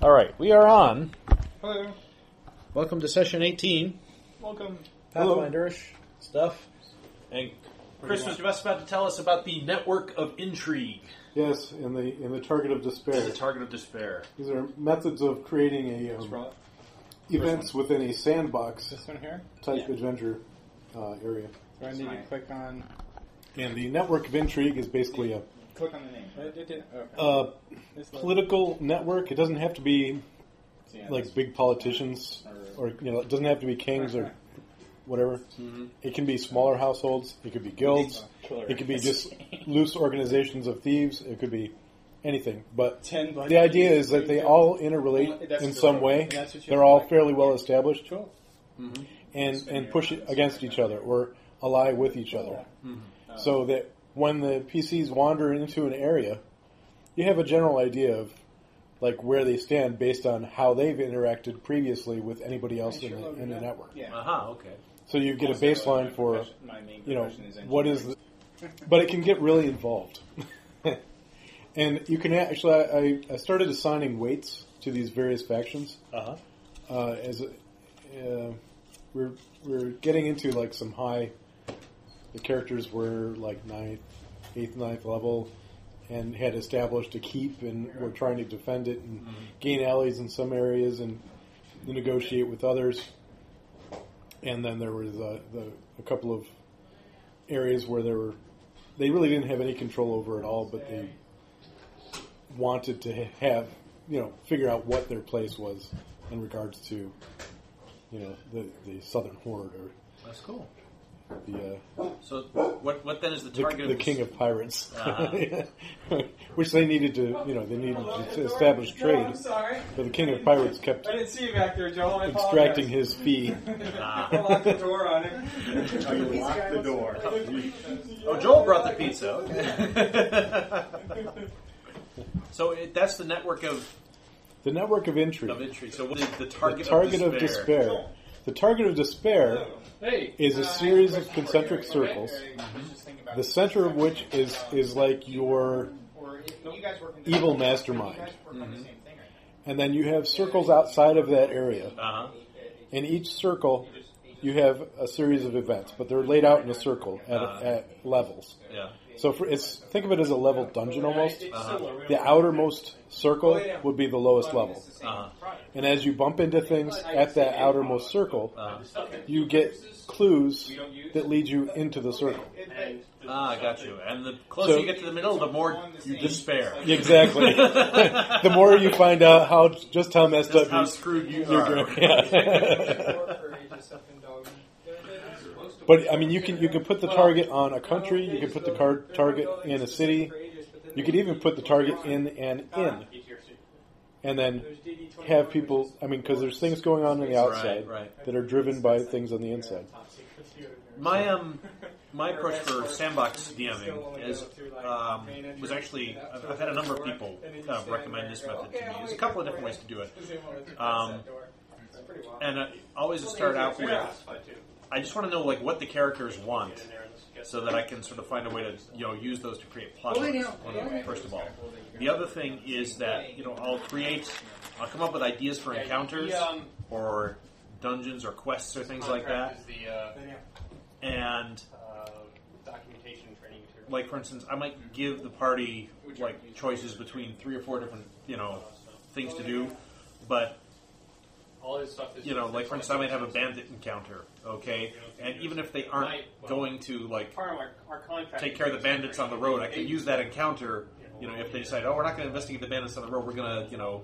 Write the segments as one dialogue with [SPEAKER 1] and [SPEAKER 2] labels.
[SPEAKER 1] All right, we are on.
[SPEAKER 2] Hello.
[SPEAKER 1] Welcome to session 18.
[SPEAKER 2] Welcome.
[SPEAKER 1] Pathfinderish stuff. And Chris was just about to tell us about the network of intrigue,
[SPEAKER 3] Yes, in the in the target of despair.
[SPEAKER 1] the target of despair.
[SPEAKER 3] These are methods of creating a um,
[SPEAKER 2] Roll
[SPEAKER 3] events within a sandbox
[SPEAKER 2] This one here.
[SPEAKER 3] type adventure uh, area.
[SPEAKER 2] So I need to click on
[SPEAKER 3] And the network of intrigue is basically a,
[SPEAKER 2] click on the name. It, it didn't. Okay.
[SPEAKER 3] a
[SPEAKER 2] This little-
[SPEAKER 3] political network. It doesn't have to be
[SPEAKER 2] yeah,
[SPEAKER 3] like big politicians, or you know, it doesn't have to be kings or whatever. It can be smaller households. It could be guilds. It could be just loose organizations of thieves. It could be anything. But
[SPEAKER 2] Ten bucks.
[SPEAKER 3] the idea is that they all interrelate
[SPEAKER 2] That's
[SPEAKER 3] in
[SPEAKER 2] the-
[SPEAKER 3] some way.
[SPEAKER 2] that's what you
[SPEAKER 3] They're all
[SPEAKER 2] like.
[SPEAKER 3] fairly well established,
[SPEAKER 2] Cool.
[SPEAKER 3] and and push it against each other or ally with each other, Mm-hmm.
[SPEAKER 2] Uh,
[SPEAKER 3] so that when the PCs wander into an area, you have a general idea of like where they stand based on how they've interacted previously with anybody else in the, in the network.
[SPEAKER 2] Yeah.
[SPEAKER 4] Uh-huh,
[SPEAKER 1] Aha, okay.
[SPEAKER 3] So you get a
[SPEAKER 2] Also, my
[SPEAKER 3] baseline for
[SPEAKER 2] profession- my main
[SPEAKER 3] you know
[SPEAKER 2] profession is
[SPEAKER 3] what is, the, but it can get really involved, and you can actually. I, I started assigning weights to these various factions
[SPEAKER 1] Uh-huh.
[SPEAKER 3] uh, as a, uh, we're we're getting into like some high. The characters were like ninth, eighth, ninth level, and had established a keep, and were trying to defend it and gain allies in some areas and negotiate with others. And then there was uh, the a couple of areas where there were they really didn't have any control over it all, but they wanted to ha- have you know figure out what their place was in regards to you know the the southern horde or
[SPEAKER 1] That's cool.
[SPEAKER 3] the uh,
[SPEAKER 4] So what what then is the target
[SPEAKER 3] the,
[SPEAKER 4] of
[SPEAKER 3] the king of pirates,
[SPEAKER 4] Ah.
[SPEAKER 3] which they needed to you know they needed to establish trade.
[SPEAKER 2] I'm sorry.
[SPEAKER 3] But the king of pirates kept
[SPEAKER 2] I didn't see you back there, Joel. I
[SPEAKER 3] extracting his fee.
[SPEAKER 2] I locked the door on it.
[SPEAKER 5] Lock the door.
[SPEAKER 4] Oh, Joel brought the pizza. so it, that's the network of,
[SPEAKER 3] The network of intrigue,
[SPEAKER 4] of intrigue. So what is the
[SPEAKER 3] the
[SPEAKER 4] target,
[SPEAKER 3] target of despair. The target of despair
[SPEAKER 2] Hey.
[SPEAKER 3] is a series of concentric circles, the center of which is is like your evil mastermind.
[SPEAKER 2] Mm-hmm.
[SPEAKER 3] And then you have circles outside of that area.
[SPEAKER 4] Uh-huh.
[SPEAKER 3] In each circle, you have a series of events, but they're laid out in a circle at, at levels.
[SPEAKER 4] Yeah.
[SPEAKER 3] So for, it's think of it as a level dungeon almost.
[SPEAKER 4] Uh-huh.
[SPEAKER 3] The outermost circle would be the lowest level.
[SPEAKER 4] Uh-huh.
[SPEAKER 3] And as you bump into things at that outermost circle,
[SPEAKER 4] Uh-huh.
[SPEAKER 3] you get clues that lead you into the circle.
[SPEAKER 4] Ah, I got you. And the closer
[SPEAKER 3] So-
[SPEAKER 4] you get to the middle, the more you despair.
[SPEAKER 3] Exactly. the more you find out how just how messed
[SPEAKER 4] That's
[SPEAKER 3] up
[SPEAKER 4] how
[SPEAKER 3] you
[SPEAKER 4] screwed you
[SPEAKER 3] You're
[SPEAKER 4] are.
[SPEAKER 3] good. Yeah. But I mean, you can you can put the target on a country. You can put the car- target in a city. You could even put the target in an inn, and then have people. I mean, because there's things going on on the outside
[SPEAKER 4] Right, right.
[SPEAKER 3] that are driven by things on the inside.
[SPEAKER 4] My um, my approach for sandbox DMing is um, was actually I've, I've had a number of people uh, recommend this method to me. There's a couple of different ways to do it, um, and I always start out with I just want to know like what the characters want, so that I can sort of find a way to you know use those to create plot lines. one- First of all, the other thing is that you know I'll create, I'll come up with ideas for encounters or dungeons or quests or things like that,
[SPEAKER 5] uh,
[SPEAKER 4] and
[SPEAKER 5] documentation training material.
[SPEAKER 4] like for instance, I might give the party like choices between three or four different you
[SPEAKER 5] Uh,
[SPEAKER 4] know things to do, but
[SPEAKER 5] All his stuff is
[SPEAKER 4] you know like for instance, I might have a bandit encounter, okay, and even if they aren't going to like
[SPEAKER 5] Part of our, our contract.
[SPEAKER 4] take care of the bandits on the road, I can use that encounter. You know, if they decide, oh, we're not going to investigate the bandits on the road, we're going to you know.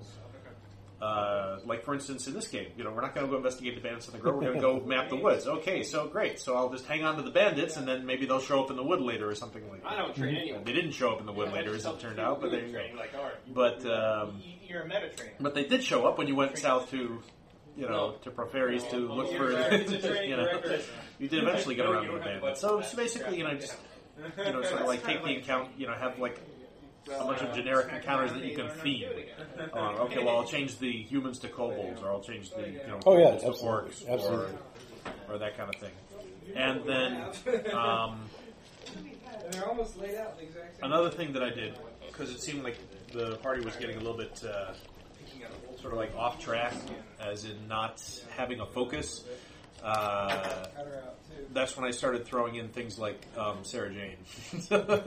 [SPEAKER 4] Uh, like for instance, in this game, you know, we're not going to go investigate the bandits on the road. We're going to go map the woods. Okay, so great. So I'll just hang on to the bandits, and then maybe they'll show up in the wood later or something like that.
[SPEAKER 5] I don't train anyone.
[SPEAKER 4] Mm-hmm. They didn't show up in the wood later, as it turned out, but there you go.
[SPEAKER 5] Train, Like, all right, you-
[SPEAKER 4] But um,
[SPEAKER 5] you- you're a meta trainer.
[SPEAKER 4] but they did show up when you went south to, you know, to Proferes to look for.
[SPEAKER 5] It's a training
[SPEAKER 4] You know,
[SPEAKER 5] director.
[SPEAKER 4] you did eventually get around to the bandits. So it's basically, you know, just you know, sort of like take the account, you know, have like a bunch of generic encounters that you can feed. on. uh, okay, well, I'll change the humans to kobolds, or I'll change the you know
[SPEAKER 3] Oh, yeah,
[SPEAKER 4] kobolds to
[SPEAKER 3] absolutely,
[SPEAKER 4] orcs,
[SPEAKER 3] absolutely.
[SPEAKER 4] or or that kind of thing. And then um,
[SPEAKER 2] And they're almost laid out the exact same.
[SPEAKER 4] Another thing that I did, because it seemed like the party was getting a little bit uh,
[SPEAKER 6] sort of like off track, as in not having a focus. Uh,
[SPEAKER 2] Cut her out too.
[SPEAKER 6] that's when I started throwing in things like um, Sarah Jane, so
[SPEAKER 2] that-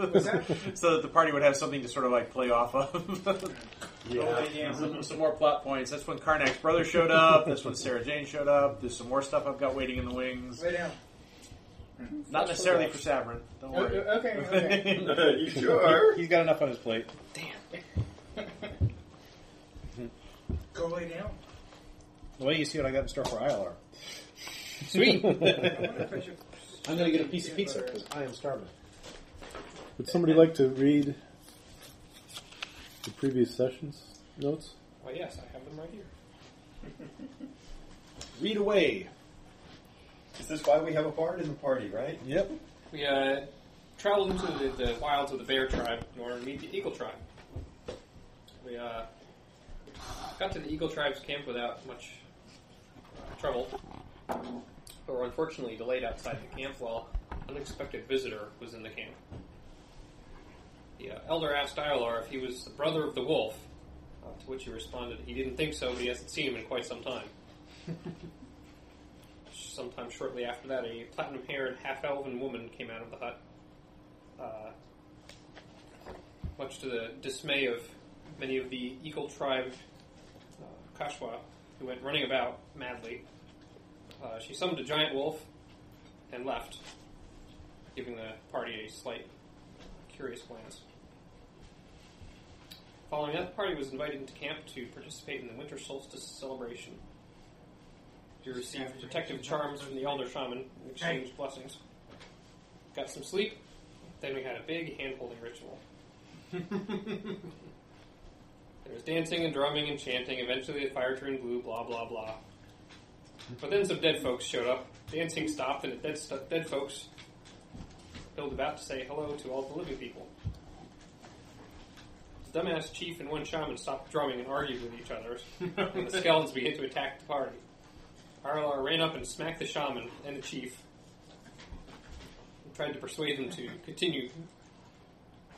[SPEAKER 6] that the party would have something to sort of like play off of.
[SPEAKER 7] Oh,
[SPEAKER 3] Yeah.
[SPEAKER 6] some, some more plot points. That's when Karnak's brother showed up. That's when Sarah Jane showed up. There's some more stuff I've got waiting in the wings.
[SPEAKER 2] Lay down.
[SPEAKER 6] Not necessarily for Sabrin. Don't worry.
[SPEAKER 2] Oh, okay, okay.
[SPEAKER 7] you sure? He's got enough on his plate.
[SPEAKER 2] Go lay down.
[SPEAKER 7] Well, you see what I got in store for ILR. Sweet.
[SPEAKER 2] I wonder if I should.
[SPEAKER 4] I'm going to get a piece of pizza because
[SPEAKER 7] I am starving.
[SPEAKER 3] Would somebody like to read the previous sessions notes?
[SPEAKER 2] Well, yes, I have them right here.
[SPEAKER 6] Read away.
[SPEAKER 7] Is this why we have a bard in the party, right?
[SPEAKER 3] Yep.
[SPEAKER 5] We uh, traveled into the, the wilds of the bear tribe in order to meet the eagle tribe. We uh, got to the eagle tribe's camp without much uh, trouble, but were unfortunately delayed outside the camp while an unexpected visitor was in the camp. The uh, elder asked Iolor if he was the brother of the wolf, uh, to which he responded he didn't think so, but he hasn't seen him in quite some time. Sometime shortly after that, a platinum haired, half elven woman came out of the hut. Uh, much to the dismay of many of the eagle tribe uh, Kashwa, who went running about madly, uh, she summoned a giant wolf and left, giving the party a slight curious glance. Following that, the party was invited into camp to participate in the winter solstice celebration. You received protective charms from the elder shaman and exchanged blessings. Got some sleep, then we had a big hand holding ritual. there was dancing and drumming and chanting, eventually the fire turned blue, blah blah blah. But then some dead folks showed up. Dancing stopped, and the dead, stu dead folks billed about to say hello to all the living people. The dumbass chief and one shaman stopped drumming and argued with each other, and the skeletons began to attack the party. Arlar ran up and smacked the shaman and the chief and tried to persuade them to continue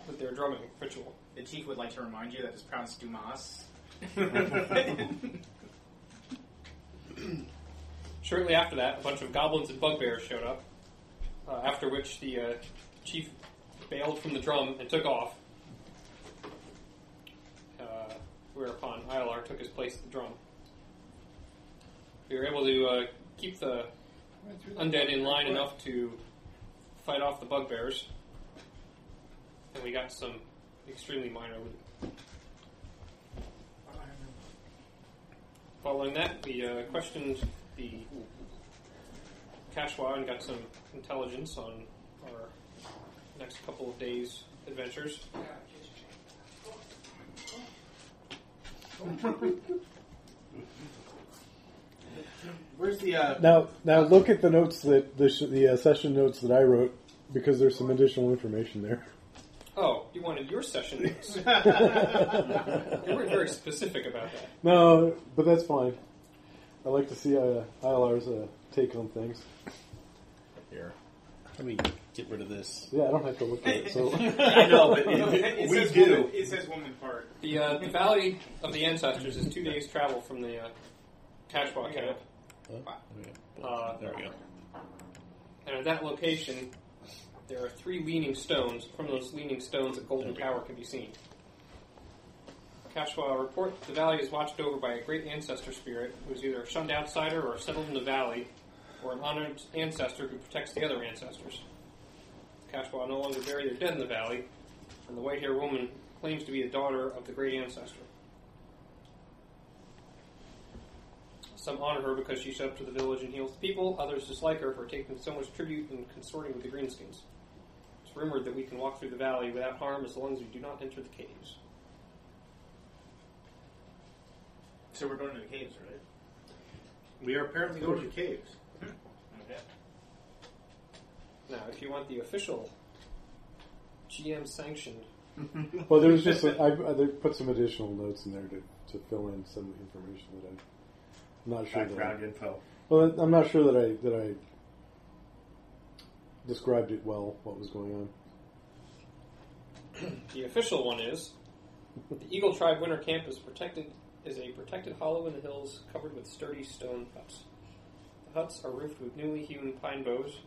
[SPEAKER 5] with their drumming ritual.
[SPEAKER 8] The chief would like to remind you that it's pronounced Dumas.
[SPEAKER 5] Shortly after that, a bunch of goblins and bugbears showed up, uh, after which the uh, chief bailed from the drum and took off, uh, whereupon Ilar took his place at the drum. We were able to uh, keep the
[SPEAKER 2] Went through the-
[SPEAKER 5] undead in line enough to fight off the bugbears, and we got some extremely minor loot. Following that, we uh, questioned the Kashwa and got some intelligence on our next couple of days' adventures.
[SPEAKER 8] Where's the uh,
[SPEAKER 3] Now, now look at the notes that the, sh- the uh, session notes that I wrote because there's some additional information there.
[SPEAKER 5] Oh, you wanted your session notes. you weren't very specific about that.
[SPEAKER 3] No, but that's fine. I like to see uh, ILR's uh, take on things.
[SPEAKER 7] Here. Let me get rid of this.
[SPEAKER 3] Yeah, I don't have to look at it. So
[SPEAKER 7] I know, but
[SPEAKER 8] it
[SPEAKER 7] we
[SPEAKER 8] says
[SPEAKER 7] do.
[SPEAKER 8] Woman, it says woman part.
[SPEAKER 5] The, uh, the Valley of the Ancestors is two days' travel from the uh, Kashwa camp. Uh,
[SPEAKER 7] There we go.
[SPEAKER 5] And at that location, there are three leaning stones. From those leaning stones, a golden tower can be seen. Kashwa report the valley is watched over by a great ancestor spirit who is either a shunned outsider or settled in the valley, or an honored ancestor who protects the other ancestors. Kashwa no longer bury their dead in the valley, and the white haired woman claims to be the daughter of the great ancestor. Some honor her because she showed up to the village and heals the people. Others dislike her for taking so much tribute and consorting with the Greenskins. It's rumored that we can walk through the valley without harm as long as we do not enter the caves.
[SPEAKER 8] So we're going to the caves, right?
[SPEAKER 6] We are apparently going to caves.
[SPEAKER 8] Okay.
[SPEAKER 5] Now, if you want the official GM sanctioned,
[SPEAKER 3] well, there's just a, I, I there- put some additional notes in there to, to fill in some information that I'm not sure that I,
[SPEAKER 7] Background info.
[SPEAKER 3] well I'm not sure that I that I described it well what was going on.
[SPEAKER 5] the official one is the Eagle Tribe Winter Camp is protected is a protected hollow in the hills covered with sturdy stone huts. The huts are roofed with newly hewn pine boughs,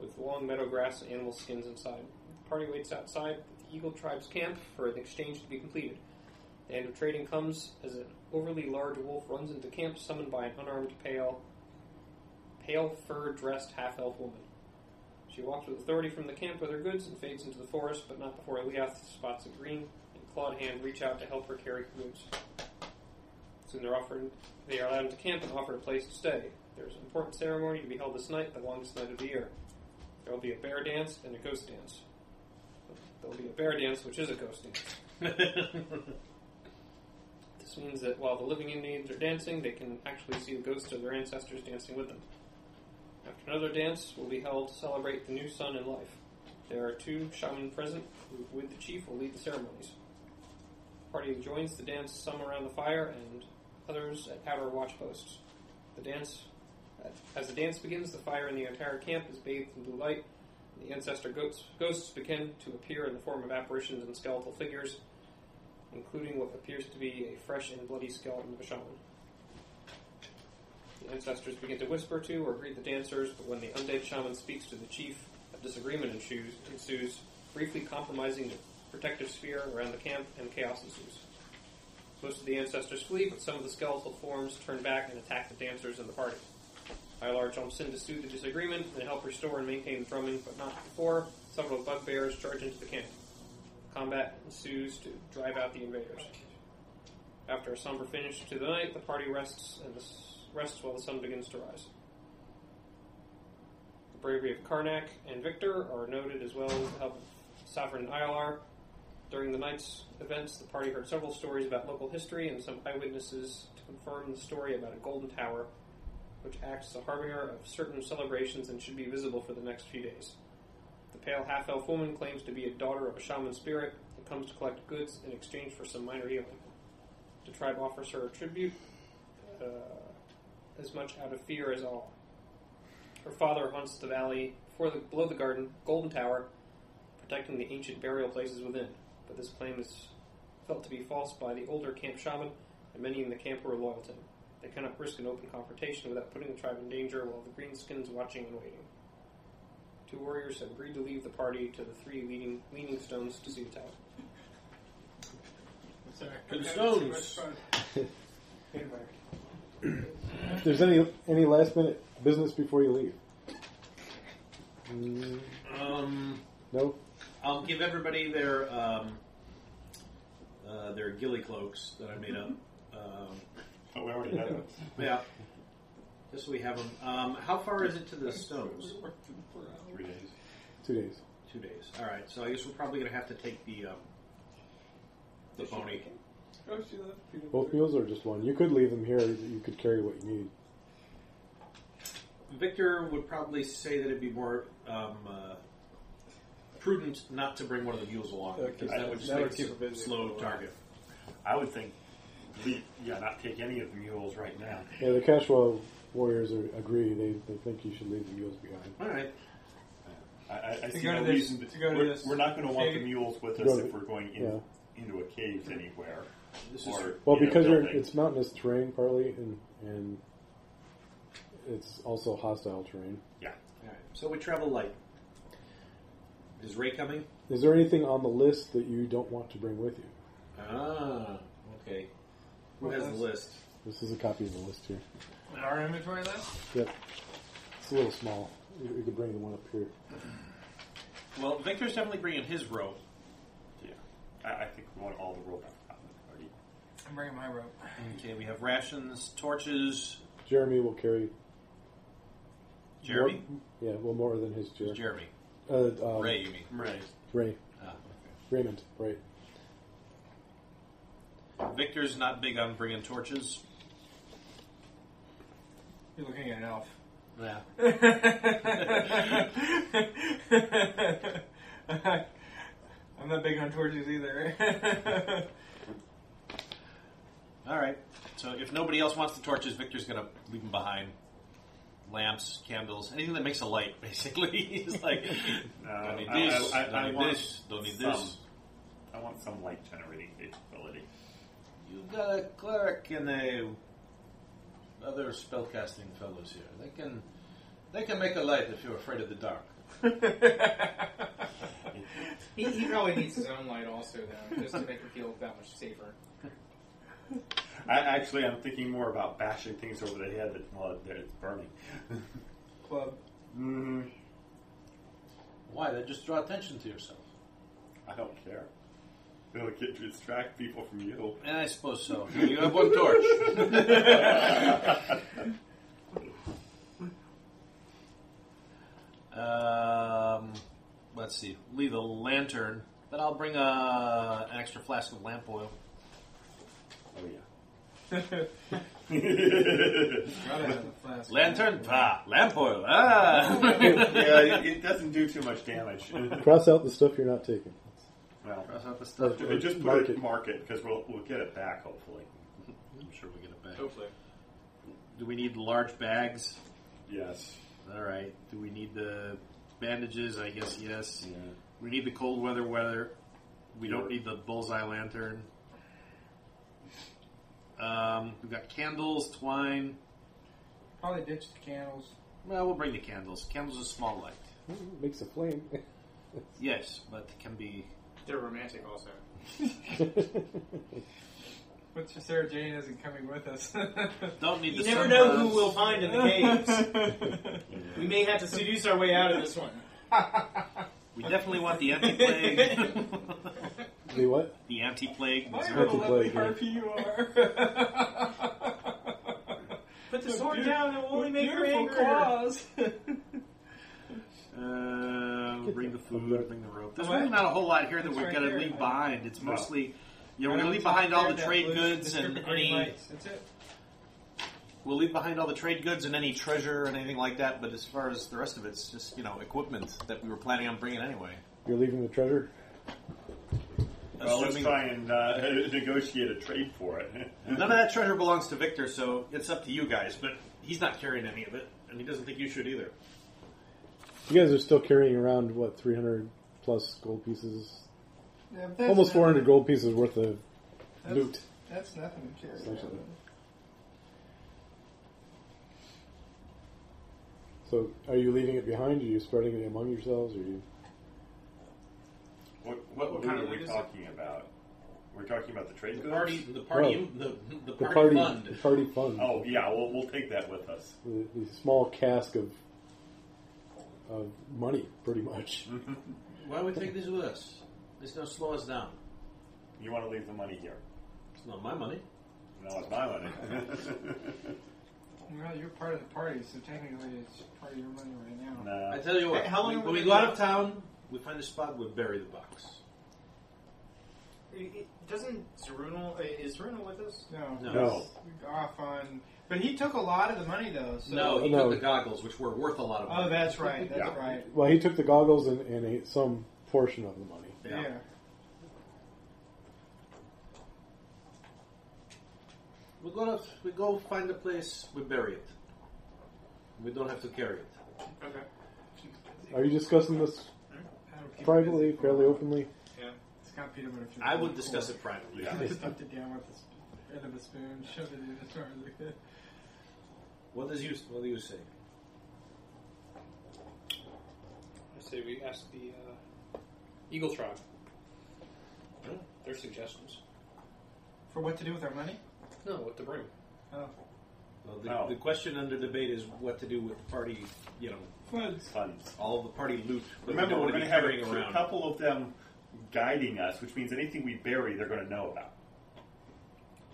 [SPEAKER 5] with long meadow grass and animal skins inside. The party waits outside the Eagle Tribe's camp for an exchange to be completed. The end of trading comes as an overly large wolf runs into camp, summoned by an unarmed, pale, pale fur-dressed half-elf woman. She walks with authority from the camp with her goods and fades into the forest, but not before Leoth spots a green and clawed hand reach out to help her carry her goods. Soon they're offered, they are allowed into camp and offered a place to stay. There's an important ceremony to be held this night, the longest night of the year. There will be a bear dance and a ghost dance. There will be a bear dance, which is a ghost dance. this means that while the living Indians are dancing, they can actually see the ghosts of their ancestors dancing with them. After another dance will be held to celebrate the new sun and life. There are two shaman present who, with the chief, will lead the ceremonies. The party joins the dance some around the fire and others at outer watch posts. The dance, as the dance begins, the fire in the entire camp is bathed in blue light. and The ancestor goats, ghosts begin to appear in the form of apparitions and skeletal figures, including what appears to be a fresh and bloody skeleton of a shaman. The ancestors begin to whisper to or greet the dancers, but when the undead shaman speaks to the chief, a disagreement ensues, ensues briefly compromising the protective sphere around the camp, and chaos ensues. Most of the ancestors flee, but some of the skeletal forms turn back and attack the dancers and the party. Ilar jumps in to soothe the disagreement and help restore and maintain the drumming, but not before several bugbears charge into the camp. Combat ensues to drive out the invaders. After a somber finish to the night, the party rests and the s- rests while the sun begins to rise. The bravery of Karnak and Victor are noted as well with the help of Sovereign and Ilar. During the night's events, the party heard several stories about local history and some eyewitnesses to confirm the story about a golden tower, which acts as a harbinger of certain celebrations and should be visible for the next few days. The pale half elf woman claims to be a daughter of a shaman spirit and comes to collect goods in exchange for some minor healing. The tribe offers her a tribute, uh, as much out of fear as all. Her father haunts the valley before the, below the garden, Golden Tower, protecting the ancient burial places within. But this claim is felt to be false by the older camp shaman, and many in the camp who are loyal to him. They cannot risk an open confrontation without putting the tribe in danger while the greenskins watching and waiting. Two warriors have agreed to leave the party to the three leading, leaning stones to see the tower.
[SPEAKER 2] Sorry.
[SPEAKER 4] To the
[SPEAKER 2] I'm having too
[SPEAKER 4] stones.
[SPEAKER 2] much fun. Wait a minute.
[SPEAKER 3] If there's any any last minute business before you leave, Mm,
[SPEAKER 4] Um,
[SPEAKER 3] no.
[SPEAKER 4] I'll give everybody their um, uh, their ghillie cloaks that I made up. Um,
[SPEAKER 6] Mm-hmm. Oh, we already had it.
[SPEAKER 4] yeah, just so we have them. Um, how far is it to the stones?
[SPEAKER 6] Three days.
[SPEAKER 3] Two days.
[SPEAKER 4] Two days. All right. So I guess we're probably going to have to take the um, the pony.
[SPEAKER 2] Oh, she left Peter
[SPEAKER 3] Both
[SPEAKER 2] Pan.
[SPEAKER 3] meals or just one? You could leave them here. You could carry what you need.
[SPEAKER 4] Victor would probably say that it'd be more um, uh, prudent not to bring one of the mules along
[SPEAKER 3] Okay.
[SPEAKER 4] because that would just
[SPEAKER 3] That
[SPEAKER 4] make
[SPEAKER 3] would keep
[SPEAKER 4] us
[SPEAKER 3] it busy
[SPEAKER 4] a slow
[SPEAKER 3] for a while.
[SPEAKER 4] target.
[SPEAKER 6] I would think, we- yeah, not take any of the mules right now.
[SPEAKER 3] Yeah, the Kashwa warriors are, agree. They, they think you should leave the mules behind.
[SPEAKER 4] All right.
[SPEAKER 6] I, I, I see
[SPEAKER 2] go
[SPEAKER 6] no
[SPEAKER 2] to this-
[SPEAKER 6] reason
[SPEAKER 2] to go to
[SPEAKER 6] we're,
[SPEAKER 2] this
[SPEAKER 6] we're not going to want the
[SPEAKER 2] cave.
[SPEAKER 6] mules with
[SPEAKER 3] To
[SPEAKER 6] us
[SPEAKER 3] go to-
[SPEAKER 6] if we're going in,
[SPEAKER 3] yeah.
[SPEAKER 6] into a cave anywhere.
[SPEAKER 4] This is
[SPEAKER 6] or
[SPEAKER 3] Well,
[SPEAKER 6] in a
[SPEAKER 3] because you're,
[SPEAKER 6] building.
[SPEAKER 3] it's mountainous terrain partly, and and it's also hostile terrain.
[SPEAKER 6] yeah.
[SPEAKER 4] all right. So we travel light. Is Ray coming?
[SPEAKER 3] Is there anything on the list that you don't want to bring with you?
[SPEAKER 4] Ah, okay. Who has the list?
[SPEAKER 3] This is a copy of the list here.
[SPEAKER 2] Our inventory left?
[SPEAKER 3] Yep, it's a little small. You, you could bring the one up here.
[SPEAKER 4] Well, Victor's definitely bringing his rope.
[SPEAKER 6] Yeah. I, I think we want all the rope out of the party.
[SPEAKER 2] I'm bringing my rope.
[SPEAKER 4] Okay, we have rations, torches.
[SPEAKER 3] Jeremy will carry.
[SPEAKER 4] Jeremy?
[SPEAKER 3] More, yeah, well, more than his chair.
[SPEAKER 4] Jeremy.
[SPEAKER 3] uh,
[SPEAKER 7] Oh.
[SPEAKER 3] um,
[SPEAKER 4] Ray, you mean.
[SPEAKER 6] Right.
[SPEAKER 3] Ray.
[SPEAKER 4] Ah,
[SPEAKER 3] Raymond. Right.
[SPEAKER 4] okay. Victor's not big on bringing torches.
[SPEAKER 2] You're looking at an elf.
[SPEAKER 4] Yeah.
[SPEAKER 2] I'm not big on torches either.
[SPEAKER 4] All right. So if nobody else wants the torches, Victor's going to leave them behind. Lamps, candles, anything that makes a light, basically. He's like,
[SPEAKER 6] Uh,
[SPEAKER 4] don't need
[SPEAKER 6] I-
[SPEAKER 4] this,
[SPEAKER 6] I- I-
[SPEAKER 4] don't
[SPEAKER 6] I
[SPEAKER 4] need
[SPEAKER 6] want
[SPEAKER 4] this, don't need
[SPEAKER 6] some.
[SPEAKER 4] this.
[SPEAKER 6] I want some light generating capability.
[SPEAKER 4] you got a cleric and a other spellcasting fellows here. They can they can make a light if you're afraid of the dark.
[SPEAKER 5] He, he probably needs his own light also, though, just to make him feel that much safer.
[SPEAKER 9] I, actually, I'm thinking more about bashing things over the head that, well, that it's burning.
[SPEAKER 2] Club.
[SPEAKER 9] mm,
[SPEAKER 4] Why? They just draw attention to yourself.
[SPEAKER 9] I don't care. It'll get to distract people from you.
[SPEAKER 4] And I suppose so. You have one torch.
[SPEAKER 6] Oh,
[SPEAKER 4] um, let's see. Leave a lantern, but I'll bring a, an extra flask of lamp oil.
[SPEAKER 9] Oh yeah.
[SPEAKER 2] Gotta have the flask.
[SPEAKER 4] Lantern, ah, lamp oil, ah.
[SPEAKER 9] yeah, it, it doesn't do too much damage.
[SPEAKER 3] Cross out the stuff you're not taking.
[SPEAKER 9] well,
[SPEAKER 4] Cross out the stuff.
[SPEAKER 9] we just put
[SPEAKER 3] Mark
[SPEAKER 9] it
[SPEAKER 3] it.
[SPEAKER 9] mark it because we'll we'll get it back hopefully.
[SPEAKER 4] I'm sure we get it back.
[SPEAKER 8] Hopefully.
[SPEAKER 4] Do we need large bags?
[SPEAKER 9] Yes.
[SPEAKER 4] All right. Do we need the bandages? I guess yes.
[SPEAKER 9] Yeah.
[SPEAKER 4] We need the cold weather weather. We don't need the bullseye lantern. Um, we've got candles, twine.
[SPEAKER 2] Probably ditch the candles.
[SPEAKER 4] Well, we'll bring the candles. Candles are small light.
[SPEAKER 3] Mm, Makes a flame.
[SPEAKER 4] Yes, but can be.
[SPEAKER 5] They're romantic also.
[SPEAKER 2] But Sarah Jane isn't coming with us.
[SPEAKER 4] Don't need.
[SPEAKER 8] You
[SPEAKER 4] the
[SPEAKER 8] never know who
[SPEAKER 4] sunburns.
[SPEAKER 8] we'll find in the caves. we may have to seduce our way out of this one.
[SPEAKER 4] We definitely want the anti-plague.
[SPEAKER 3] They what?
[SPEAKER 4] the anti-plague.
[SPEAKER 2] My,
[SPEAKER 4] Missouri.
[SPEAKER 2] what a
[SPEAKER 3] Dirty
[SPEAKER 2] lovely
[SPEAKER 3] plague,
[SPEAKER 2] harpy you are.
[SPEAKER 8] Put the
[SPEAKER 2] With
[SPEAKER 8] sword
[SPEAKER 2] beau-
[SPEAKER 8] down, it will only
[SPEAKER 2] with
[SPEAKER 8] make her
[SPEAKER 2] beautiful
[SPEAKER 8] angrier.
[SPEAKER 2] claws.
[SPEAKER 4] Uh, bring the food, bring the rope. There's
[SPEAKER 2] What?
[SPEAKER 4] really not a whole lot here that
[SPEAKER 2] It's
[SPEAKER 4] we're
[SPEAKER 2] right
[SPEAKER 4] going to
[SPEAKER 2] there.
[SPEAKER 4] leave behind. It's
[SPEAKER 9] No.
[SPEAKER 4] mostly, you know, we're going to leave behind all the trade goods
[SPEAKER 2] Strip
[SPEAKER 4] and
[SPEAKER 2] of green
[SPEAKER 4] any.
[SPEAKER 2] lights. That's it.
[SPEAKER 4] We'll leave behind all the trade goods and any treasure and anything like that. But as far as the rest of it's just you know equipment that we were planning on bringing anyway.
[SPEAKER 3] You're leaving the treasure?
[SPEAKER 9] Well, let's
[SPEAKER 4] Assuming-
[SPEAKER 9] try and uh, negotiate a trade for it.
[SPEAKER 4] None of that treasure belongs to Victor, so it's up to you guys. But he's not carrying any of it, and he doesn't think you should either.
[SPEAKER 3] You guys are still carrying around, what, 300 plus gold pieces?
[SPEAKER 2] Yeah, but that's
[SPEAKER 3] Almost
[SPEAKER 2] nothing.
[SPEAKER 3] 400 gold pieces worth of
[SPEAKER 2] That's-
[SPEAKER 3] loot.
[SPEAKER 2] That's nothing to carry.
[SPEAKER 3] Essentially.
[SPEAKER 2] around.
[SPEAKER 3] So are you leaving it behind? Are you spreading it among yourselves? Or you...
[SPEAKER 9] what, what,
[SPEAKER 4] What
[SPEAKER 9] loot
[SPEAKER 4] kind of
[SPEAKER 9] are
[SPEAKER 4] loot
[SPEAKER 9] we
[SPEAKER 4] is it?
[SPEAKER 9] talking about? We're talking about the trade
[SPEAKER 4] The
[SPEAKER 9] goods.
[SPEAKER 4] party, the party, the, the
[SPEAKER 3] The
[SPEAKER 4] party,
[SPEAKER 3] party, the
[SPEAKER 4] fund.
[SPEAKER 3] party fund.
[SPEAKER 9] Oh yeah, we'll we'll take that with us.
[SPEAKER 3] The, the small cask of of money, pretty much.
[SPEAKER 4] Why would we take this with us? This don't slow us down.
[SPEAKER 9] You want to leave the money here?
[SPEAKER 4] It's not my money.
[SPEAKER 9] No, it's my money.
[SPEAKER 2] Well, you're part of the party, so technically it's part of your money right now.
[SPEAKER 9] no.
[SPEAKER 4] I tell you what.
[SPEAKER 8] Hey, how long
[SPEAKER 4] we-
[SPEAKER 8] are we
[SPEAKER 4] when we
[SPEAKER 8] gonna
[SPEAKER 4] go
[SPEAKER 8] be
[SPEAKER 4] out
[SPEAKER 8] out?
[SPEAKER 4] of town, we find a spot. We bury the box.
[SPEAKER 8] It- it- Doesn't Zerunal, is Zerunal with us?
[SPEAKER 2] No,
[SPEAKER 4] No.
[SPEAKER 3] No.
[SPEAKER 2] We're off on. But he took a lot of the money though. So.
[SPEAKER 4] no, he
[SPEAKER 3] No.
[SPEAKER 4] took the goggles, which were worth a lot of money.
[SPEAKER 2] Oh, that's right. That's
[SPEAKER 9] Yeah.
[SPEAKER 2] right.
[SPEAKER 3] Well, he took the goggles and, and ate some portion of the money.
[SPEAKER 2] Yeah.
[SPEAKER 4] We go out, we go find a place. We bury it. We don't have to carry it.
[SPEAKER 8] Okay.
[SPEAKER 3] Are you discussing this
[SPEAKER 2] That'll keep
[SPEAKER 3] privately,
[SPEAKER 2] it busy.
[SPEAKER 3] fairly openly?
[SPEAKER 2] It's got peanut butter.
[SPEAKER 4] I would discuss it privately.
[SPEAKER 9] Yeah.
[SPEAKER 2] I stuffed it down with the sp- end of a spoon, shoved it in as far as I could.
[SPEAKER 4] What does you What do you say?
[SPEAKER 5] I say we ask the uh, Eagle Tribe
[SPEAKER 4] Huh?
[SPEAKER 5] their suggestions.
[SPEAKER 2] For what to do with our money?
[SPEAKER 5] No, what to bring.
[SPEAKER 2] Oh,
[SPEAKER 4] Well, the,
[SPEAKER 9] No.
[SPEAKER 4] the question under debate is what to do with the party. You know,
[SPEAKER 2] foods.
[SPEAKER 9] Funds.
[SPEAKER 4] all the party loot. that we
[SPEAKER 9] Remember,
[SPEAKER 4] don't
[SPEAKER 9] we're
[SPEAKER 4] wanna
[SPEAKER 9] going to
[SPEAKER 4] be
[SPEAKER 9] have
[SPEAKER 4] carrying
[SPEAKER 9] a,
[SPEAKER 4] around.
[SPEAKER 9] couple of them guiding us, which means anything we bury, they're going to know about.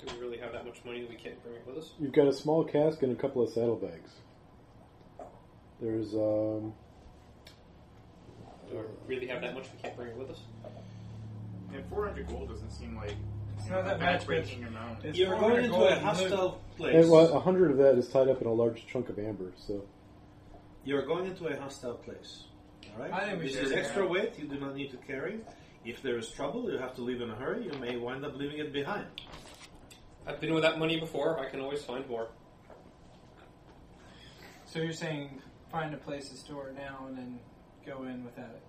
[SPEAKER 5] Do we really have that much money that we can't bring it with us?
[SPEAKER 3] You've got a small cask and a couple of saddlebags. There's um,
[SPEAKER 4] Uh.
[SPEAKER 5] Do we really have that much we can't bring it with us?
[SPEAKER 8] Yeah, 400 gold doesn't seem like
[SPEAKER 2] It's not that much, Rich.
[SPEAKER 8] breaking amount.
[SPEAKER 2] It's
[SPEAKER 4] You're going
[SPEAKER 2] 400
[SPEAKER 4] into
[SPEAKER 2] gold
[SPEAKER 4] a
[SPEAKER 2] and loot.
[SPEAKER 4] hostile place.
[SPEAKER 3] and, well, a hundred of that is tied up in a large chunk of amber. So
[SPEAKER 4] You're going into a hostile place. All right.
[SPEAKER 2] I think we
[SPEAKER 4] this
[SPEAKER 2] should
[SPEAKER 4] is
[SPEAKER 2] do
[SPEAKER 4] extra
[SPEAKER 2] that.
[SPEAKER 4] weight. You do not need to carry. If there is trouble, you have to leave in a hurry. You may wind up leaving it behind.
[SPEAKER 5] I've been with that money before. I can always find more.
[SPEAKER 2] So you're saying find a place to store it now and then go in without it.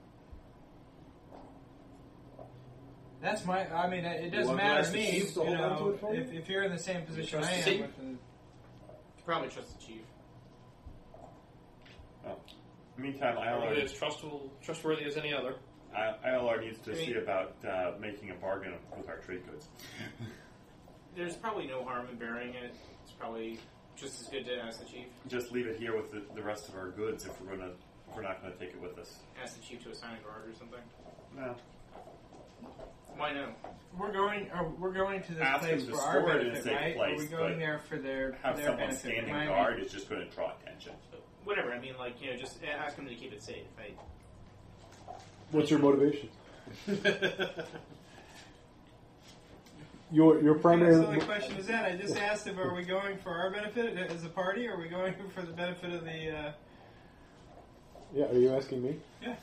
[SPEAKER 2] That's my. I mean, it
[SPEAKER 3] You
[SPEAKER 2] doesn't
[SPEAKER 3] want the
[SPEAKER 2] matter
[SPEAKER 3] rest
[SPEAKER 2] to
[SPEAKER 3] of the
[SPEAKER 2] me.
[SPEAKER 3] chiefs to
[SPEAKER 2] You
[SPEAKER 3] hold on to
[SPEAKER 2] know,
[SPEAKER 3] it for you?
[SPEAKER 2] if, if you're in the same position I
[SPEAKER 5] Trust the
[SPEAKER 2] am,
[SPEAKER 5] chief.
[SPEAKER 2] with, then
[SPEAKER 8] Probably trust the chief.
[SPEAKER 9] Meantime,
[SPEAKER 5] I don't think
[SPEAKER 9] ILR,
[SPEAKER 5] it's trustful, trustworthy as any other.
[SPEAKER 9] I- ILR needs to
[SPEAKER 8] I mean-
[SPEAKER 9] see about uh, making a bargain with our trade goods.
[SPEAKER 8] There's probably no harm in burying it. It's probably just as good to ask the chief.
[SPEAKER 9] Just leave it here with the, the rest of our goods if we're gonna if we're not gonna take it with us.
[SPEAKER 8] Ask the chief to assign a guard or something.
[SPEAKER 9] No.
[SPEAKER 8] Why no?
[SPEAKER 2] we're going. Are, we're going to this
[SPEAKER 9] Ask
[SPEAKER 2] place
[SPEAKER 9] them
[SPEAKER 2] for
[SPEAKER 9] to
[SPEAKER 2] our
[SPEAKER 9] store it in a
[SPEAKER 2] benefit,
[SPEAKER 9] safe
[SPEAKER 2] right?
[SPEAKER 9] place,
[SPEAKER 2] are we going
[SPEAKER 9] but
[SPEAKER 2] there for their
[SPEAKER 9] Have
[SPEAKER 2] for their
[SPEAKER 9] someone
[SPEAKER 2] benefit?
[SPEAKER 9] standing
[SPEAKER 2] Mine-
[SPEAKER 9] guard is just gonna draw attention.
[SPEAKER 8] Whatever. I mean, like you know, just a- ask him to keep it safe. I,
[SPEAKER 3] What's your motivation? Your your primary.
[SPEAKER 2] That's the only question is that I just asked if are we going for our benefit as a party, or are we going for the benefit of the? Uh,
[SPEAKER 3] Yeah, are you asking me?
[SPEAKER 2] Yeah.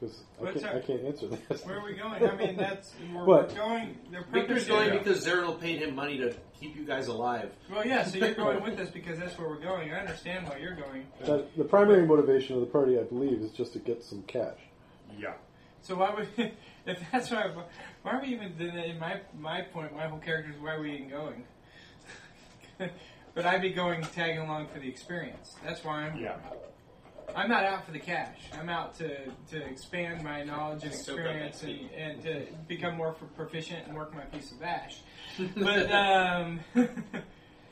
[SPEAKER 3] Because I
[SPEAKER 2] What's
[SPEAKER 3] can't,
[SPEAKER 2] that?
[SPEAKER 3] I can't answer that.
[SPEAKER 2] where are we going? I mean, that's we're, we're
[SPEAKER 3] What?
[SPEAKER 2] going. The purpose
[SPEAKER 4] Victor's
[SPEAKER 2] is-
[SPEAKER 4] going because Zerno paid him money to keep you guys alive.
[SPEAKER 2] Well, yeah. So you're going with us because that's where we're going. I understand why you're going.
[SPEAKER 3] That- the primary motivation of the party, I believe, is just to get some cash.
[SPEAKER 9] Yeah.
[SPEAKER 2] So why would if that's why why are we even then in my my point my whole character is why are we even going? but I'd be going tagging along for the experience. That's why I'm
[SPEAKER 9] Yeah.
[SPEAKER 2] I'm not out for the cash. I'm out to, to expand my knowledge and
[SPEAKER 8] Soak up that
[SPEAKER 2] experience and,
[SPEAKER 8] tea.
[SPEAKER 2] and to become more pro- proficient and work my piece of ash. But um,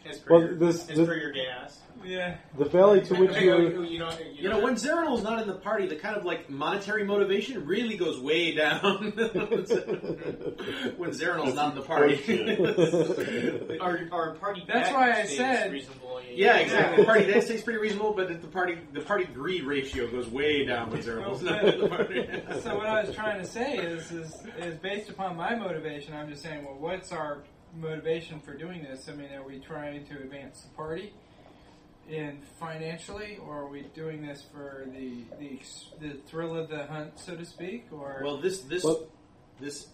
[SPEAKER 8] as per
[SPEAKER 3] Well,
[SPEAKER 8] your,
[SPEAKER 3] this-
[SPEAKER 8] as
[SPEAKER 3] this-
[SPEAKER 8] per your gas.
[SPEAKER 2] yeah.
[SPEAKER 3] The valley to which
[SPEAKER 8] Hey,
[SPEAKER 3] you
[SPEAKER 8] oh,
[SPEAKER 3] are,
[SPEAKER 8] you, you don't, you
[SPEAKER 4] You know,
[SPEAKER 8] don't-
[SPEAKER 4] when Zerno's not in the party, the kind of like monetary motivation really goes way down. when Zerno's not in the party.
[SPEAKER 8] our, our party.
[SPEAKER 2] That's
[SPEAKER 8] back
[SPEAKER 2] why I
[SPEAKER 8] stays
[SPEAKER 2] said-
[SPEAKER 8] reasonable.
[SPEAKER 4] yeah, exactly. The party that stays pretty reasonable, but the party the party greed ratio goes way down when Zerno's not in the party.
[SPEAKER 2] So what I was trying to say is, is is based upon my motivation. I'm just saying, well, what's our motivation for doing this? I mean, are we trying to advance the party in financially, or are we doing this for the the ex- the thrill of the hunt, so to speak? Or
[SPEAKER 4] Well, this this
[SPEAKER 3] Well-
[SPEAKER 4] this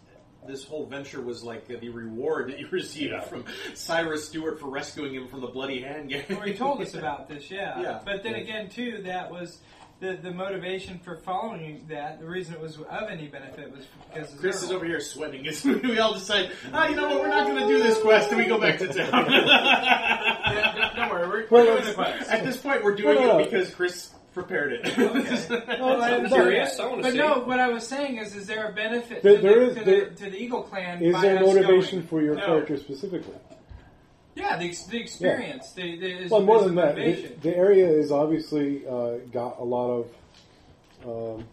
[SPEAKER 4] this whole venture was like the reward that you received
[SPEAKER 9] Yeah.
[SPEAKER 4] from Cyrus Stewart for rescuing him from the bloody hand gang.
[SPEAKER 2] Well, he told us about this, yeah.
[SPEAKER 4] Yeah.
[SPEAKER 2] But then
[SPEAKER 3] Yeah.
[SPEAKER 2] again, too, that was the the motivation for following that. The reason it was of any benefit was because of
[SPEAKER 4] Chris is
[SPEAKER 2] Zero.
[SPEAKER 4] over here sweating. It's, we all decide, ah, you know what? We're not going to do this quest, and we go back to town.
[SPEAKER 8] Don't worry, we're,
[SPEAKER 3] Well,
[SPEAKER 8] we're doing the
[SPEAKER 3] it's-
[SPEAKER 8] quest.
[SPEAKER 4] At this point, we're doing
[SPEAKER 3] Well,
[SPEAKER 4] it because Chris prepared it.
[SPEAKER 2] Well, I
[SPEAKER 5] I'm
[SPEAKER 2] was-
[SPEAKER 5] curious. I want to
[SPEAKER 2] But
[SPEAKER 5] see.
[SPEAKER 2] no, what I was saying is, is there a benefit
[SPEAKER 3] There-
[SPEAKER 2] to,
[SPEAKER 3] there
[SPEAKER 2] the,
[SPEAKER 3] is-
[SPEAKER 2] to,
[SPEAKER 3] there-
[SPEAKER 2] the, to the Eagle Clan?
[SPEAKER 3] is
[SPEAKER 2] by
[SPEAKER 3] there
[SPEAKER 2] us
[SPEAKER 3] motivation
[SPEAKER 2] going?
[SPEAKER 3] for your
[SPEAKER 2] No.
[SPEAKER 3] character specifically?
[SPEAKER 2] Yeah, the, ex- the experience. The, the, is,
[SPEAKER 3] Well, more
[SPEAKER 2] is
[SPEAKER 3] than
[SPEAKER 2] the
[SPEAKER 3] that, the,
[SPEAKER 2] motivation.
[SPEAKER 3] the area is obviously uh, got a lot of um,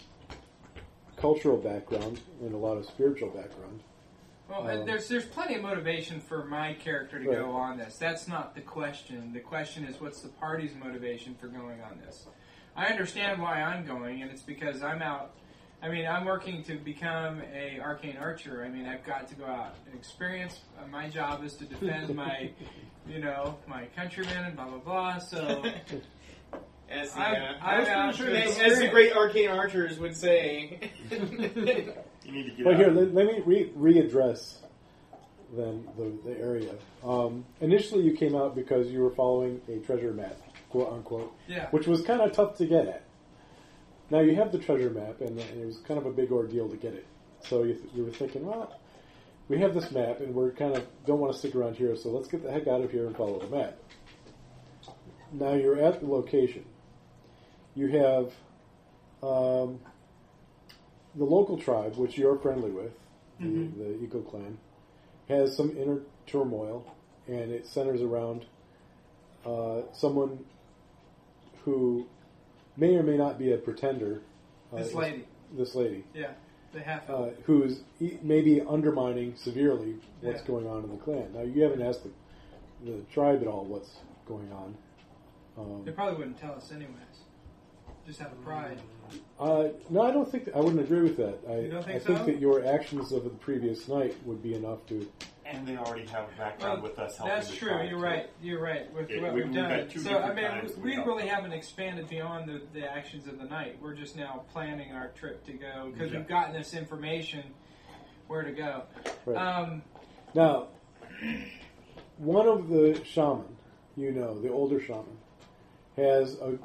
[SPEAKER 3] cultural background and a lot of spiritual background.
[SPEAKER 2] well, uh,
[SPEAKER 3] um,
[SPEAKER 2] there's there's plenty of motivation for my character to
[SPEAKER 3] Right.
[SPEAKER 2] go on this. That's not the question. The question is, what's the party's motivation for going on this? I understand why I'm going, and it's because I'm out. I mean, I'm working to become a arcane archer. I mean, I've got to go out and experience. Uh, my job is to defend my, you know, my countrymen and blah blah blah. So.
[SPEAKER 8] As the,
[SPEAKER 2] I'm-
[SPEAKER 8] uh,
[SPEAKER 2] I'm out
[SPEAKER 8] sure
[SPEAKER 2] to
[SPEAKER 8] they- as the
[SPEAKER 2] experience.
[SPEAKER 8] great arcane archers would say.
[SPEAKER 9] You need to get
[SPEAKER 3] Well,
[SPEAKER 9] out.
[SPEAKER 3] here, let, let me re- readdress then the, the area. Um, initially, you came out because you were following a treasure map, quote unquote,
[SPEAKER 2] Yeah.
[SPEAKER 3] which was kind of tough to get at. Now you have the treasure map, and, and it was kind of a big ordeal to get it. So you, th- you were thinking, well, we have this map, and we're kind of don't want to stick around here, so let's get the heck out of here and follow the map. Now you're at the location. You have um, the local tribe, which you're friendly with, the,
[SPEAKER 2] Mm-hmm.
[SPEAKER 3] the Eco Clan, has some inner turmoil, and it centers around uh, someone who may or may not be a pretender. uh,
[SPEAKER 2] This lady.
[SPEAKER 3] This lady
[SPEAKER 2] Yeah, they have.
[SPEAKER 3] uh, who is e- maybe undermining severely what's
[SPEAKER 2] Yeah.
[SPEAKER 3] going on in the clan. Now, you haven't asked the, the tribe at all what's going on.
[SPEAKER 2] They
[SPEAKER 3] Um,
[SPEAKER 2] probably wouldn't tell us anyways. Just out of pride.
[SPEAKER 3] uh, no, I don't think I wouldn't agree with that. I,
[SPEAKER 2] You don't think
[SPEAKER 3] I think
[SPEAKER 2] so?
[SPEAKER 3] that your actions of the previous night would be enough to.
[SPEAKER 9] And they already have a background uh, with us helping.
[SPEAKER 2] That's
[SPEAKER 9] the
[SPEAKER 2] true.
[SPEAKER 9] tribe,
[SPEAKER 2] You're
[SPEAKER 9] too.
[SPEAKER 2] right. You're right. With
[SPEAKER 9] Yeah,
[SPEAKER 2] what
[SPEAKER 9] we-
[SPEAKER 2] we've
[SPEAKER 9] we've
[SPEAKER 2] done.
[SPEAKER 9] got two
[SPEAKER 2] So I
[SPEAKER 9] different
[SPEAKER 2] mean,
[SPEAKER 9] times
[SPEAKER 2] we
[SPEAKER 9] without
[SPEAKER 2] really
[SPEAKER 9] them.
[SPEAKER 2] haven't expanded beyond the, the actions of the night. We're just now planning our trip to go because
[SPEAKER 9] Yeah.
[SPEAKER 2] we've gotten this information where to go.
[SPEAKER 3] Right.
[SPEAKER 2] Um,
[SPEAKER 3] Now, one of the shaman, you know, the older shaman, has a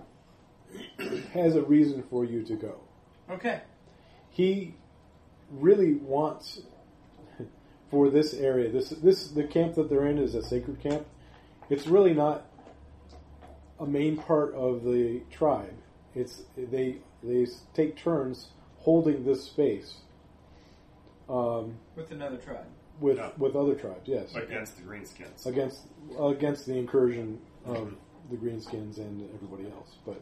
[SPEAKER 3] has a reason for you to go.
[SPEAKER 2] okay.
[SPEAKER 3] He really wants for this area. This this the camp that they're in is a sacred camp. It's really not a main part of the tribe. It's they they s- take turns holding this space um,
[SPEAKER 2] with another tribe.
[SPEAKER 3] with
[SPEAKER 9] Yeah.
[SPEAKER 3] with other tribes. Yes,
[SPEAKER 9] against the greenskins.
[SPEAKER 3] against against the incursion of the greenskins and everybody else. But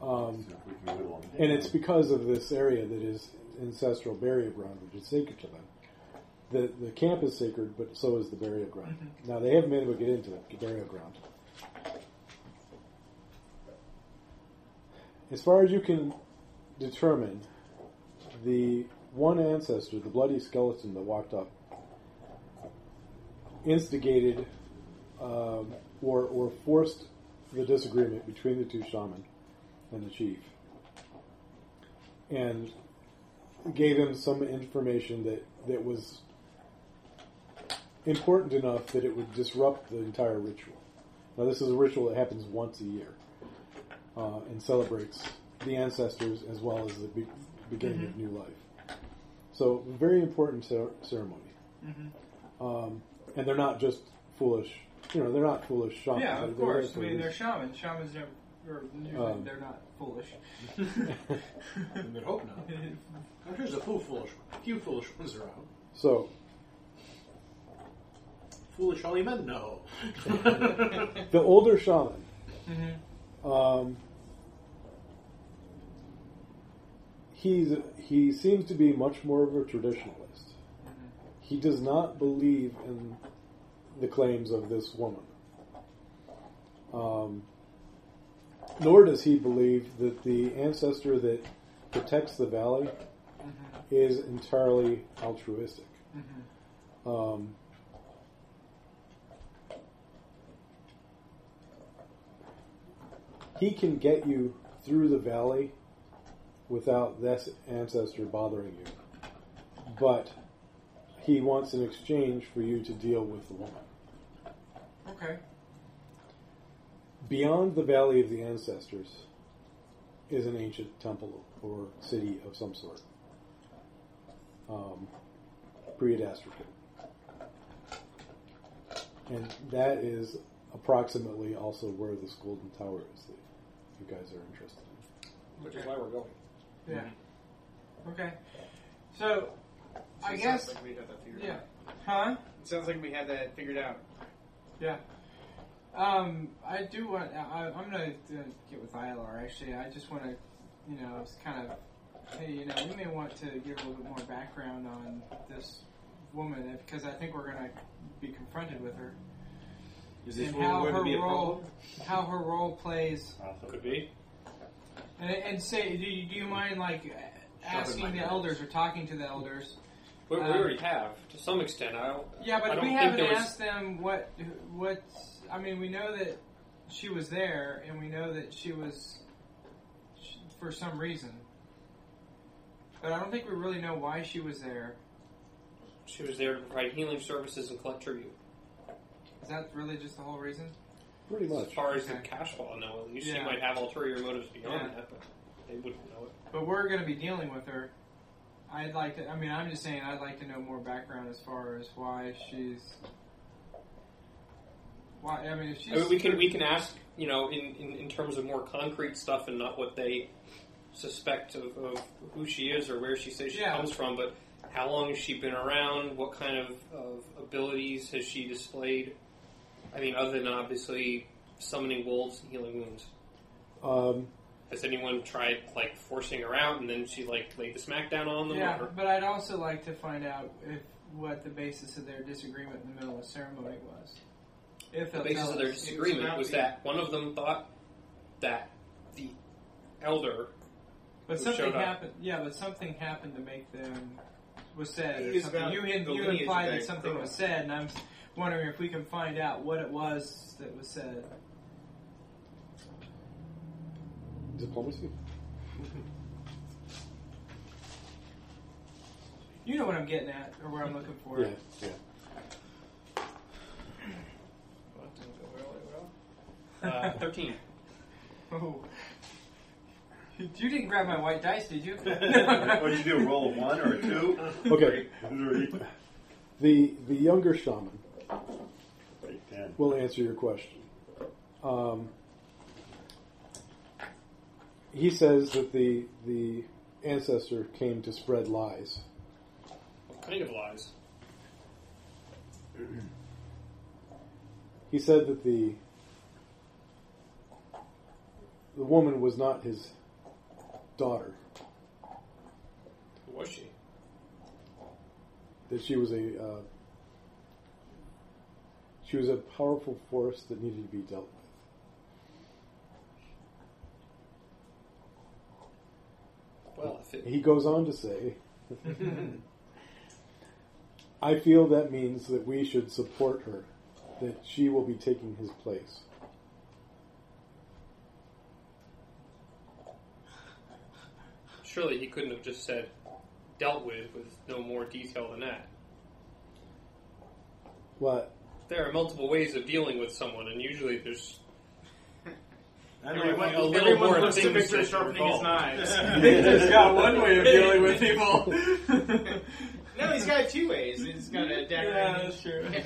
[SPEAKER 3] um,
[SPEAKER 9] So if we can whittle them
[SPEAKER 3] and it's
[SPEAKER 9] down.
[SPEAKER 3] because of this area that is ancestral burial ground, which is sacred to them. The the camp is sacred, but so is the burial ground. Now they haven't been able to get into the burial ground. As far as you can determine, the one ancestor, the bloody skeleton that walked up, instigated um, or or forced the disagreement between the two shaman and the chief and gave him some information that, that was important enough that it would disrupt the entire ritual. Now, this is a ritual that happens once a year uh, and celebrates the ancestors as well as the be- beginning
[SPEAKER 2] Mm-hmm.
[SPEAKER 3] of new life. So, very important cer- ceremony.
[SPEAKER 2] Mm-hmm.
[SPEAKER 3] Um, and they're not just foolish, you know, they're not foolish shamans.
[SPEAKER 2] Yeah,
[SPEAKER 3] They're
[SPEAKER 2] of
[SPEAKER 3] there
[SPEAKER 2] course. I
[SPEAKER 3] for a
[SPEAKER 2] mean, they're
[SPEAKER 3] reason.
[SPEAKER 2] shamans. Shamans are, are usually
[SPEAKER 3] Um,
[SPEAKER 2] they're not foolish.
[SPEAKER 4] I would hope not. I'm sure there's a few foolish, few foolish ones around.
[SPEAKER 3] so,
[SPEAKER 4] Foolish holy men? No.
[SPEAKER 3] the older shaman
[SPEAKER 2] Mhm.
[SPEAKER 3] um, he's he seems to be much more of a traditionalist. He does not believe in the claims of this woman. Um, nor does he believe that the ancestor that protects the valley is entirely altruistic. Um, he can get you through the valley without this ancestor bothering you. But he wants an exchange for you to deal with the woman.
[SPEAKER 2] Okay.
[SPEAKER 3] Beyond the Valley of the Ancestors is an ancient temple or city of some sort. Um, pre-Adastrical. And that is approximately also where this golden tower is that you guys are interested in.
[SPEAKER 8] which is why we're going.
[SPEAKER 2] Yeah.
[SPEAKER 9] Mm-hmm.
[SPEAKER 2] Okay. So, I
[SPEAKER 8] It sounds
[SPEAKER 2] guess.
[SPEAKER 8] like we had that figured
[SPEAKER 2] Yeah.
[SPEAKER 8] out.
[SPEAKER 2] Huh?
[SPEAKER 8] It sounds like we had that figured out.
[SPEAKER 2] Yeah. Um, I do want. I, I'm gonna uh, get with ILR. Actually, I just want to, you know, it's kind of, hey, you know, we may want to give a little bit more background on this woman uh, because I think we're gonna be confronted with her,
[SPEAKER 4] Is this
[SPEAKER 2] And
[SPEAKER 4] where
[SPEAKER 2] how
[SPEAKER 4] we're going to
[SPEAKER 2] her
[SPEAKER 4] be a
[SPEAKER 2] role-
[SPEAKER 4] problem?
[SPEAKER 2] how her role plays,
[SPEAKER 9] Awesome.
[SPEAKER 5] Could be.
[SPEAKER 2] and, and say, do you, do you mind like asking
[SPEAKER 4] my
[SPEAKER 2] the
[SPEAKER 4] notes.
[SPEAKER 2] elders or talking to the elders?
[SPEAKER 5] We, we
[SPEAKER 2] Um,
[SPEAKER 5] already have to some extent. I don't,
[SPEAKER 2] Yeah,
[SPEAKER 5] I
[SPEAKER 2] but
[SPEAKER 5] don't
[SPEAKER 2] we
[SPEAKER 5] think
[SPEAKER 2] haven't
[SPEAKER 5] there was-
[SPEAKER 2] asked them what what. I mean, we know that she was there, and we know that she was she, for some reason. But I don't think we really know why she was there.
[SPEAKER 5] she was there to provide healing services and collect tribute.
[SPEAKER 2] Is that really just the whole reason?
[SPEAKER 3] Pretty
[SPEAKER 5] As
[SPEAKER 3] much.
[SPEAKER 5] far as the
[SPEAKER 2] Okay.
[SPEAKER 5] cash flow, no. At least she
[SPEAKER 2] Yeah.
[SPEAKER 5] might have ulterior motives beyond
[SPEAKER 2] Yeah.
[SPEAKER 5] that, but they wouldn't know it.
[SPEAKER 2] But we're going to be dealing with her. I'd like to. I mean, I'm just saying. I'd like to know more background as far as why she's. Why? I mean, if she's.
[SPEAKER 5] I mean, we can we can ask you know in, in, in terms of more concrete stuff and not what they suspect of, of who she is or where she says she
[SPEAKER 2] Yeah.
[SPEAKER 5] comes from, but how long has she been around? What kind of, of abilities has she displayed? I mean, other than obviously summoning wolves and healing wounds.
[SPEAKER 3] Um,
[SPEAKER 5] Has anyone tried like forcing her out and then she like laid the smack down on them?
[SPEAKER 2] Yeah,
[SPEAKER 5] Or,
[SPEAKER 2] but I'd also like to find out if what the basis of their disagreement in the middle of the ceremony was. If
[SPEAKER 5] the
[SPEAKER 2] they'll
[SPEAKER 5] basis
[SPEAKER 2] tell
[SPEAKER 5] of their
[SPEAKER 2] us.
[SPEAKER 5] disagreement
[SPEAKER 8] about
[SPEAKER 5] was
[SPEAKER 8] the-
[SPEAKER 5] that one of them thought that the elder
[SPEAKER 2] but
[SPEAKER 5] who
[SPEAKER 2] something
[SPEAKER 5] showed up.
[SPEAKER 2] happened. Yeah, but something happened to make them was said. Or
[SPEAKER 8] It's
[SPEAKER 2] something.
[SPEAKER 8] about
[SPEAKER 2] You,
[SPEAKER 8] the
[SPEAKER 2] in, you
[SPEAKER 8] lineage
[SPEAKER 2] implied
[SPEAKER 8] of
[SPEAKER 2] that
[SPEAKER 8] that
[SPEAKER 2] something
[SPEAKER 8] girl.
[SPEAKER 2] was said, and I'm s- wondering if we can find out what it was that was said.
[SPEAKER 3] diplomacy?
[SPEAKER 2] You know what I'm getting at, or where I'm looking for.
[SPEAKER 3] Yeah, yeah.
[SPEAKER 5] Uh, Thirteen.
[SPEAKER 2] Oh. You didn't grab my white dice, did you?
[SPEAKER 9] what did you do? Roll a one or a two?
[SPEAKER 3] Okay.
[SPEAKER 9] Three.
[SPEAKER 3] The the younger shaman
[SPEAKER 9] Right then.
[SPEAKER 3] will answer your question. Um, he says that the the ancestor came to spread lies.
[SPEAKER 5] What kind of lies?
[SPEAKER 3] He said that the the woman was not his daughter;
[SPEAKER 5] Who was she?
[SPEAKER 3] that she was a uh, she was a powerful force that needed to be dealt with.
[SPEAKER 5] Well, if it,
[SPEAKER 3] He goes on to say, I feel that means that we should support her, that she will be taking his place.
[SPEAKER 5] surely he couldn't have just said dealt with with no more detail than that.
[SPEAKER 3] But
[SPEAKER 5] There are multiple ways of dealing with someone, and usually there's
[SPEAKER 8] Everyone,
[SPEAKER 5] a little
[SPEAKER 8] everyone
[SPEAKER 5] more
[SPEAKER 8] loves to
[SPEAKER 5] things
[SPEAKER 8] Victor
[SPEAKER 5] that
[SPEAKER 8] sharpening
[SPEAKER 5] revolve.
[SPEAKER 8] his knives.
[SPEAKER 2] He's got one way of dealing with people.
[SPEAKER 8] no, he's got it two ways. He's got a dagger.
[SPEAKER 2] yeah,
[SPEAKER 8] and
[SPEAKER 2] that's true.
[SPEAKER 8] he's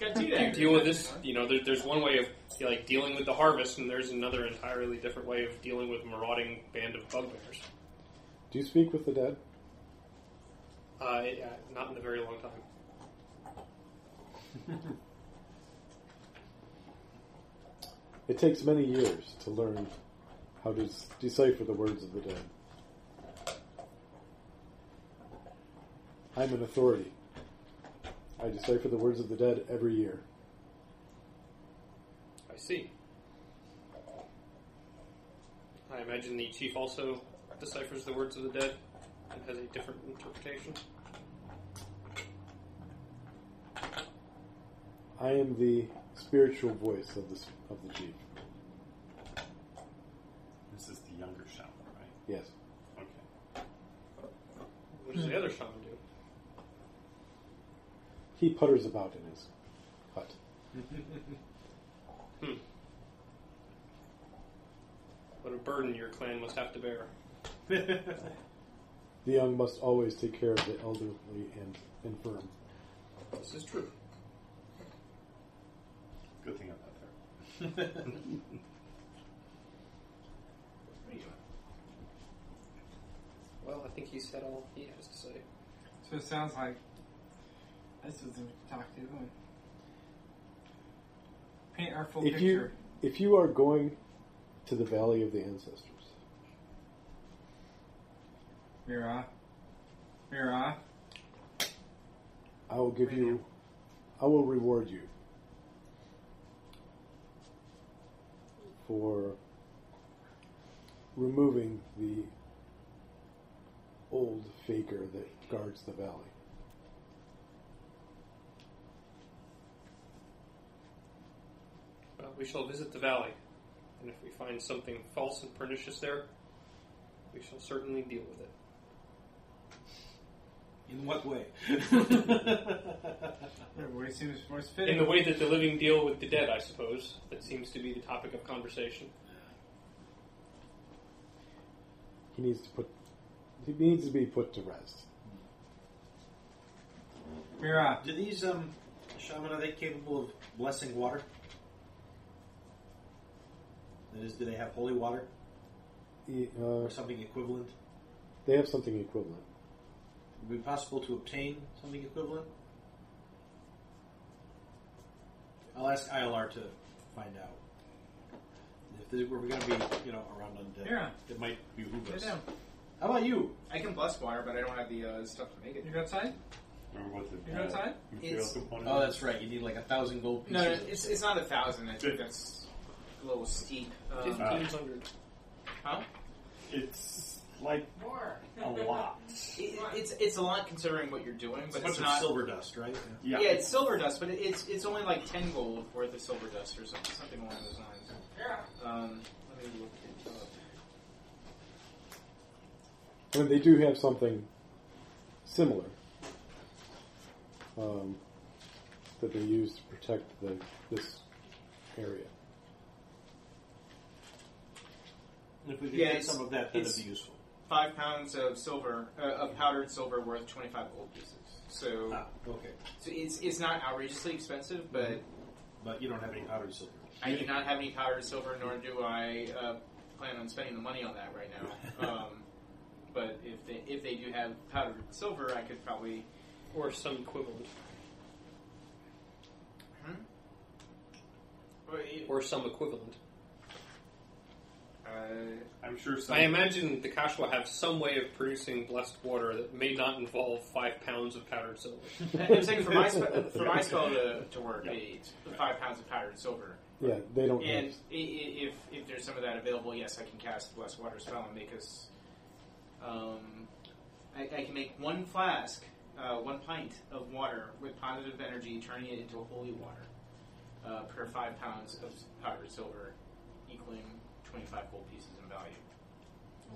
[SPEAKER 8] got two
[SPEAKER 5] you
[SPEAKER 8] daggers.
[SPEAKER 5] deal with this. You know, there, there's one way of you know, like dealing with the harvest, and there's another entirely different way of dealing with a marauding band of bugbears.
[SPEAKER 3] do you speak with the dead?
[SPEAKER 5] Uh, it, uh, not in a very long time.
[SPEAKER 3] It takes many years to learn how to s- decipher the words of the dead. I'm an authority. I decipher the words of the dead every year.
[SPEAKER 5] I see. I imagine the chief also deciphers the words of the dead and has a different interpretation.
[SPEAKER 3] I am the spiritual voice of the, s- of the chief.
[SPEAKER 9] This is the younger shaman, right?
[SPEAKER 3] Yes.
[SPEAKER 9] Okay.
[SPEAKER 5] What does the other shaman do?
[SPEAKER 3] He putters about in his hut.
[SPEAKER 5] Hmm. What a burden your clan must have to bear.
[SPEAKER 3] The young must always take care of the elderly and infirm.
[SPEAKER 5] This is true.
[SPEAKER 9] Good thing I'm not there.
[SPEAKER 5] Well, I think he said all he has to say.
[SPEAKER 2] So it sounds like this is a talkative one. Paint our full
[SPEAKER 3] If
[SPEAKER 2] picture.
[SPEAKER 3] you if you are going to the Valley of the Ancestors,
[SPEAKER 2] Mira. Mira.
[SPEAKER 3] I will give you I will reward you for removing the old faker that guards the valley.
[SPEAKER 5] Well, we shall visit the valley, and if we find something false and pernicious there, we shall certainly deal with it.
[SPEAKER 4] In what way?
[SPEAKER 2] Everybody seems more fitting.
[SPEAKER 5] In the way that the living deal with the dead, I suppose. That seems to be the topic of conversation.
[SPEAKER 3] He needs to put he needs to be put to rest.
[SPEAKER 2] Mira.
[SPEAKER 4] Do these um, shaman are they capable of blessing water? That is, do they have holy water
[SPEAKER 3] He, uh,
[SPEAKER 4] or something equivalent?
[SPEAKER 3] they have something equivalent.
[SPEAKER 4] Would it be possible to obtain something equivalent? I'll ask ILR to find out. If this, we're going to be, you know, around undead,
[SPEAKER 2] Yeah.
[SPEAKER 4] it might behoove
[SPEAKER 2] Sit
[SPEAKER 4] us.
[SPEAKER 2] down.
[SPEAKER 4] How about you?
[SPEAKER 8] I can bless water, but I don't have the uh, stuff to make it.
[SPEAKER 2] You go outside?
[SPEAKER 9] Remember what the
[SPEAKER 2] You know what time?
[SPEAKER 9] material
[SPEAKER 8] It's-
[SPEAKER 9] component
[SPEAKER 4] Oh,
[SPEAKER 9] is?
[SPEAKER 4] that's right. You need like a thousand gold pieces.
[SPEAKER 8] No, no,
[SPEAKER 4] of-
[SPEAKER 8] it's, it's not a thousand. I think that's a little steep.
[SPEAKER 5] Uh,
[SPEAKER 8] Um,
[SPEAKER 9] Ah.
[SPEAKER 5] 1500.
[SPEAKER 8] huh?
[SPEAKER 9] It's like
[SPEAKER 8] More.
[SPEAKER 9] a lot.
[SPEAKER 8] It, it's it's a lot considering what you're doing,
[SPEAKER 4] it's a
[SPEAKER 8] but
[SPEAKER 4] bunch
[SPEAKER 8] it's
[SPEAKER 4] of
[SPEAKER 8] not.
[SPEAKER 4] silver dust, right?
[SPEAKER 8] yeah. it's silver dust, but it, it's it's only like ten gold worth of silver dust or something, something along those lines. Yeah. Um, let me look it up.
[SPEAKER 3] And they do have something similar um, that they use to protect the, this area.
[SPEAKER 4] If we could
[SPEAKER 7] Yeah,
[SPEAKER 4] get
[SPEAKER 7] it's-
[SPEAKER 4] some of that, that'd
[SPEAKER 7] it's-
[SPEAKER 4] be useful.
[SPEAKER 7] Five pounds of silver, uh, of powdered silver, worth twenty-five gold pieces. So,
[SPEAKER 4] Ah, okay.
[SPEAKER 7] so it's it's not outrageously expensive, but
[SPEAKER 4] But you don't have any powdered silver.
[SPEAKER 7] I do not have any powdered silver, nor do I uh, plan on spending the money on that right now. Um, but if they if they do have powdered silver, I could probably.
[SPEAKER 5] Or some equivalent. Or some equivalent.
[SPEAKER 7] Uh,
[SPEAKER 9] I'm sure some.
[SPEAKER 5] I imagine the Kashwa have some way of producing blessed water that may not involve five pounds of powdered silver.
[SPEAKER 7] I'm saying for my spe- for my spell to, to work, it's five pounds of powdered silver.
[SPEAKER 3] Yeah, they don't.
[SPEAKER 7] And i-
[SPEAKER 3] have-
[SPEAKER 7] i- if if there's some of that available, yes, I can cast Blessed Water spell and make us. Um, I, I can make one flask, uh, one pint of water with positive energy, turning it into holy water uh, per five pounds of powdered silver, equaling twenty-five gold pieces in value.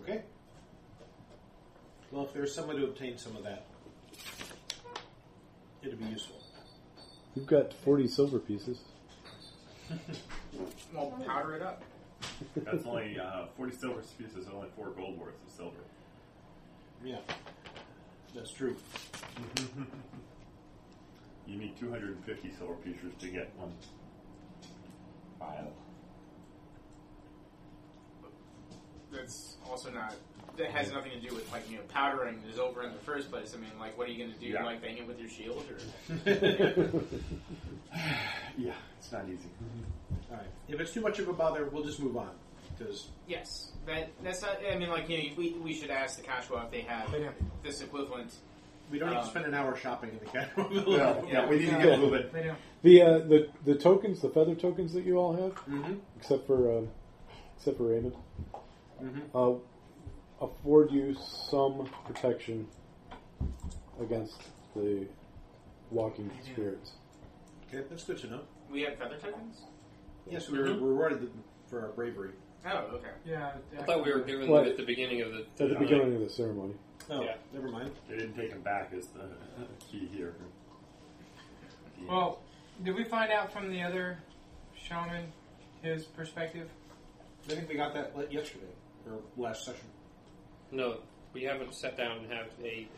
[SPEAKER 4] Okay. Well, if there's someone to obtain some of that, it'd be useful.
[SPEAKER 3] You've got forty silver pieces.
[SPEAKER 7] Well, powder it up.
[SPEAKER 9] That's only uh, 40 silver pieces and only 4 gold worth of silver.
[SPEAKER 4] Yeah. That's true.
[SPEAKER 9] You need 250 silver pieces to get one vial.
[SPEAKER 7] That's also not. That has nothing to do with like you know powdering the silver in the first place. I mean, like, what are you going to do?
[SPEAKER 9] Yeah.
[SPEAKER 7] Like, bang it with your shield or?
[SPEAKER 9] Yeah, it's not easy.
[SPEAKER 4] All right. If it's too much of a bother, we'll just move on. Because
[SPEAKER 7] Yes, that that's not. I mean, like you know, we, we should ask the Kashwa if they have this equivalent.
[SPEAKER 4] we don't need to
[SPEAKER 7] Um,
[SPEAKER 4] spend an hour shopping in the catwalk.
[SPEAKER 9] Yeah, yeah, we need to
[SPEAKER 3] Yeah.
[SPEAKER 9] get moving.
[SPEAKER 2] They don't.
[SPEAKER 3] The uh, the the tokens, the feather tokens that you all have,
[SPEAKER 4] Mm-hmm.
[SPEAKER 3] except for uh, except for Raymond,
[SPEAKER 4] Mhm.
[SPEAKER 3] uh, afford you some protection against the walking spirits.
[SPEAKER 4] Okay, that's good to know.
[SPEAKER 7] We have feather tokens.
[SPEAKER 4] Yes, we were
[SPEAKER 8] Mm-hmm.
[SPEAKER 4] rewarded for our bravery.
[SPEAKER 7] Oh, okay.
[SPEAKER 2] Yeah.
[SPEAKER 5] I thought we were given
[SPEAKER 3] What?
[SPEAKER 5] them at the beginning of the.
[SPEAKER 3] At the
[SPEAKER 9] Yeah.
[SPEAKER 3] beginning of the ceremony,
[SPEAKER 4] Oh,
[SPEAKER 5] Yeah.
[SPEAKER 4] never mind.
[SPEAKER 9] They didn't take him back, is the key here.
[SPEAKER 2] Well, did we find out from the other shaman his perspective?
[SPEAKER 4] I think we got that like, yesterday or last session.
[SPEAKER 5] No, we haven't sat down and have a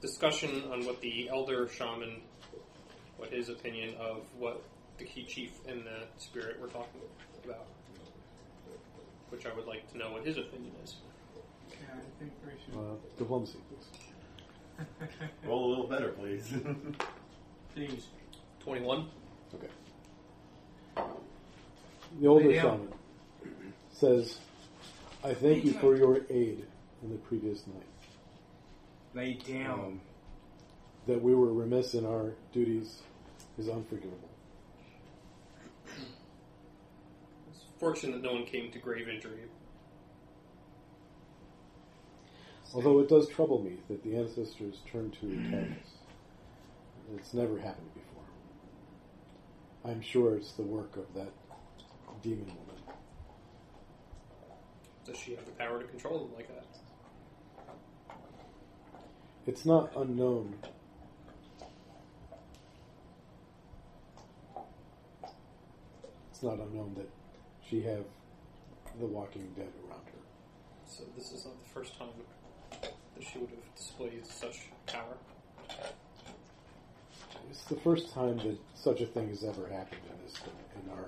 [SPEAKER 5] discussion on what the elder shaman, what his opinion of what the key chief and the spirit were talking about. Which I would like to know what his opinion is.
[SPEAKER 2] Yeah, I think we should.
[SPEAKER 3] uh, diplomacy, please.
[SPEAKER 9] Roll a little better, please.
[SPEAKER 2] Please.
[SPEAKER 5] 21.
[SPEAKER 3] Okay. The older
[SPEAKER 2] Yeah.
[SPEAKER 3] shaman says, "I thank you for your aid in the previous night.
[SPEAKER 10] Lay down.
[SPEAKER 3] Um, that we were remiss in our duties is unforgivable.
[SPEAKER 5] It's fortunate no one came to grave injury.
[SPEAKER 3] Although it does trouble me that the ancestors turned to darkness. It's never happened before. I'm sure it's the work of that demon woman.
[SPEAKER 5] Does she have the power to control them like that?
[SPEAKER 3] It's not unknown. It's not unknown that she have the walking dead around her.
[SPEAKER 5] So this is not the first time that she would have displayed such power.
[SPEAKER 3] It's the first time that such a thing has ever happened in this in our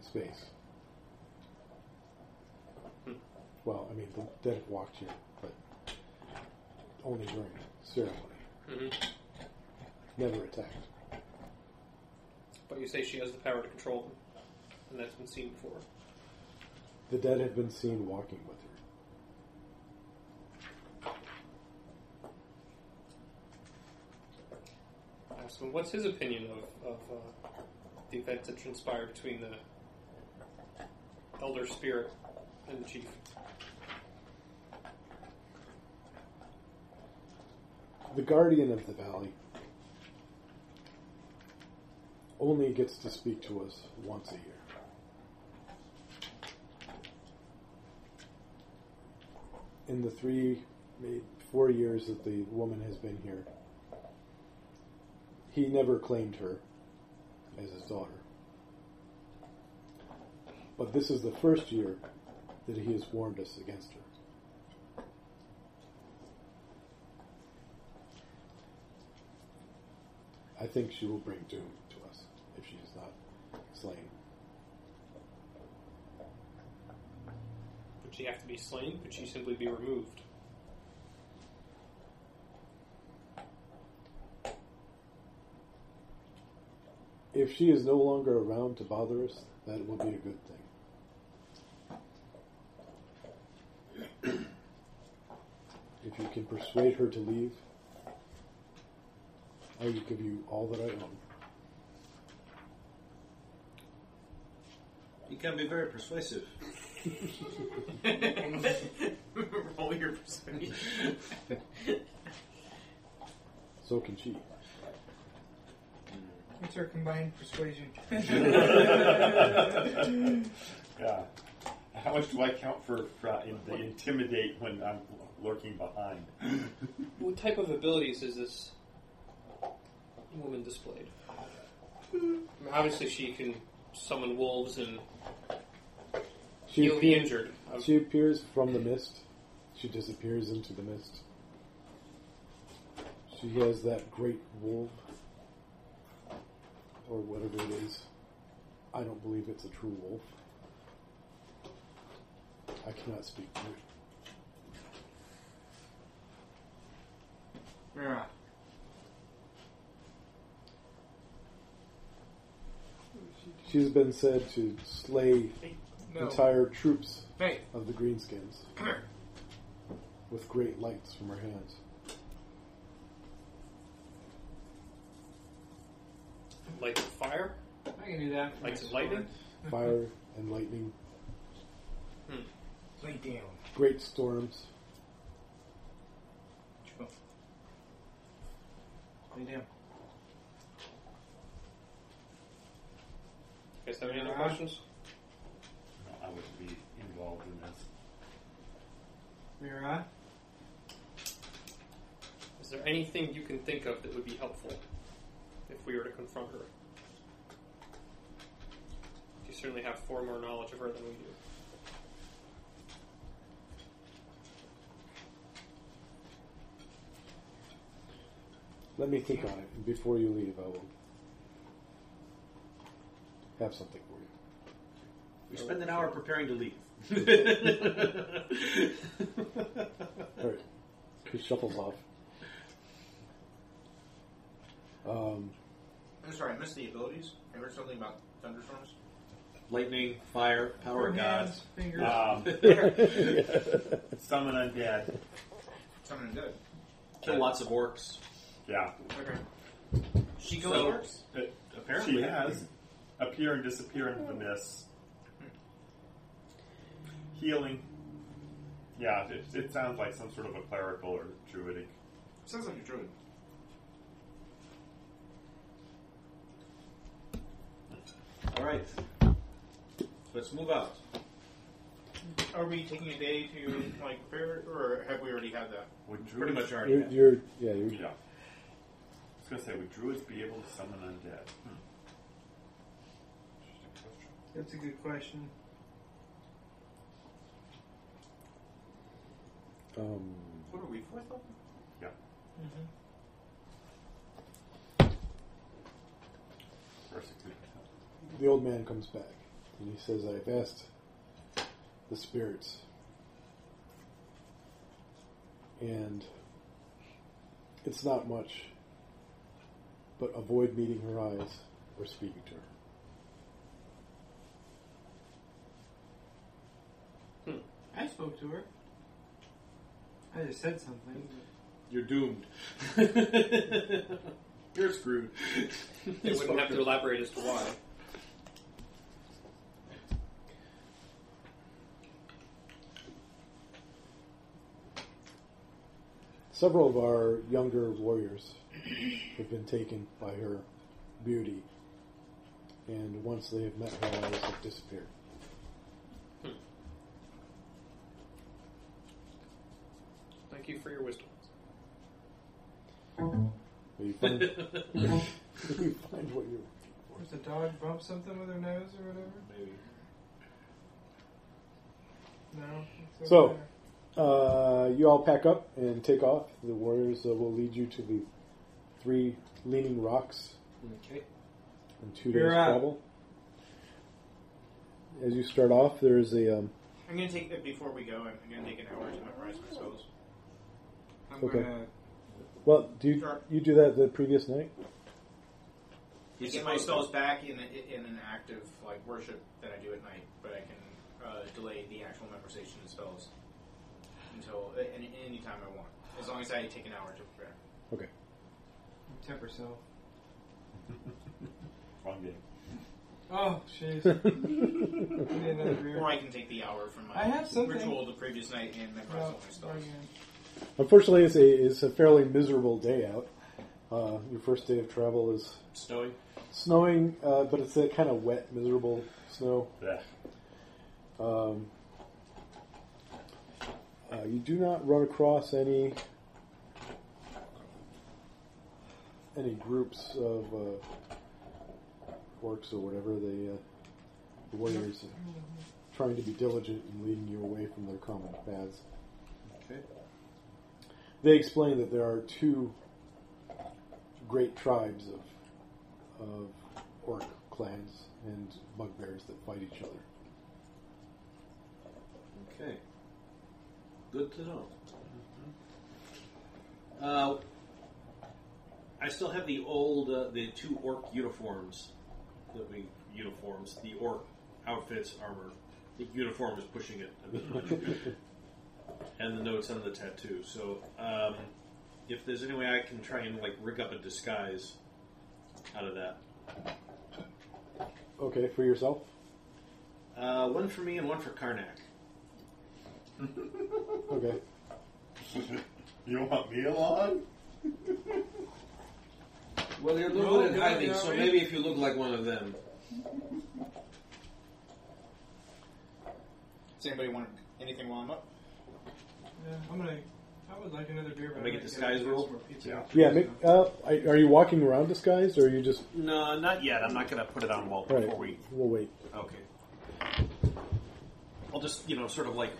[SPEAKER 3] space. Well, I mean, the dead have walked here, but only during ceremony,
[SPEAKER 5] Mm-hmm.
[SPEAKER 3] never attacked.
[SPEAKER 5] But you say she has the power to control them, and that's been seen before.
[SPEAKER 3] The dead have been seen walking with her.
[SPEAKER 5] So what's his opinion of, of uh, the events that transpired between the elder spirit and the chief?
[SPEAKER 3] The guardian of the valley only gets to speak to us once a year. In the three, maybe four years that the woman has been here, he never claimed her as his daughter. but this is the first year that he has warned us against her. I think she will bring doom to us if she is not slain.
[SPEAKER 5] Would she have to be slain? Could she simply be removed?
[SPEAKER 3] If she is no longer around to bother us, that will be a good thing. if you can persuade her to leave, I will give you all that I own.
[SPEAKER 4] You can be very persuasive.
[SPEAKER 8] Roll your persuasion.
[SPEAKER 3] So can she.
[SPEAKER 2] What's our combined persuasion?
[SPEAKER 9] Yeah. How much do I count for, for uh, in, the intimidate when I'm lurking behind?
[SPEAKER 5] What type of abilities is this woman displayed? I mean, Obviously, she can summon wolves and
[SPEAKER 3] She
[SPEAKER 5] heal the
[SPEAKER 3] appears,
[SPEAKER 5] injured. Um,
[SPEAKER 3] she appears from the mist. She disappears into the mist. She has that great wolf, or whatever it is. I don't believe it's a true wolf. I cannot speak to it.
[SPEAKER 2] yeah.
[SPEAKER 3] She's been said to slay
[SPEAKER 2] No.
[SPEAKER 3] entire troops
[SPEAKER 2] Hey,
[SPEAKER 3] of the greenskins
[SPEAKER 2] come here.
[SPEAKER 3] with great lights from her hands.
[SPEAKER 5] Lights of fire?
[SPEAKER 2] I can do that. for
[SPEAKER 5] Lights
[SPEAKER 2] my
[SPEAKER 5] of lightning?
[SPEAKER 3] Fire and lightning,
[SPEAKER 2] sword. Lay down.
[SPEAKER 3] great storms.
[SPEAKER 2] Lay down.
[SPEAKER 5] You guys have any other
[SPEAKER 2] Uh,
[SPEAKER 5] questions?
[SPEAKER 9] I would be involved in this.
[SPEAKER 2] Mira,
[SPEAKER 5] Is there anything you can think of that would be helpful if we were to confront her? You certainly have far more knowledge of her than we do.
[SPEAKER 3] Let me think on it, and before you leave, I will have something for you.
[SPEAKER 4] We spend an hour preparing to leave.
[SPEAKER 3] All right. He shuffles off. Um,
[SPEAKER 8] I'm sorry, I missed the abilities. I heard something about thunderstorms.
[SPEAKER 4] Lightning, fire, power of
[SPEAKER 2] hands,
[SPEAKER 4] gods.
[SPEAKER 2] fingers.
[SPEAKER 7] Ah.
[SPEAKER 9] Um, summon undead.
[SPEAKER 8] Something good.
[SPEAKER 4] Kill lots of orcs.
[SPEAKER 9] Yeah.
[SPEAKER 8] Okay. She goes works.
[SPEAKER 9] It, apparently she has. Appear and disappear into the mist. Healing. Yeah, it, it sounds like some sort of a clerical or druidic.
[SPEAKER 8] Sounds like a druid.
[SPEAKER 4] All right. Let's move out.
[SPEAKER 8] Are we taking a day to like prepare, or have we already had that?
[SPEAKER 9] Would
[SPEAKER 4] Pretty
[SPEAKER 9] druids,
[SPEAKER 4] much already.
[SPEAKER 3] you're, you're, yeah, you're,
[SPEAKER 9] Yeah. I was going to say, would druids be able to summon undead? Hmm. Interesting question.
[SPEAKER 2] That's a good question.
[SPEAKER 3] um,
[SPEAKER 8] What are we for though?
[SPEAKER 9] Yeah.
[SPEAKER 2] Mm-hmm.
[SPEAKER 9] First it could-
[SPEAKER 3] the old man comes back and he says, I've asked the spirits. And it's not much, but avoid meeting her eyes or speaking to her.
[SPEAKER 2] I spoke to her. I just said something.
[SPEAKER 4] You're doomed. You're screwed.
[SPEAKER 5] You wouldn't have to elaborate as to why.
[SPEAKER 3] Several of our younger warriors have been taken by her beauty, and once they have met her eyes, have disappeared.
[SPEAKER 5] Thank you for your wisdom.
[SPEAKER 3] But you find, you find what you're looking for.
[SPEAKER 2] Was the dog bump something with her nose or whatever?
[SPEAKER 4] Maybe.
[SPEAKER 2] No. it's
[SPEAKER 3] So-
[SPEAKER 2] over there.
[SPEAKER 3] Uh, you all pack up and take off. The warriors uh, will lead you to the three leaning rocks
[SPEAKER 5] Okay.
[SPEAKER 3] in two
[SPEAKER 2] You're
[SPEAKER 3] days
[SPEAKER 2] up.
[SPEAKER 3] travel. As you start off, there is a um,
[SPEAKER 8] I'm going to take it before we go. I'm going to take an hour to memorize my spells.
[SPEAKER 2] I'm
[SPEAKER 3] Okay.
[SPEAKER 2] gonna.
[SPEAKER 3] well. Do you,
[SPEAKER 8] Sure.
[SPEAKER 3] you do that the previous night?
[SPEAKER 8] I get my spells back in, a, in an act of like worship that I do at night, but I can uh, delay the actual memorization of spells until uh, any, any time I want, as long as I take an hour to prepare.
[SPEAKER 3] Okay.
[SPEAKER 2] Temper self.
[SPEAKER 9] Wrong game.
[SPEAKER 2] Oh, jeez. I need another beer.
[SPEAKER 8] Or I can take the hour from my
[SPEAKER 2] I have something.
[SPEAKER 8] ritual the previous night and memorize
[SPEAKER 2] No,
[SPEAKER 8] all my
[SPEAKER 2] we're
[SPEAKER 8] spells.
[SPEAKER 2] good.
[SPEAKER 3] Unfortunately, it's a it's a fairly miserable day out. Uh, your first day of travel is
[SPEAKER 9] Snowy.
[SPEAKER 3] snowing, uh, but it's that kind of wet, miserable snow.
[SPEAKER 9] Yeah.
[SPEAKER 3] Um, uh, you do not run across any any groups of uh, orcs or whatever they uh, the warriors are trying to be diligent in leading you away from their common paths.
[SPEAKER 9] Okay.
[SPEAKER 3] They explain that there are two great tribes of of orc clans and bugbears that fight each other.
[SPEAKER 4] Okay. Good to know. Uh, I still have the old, uh, the two orc uniforms that we uniforms, the orc outfits, armor. The uniform is pushing it, and the notes on the tattoo. So, um, if there's any way I can try and like rig up a disguise out of that,
[SPEAKER 3] Okay, for yourself.
[SPEAKER 4] uh, one for me and one for Karnak.
[SPEAKER 3] Okay.
[SPEAKER 9] you want me along?
[SPEAKER 4] Well, you're
[SPEAKER 2] little bit in hiding, so maybe
[SPEAKER 4] if you look like one of them.
[SPEAKER 8] Does anybody want anything while I'm up?
[SPEAKER 2] Yeah, I'm gonna. I would like another beer. but
[SPEAKER 4] Make a
[SPEAKER 2] I'm gonna
[SPEAKER 4] disguise
[SPEAKER 2] get
[SPEAKER 4] roll?
[SPEAKER 2] some more pizza.
[SPEAKER 9] Yeah.
[SPEAKER 3] Yeah. Make, uh, are are you walking around disguised, or are you just
[SPEAKER 4] No, not yet. I'm not going to put it on Walt
[SPEAKER 3] all right?
[SPEAKER 4] before we.
[SPEAKER 3] We'll wait.
[SPEAKER 4] Okay. I'll just, you know, sort of like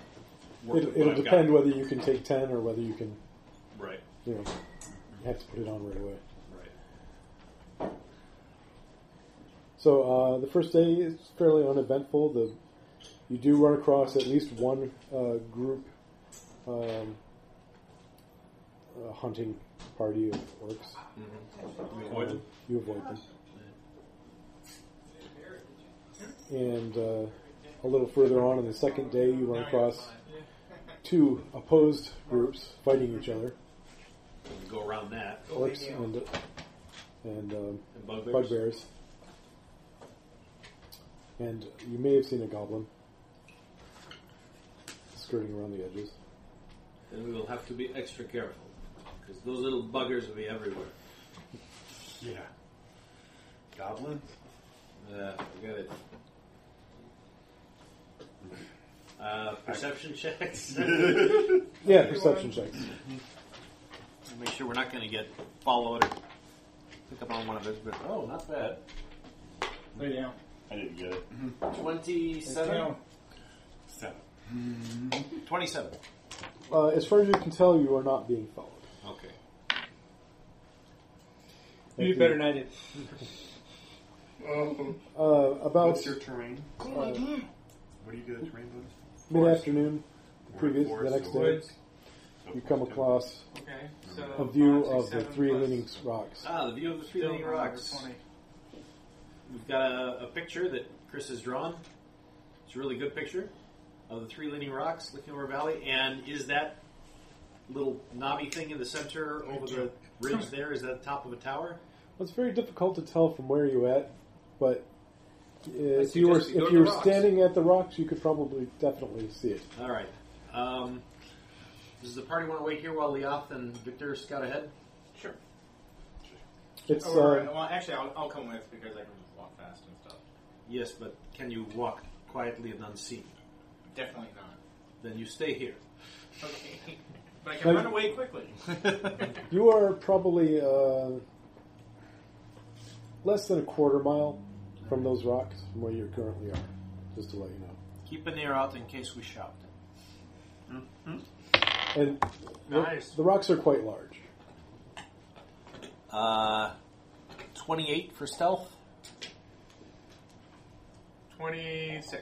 [SPEAKER 4] work with
[SPEAKER 3] It,
[SPEAKER 4] what
[SPEAKER 3] it'll
[SPEAKER 4] I've
[SPEAKER 3] depend
[SPEAKER 4] got.
[SPEAKER 3] whether you can take ten or whether you can,
[SPEAKER 4] Right,
[SPEAKER 3] you know, you have to put it on right away.
[SPEAKER 4] right.
[SPEAKER 3] So uh, the first day is fairly uneventful. The you do run across at least one uh, group um, uh, hunting party of orcs.
[SPEAKER 4] We avoid them.
[SPEAKER 3] You avoid them. And uh, a little further on, on the second day, you run across two opposed groups fighting each other,
[SPEAKER 4] We go around that.
[SPEAKER 3] orcs and and um,
[SPEAKER 4] And bugbears.
[SPEAKER 3] bugbears. And you may have seen a goblin skirting around the edges.
[SPEAKER 4] And we will have to be extra careful because those little buggers will be everywhere.
[SPEAKER 9] Yeah. Goblin?
[SPEAKER 4] Yeah, I get it. Uh, perception checks.
[SPEAKER 3] Yeah, perception checks.
[SPEAKER 4] Make sure we're not going to get followed or pick up on one of us. But oh, not bad.
[SPEAKER 7] Lay down.
[SPEAKER 9] I didn't get it.
[SPEAKER 4] Twenty-seven.
[SPEAKER 9] Seven.
[SPEAKER 4] Twenty-seven.
[SPEAKER 3] Uh, as far as you can tell, you are not being followed.
[SPEAKER 4] Okay.
[SPEAKER 7] You better than I did.
[SPEAKER 3] Uh, about
[SPEAKER 9] What's your terrain? What do you do to the terrain bonus?
[SPEAKER 3] mid afternoon, the previous, the
[SPEAKER 9] Forest
[SPEAKER 3] next
[SPEAKER 9] or-
[SPEAKER 3] day,
[SPEAKER 2] Woods.
[SPEAKER 9] So
[SPEAKER 3] you come
[SPEAKER 9] forest.
[SPEAKER 3] across
[SPEAKER 2] Okay. So
[SPEAKER 3] a view
[SPEAKER 2] five, six,
[SPEAKER 3] of the
[SPEAKER 2] seven
[SPEAKER 3] three
[SPEAKER 2] plus
[SPEAKER 3] leaning rocks.
[SPEAKER 4] Ah, the view of the three
[SPEAKER 2] still
[SPEAKER 4] leaning
[SPEAKER 2] number
[SPEAKER 4] rocks.
[SPEAKER 2] 20.
[SPEAKER 4] We've got a, a picture that Chris has drawn. It's a really good picture of the three leaning rocks looking over a valley. And is that little knobby thing in the center over the ridge there? Is that the top of a tower?
[SPEAKER 3] Well, it's very difficult to tell from where you're at, but uh, if you were
[SPEAKER 5] suggest
[SPEAKER 3] if
[SPEAKER 5] you go to
[SPEAKER 3] you were
[SPEAKER 5] the rocks.
[SPEAKER 3] standing at the rocks, you could probably definitely see it.
[SPEAKER 4] All right. Um, does the party want to wait here while Leoth and Victor scout ahead?
[SPEAKER 8] Sure.
[SPEAKER 3] It's
[SPEAKER 8] Oh, all right.
[SPEAKER 3] uh,
[SPEAKER 8] well, actually, I'll, I'll come with because I can walk fast and stuff.
[SPEAKER 4] Yes, but can you walk quietly and unseen?
[SPEAKER 8] Definitely not.
[SPEAKER 4] Then you stay here.
[SPEAKER 8] Okay. But I can
[SPEAKER 3] Um,
[SPEAKER 8] run away quickly.
[SPEAKER 3] you are probably uh, less than a quarter mile from those rocks from where you currently are. Just to let you know.
[SPEAKER 4] Keep an ear out in case we shout.
[SPEAKER 3] And the-
[SPEAKER 4] Nice.
[SPEAKER 3] the, rocks are quite large.
[SPEAKER 4] Uh, 28 for stealth.
[SPEAKER 2] 26.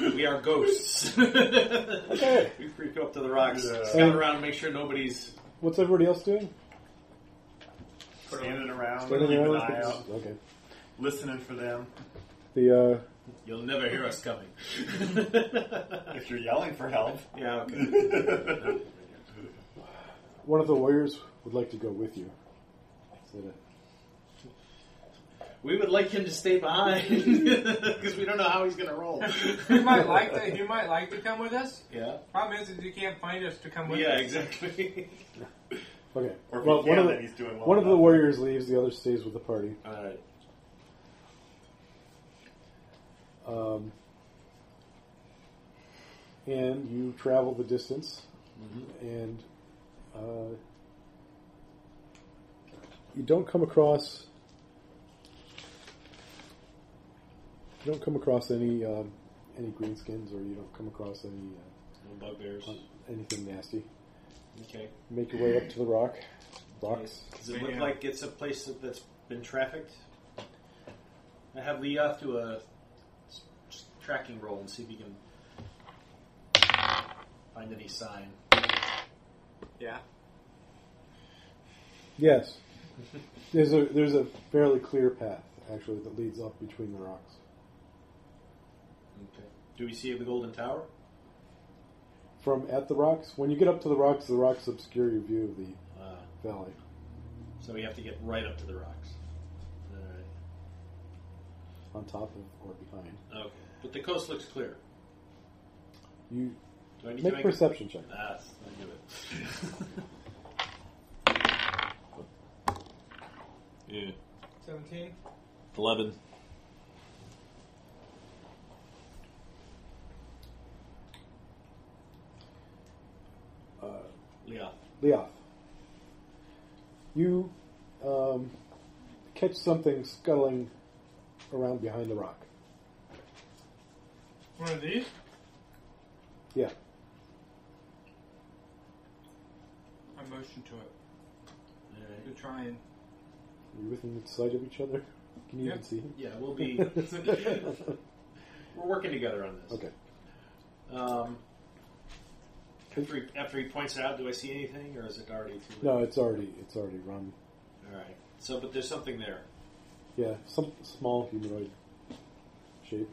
[SPEAKER 4] We are ghosts. we
[SPEAKER 3] Okay.
[SPEAKER 4] creep up to the rocks,
[SPEAKER 9] Yeah.
[SPEAKER 4] scout around, make sure nobody's.
[SPEAKER 3] What's everybody else doing?
[SPEAKER 9] Standing around,
[SPEAKER 3] Standing
[SPEAKER 9] keeping an
[SPEAKER 3] around?
[SPEAKER 9] eye out,
[SPEAKER 3] Okay.
[SPEAKER 9] listening for them.
[SPEAKER 3] The uh,
[SPEAKER 4] You'll never hear us coming.
[SPEAKER 9] If you're yelling for help,
[SPEAKER 4] yeah, okay.
[SPEAKER 3] one of the warriors would like to go with you. Is it a-
[SPEAKER 4] We would like him to stay behind because we don't know how he's going to roll.
[SPEAKER 2] You might like to. You might like to come with us.
[SPEAKER 4] Yeah.
[SPEAKER 2] Problem is, is you can't find us to come with
[SPEAKER 4] Yeah,
[SPEAKER 2] us.
[SPEAKER 4] exactly.
[SPEAKER 3] Okay.
[SPEAKER 9] or if
[SPEAKER 3] well,
[SPEAKER 9] he
[SPEAKER 3] one
[SPEAKER 9] can,
[SPEAKER 3] of
[SPEAKER 9] then
[SPEAKER 3] the
[SPEAKER 9] he's doing well.
[SPEAKER 3] one of the
[SPEAKER 9] enough.
[SPEAKER 3] warriors leaves. The other stays with the party.
[SPEAKER 4] All right.
[SPEAKER 3] Um, and you travel the distance, and uh, you don't come across you don't come across any um, any greenskins, or you don't come across any
[SPEAKER 4] No bugbears.
[SPEAKER 3] uh, anything nasty.
[SPEAKER 4] Okay.
[SPEAKER 3] Make your way up to the rock, rocks.
[SPEAKER 4] Does it look like it's a place that, that's been trafficked? I have Leoth do a s- s- tracking roll and see if he can find any sign.
[SPEAKER 2] Yeah.
[SPEAKER 3] Yes, there's a there's a fairly clear path actually that leads up between the rocks.
[SPEAKER 4] Okay. Do we see the Golden Tower?
[SPEAKER 3] From at the rocks, when you get up to the rocks, the rocks obscure your view of the
[SPEAKER 4] Uh,
[SPEAKER 3] valley.
[SPEAKER 4] so we have to get right up to the rocks. All
[SPEAKER 3] on top of or behind.
[SPEAKER 4] right. Okay. But the coast looks clear.
[SPEAKER 3] You
[SPEAKER 4] Do I need to
[SPEAKER 3] make,
[SPEAKER 4] make a-
[SPEAKER 3] perception check.
[SPEAKER 4] Ah, s- I knew it. yeah.
[SPEAKER 2] 17.
[SPEAKER 4] 11.
[SPEAKER 3] Uh,
[SPEAKER 4] Leoth.
[SPEAKER 3] Leoth, you um, catch something scuttling around behind the rock.
[SPEAKER 2] One of these.
[SPEAKER 3] Yeah,
[SPEAKER 2] I motion to it
[SPEAKER 4] All right.
[SPEAKER 2] to try and.
[SPEAKER 3] are you within sight of each other? Can you
[SPEAKER 2] Yeah.
[SPEAKER 3] even see him?
[SPEAKER 4] Yeah, we'll be. we're working together on this.
[SPEAKER 3] Okay.
[SPEAKER 4] Um, after, he, after he points it out, do I see anything, or is it already too late?
[SPEAKER 3] No, it's already it's already run.
[SPEAKER 4] All right. So, but there's something there.
[SPEAKER 3] Yeah, some small humanoid shape.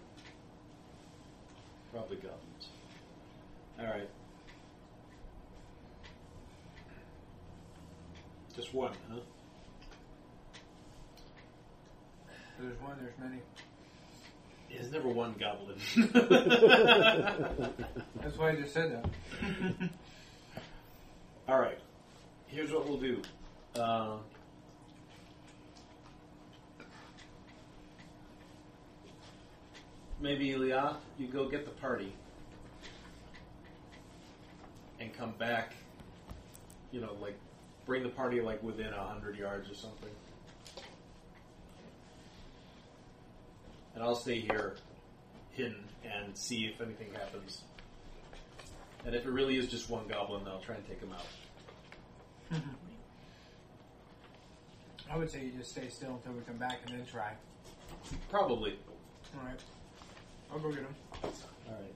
[SPEAKER 4] Probably goblins. All right. Just one, huh?
[SPEAKER 2] There's one. There's many.
[SPEAKER 4] There's never one goblin.
[SPEAKER 2] That's why I just said that.
[SPEAKER 4] All right. Here's what we'll do. Um, maybe Leah, you go get the party and come back. You know, like bring the party like within a hundred yards or something. And I'll stay here, hidden, and see if anything happens. And if it really is just one goblin, I'll try and take him out.
[SPEAKER 2] I would say you just stay still until we come back and then try.
[SPEAKER 4] Probably.
[SPEAKER 2] All right. I'll go get him.
[SPEAKER 4] All right.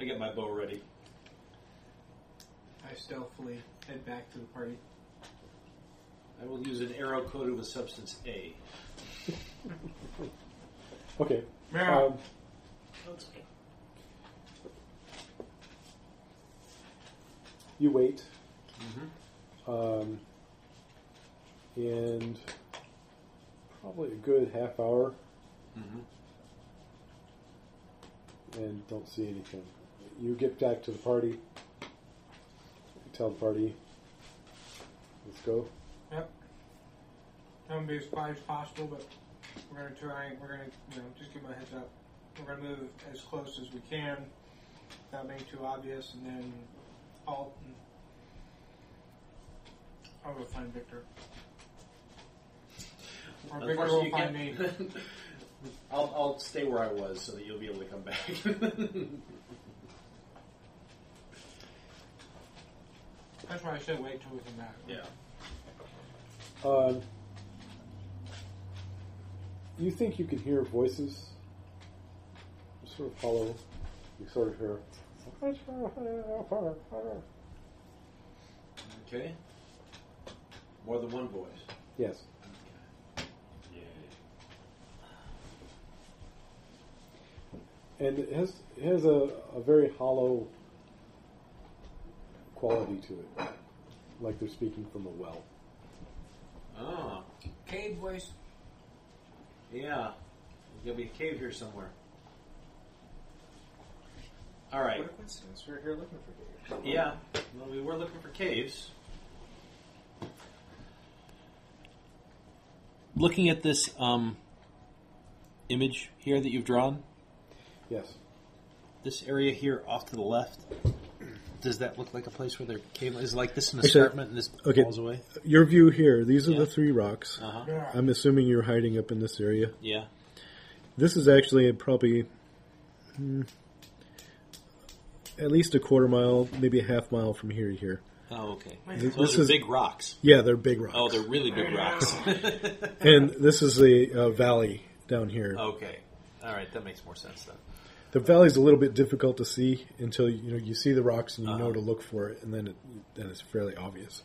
[SPEAKER 4] I get my bow ready.
[SPEAKER 2] I stealthily head back to the party.
[SPEAKER 4] I will use an arrow coated with substance A.
[SPEAKER 3] Okay.
[SPEAKER 2] Mara.
[SPEAKER 3] Um, you wait.
[SPEAKER 4] Mm-hmm.
[SPEAKER 3] Um, and probably a good half hour.
[SPEAKER 4] Mm-hmm.
[SPEAKER 3] And don't see anything. You get back to the party. You tell the party, let's go.
[SPEAKER 2] Yep. Try and be as quiet as possible, but we're gonna try. We're gonna, you know, just give my heads up. We're gonna move as close as we can, without being too obvious, and then alt. And I'll go find Victor. Or Victor
[SPEAKER 4] Unfortunately,
[SPEAKER 2] will
[SPEAKER 4] you
[SPEAKER 2] find me.
[SPEAKER 4] can't- I'll, I'll stay where I was so that you'll be able to come back.
[SPEAKER 2] That's why I should wait till we come back.
[SPEAKER 5] Yeah.
[SPEAKER 3] Um, you think you can hear voices? You sort of follow. You sort of hear.
[SPEAKER 4] Okay. More than one voice.
[SPEAKER 3] Yes. And it has it has a, a very hollow quality to it, like they're speaking from a well.
[SPEAKER 4] Ah,
[SPEAKER 2] Cave voice.
[SPEAKER 4] yeah. There's gotta be a cave here somewhere. All right.
[SPEAKER 8] What a coincidence. We're here looking for David.
[SPEAKER 4] Yeah. Well, we were looking for caves. Looking at this um, image here that you've drawn,
[SPEAKER 3] Yes.
[SPEAKER 4] this area here off to the left, does that look like a place where there cave is? Like this an
[SPEAKER 3] Actually,
[SPEAKER 4] escarpment and this
[SPEAKER 3] okay.
[SPEAKER 4] falls away?
[SPEAKER 3] Your view here. These are
[SPEAKER 4] Yeah.
[SPEAKER 3] the three rocks.
[SPEAKER 4] Uh huh.
[SPEAKER 3] I'm assuming you're hiding up in this area.
[SPEAKER 4] Yeah.
[SPEAKER 3] This is actually probably hmm, at least a quarter mile, maybe a half mile from here to here.
[SPEAKER 4] Oh, okay.
[SPEAKER 3] This
[SPEAKER 4] Those are
[SPEAKER 3] is-
[SPEAKER 4] big rocks.
[SPEAKER 3] Yeah, they're big rocks.
[SPEAKER 4] Oh, they're really big rocks.
[SPEAKER 3] and this is the uh, valley down here.
[SPEAKER 4] okay. All right, that makes more sense then.
[SPEAKER 3] The valley's a little bit difficult to see until you know you see the rocks and you know
[SPEAKER 4] Uh-huh.
[SPEAKER 3] to look for it, and then it, then it's fairly obvious.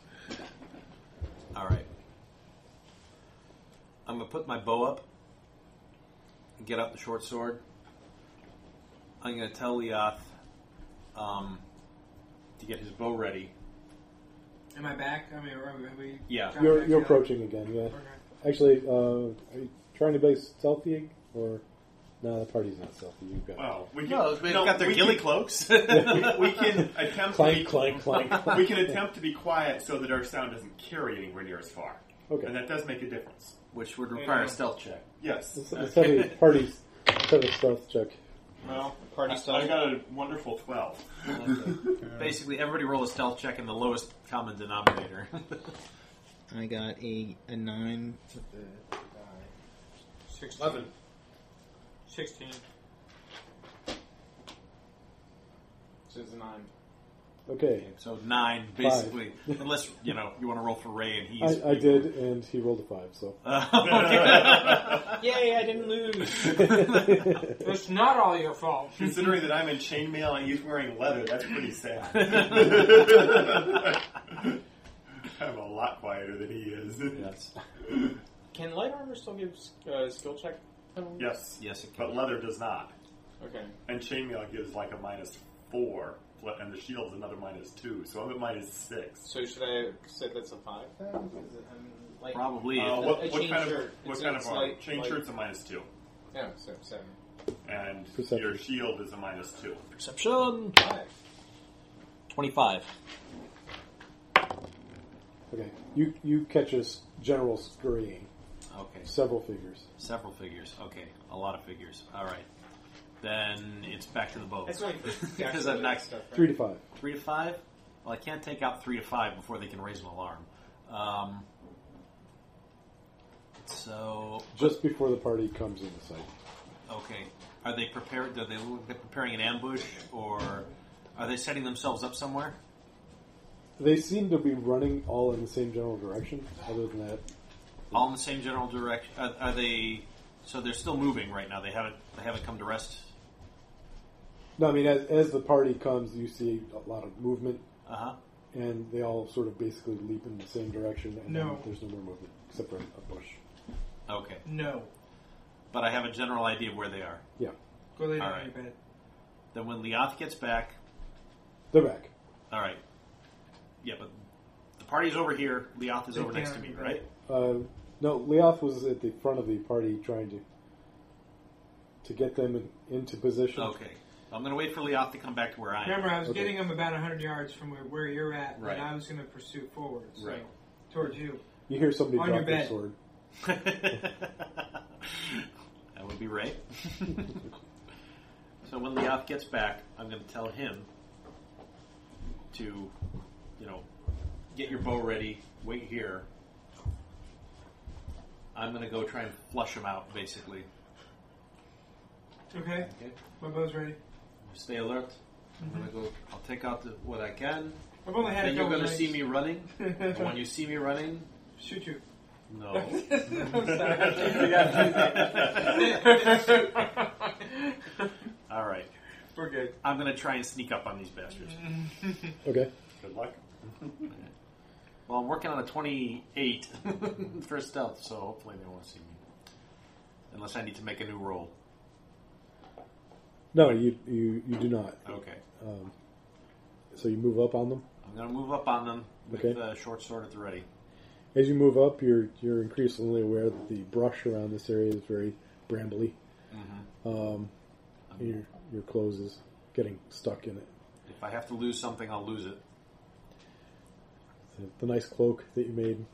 [SPEAKER 4] All right. I'm going to put my bow up, and get out the short sword. I'm going to tell Leoth um, to get his bow ready.
[SPEAKER 2] Am I back? I mean, are we? Are we
[SPEAKER 4] Yeah.
[SPEAKER 2] dropped
[SPEAKER 3] You're
[SPEAKER 2] back
[SPEAKER 3] you're
[SPEAKER 2] down?
[SPEAKER 3] approaching again, yeah.
[SPEAKER 2] Okay.
[SPEAKER 3] Actually, uh, are you trying to be stealthy or no? The party's not stealthy. You've got
[SPEAKER 9] Well, we can,
[SPEAKER 4] No, they've
[SPEAKER 9] no,
[SPEAKER 4] got their
[SPEAKER 9] we
[SPEAKER 4] ghillie
[SPEAKER 9] can,
[SPEAKER 4] cloaks.
[SPEAKER 9] we can attempt to be,
[SPEAKER 3] clank, clank, clank.
[SPEAKER 9] we can attempt to be quiet so that our sound doesn't carry anywhere near as far.
[SPEAKER 3] Okay.
[SPEAKER 9] And that does make a difference.
[SPEAKER 4] Which would require a stealth check.
[SPEAKER 9] Yes.
[SPEAKER 3] Let's, let's have a party, let's have a stealth check.
[SPEAKER 5] Well,
[SPEAKER 9] I,
[SPEAKER 5] party
[SPEAKER 9] I
[SPEAKER 5] style.
[SPEAKER 9] got a wonderful 12.
[SPEAKER 4] Basically, everybody roll a stealth check in the lowest common denominator.
[SPEAKER 8] I got a, a nine.
[SPEAKER 5] 16. 11. 16.
[SPEAKER 8] So it's a nine.
[SPEAKER 3] Okay,
[SPEAKER 4] so nine, basically. Unless, you know, you want to roll for Ray and he's...
[SPEAKER 3] I, I did, and he rolled a five. So
[SPEAKER 4] Uh,
[SPEAKER 8] Yay, I didn't lose.
[SPEAKER 4] okay.
[SPEAKER 2] It's not all your fault.
[SPEAKER 9] Considering that I'm in chainmail and he's wearing leather, that's pretty sad. I'm a lot quieter than he is.
[SPEAKER 4] yes.
[SPEAKER 5] Can light armor still give uh, skill check? penalty?
[SPEAKER 9] Yes.
[SPEAKER 4] Yes, it
[SPEAKER 9] But
[SPEAKER 4] can.
[SPEAKER 9] leather does not.
[SPEAKER 5] Okay.
[SPEAKER 9] And chainmail gives like a minus four, and the shield's another minus two, so I'm at minus six.
[SPEAKER 5] So should I say that's a five?
[SPEAKER 8] Is it, I mean, like,
[SPEAKER 4] Probably.
[SPEAKER 9] Uh,
[SPEAKER 4] if-
[SPEAKER 9] what,
[SPEAKER 5] a
[SPEAKER 9] what
[SPEAKER 5] chain
[SPEAKER 9] kind
[SPEAKER 5] shirt.
[SPEAKER 9] of what
[SPEAKER 5] It's-
[SPEAKER 9] kind
[SPEAKER 5] it's
[SPEAKER 9] of armor?
[SPEAKER 5] like-
[SPEAKER 9] chain
[SPEAKER 5] like-
[SPEAKER 9] shirt's a minus two,
[SPEAKER 5] Yeah, so seven.
[SPEAKER 9] and
[SPEAKER 3] Perception.
[SPEAKER 9] your shield is a minus two.
[SPEAKER 4] Perception. Twenty-five.
[SPEAKER 3] okay, you you catch a s- general scurrying,
[SPEAKER 4] Okay, s-
[SPEAKER 3] several figures.
[SPEAKER 4] several figures. Okay, a lot of figures. All right, then it's back to the boat.
[SPEAKER 5] That's only for
[SPEAKER 4] because I've knocked
[SPEAKER 5] stuff, right?
[SPEAKER 3] Three to five.
[SPEAKER 4] three to five. Well, I can't take out three to five before they can raise an alarm. Um, so
[SPEAKER 3] Just before the party comes into sight.
[SPEAKER 4] okay, are they prepared? Are they they're preparing an ambush, or are they setting themselves up somewhere?
[SPEAKER 3] They seem to be running all in the same general direction. Other than that,
[SPEAKER 4] All in the same general direction? Are, are they? So they're still moving right now. They haven't they haven't come to rest.
[SPEAKER 3] no. I mean, as as the party comes, you see a lot of movement,
[SPEAKER 4] Uh huh.
[SPEAKER 3] and they all sort of basically leap in the same direction. And
[SPEAKER 2] No.
[SPEAKER 3] then there's no more movement except for a bush.
[SPEAKER 4] Okay,
[SPEAKER 2] No.
[SPEAKER 4] but I have a general idea of where they are.
[SPEAKER 3] Yeah,
[SPEAKER 2] Go lay down
[SPEAKER 4] All
[SPEAKER 2] in your bed.
[SPEAKER 4] Then when Leoth gets back,
[SPEAKER 3] they're back.
[SPEAKER 4] all right. Yeah, but the party's over here. Leoth is
[SPEAKER 2] They
[SPEAKER 4] over next to
[SPEAKER 2] can't
[SPEAKER 4] me,
[SPEAKER 2] be
[SPEAKER 4] right?
[SPEAKER 3] Uh, no, Leoth was at the front of the party trying to to get them in, into position.
[SPEAKER 4] Okay. I'm going to wait for Leoth to come back to where I am.
[SPEAKER 2] Remember, I was
[SPEAKER 3] Okay.
[SPEAKER 2] getting them about 100 yards from where, where you're at,
[SPEAKER 4] Right.
[SPEAKER 2] and I was going to pursue forward. So,
[SPEAKER 4] Right.
[SPEAKER 2] Towards you.
[SPEAKER 3] You hear somebody
[SPEAKER 2] On
[SPEAKER 3] drop
[SPEAKER 2] your
[SPEAKER 3] their
[SPEAKER 2] bed.
[SPEAKER 3] sword.
[SPEAKER 4] that would be right. so when Leoth gets back, I'm going to tell him to, you know, get your bow ready, wait here. I'm going to go try and flush him out, basically.
[SPEAKER 2] Okay.
[SPEAKER 4] Okay.
[SPEAKER 2] My bow's ready.
[SPEAKER 4] Stay alert. I'm gonna go. I'll take out the, what I can.
[SPEAKER 2] I've only had
[SPEAKER 4] Then
[SPEAKER 2] a
[SPEAKER 4] you're
[SPEAKER 2] couple
[SPEAKER 4] going to
[SPEAKER 2] nights.
[SPEAKER 4] see me running. and when you see me running,
[SPEAKER 2] Shoot you.
[SPEAKER 4] no.
[SPEAKER 2] I'm sorry.
[SPEAKER 4] All right.
[SPEAKER 2] We're good.
[SPEAKER 4] I'm going to try and sneak up on these bastards.
[SPEAKER 3] Okay.
[SPEAKER 9] Good luck.
[SPEAKER 4] Well, I'm working on a 28 for stealth, so hopefully they won't see me. Unless I need to make a new roll.
[SPEAKER 3] No, you you, you do not.
[SPEAKER 4] Okay.
[SPEAKER 3] So you move up on them.
[SPEAKER 4] I'm going to move up on them with
[SPEAKER 3] Okay.
[SPEAKER 4] uh, short sword at the ready.
[SPEAKER 3] As you move up, you're you're increasingly aware that the brush around this area is very brambly.
[SPEAKER 4] Mm-hmm.
[SPEAKER 3] Um, your your clothes is getting stuck in it.
[SPEAKER 4] If I have to lose something, I'll lose it.
[SPEAKER 3] The, the nice cloak that you made.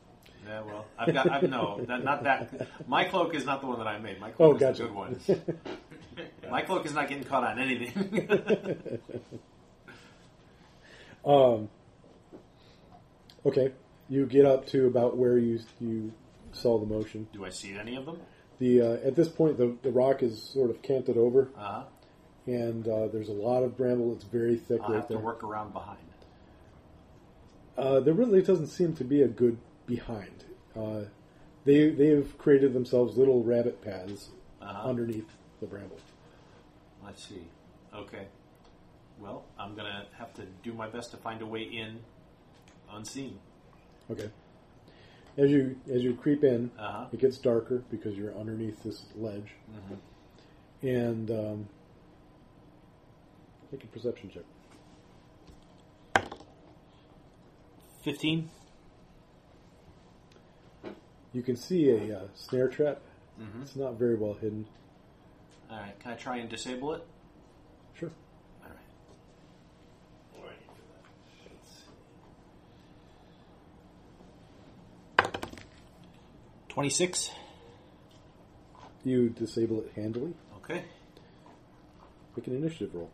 [SPEAKER 4] Yeah, well, I've got, I've, no, that, not that. My cloak is not the one that I made. My cloak
[SPEAKER 3] Oh,
[SPEAKER 4] is
[SPEAKER 3] gotcha.
[SPEAKER 4] the good one. My cloak is not getting caught on anything.
[SPEAKER 3] Um, Okay, you get up to about where you you saw the motion.
[SPEAKER 4] Do I see any of them?
[SPEAKER 3] The uh, at this point, the the rock is sort of canted over,
[SPEAKER 4] Uh huh.
[SPEAKER 3] and uh, there's a lot of bramble. It's very thick
[SPEAKER 4] I'll
[SPEAKER 3] right
[SPEAKER 4] have
[SPEAKER 3] there.
[SPEAKER 4] to work around behind.
[SPEAKER 3] Uh, there really doesn't seem to be a good behind. Uh, they they have created themselves little rabbit paths
[SPEAKER 4] Uh-huh.
[SPEAKER 3] underneath the bramble.
[SPEAKER 4] Let's see. Okay. Well, I'm gonna have to do my best to find a way in, unseen.
[SPEAKER 3] Okay. As you as you creep in,
[SPEAKER 4] Uh-huh.
[SPEAKER 3] it gets darker because you're underneath this ledge,
[SPEAKER 4] Mm-hmm.
[SPEAKER 3] and um, make a perception check.
[SPEAKER 4] Fifteen.
[SPEAKER 3] You can see a uh, snare trap.
[SPEAKER 4] Mm-hmm.
[SPEAKER 3] It's not very well hidden.
[SPEAKER 4] All right. Can I try and disable it?
[SPEAKER 3] Sure.
[SPEAKER 4] All right. Twenty-six.
[SPEAKER 3] You disable it handily.
[SPEAKER 4] Okay.
[SPEAKER 3] Make an initiative roll.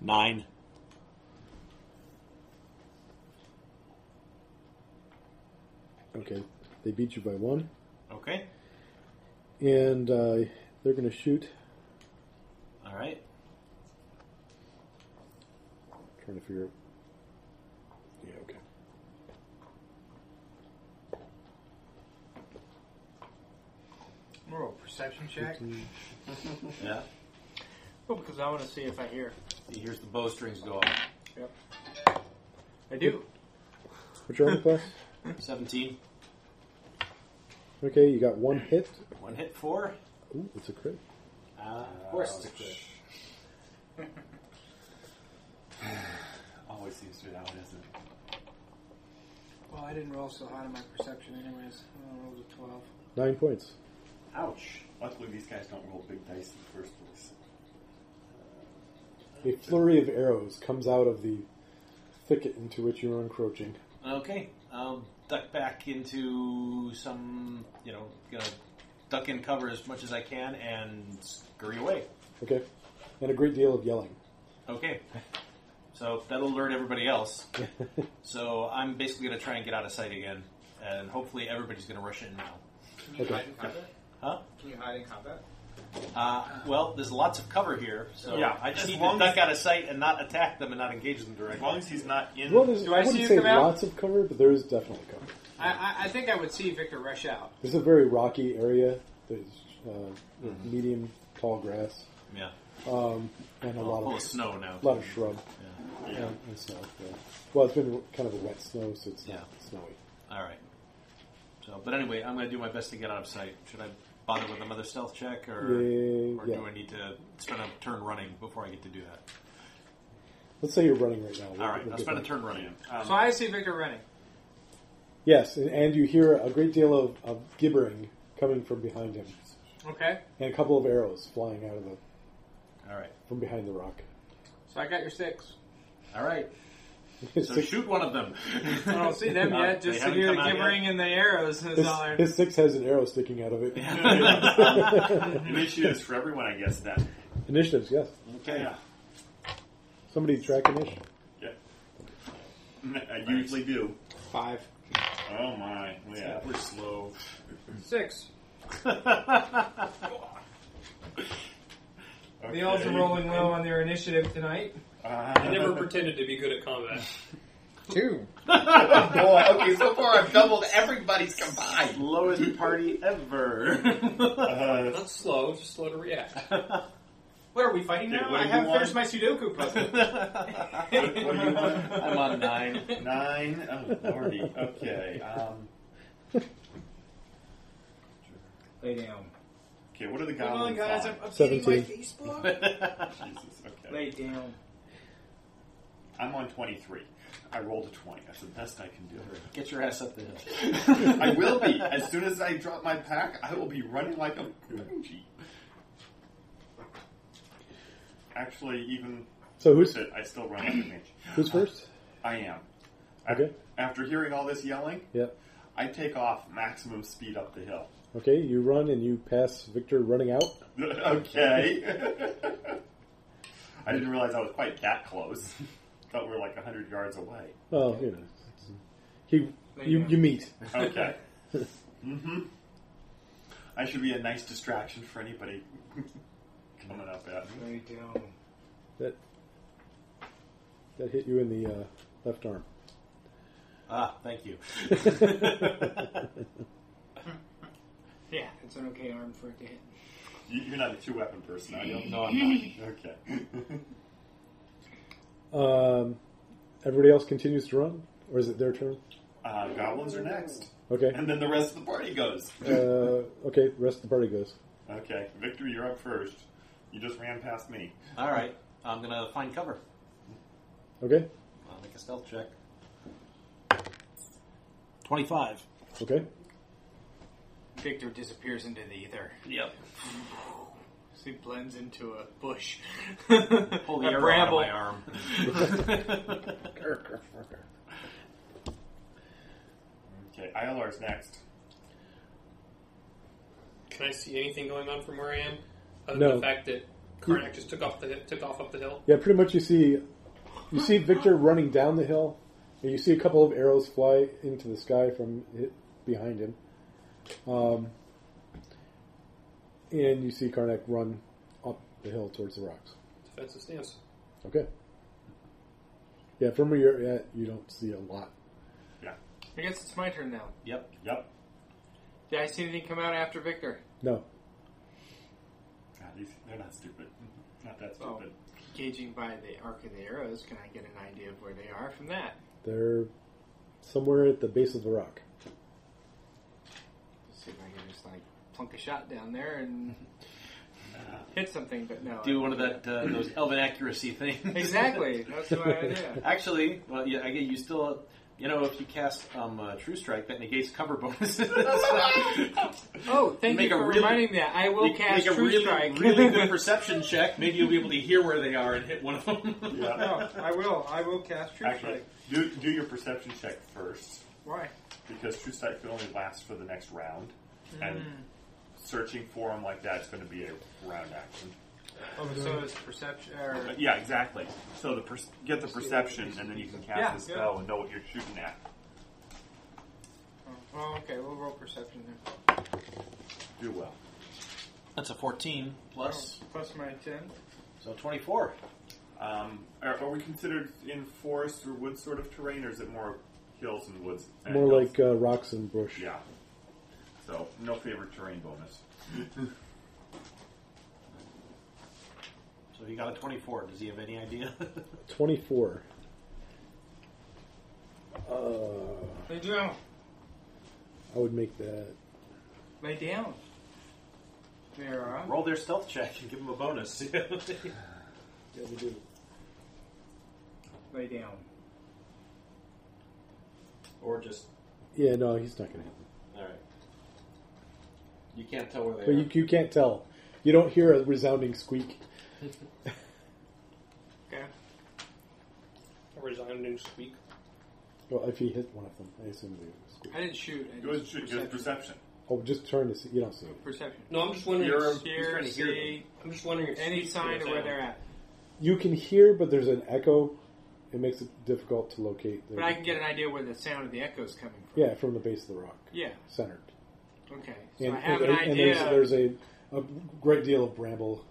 [SPEAKER 4] Nine.
[SPEAKER 3] Okay. They beat you by one,
[SPEAKER 4] Okay.
[SPEAKER 3] and uh, they're going to shoot.
[SPEAKER 4] All right.
[SPEAKER 3] Trying to figure out. Yeah. Okay.
[SPEAKER 2] Roll a perception check.
[SPEAKER 4] Yeah.
[SPEAKER 2] Well, because I want to see if I hear.
[SPEAKER 4] He hears the bowstrings go off.
[SPEAKER 2] I do.
[SPEAKER 3] What's your armor class?
[SPEAKER 4] Seventeen.
[SPEAKER 3] Okay, you got one hit.
[SPEAKER 4] One hit four.
[SPEAKER 3] Ooh, it's a crit.
[SPEAKER 4] Uh, of course, it's a crit.
[SPEAKER 9] Always seems to be how it is. isn't it?
[SPEAKER 2] Well, I didn't roll so high on my perception, anyways. I rolled a twelve.
[SPEAKER 3] Nine points.
[SPEAKER 9] Ouch. Luckily, these guys don't roll big dice in the first
[SPEAKER 3] A
[SPEAKER 9] place.
[SPEAKER 3] flurry of arrows comes out of the thicket into which you're encroaching.
[SPEAKER 4] Okay, I'll duck back into some, you know, gonna duck in cover as much as I can and scurry away.
[SPEAKER 3] Okay, and a great deal of yelling.
[SPEAKER 4] Okay, so that'll alert everybody else. so I'm basically gonna try and get out of sight again, and hopefully everybody's gonna rush in now.
[SPEAKER 8] Can you
[SPEAKER 3] Okay.
[SPEAKER 8] hide in combat?
[SPEAKER 4] Huh?
[SPEAKER 8] Can you hide in combat?
[SPEAKER 4] Uh, well, there's lots of cover here, so
[SPEAKER 9] Yeah,
[SPEAKER 4] I just
[SPEAKER 9] as
[SPEAKER 4] need to
[SPEAKER 9] long
[SPEAKER 4] duck
[SPEAKER 9] as-
[SPEAKER 4] out of sight and not attack them and not engage them
[SPEAKER 9] As
[SPEAKER 4] directly.
[SPEAKER 9] long as he's not in.
[SPEAKER 3] Well, there's,
[SPEAKER 2] Do I
[SPEAKER 3] I wouldn't
[SPEAKER 2] see you
[SPEAKER 3] say
[SPEAKER 2] come out?
[SPEAKER 3] lots of cover, but there is definitely cover.
[SPEAKER 2] I, I, I think I would see Victor rush out.
[SPEAKER 3] This is a very rocky area. There's uh,
[SPEAKER 2] Mm-hmm.
[SPEAKER 3] medium tall grass um,
[SPEAKER 4] yeah,
[SPEAKER 3] and
[SPEAKER 2] Oh,
[SPEAKER 3] a lot
[SPEAKER 4] full of
[SPEAKER 3] of
[SPEAKER 4] snow now.
[SPEAKER 3] lot of shrub and, and snow. yeah. Well, it's been kind of a wet snow, so it's not
[SPEAKER 4] Yeah.
[SPEAKER 3] snowy.
[SPEAKER 4] All right. So, but anyway, I'm going to do my best to get out of sight. Should I bother with another stealth check, or,
[SPEAKER 3] Yeah,
[SPEAKER 4] or
[SPEAKER 3] yeah.
[SPEAKER 4] do I need to spend a turn running before I get to do that?
[SPEAKER 3] Let's say you're running right now. We'll-
[SPEAKER 4] All right,
[SPEAKER 3] we'll
[SPEAKER 4] I'll
[SPEAKER 3] get
[SPEAKER 4] spend a
[SPEAKER 3] back.
[SPEAKER 4] turn running. Um,
[SPEAKER 2] So I see Victor running.
[SPEAKER 3] Yes, and, and you hear a great deal of, of gibbering coming from behind him,
[SPEAKER 2] Okay.
[SPEAKER 3] and a couple of arrows flying out of the
[SPEAKER 4] all right,
[SPEAKER 3] from behind the rock.
[SPEAKER 2] So I got your six.
[SPEAKER 4] all right. So
[SPEAKER 3] Six-
[SPEAKER 4] shoot one of them.
[SPEAKER 2] I don't see them
[SPEAKER 4] Uh,
[SPEAKER 2] yet.
[SPEAKER 4] they
[SPEAKER 2] Just to
[SPEAKER 4] haven't
[SPEAKER 2] hear the
[SPEAKER 4] come out
[SPEAKER 2] gibbering and the arrows is
[SPEAKER 3] his,
[SPEAKER 2] all. I-
[SPEAKER 3] his six has an arrow sticking out of it.
[SPEAKER 9] Initiatives for everyone, I guess, then.
[SPEAKER 3] Initiatives, yes.
[SPEAKER 4] okay.
[SPEAKER 9] Yeah.
[SPEAKER 3] Somebody track initiative.
[SPEAKER 9] Yeah. I usually do.
[SPEAKER 2] Five.
[SPEAKER 9] Oh my. Yeah.
[SPEAKER 4] We're slow.
[SPEAKER 2] Six. The elves are rolling low on their initiative tonight.
[SPEAKER 9] Uh,
[SPEAKER 5] I never pretended to be good at combat.
[SPEAKER 7] Two.
[SPEAKER 9] Boy, okay, so far I've doubled everybody's combined.
[SPEAKER 4] Lowest party ever.
[SPEAKER 9] Uh,
[SPEAKER 5] Not slow, just slow to react.
[SPEAKER 8] What are we fighting
[SPEAKER 9] Dick,
[SPEAKER 8] now?
[SPEAKER 9] what
[SPEAKER 8] I
[SPEAKER 9] do you
[SPEAKER 8] haven't
[SPEAKER 9] want?
[SPEAKER 8] finished my Sudoku puzzle.
[SPEAKER 9] what do you want?
[SPEAKER 4] I'm on nine.
[SPEAKER 9] Nine. Oh, lordy. Okay. Um,
[SPEAKER 7] Lay down.
[SPEAKER 9] okay, what are the
[SPEAKER 8] Come on,
[SPEAKER 9] goblins
[SPEAKER 8] guys, I'm updating
[SPEAKER 9] on?
[SPEAKER 8] my
[SPEAKER 3] Seventeen.
[SPEAKER 8] Facebook.
[SPEAKER 9] Jesus, okay.
[SPEAKER 8] Lay down.
[SPEAKER 9] I'm on 23. I rolled a 20. That's the best I can do.
[SPEAKER 4] Get your ass up the hill.
[SPEAKER 9] I will be. As soon as I drop my pack, I will be running like a bougie. Actually, even
[SPEAKER 3] So
[SPEAKER 9] with
[SPEAKER 3] who's
[SPEAKER 9] it, I still run like a mage.
[SPEAKER 3] who's first?
[SPEAKER 9] I am.
[SPEAKER 3] Okay.
[SPEAKER 9] After hearing all this yelling,
[SPEAKER 3] Yeah.
[SPEAKER 9] I take off maximum speed up the hill.
[SPEAKER 3] Okay, you run and you pass Victor running out.
[SPEAKER 9] okay. I didn't realize I was quite that close. Thought we were like 100 yards away.
[SPEAKER 3] Well, you know, he you you meet.
[SPEAKER 9] Okay. hmm I should be a nice distraction for anybody coming up at me.
[SPEAKER 7] Lay down.
[SPEAKER 3] That that hit you in the uh, left arm.
[SPEAKER 4] Ah, thank you.
[SPEAKER 8] Yeah.
[SPEAKER 7] It's an okay arm for it to hit.
[SPEAKER 9] You- You're not a two weapon person, are you?
[SPEAKER 4] No, I'm not.
[SPEAKER 9] Okay.
[SPEAKER 3] Um, everybody else continues to run, or is it their turn?
[SPEAKER 9] Uh, goblins are next.
[SPEAKER 3] Okay.
[SPEAKER 9] And then the rest of the party goes.
[SPEAKER 3] Uh, okay. Rest of the party goes.
[SPEAKER 9] Okay. Victor, you're up first. You just ran past me.
[SPEAKER 4] All right, I'm gonna find cover.
[SPEAKER 3] Okay.
[SPEAKER 4] I'll make a stealth check. Twenty-five.
[SPEAKER 3] Okay.
[SPEAKER 8] Victor disappears into the ether.
[SPEAKER 4] Yep.
[SPEAKER 8] So he blends into a bush.
[SPEAKER 4] Pull
[SPEAKER 8] a
[SPEAKER 4] the arrow out of
[SPEAKER 8] bramble.
[SPEAKER 4] my arm.
[SPEAKER 9] Okay. ILR's next.
[SPEAKER 5] Can I see anything going on from where I am? Other
[SPEAKER 3] No.
[SPEAKER 5] than the fact that Karnak just took off the took off up the hill.
[SPEAKER 3] Yeah. Pretty much, you see you see Victor running down the hill, and you see a couple of arrows fly into the sky from it, behind him. Um, and you see Karnak run up the hill towards the rocks.
[SPEAKER 5] Defensive stance.
[SPEAKER 3] Okay. Yeah, from where you're at, you don't see a lot.
[SPEAKER 2] I guess it's my turn now.
[SPEAKER 4] Yep.
[SPEAKER 9] Yep.
[SPEAKER 2] Did I see anything come out after Victor?
[SPEAKER 3] No.
[SPEAKER 9] God, Ah, these, they're not stupid. Mm-hmm. Not that
[SPEAKER 2] Oh.
[SPEAKER 9] stupid.
[SPEAKER 2] Gauging by the arc of the arrows, can I get an idea of where they are from that?
[SPEAKER 3] They're somewhere at the base of the rock.
[SPEAKER 2] see if I can just like plunk a shot down there and hit something, but no.
[SPEAKER 4] Do one of that uh, those elven accuracy things.
[SPEAKER 2] Exactly. That's my idea.
[SPEAKER 4] Actually, well, yeah, again, you still, you know, if you cast um, uh, True Strike, that negates cover bonuses.
[SPEAKER 2] Oh, thank
[SPEAKER 4] Make
[SPEAKER 2] you
[SPEAKER 4] a
[SPEAKER 2] for
[SPEAKER 4] really-
[SPEAKER 2] reminding me. that. I will
[SPEAKER 4] Make-
[SPEAKER 2] cast
[SPEAKER 4] make a
[SPEAKER 2] True
[SPEAKER 4] really,
[SPEAKER 2] Strike.
[SPEAKER 4] really good perception check. Maybe you'll be able to hear where they are and hit one of them.
[SPEAKER 9] Yeah.
[SPEAKER 2] no, I will. I will cast True
[SPEAKER 9] Actually,
[SPEAKER 2] Strike.
[SPEAKER 9] do, do your perception check first.
[SPEAKER 2] Why?
[SPEAKER 9] because True Sight can only last for the next round, and
[SPEAKER 2] Mm.
[SPEAKER 9] searching for them like that's going to be a round action.
[SPEAKER 2] Oh, so it's perception. Or,
[SPEAKER 9] But yeah, exactly. So the per- get the perception, and then you can cast
[SPEAKER 2] Yeah,
[SPEAKER 9] the
[SPEAKER 2] yeah.
[SPEAKER 9] spell and know what you're shooting at.
[SPEAKER 2] oh, okay. We'll roll perception then.
[SPEAKER 9] Do well.
[SPEAKER 4] That's a 14 plus,
[SPEAKER 2] Oh, Plus my ten.
[SPEAKER 4] so 24.
[SPEAKER 9] Um, are, are we considered in forest or wood sort of terrain, or is it more hills and woods? and
[SPEAKER 3] More
[SPEAKER 9] hills?
[SPEAKER 3] like uh, rocks and bush.
[SPEAKER 9] yeah. So no favorite terrain bonus.
[SPEAKER 4] So he got a 24. Does he have any idea?
[SPEAKER 3] 24. Uh,
[SPEAKER 2] Lay down.
[SPEAKER 3] I would make that.
[SPEAKER 2] Lay down. There uh, are.
[SPEAKER 4] Roll their stealth check and give him a bonus.
[SPEAKER 3] Yeah, we do.
[SPEAKER 2] Lay down.
[SPEAKER 4] or just,
[SPEAKER 3] Yeah, no, he's not going to happen.
[SPEAKER 4] all right. You can't tell where they
[SPEAKER 3] But
[SPEAKER 4] are.
[SPEAKER 3] you, you can't tell. You don't hear a resounding squeak.
[SPEAKER 2] Okay.
[SPEAKER 5] A resounding squeak.
[SPEAKER 3] Well, if he hit one of them, I assume they would squeak.
[SPEAKER 2] I didn't shoot. I
[SPEAKER 9] It was
[SPEAKER 2] just
[SPEAKER 9] ju- just perception.
[SPEAKER 3] Oh, just turn to see. You don't see it.
[SPEAKER 2] perception.
[SPEAKER 5] No, I'm just wondering.
[SPEAKER 9] You're-
[SPEAKER 5] if-
[SPEAKER 9] he's
[SPEAKER 2] Here,
[SPEAKER 9] trying to hear
[SPEAKER 2] see
[SPEAKER 5] I'm just wondering if
[SPEAKER 2] any
[SPEAKER 5] squeaks
[SPEAKER 2] sign
[SPEAKER 5] are
[SPEAKER 2] of where
[SPEAKER 5] sound.
[SPEAKER 2] they're at.
[SPEAKER 3] You can hear, but there's an echo. It makes it difficult to locate. The,
[SPEAKER 2] But I can get an idea where the sound of the echo is coming from.
[SPEAKER 3] yeah, from the base of the rock,
[SPEAKER 2] Yeah.
[SPEAKER 3] centered.
[SPEAKER 2] Okay. So
[SPEAKER 3] And,
[SPEAKER 2] I have
[SPEAKER 3] and-
[SPEAKER 2] an
[SPEAKER 3] and
[SPEAKER 2] idea.
[SPEAKER 3] there's, there's a, a great deal of bramble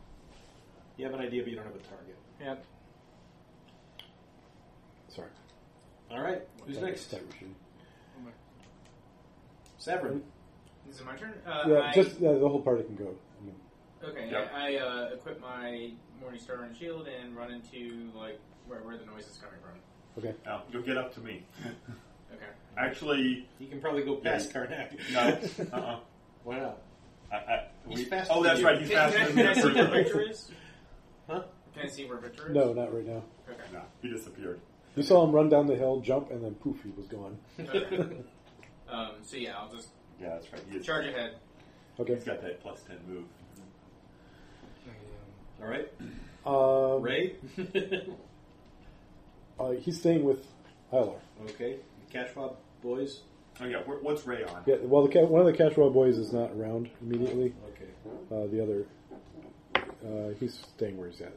[SPEAKER 4] You have an idea, but you don't have a target.
[SPEAKER 2] Yep.
[SPEAKER 3] Sorry.
[SPEAKER 4] All right. Who's
[SPEAKER 3] That-
[SPEAKER 4] next?
[SPEAKER 3] that we should-
[SPEAKER 4] Severin.
[SPEAKER 8] Is it my turn? Uh,
[SPEAKER 3] yeah,
[SPEAKER 8] I,
[SPEAKER 3] just yeah, the whole party can go. I mean,
[SPEAKER 8] okay.
[SPEAKER 9] Yep.
[SPEAKER 8] I, I uh, equip my Morning Star and shield and run into like where, where the noise is coming from.
[SPEAKER 3] okay.
[SPEAKER 9] Now, you'll get up to me.
[SPEAKER 8] Okay.
[SPEAKER 9] Actually,
[SPEAKER 4] You can probably go
[SPEAKER 9] Yeah.
[SPEAKER 4] past Karnak.
[SPEAKER 9] no. Uh-uh.
[SPEAKER 4] Why not?
[SPEAKER 9] I, I,
[SPEAKER 4] He's
[SPEAKER 9] we-
[SPEAKER 4] faster
[SPEAKER 9] oh,
[SPEAKER 4] than
[SPEAKER 9] that's
[SPEAKER 4] you.
[SPEAKER 9] right. He's
[SPEAKER 8] Can,
[SPEAKER 9] faster
[SPEAKER 8] can,
[SPEAKER 9] than
[SPEAKER 8] I see where
[SPEAKER 9] me.
[SPEAKER 8] Victor is?
[SPEAKER 4] Huh?
[SPEAKER 8] Can I see where Victor is?
[SPEAKER 3] No, not right now.
[SPEAKER 8] Okay.
[SPEAKER 9] No, he disappeared.
[SPEAKER 3] You saw him run down the hill, jump, and then poof, he was gone.
[SPEAKER 8] okay. um, so yeah, I'll just
[SPEAKER 9] Yeah, that's right. He is-
[SPEAKER 8] charge ahead.
[SPEAKER 3] Okay.
[SPEAKER 9] He's got that plus 10 move.
[SPEAKER 4] All right.
[SPEAKER 3] Um,
[SPEAKER 4] Ray.
[SPEAKER 3] uh, he's staying with Hylar.
[SPEAKER 4] okay. The Cashwob boys.
[SPEAKER 9] Oh, yeah. wh- What's Ray on?
[SPEAKER 3] Yeah, well, the ca- one of the Cashwell boys is not around immediately.
[SPEAKER 4] Okay.
[SPEAKER 3] Uh, the other, uh, he's staying where he's at.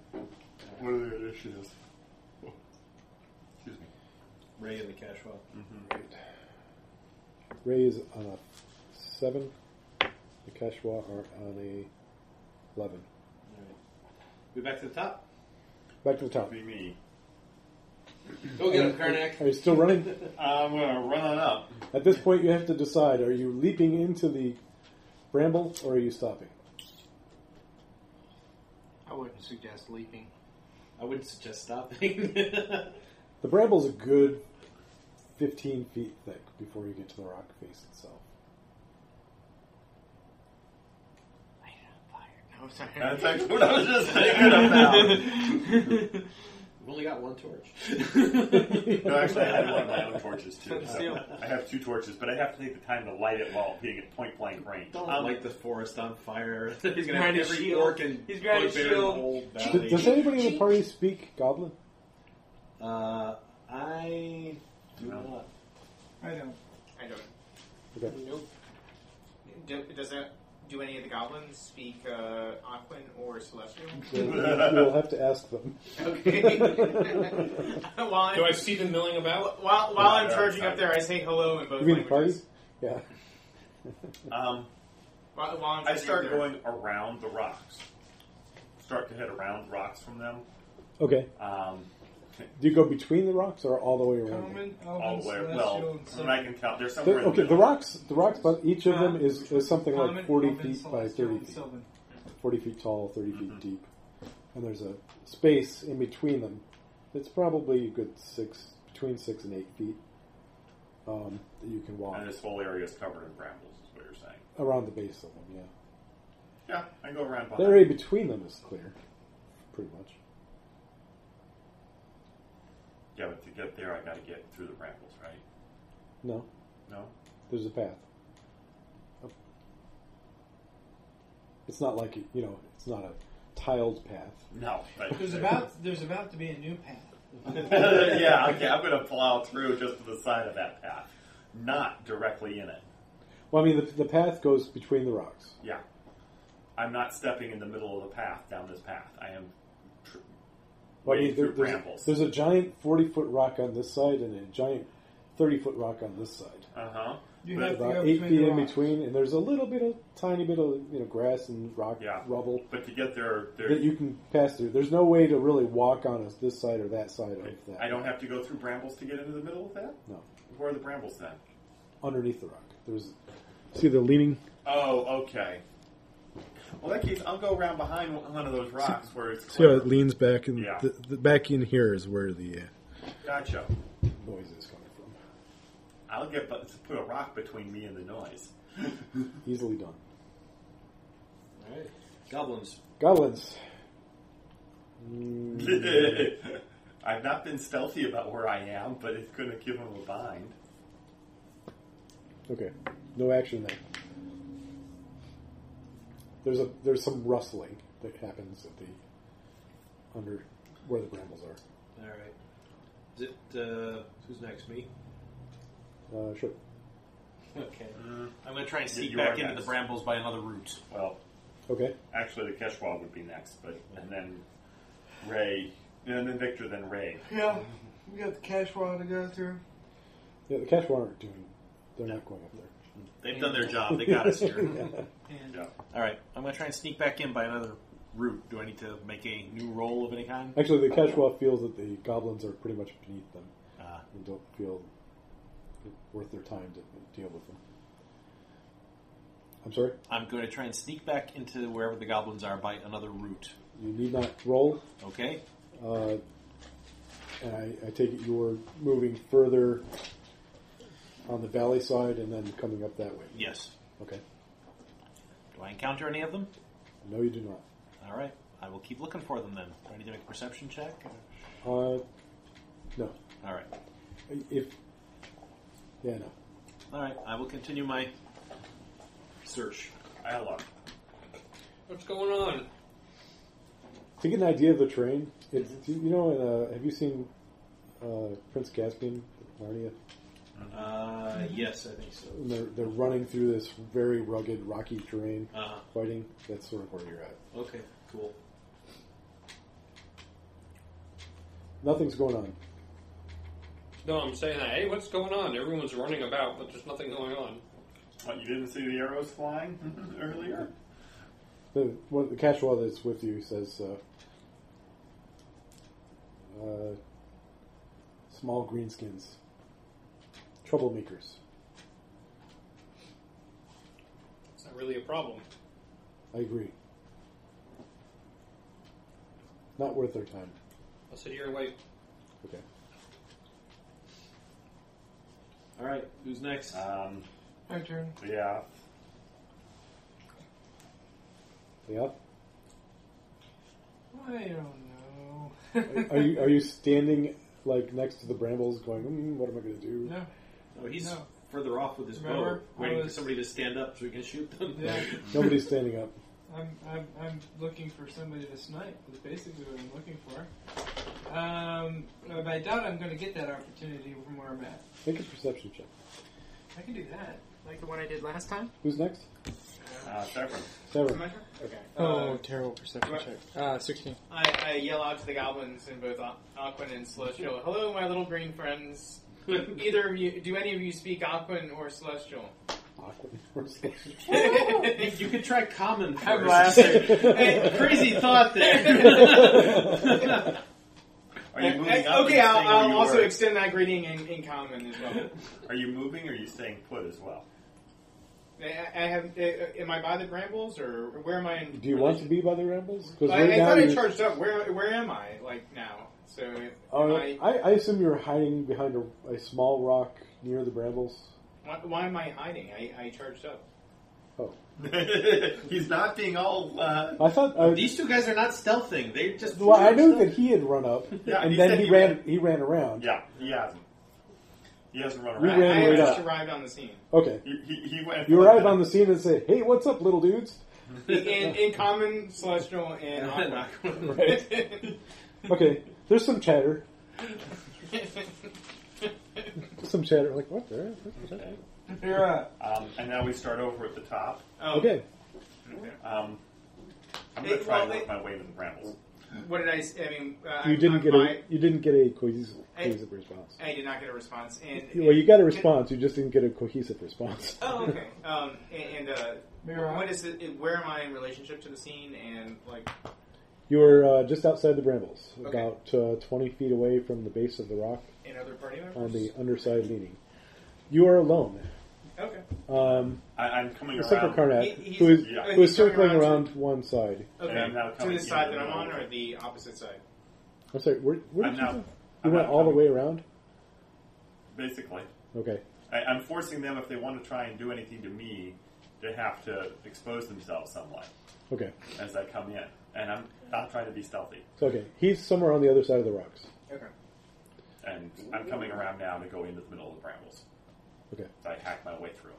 [SPEAKER 9] What are their initiatives? Excuse me.
[SPEAKER 4] Ray and the Cashwob.
[SPEAKER 3] Ray is on a seven. The Kashwa are on a eleven.
[SPEAKER 4] All right. We back to the top.
[SPEAKER 3] Back to the top.
[SPEAKER 9] That'd be me.
[SPEAKER 4] Go get him, Karnak.
[SPEAKER 3] Are you still running?
[SPEAKER 9] I'm going to run on up.
[SPEAKER 3] At this point, you have to decide: Are you leaping into the bramble, or are you stopping?
[SPEAKER 2] I wouldn't suggest leaping.
[SPEAKER 4] I wouldn't suggest stopping.
[SPEAKER 3] The bramble's a good fifteen feet thick before you get to the rock face itself.
[SPEAKER 2] No, sorry.
[SPEAKER 9] That's actually what I was just thinking about.
[SPEAKER 4] We've only got one torch.
[SPEAKER 9] No, actually, I had one of my own torches too.
[SPEAKER 4] Steal.
[SPEAKER 9] So I have two torches, but I have to take the time to light it while being at point blank range.
[SPEAKER 4] Don't
[SPEAKER 9] I'm-
[SPEAKER 4] light the forest on fire. He's gonna
[SPEAKER 2] Grab
[SPEAKER 4] have
[SPEAKER 2] his
[SPEAKER 4] every
[SPEAKER 2] shield.
[SPEAKER 4] orc and
[SPEAKER 2] He's grabbing his
[SPEAKER 4] bugbear in the
[SPEAKER 2] shield.
[SPEAKER 4] whole
[SPEAKER 3] Does,
[SPEAKER 4] valley.
[SPEAKER 3] does anybody in the party speak Goblin?
[SPEAKER 4] Uh, I do
[SPEAKER 9] No.
[SPEAKER 4] not.
[SPEAKER 2] I don't.
[SPEAKER 8] I don't.
[SPEAKER 3] Okay.
[SPEAKER 8] Nope. Do, does that do any of the goblins speak uh, Aquan or Celestial?
[SPEAKER 3] You'll have to ask them.
[SPEAKER 8] Okay. while I'm,
[SPEAKER 5] Do I see them milling about?
[SPEAKER 8] while, while I'm charging up there, I say hello in both
[SPEAKER 3] You mean the party?
[SPEAKER 8] languages.
[SPEAKER 3] Yeah.
[SPEAKER 9] Um,
[SPEAKER 8] While, while I'm
[SPEAKER 9] I
[SPEAKER 8] charging
[SPEAKER 9] start
[SPEAKER 8] up there.
[SPEAKER 9] going around the rocks. Start to head around rocks from them.
[SPEAKER 3] Okay.
[SPEAKER 9] Um,
[SPEAKER 3] Do you go between the rocks or all the way around? them?
[SPEAKER 2] Common,
[SPEAKER 9] all
[SPEAKER 2] Elven,
[SPEAKER 9] the way.
[SPEAKER 2] Oh, Celestial,
[SPEAKER 9] Well,
[SPEAKER 2] and
[SPEAKER 9] when I can count, there's
[SPEAKER 3] The-
[SPEAKER 9] somewhere. in
[SPEAKER 3] okay, the
[SPEAKER 9] middle.
[SPEAKER 3] rocks, the rocks, but each of them is, is something
[SPEAKER 2] Common,
[SPEAKER 3] like forty
[SPEAKER 2] Elven,
[SPEAKER 3] feet by
[SPEAKER 2] Celestial,
[SPEAKER 3] thirty
[SPEAKER 2] and
[SPEAKER 3] feet,
[SPEAKER 2] Sylvan.
[SPEAKER 3] forty feet tall, 30 feet deep, and there's a space in between them. It's probably a good six, between six and eight feet um, that you can walk
[SPEAKER 9] And this whole area is covered in brambles, is what you're saying.
[SPEAKER 3] around the base of them. Yeah,
[SPEAKER 9] Yeah, I go around
[SPEAKER 3] the
[SPEAKER 9] behind.
[SPEAKER 3] area between them is clear, pretty much.
[SPEAKER 9] Yeah, but to get there, I got to get through the brambles, right?
[SPEAKER 3] No,
[SPEAKER 9] No.
[SPEAKER 3] there's a path. Up. It's not like it- you know, it's not a tiled path.
[SPEAKER 9] No. But
[SPEAKER 2] There's about there's about to be a new path.
[SPEAKER 9] yeah, okay, I'm going to plow through just to the side of that path, not directly in it.
[SPEAKER 3] Well, I mean, the, the path goes between the rocks.
[SPEAKER 9] Yeah. I'm not stepping in the middle of the path down this path. I am tr-
[SPEAKER 3] Well, I
[SPEAKER 9] wading
[SPEAKER 3] mean, there-
[SPEAKER 9] through
[SPEAKER 3] there's,
[SPEAKER 9] brambles.
[SPEAKER 3] there's a giant 40 foot rock on this side and a giant 30 foot rock on this side.
[SPEAKER 9] Uh huh.
[SPEAKER 2] You
[SPEAKER 9] But-
[SPEAKER 2] have to go
[SPEAKER 3] About eight
[SPEAKER 2] between
[SPEAKER 3] feet
[SPEAKER 2] the
[SPEAKER 3] in
[SPEAKER 2] rocks.
[SPEAKER 3] between, and there's a little bit of tiny bit of you know grass and rock
[SPEAKER 9] Yeah.
[SPEAKER 3] rubble
[SPEAKER 9] But to get there, there
[SPEAKER 3] that you can pass through. There's no way to really walk on us this side or that side of that.
[SPEAKER 9] I don't have to go through brambles to get into the middle of that?
[SPEAKER 3] No,
[SPEAKER 9] Where are the brambles then?
[SPEAKER 3] underneath the rock. There's see the leaning.
[SPEAKER 9] Oh, okay. Well, in that case, I'll go around behind one of those rocks where it's
[SPEAKER 3] See how
[SPEAKER 9] clear.
[SPEAKER 3] it leans back, and
[SPEAKER 9] Yeah.
[SPEAKER 3] the, the back in here is where the uh,
[SPEAKER 9] Gotcha.
[SPEAKER 3] noise is coming from.
[SPEAKER 9] I'll get but put a rock between me and the noise.
[SPEAKER 3] Easily done.
[SPEAKER 4] All right. Goblins.
[SPEAKER 3] Goblins. Mm,
[SPEAKER 9] I've not been stealthy about where I am, but it's going to give them a bind.
[SPEAKER 3] Okay. No action there. There's a there's some rustling that happens at the under where the brambles are.
[SPEAKER 4] All right. Is it uh, who's next? Me.
[SPEAKER 3] Uh, sure.
[SPEAKER 4] Okay. I'm gonna try and
[SPEAKER 9] Uh, You-
[SPEAKER 4] sneak
[SPEAKER 9] you
[SPEAKER 4] back
[SPEAKER 9] are
[SPEAKER 4] into
[SPEAKER 9] next.
[SPEAKER 4] the brambles by another route.
[SPEAKER 9] Well,
[SPEAKER 3] Okay.
[SPEAKER 9] actually, the Keshwa would be next, but and then Ray, and then Victor, then Ray.
[SPEAKER 2] Yeah, we got the cash wall to go through.
[SPEAKER 3] Yeah, the Kashwa aren't doing. They're not going up there.
[SPEAKER 4] They've done their job. Oh, They got us here.
[SPEAKER 3] Yeah.
[SPEAKER 2] And
[SPEAKER 9] Yeah.
[SPEAKER 4] All right. I'm gonna try and sneak back in by another route? Do I need to make a new roll of any kind?
[SPEAKER 3] Actually, the Keshwa feels that the goblins are pretty much beneath them
[SPEAKER 4] Uh,
[SPEAKER 3] and don't feel it worth their time to deal with them. I'm sorry?
[SPEAKER 4] I'm going to try and sneak back into wherever the goblins are by another route.
[SPEAKER 3] You need not roll.
[SPEAKER 4] Okay?
[SPEAKER 3] Uh, and I, I take it you were moving further on the valley side and then coming up that way.
[SPEAKER 4] Yes.
[SPEAKER 3] Okay.
[SPEAKER 4] Do I encounter any of them?
[SPEAKER 3] No, you do not.
[SPEAKER 4] All right. I will keep looking for them then. Do I need to make a perception check?
[SPEAKER 3] Uh, no.
[SPEAKER 4] All right.
[SPEAKER 3] If. Yeah, no.
[SPEAKER 4] All right. I will continue my search.
[SPEAKER 9] I love.
[SPEAKER 5] What's going on?
[SPEAKER 3] To get an idea of the terrain, it's, do you know, in, uh, have you seen uh, Prince Caspian, Narnia?
[SPEAKER 4] Uh, yes, I think so.
[SPEAKER 3] And They're, they're running through this very rugged, rocky terrain,
[SPEAKER 4] Uh,
[SPEAKER 3] fighting. That's sort of where you're at.
[SPEAKER 4] okay. Cool.
[SPEAKER 3] Nothing's going on.
[SPEAKER 5] No, I'm saying that. Hey, what's going on? Everyone's running about, but there's nothing going on.
[SPEAKER 9] What, you didn't see the arrows flying
[SPEAKER 7] Mm-hmm.
[SPEAKER 9] earlier?
[SPEAKER 3] The, one, the casual that's with you says, uh, uh, small greenskins, troublemakers.
[SPEAKER 5] It's not really a problem.
[SPEAKER 3] I agree. Not worth their time.
[SPEAKER 5] I'll sit here and wait.
[SPEAKER 3] Okay.
[SPEAKER 4] All right. Who's next?
[SPEAKER 9] Um,
[SPEAKER 2] My turn.
[SPEAKER 9] yeah.
[SPEAKER 3] Yeah.
[SPEAKER 2] I don't know.
[SPEAKER 3] Are you are you standing like next to the brambles, going, mm, "What am I going to do?"
[SPEAKER 2] no.
[SPEAKER 4] oh, he's
[SPEAKER 2] no.
[SPEAKER 4] further off with his
[SPEAKER 2] Remember,
[SPEAKER 4] bow, waiting
[SPEAKER 2] I
[SPEAKER 4] for
[SPEAKER 2] was-
[SPEAKER 4] somebody to stand up so we can shoot them.
[SPEAKER 2] Yeah,
[SPEAKER 3] Nobody's standing up.
[SPEAKER 2] I'm, I'm, I'm looking for somebody to snipe. Is basically what I'm looking for. Um, but I doubt I'm going to get that opportunity from where I'm at.
[SPEAKER 3] Make a perception check.
[SPEAKER 2] I can do that.
[SPEAKER 7] Like the one I did last time?
[SPEAKER 3] Who's next?
[SPEAKER 9] Uh, Severin.
[SPEAKER 3] Sarah.
[SPEAKER 7] Okay.
[SPEAKER 8] Uh,
[SPEAKER 2] Uh,
[SPEAKER 11] Oh, terrible perception
[SPEAKER 7] what-
[SPEAKER 11] check. Uh, 16.
[SPEAKER 7] I, I yell out to the goblins in both Al- Alquin and Celestial. Hello, my little green friends. Either of you, do any of you speak Alquin or Celestial?
[SPEAKER 3] Awkward. We're slow.
[SPEAKER 4] Hey, you could try common first.
[SPEAKER 2] I'm laughing.
[SPEAKER 7] Hey, crazy thought there.
[SPEAKER 9] Are you moving
[SPEAKER 7] Okay,
[SPEAKER 9] up or
[SPEAKER 7] Eh, okay,
[SPEAKER 9] you
[SPEAKER 7] I'll,
[SPEAKER 9] staying where
[SPEAKER 7] I'll
[SPEAKER 9] you
[SPEAKER 7] also
[SPEAKER 9] were?
[SPEAKER 7] extend that greeting in, in common as well.
[SPEAKER 9] Are you moving or are you staying put as well?
[SPEAKER 7] I, I have. uh, Am I by the brambles or where am I? In
[SPEAKER 3] do you want to be by the rambles? Because
[SPEAKER 7] I, I thought I charged up. Where where am I? Like now? So am I,
[SPEAKER 3] Oh, I, I assume you're hiding behind a, a small rock near the brambles.
[SPEAKER 7] why, why am I hiding? I, I charged up.
[SPEAKER 9] He's not being all. Uh,
[SPEAKER 3] I thought. Uh,
[SPEAKER 4] These two guys are not stealthing. They just.
[SPEAKER 3] well, I knew that he had run up,
[SPEAKER 9] Yeah,
[SPEAKER 3] and
[SPEAKER 9] he
[SPEAKER 3] then
[SPEAKER 9] said
[SPEAKER 3] he
[SPEAKER 9] he
[SPEAKER 3] ran. He ran around.
[SPEAKER 9] yeah, he hasn't. He hasn't run
[SPEAKER 3] We
[SPEAKER 7] I,
[SPEAKER 9] around.
[SPEAKER 3] ran
[SPEAKER 7] I
[SPEAKER 3] right
[SPEAKER 7] just
[SPEAKER 3] up.
[SPEAKER 7] arrived on the scene.
[SPEAKER 3] Okay,
[SPEAKER 9] He, he, he went.
[SPEAKER 3] you arrive on the scene and say, "Hey, what's up, little dudes?"
[SPEAKER 7] In, in common, celestial, and aqua.
[SPEAKER 3] Right. Okay. There's some chatter. Some chatter. Like what? There.
[SPEAKER 9] Okay.
[SPEAKER 2] You're up.
[SPEAKER 9] Um, and now we start over at the top.
[SPEAKER 7] oh,
[SPEAKER 3] Okay.
[SPEAKER 9] Um, I'm going
[SPEAKER 7] Hey,
[SPEAKER 9] to try
[SPEAKER 7] well,
[SPEAKER 9] and
[SPEAKER 7] wait.
[SPEAKER 9] work my way to the brambles.
[SPEAKER 7] Um, What did I? s- I mean, uh,
[SPEAKER 3] You
[SPEAKER 7] I'm-
[SPEAKER 3] didn't
[SPEAKER 7] I'm
[SPEAKER 3] get
[SPEAKER 7] by-
[SPEAKER 3] a you didn't get a cohesive,
[SPEAKER 7] I-
[SPEAKER 3] cohesive response.
[SPEAKER 7] I did not get a response. And
[SPEAKER 3] Well, you got a response. You just didn't get a cohesive response.
[SPEAKER 7] Oh, okay. Um, and, and uh,
[SPEAKER 2] Mira.
[SPEAKER 7] what is it? Where am I in relationship to the scene? And like,
[SPEAKER 3] You were uh, just outside the brambles,
[SPEAKER 7] Okay.
[SPEAKER 3] about uh, twenty feet away from the base of the rock
[SPEAKER 7] in other party members?
[SPEAKER 3] on the underside leaning. You are alone.
[SPEAKER 7] Okay.
[SPEAKER 3] Um,
[SPEAKER 9] I, I'm coming
[SPEAKER 3] except for
[SPEAKER 9] around.
[SPEAKER 3] Karnak,
[SPEAKER 7] He- he's-
[SPEAKER 3] who is,
[SPEAKER 9] yeah.
[SPEAKER 3] who is
[SPEAKER 7] He's coming
[SPEAKER 3] circling
[SPEAKER 7] around
[SPEAKER 3] around one side.
[SPEAKER 7] Okay.
[SPEAKER 9] And I'm now
[SPEAKER 7] to
[SPEAKER 9] coming
[SPEAKER 7] the side
[SPEAKER 9] in
[SPEAKER 7] that
[SPEAKER 9] the
[SPEAKER 7] I'm on,
[SPEAKER 9] middle.
[SPEAKER 7] or the opposite side?
[SPEAKER 3] I'm sorry. Where, where
[SPEAKER 9] I'm
[SPEAKER 3] did
[SPEAKER 9] now-
[SPEAKER 3] you go? You
[SPEAKER 9] I'm
[SPEAKER 3] went
[SPEAKER 9] now
[SPEAKER 3] all the
[SPEAKER 9] coming.
[SPEAKER 3] way around.
[SPEAKER 9] Basically,
[SPEAKER 3] Okay.
[SPEAKER 9] I, I'm forcing them if they want to try and do anything to me, they have to expose themselves somewhat
[SPEAKER 3] Okay.
[SPEAKER 9] as I come in. And I'm not trying to be stealthy.
[SPEAKER 3] So okay. He's somewhere on the other side of the rocks.
[SPEAKER 7] Okay.
[SPEAKER 9] And I'm coming around now to go into the middle of the brambles.
[SPEAKER 3] Okay.
[SPEAKER 9] So I hack my way through.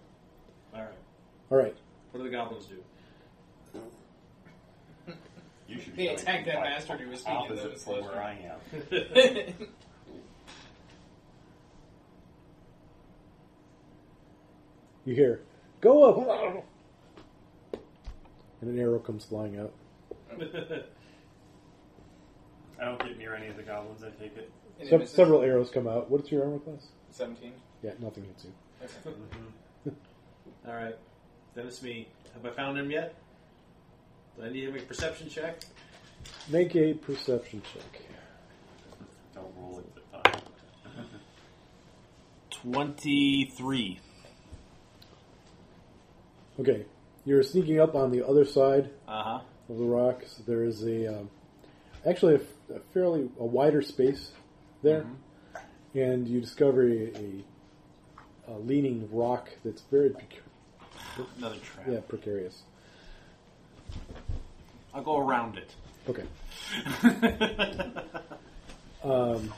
[SPEAKER 4] All right.
[SPEAKER 3] All right.
[SPEAKER 4] What do the goblins do?
[SPEAKER 9] You should
[SPEAKER 7] They
[SPEAKER 9] going
[SPEAKER 7] attacked that
[SPEAKER 9] like
[SPEAKER 7] bastard who was speaking
[SPEAKER 9] opposite
[SPEAKER 7] those
[SPEAKER 9] from
[SPEAKER 7] words.
[SPEAKER 9] where I am.
[SPEAKER 3] You hear, go up, and an arrow comes flying out.
[SPEAKER 9] I don't get near any of the goblins. I take it.
[SPEAKER 7] And it
[SPEAKER 3] Se-
[SPEAKER 7] misses.
[SPEAKER 3] several arrows come out. What's your armor class?
[SPEAKER 7] Seventeen.
[SPEAKER 3] Yeah, nothing hits you.
[SPEAKER 4] All right. Then it's me. Have I found him yet? Do I need to make a perception check?
[SPEAKER 3] Make a perception check.
[SPEAKER 9] Don't roll it at the time.
[SPEAKER 6] 23.
[SPEAKER 3] Okay, you're sneaking up on the other side
[SPEAKER 6] Uh huh.
[SPEAKER 4] Uh-huh.
[SPEAKER 3] of the rocks. There is a um, actually a, a fairly a wider space there, and you discover a, a, a leaning rock that's very precar-
[SPEAKER 6] Another trap.
[SPEAKER 3] yeah precarious.
[SPEAKER 6] I'll go around it.
[SPEAKER 3] Okay, um,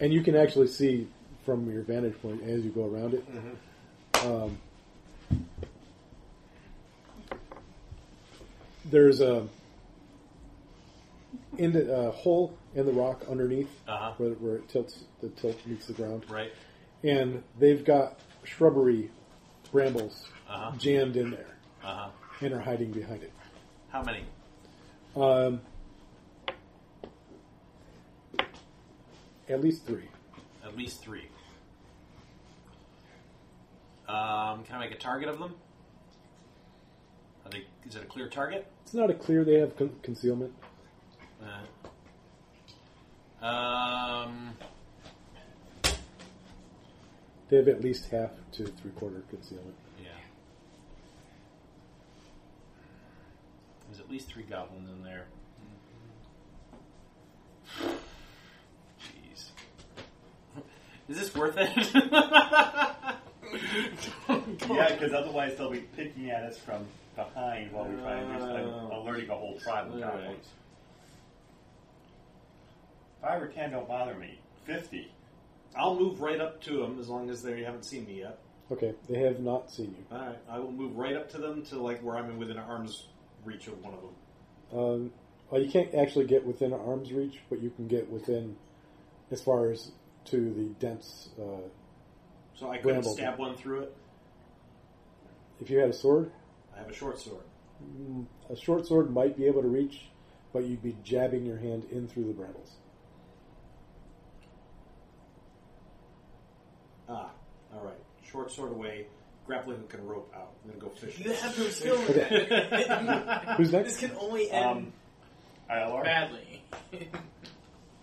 [SPEAKER 3] and you can actually see from your vantage point as you go around it.
[SPEAKER 6] Mm-hmm.
[SPEAKER 3] Um, there's a in the uh, hole in the rock underneath
[SPEAKER 6] Uh-huh.
[SPEAKER 3] where, where it tilts the tilt meets the ground
[SPEAKER 6] right.
[SPEAKER 3] and they've got shrubbery brambles
[SPEAKER 6] Uh-huh.
[SPEAKER 3] jammed in there
[SPEAKER 6] Uh
[SPEAKER 4] Uh-huh.
[SPEAKER 6] huh.
[SPEAKER 3] and are hiding behind it
[SPEAKER 6] How many?
[SPEAKER 3] um, at least three
[SPEAKER 6] At least three. Um, can I make a target of them? Are they, is it a clear target?
[SPEAKER 3] it's not a clear they have con- concealment
[SPEAKER 6] Uh, um,
[SPEAKER 3] they have at least half to three quarter concealment
[SPEAKER 6] yeah. There's at least three goblins in there. Jeez. Is this worth it?
[SPEAKER 9] Yeah, because otherwise they'll be picking at us from behind while we try and
[SPEAKER 4] Oh.
[SPEAKER 9] uh, alerting a whole tribe of
[SPEAKER 4] All
[SPEAKER 9] cowboys.
[SPEAKER 4] right.
[SPEAKER 9] Five or ten don't bother me. Fifty.
[SPEAKER 4] I'll move right up to them as long as they haven't seen me yet.
[SPEAKER 3] okay they have not seen you
[SPEAKER 4] All right, I will move right up to them to like where I'm within arm's reach of one of them.
[SPEAKER 3] Um, well, you can't actually get within arm's reach, but you can get within, as far as to the dense. Uh,
[SPEAKER 4] So I couldn't
[SPEAKER 3] Bramble.
[SPEAKER 4] stab one through it.
[SPEAKER 3] if you had a sword,
[SPEAKER 4] I have a short sword.
[SPEAKER 3] mm, a short sword might be able to reach, but you'd be jabbing your hand in through the brambles.
[SPEAKER 4] Ah, all right. Short sword away, grappling hook and rope out. I'm gonna go fishing.
[SPEAKER 8] You have no skill with
[SPEAKER 3] Okay.
[SPEAKER 8] that.
[SPEAKER 3] Who's
[SPEAKER 8] this
[SPEAKER 3] next?
[SPEAKER 8] can only end
[SPEAKER 9] Um, ILR.
[SPEAKER 8] badly.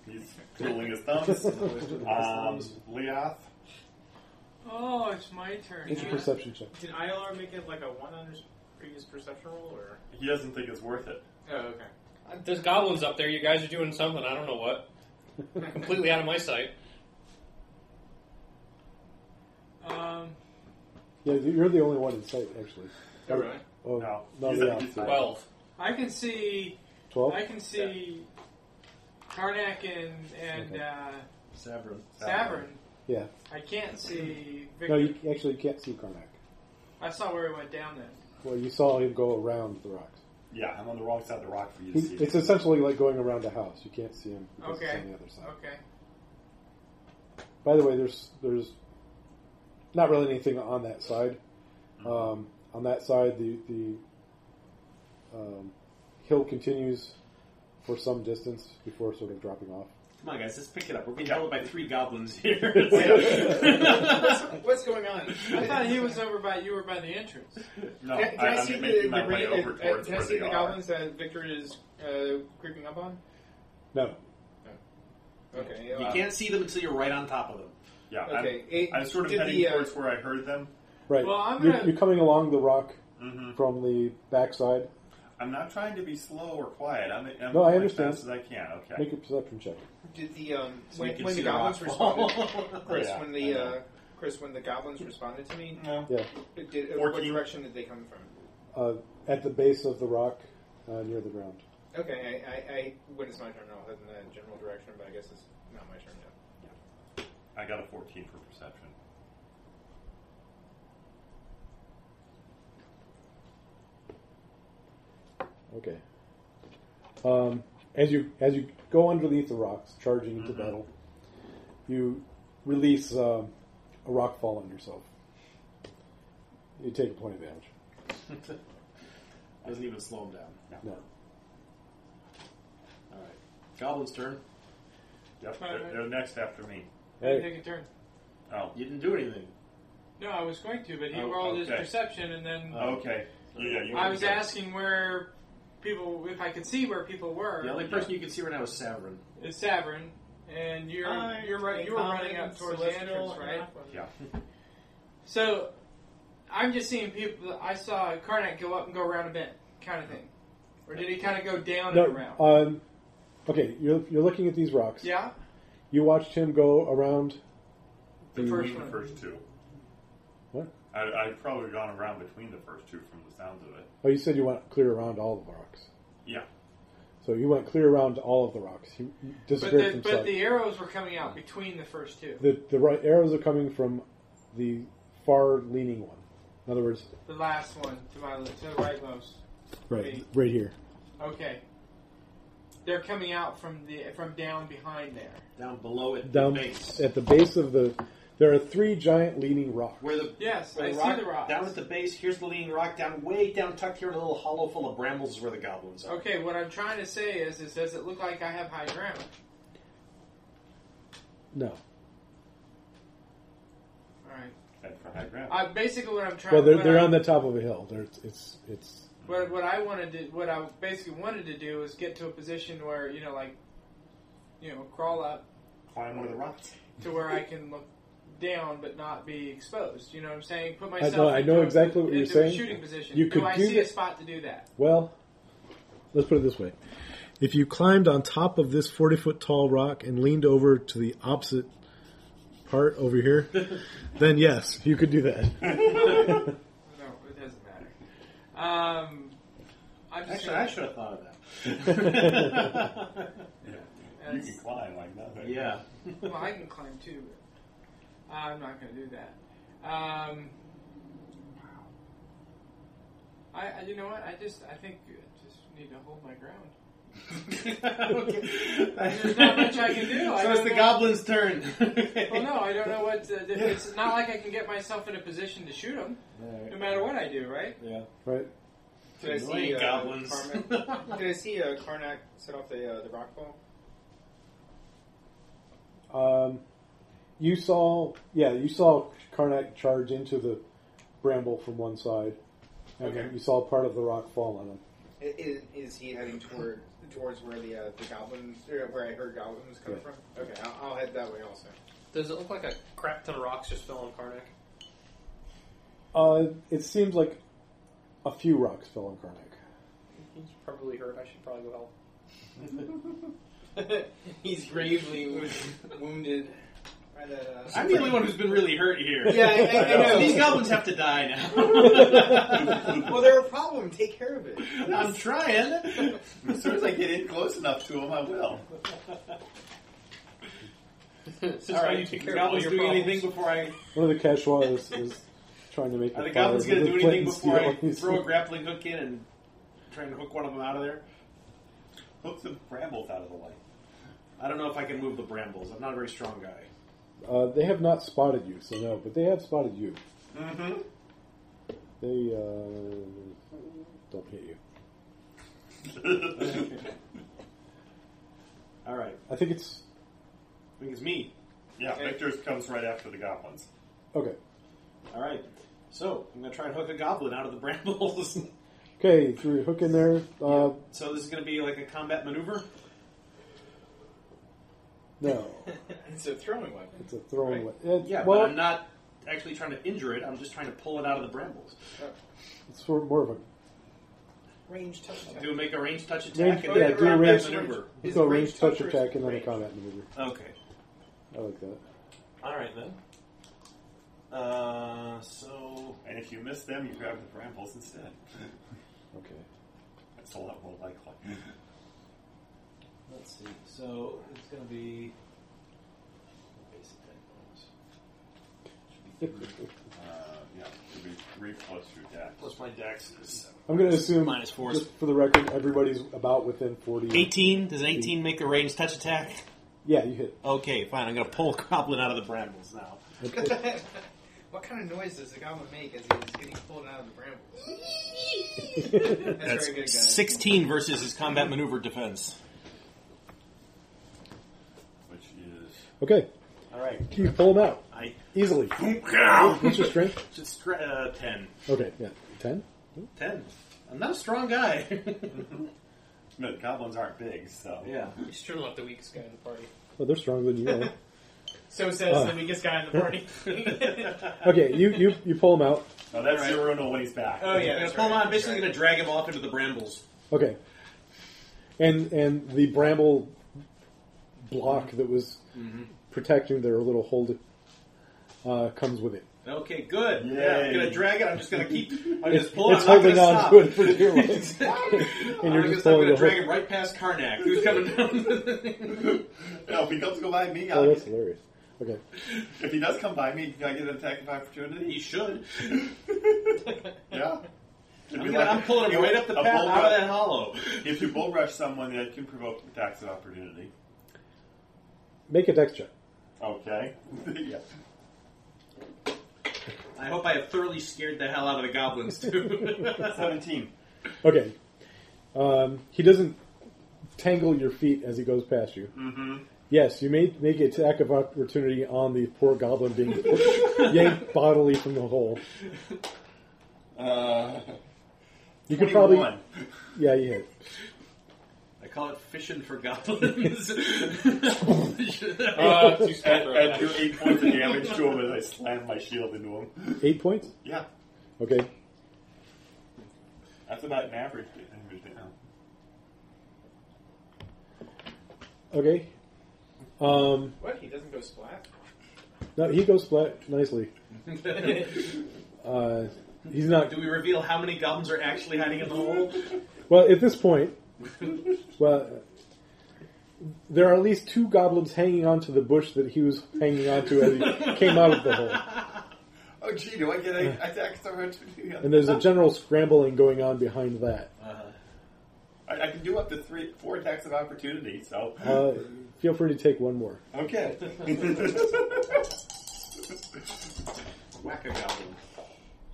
[SPEAKER 9] He's twiddling his thumbs. um, Leoth.
[SPEAKER 2] Oh, it's my turn.
[SPEAKER 3] It's a perception check.
[SPEAKER 8] Did ILR make it like a one on his previous perception roll, or?
[SPEAKER 9] He doesn't think it's worth it.
[SPEAKER 8] Oh, okay.
[SPEAKER 5] There's goblins up there. You guys are doing something. I don't know what. Completely out of my sight.
[SPEAKER 2] Um,
[SPEAKER 3] Yeah, you're the only one in sight, actually.
[SPEAKER 5] Oh, really?
[SPEAKER 3] Oh,
[SPEAKER 9] No.
[SPEAKER 3] no,
[SPEAKER 9] He's-
[SPEAKER 3] yeah,
[SPEAKER 9] he's
[SPEAKER 3] so-
[SPEAKER 9] well-
[SPEAKER 5] Twelve.
[SPEAKER 2] I can see.
[SPEAKER 3] twelve.
[SPEAKER 2] I can see. Karnak and and
[SPEAKER 3] Okay.
[SPEAKER 2] uh,
[SPEAKER 4] Sabrin.
[SPEAKER 9] Uh,
[SPEAKER 2] Sabrin.
[SPEAKER 3] Yeah.
[SPEAKER 2] I can't see
[SPEAKER 3] No,
[SPEAKER 2] Victor.
[SPEAKER 3] you actually can't see Karnak.
[SPEAKER 2] I saw where he went down then.
[SPEAKER 3] Well, you saw him go around the rocks.
[SPEAKER 9] Yeah, I'm on the wrong side of the rock for you to
[SPEAKER 3] He,
[SPEAKER 9] see.
[SPEAKER 3] it's essentially like going around a house. You can't see him because it's
[SPEAKER 2] Okay.
[SPEAKER 3] on the other side.
[SPEAKER 2] Okay.
[SPEAKER 3] By the way, there's there's not really anything on that side.
[SPEAKER 9] Mm-hmm.
[SPEAKER 3] Um, on that side, the the um, hill continues for some distance before sort of dropping off.
[SPEAKER 4] Come on, guys, let's pick it up. We're being held by three goblins here. It's-
[SPEAKER 8] What's going on?
[SPEAKER 2] I thought he was over by you were by the entrance.
[SPEAKER 9] no,
[SPEAKER 8] Can, can
[SPEAKER 9] Oh, I,
[SPEAKER 8] I,
[SPEAKER 9] I'm
[SPEAKER 8] see
[SPEAKER 9] making
[SPEAKER 8] the,
[SPEAKER 9] my
[SPEAKER 8] the,
[SPEAKER 9] way
[SPEAKER 8] ring-
[SPEAKER 9] over
[SPEAKER 8] uh, uh,
[SPEAKER 9] towards
[SPEAKER 8] can I
[SPEAKER 9] where
[SPEAKER 8] see
[SPEAKER 9] they
[SPEAKER 8] the
[SPEAKER 9] are.
[SPEAKER 8] goblins that Victor is uh, creeping up on?
[SPEAKER 3] No,
[SPEAKER 8] Okay.
[SPEAKER 4] you can't see them until you're right on top of them.
[SPEAKER 9] Yeah,
[SPEAKER 8] Okay. it-
[SPEAKER 9] I'm, I'm sort of
[SPEAKER 8] did
[SPEAKER 9] heading
[SPEAKER 8] the, uh,
[SPEAKER 9] towards where I heard them.
[SPEAKER 3] right?
[SPEAKER 2] Well, I'm
[SPEAKER 3] you're,
[SPEAKER 2] gonna-
[SPEAKER 3] you're coming along the rock
[SPEAKER 9] hmm
[SPEAKER 3] from the backside.
[SPEAKER 9] I'm not trying to be slow or quiet. I'm, I'm
[SPEAKER 3] No, I
[SPEAKER 9] going
[SPEAKER 3] understand.
[SPEAKER 9] as fast as I can. Okay.
[SPEAKER 3] Make a perception check.
[SPEAKER 8] Did the um,
[SPEAKER 4] So you
[SPEAKER 8] when,
[SPEAKER 4] can
[SPEAKER 8] when
[SPEAKER 4] see
[SPEAKER 8] the
[SPEAKER 4] the
[SPEAKER 8] goblins
[SPEAKER 4] rock.
[SPEAKER 8] responded? Chris,
[SPEAKER 9] Yeah,
[SPEAKER 8] when
[SPEAKER 9] I
[SPEAKER 8] the
[SPEAKER 9] know.
[SPEAKER 8] uh, Chris, when the goblins responded to me,
[SPEAKER 9] No.
[SPEAKER 3] Yeah,
[SPEAKER 8] did, uh, what
[SPEAKER 9] Fourteen.
[SPEAKER 8] direction did they come from?
[SPEAKER 3] uh, at the base of the rock uh, near the ground.
[SPEAKER 8] Okay, I, I, I when it's my turn, I'll head in the general direction, but I guess it's not my turn now.
[SPEAKER 9] I got a 14 for perception.
[SPEAKER 3] Okay. Um, as you as you go underneath the rocks, charging into
[SPEAKER 2] Mm-hmm.
[SPEAKER 9] Mhm.
[SPEAKER 3] battle, you release um, a rock fall on yourself. You take a point of damage.
[SPEAKER 4] Doesn't even slow them down.
[SPEAKER 3] No.
[SPEAKER 4] All right, goblin's turn.
[SPEAKER 9] Yep,
[SPEAKER 2] All
[SPEAKER 9] they're,
[SPEAKER 2] right.
[SPEAKER 9] they're next after me.
[SPEAKER 2] I didn't
[SPEAKER 3] Hey,
[SPEAKER 2] take a turn.
[SPEAKER 9] Oh,
[SPEAKER 4] You didn't do anything.
[SPEAKER 2] No, I was going to, but he
[SPEAKER 9] Oh,
[SPEAKER 2] rolled his
[SPEAKER 9] okay.
[SPEAKER 3] Uh,
[SPEAKER 2] perception, and then
[SPEAKER 4] Oh.
[SPEAKER 9] okay. Yeah, you
[SPEAKER 2] I was
[SPEAKER 9] already got-
[SPEAKER 2] asking where people, if I could see where people were,
[SPEAKER 4] The only person you could see right now is Saverin.
[SPEAKER 2] is Sabrin, and
[SPEAKER 5] Uh,
[SPEAKER 2] you're you're right. You were running up towards the entrance, right?
[SPEAKER 9] Yeah.
[SPEAKER 2] So I'm just seeing people. I saw Karnak go up and go around a bend, kind of thing, or did he kind of go down and
[SPEAKER 3] No,
[SPEAKER 2] around?
[SPEAKER 3] um, okay, you're, you're looking at these rocks.
[SPEAKER 2] yeah,
[SPEAKER 3] You watched him go around.
[SPEAKER 2] the first
[SPEAKER 9] The
[SPEAKER 2] one.
[SPEAKER 9] first two.
[SPEAKER 3] What?
[SPEAKER 9] I, I'd probably gone around between the first two from the sounds of it.
[SPEAKER 3] Oh, you said you went clear around all the rocks.
[SPEAKER 9] Yeah.
[SPEAKER 3] So you went clear around all of the rocks. You you
[SPEAKER 2] But
[SPEAKER 3] disappeared
[SPEAKER 2] the,
[SPEAKER 3] from
[SPEAKER 2] but
[SPEAKER 3] sight.
[SPEAKER 2] the arrows were coming out between the first two.
[SPEAKER 3] the, the right arrows are coming from the far leaning one. In other words,
[SPEAKER 2] The last one to my to the rightmost.
[SPEAKER 3] right,
[SPEAKER 2] Wait.
[SPEAKER 3] right here.
[SPEAKER 2] Okay. They're coming out from the from down behind there.
[SPEAKER 4] Down below at
[SPEAKER 3] Down
[SPEAKER 4] the base.
[SPEAKER 3] at the base of the, there are three giant leaning rocks.
[SPEAKER 4] Where the
[SPEAKER 2] Yes,
[SPEAKER 4] where
[SPEAKER 2] I
[SPEAKER 4] the
[SPEAKER 2] see
[SPEAKER 4] rock,
[SPEAKER 2] the rocks.
[SPEAKER 4] Down at the base, here's the leaning rock. Down way down, tucked here in a little hollow full of brambles is where the goblins are.
[SPEAKER 2] Okay, what I'm trying to say is, is does it look like I have high ground?
[SPEAKER 3] No,
[SPEAKER 2] All right.
[SPEAKER 9] Head for high ground.
[SPEAKER 2] I, basically, what I'm trying.
[SPEAKER 3] well, they're,
[SPEAKER 2] what
[SPEAKER 3] they're
[SPEAKER 2] I,
[SPEAKER 3] on the top of a hill. They're, it's it's
[SPEAKER 2] What, what I wanted to, what I basically wanted to do is get to a position where you know, like, you know, crawl up
[SPEAKER 9] Climb one of the rocks.
[SPEAKER 2] to where I can look down but not be exposed. You know what I'm saying? Put
[SPEAKER 3] know-
[SPEAKER 2] myself.
[SPEAKER 3] I
[SPEAKER 2] into
[SPEAKER 3] know
[SPEAKER 2] a-
[SPEAKER 3] exactly what you're
[SPEAKER 2] into
[SPEAKER 3] saying.
[SPEAKER 2] A shooting position.
[SPEAKER 3] You
[SPEAKER 2] do
[SPEAKER 3] could
[SPEAKER 2] I
[SPEAKER 3] do
[SPEAKER 2] see a
[SPEAKER 3] that-
[SPEAKER 2] spot to do that?
[SPEAKER 3] well. Let's put it this way: if you climbed on top of this forty foot tall rock and leaned over to the opposite part over here, then yes, you could do that.
[SPEAKER 2] No, it doesn't matter. Um, I'm
[SPEAKER 4] Actually,
[SPEAKER 2] just gonna-
[SPEAKER 4] I should have thought of that.
[SPEAKER 9] You
[SPEAKER 2] that's-
[SPEAKER 9] can climb like nothing.
[SPEAKER 4] yeah.
[SPEAKER 2] Well, I can climb too, but I'm not going to do that. Um, I, I, you know what? I just, I think, I just need to hold my ground.
[SPEAKER 4] There's
[SPEAKER 2] not much I can do.
[SPEAKER 4] So
[SPEAKER 2] I
[SPEAKER 4] it's
[SPEAKER 2] don't
[SPEAKER 4] the
[SPEAKER 2] know.
[SPEAKER 4] goblin's turn.
[SPEAKER 2] Well, Oh, no, I don't know what. To, it's not like I can get myself in a position to shoot them, no matter what I do, right?
[SPEAKER 4] Yeah.
[SPEAKER 3] right?
[SPEAKER 5] Did I
[SPEAKER 4] Annoying
[SPEAKER 5] see uh,
[SPEAKER 4] goblins.
[SPEAKER 5] Karnak- Did I see uh, Karnak set off the uh, the rock ball?
[SPEAKER 3] Um, you saw, yeah, you saw Karnak charge into the bramble from one side, and then
[SPEAKER 5] Okay.
[SPEAKER 3] you saw part of the rock fall on him.
[SPEAKER 5] Is, is he heading toward towards where the uh, the goblins or where I heard goblins coming
[SPEAKER 3] Yeah.
[SPEAKER 5] from? Okay, I'll, I'll head that way also. Does it look like a crap ton of rocks just fell on Karnak?
[SPEAKER 3] Uh, it seems like a few rocks fell on Karnak.
[SPEAKER 5] He's probably hurt. I should probably go help. He's gravely wo- wounded. by that, uh,
[SPEAKER 4] I'm the only one who's been really hurt here.
[SPEAKER 5] Yeah, I- I- I know.
[SPEAKER 4] These goblins have to die now.
[SPEAKER 5] well, they're a problem. Take care of it.
[SPEAKER 4] I'm trying. As soon as I get in close enough to them, I will. Since
[SPEAKER 5] All right,
[SPEAKER 4] are you
[SPEAKER 5] take
[SPEAKER 4] the
[SPEAKER 5] care of all
[SPEAKER 4] goblins
[SPEAKER 5] your
[SPEAKER 4] doing
[SPEAKER 5] problems.
[SPEAKER 4] anything before I?
[SPEAKER 3] One of the Kashwa is, is trying to make
[SPEAKER 4] Are the
[SPEAKER 3] fire
[SPEAKER 4] goblins going to
[SPEAKER 3] with
[SPEAKER 4] do
[SPEAKER 3] the
[SPEAKER 4] anything
[SPEAKER 3] flint
[SPEAKER 4] before I
[SPEAKER 3] and steel.
[SPEAKER 4] throw a grappling hook in and try and hook one of them out of there?
[SPEAKER 9] Hook the brambles out of the light.
[SPEAKER 4] I don't know if I can move the brambles. I'm not a very strong guy.
[SPEAKER 3] Uh, they have not spotted you, so no, but they have spotted you.
[SPEAKER 9] Mm-hmm.
[SPEAKER 3] They uh, don't hit you.
[SPEAKER 4] All right,
[SPEAKER 3] I think it's
[SPEAKER 4] I think it's me.
[SPEAKER 9] Yeah, Victor's comes right after the goblins.
[SPEAKER 3] okay.
[SPEAKER 4] All right, so I'm going to try and hook a goblin out of the brambles.
[SPEAKER 3] Okay, threw a hook in there. Uh,
[SPEAKER 4] so this is going to be like a combat maneuver.
[SPEAKER 3] No,
[SPEAKER 5] It's a throwing weapon.
[SPEAKER 3] it's a throwing.
[SPEAKER 5] Right.
[SPEAKER 3] we- it-
[SPEAKER 4] Yeah,
[SPEAKER 3] well,
[SPEAKER 4] but I'm not actually trying to injure it. I'm just trying to pull it out of the brambles.
[SPEAKER 3] it's for more of a
[SPEAKER 5] Range touch.
[SPEAKER 4] Do make a range touch
[SPEAKER 3] Range-
[SPEAKER 4] attack. and
[SPEAKER 3] yeah,
[SPEAKER 4] then
[SPEAKER 3] do a
[SPEAKER 4] combat
[SPEAKER 3] range-
[SPEAKER 4] maneuver.
[SPEAKER 5] Is
[SPEAKER 3] So
[SPEAKER 5] it
[SPEAKER 3] range
[SPEAKER 5] range
[SPEAKER 3] touch
[SPEAKER 5] touch or is
[SPEAKER 3] attack
[SPEAKER 5] it
[SPEAKER 3] and then a
[SPEAKER 5] range?
[SPEAKER 3] combat maneuver.
[SPEAKER 4] Okay.
[SPEAKER 3] I like that.
[SPEAKER 4] All right then. Uh, so
[SPEAKER 9] And if you miss them, you grab the brambles instead.
[SPEAKER 3] Okay.
[SPEAKER 9] That's a lot more likely.
[SPEAKER 4] let's see. So it's going to be basic attack bonus. Should be three.
[SPEAKER 9] Uh, yeah, it'd be three plus your deck.
[SPEAKER 4] Plus my dex is seven.
[SPEAKER 3] I'm going to assume,
[SPEAKER 4] Minus four is-
[SPEAKER 3] just for the record, everybody's about within 40.
[SPEAKER 4] 18. Does an 18 make a range touch attack?
[SPEAKER 3] Yeah, you hit.
[SPEAKER 4] Okay, fine. I'm going to pull Goblin out of the brambles now.
[SPEAKER 3] Okay.
[SPEAKER 5] what kind of noise does the goblin make as he's getting pulled out of the brambles? That's, very good, guys.
[SPEAKER 4] 16 versus his combat maneuver defense.
[SPEAKER 9] Which is.
[SPEAKER 3] okay.
[SPEAKER 4] All right.
[SPEAKER 3] You pull them out
[SPEAKER 4] I
[SPEAKER 3] easily. What's your strength?
[SPEAKER 4] just uh, 10.
[SPEAKER 3] Okay, yeah. 10?
[SPEAKER 4] 10. I'm not a strong guy.
[SPEAKER 9] No, goblins aren't big, so.
[SPEAKER 4] yeah.
[SPEAKER 5] You should have left the weakest guy in the party.
[SPEAKER 3] Well, they're stronger than you are.
[SPEAKER 8] So says
[SPEAKER 3] Oh.
[SPEAKER 8] the weakest guy in the party.
[SPEAKER 3] okay, you, you, you pull them out.
[SPEAKER 9] No, that's
[SPEAKER 4] Alright.
[SPEAKER 9] your Zero when he's back.
[SPEAKER 8] oh yeah,
[SPEAKER 4] I'm gonna
[SPEAKER 8] that's
[SPEAKER 4] pull him
[SPEAKER 8] right.
[SPEAKER 4] out. I'm basically
[SPEAKER 8] That's
[SPEAKER 4] gonna drag him off into the brambles.
[SPEAKER 3] Okay. And and the bramble block that was
[SPEAKER 4] Mm-hmm.
[SPEAKER 3] protecting their little hold uh, comes with it.
[SPEAKER 4] Okay, good.
[SPEAKER 9] Yay.
[SPEAKER 4] Yeah, I'm gonna drag it. I'm just gonna keep. I'm
[SPEAKER 3] It's-
[SPEAKER 4] just pulling.
[SPEAKER 3] it's
[SPEAKER 4] I'm not
[SPEAKER 3] holding
[SPEAKER 4] gonna
[SPEAKER 3] on
[SPEAKER 4] stop.
[SPEAKER 3] to it for dear life.
[SPEAKER 4] and
[SPEAKER 3] you're
[SPEAKER 4] I'm
[SPEAKER 3] just
[SPEAKER 4] gonna, I'm
[SPEAKER 3] pulling
[SPEAKER 4] gonna
[SPEAKER 3] the
[SPEAKER 4] drag
[SPEAKER 3] whole-
[SPEAKER 4] him right past Karnak, who's coming down. the
[SPEAKER 9] No, if he comes to go by me,
[SPEAKER 3] Oh,
[SPEAKER 9] I'll,
[SPEAKER 3] that's hilarious. Okay.
[SPEAKER 9] if he does come by me, do I get an attack
[SPEAKER 4] thing.
[SPEAKER 9] of
[SPEAKER 4] he
[SPEAKER 9] opportunity?
[SPEAKER 4] should.
[SPEAKER 9] yeah. It'd
[SPEAKER 4] I'm,
[SPEAKER 9] be
[SPEAKER 4] gonna,
[SPEAKER 9] like
[SPEAKER 4] I'm pulling
[SPEAKER 9] you
[SPEAKER 4] him
[SPEAKER 9] know,
[SPEAKER 4] right up the
[SPEAKER 9] a
[SPEAKER 4] path
[SPEAKER 9] bull
[SPEAKER 4] out of
[SPEAKER 9] rush-
[SPEAKER 4] that hollow.
[SPEAKER 9] If you bull rush someone, that can provoke attacks of opportunity.
[SPEAKER 3] Make a dex check.
[SPEAKER 9] Okay. yeah.
[SPEAKER 4] I hope I have thoroughly scared the hell out of the goblins too.
[SPEAKER 9] 17.
[SPEAKER 3] Okay. Um, he doesn't tangle your feet as he goes past you.
[SPEAKER 9] Mm-hmm.
[SPEAKER 3] Yes, you may make an attack of opportunity on the poor goblin being yanked bodily from the hole.
[SPEAKER 9] Uh,
[SPEAKER 3] You could probably,
[SPEAKER 9] 21.
[SPEAKER 3] yeah, you hit.
[SPEAKER 4] I call it fishing for goblins.
[SPEAKER 5] Uh, too small
[SPEAKER 9] And,
[SPEAKER 5] for
[SPEAKER 9] and
[SPEAKER 5] a
[SPEAKER 9] do 8 points of damage to him as I slam my shield into him.
[SPEAKER 3] Eight points.
[SPEAKER 9] Yeah.
[SPEAKER 3] Okay.
[SPEAKER 9] That's about an average damage now.
[SPEAKER 3] Okay. Um,
[SPEAKER 5] What? He doesn't go splat?
[SPEAKER 3] no, he goes flat nicely. Uh, he's not.
[SPEAKER 4] Do we reveal how many goblins are actually hiding in the hole?
[SPEAKER 3] Well, at this point, well, there are at least two goblins hanging onto the bush that he was hanging onto as he came out of the hole.
[SPEAKER 9] Oh, gee, do I get an attack of opportunity?
[SPEAKER 3] And there's a general scrambling going on behind that.
[SPEAKER 9] I, I can do up to three, four attacks of opportunity, so.
[SPEAKER 3] Uh, feel free to take one more.
[SPEAKER 9] okay.
[SPEAKER 4] Whack a goblin.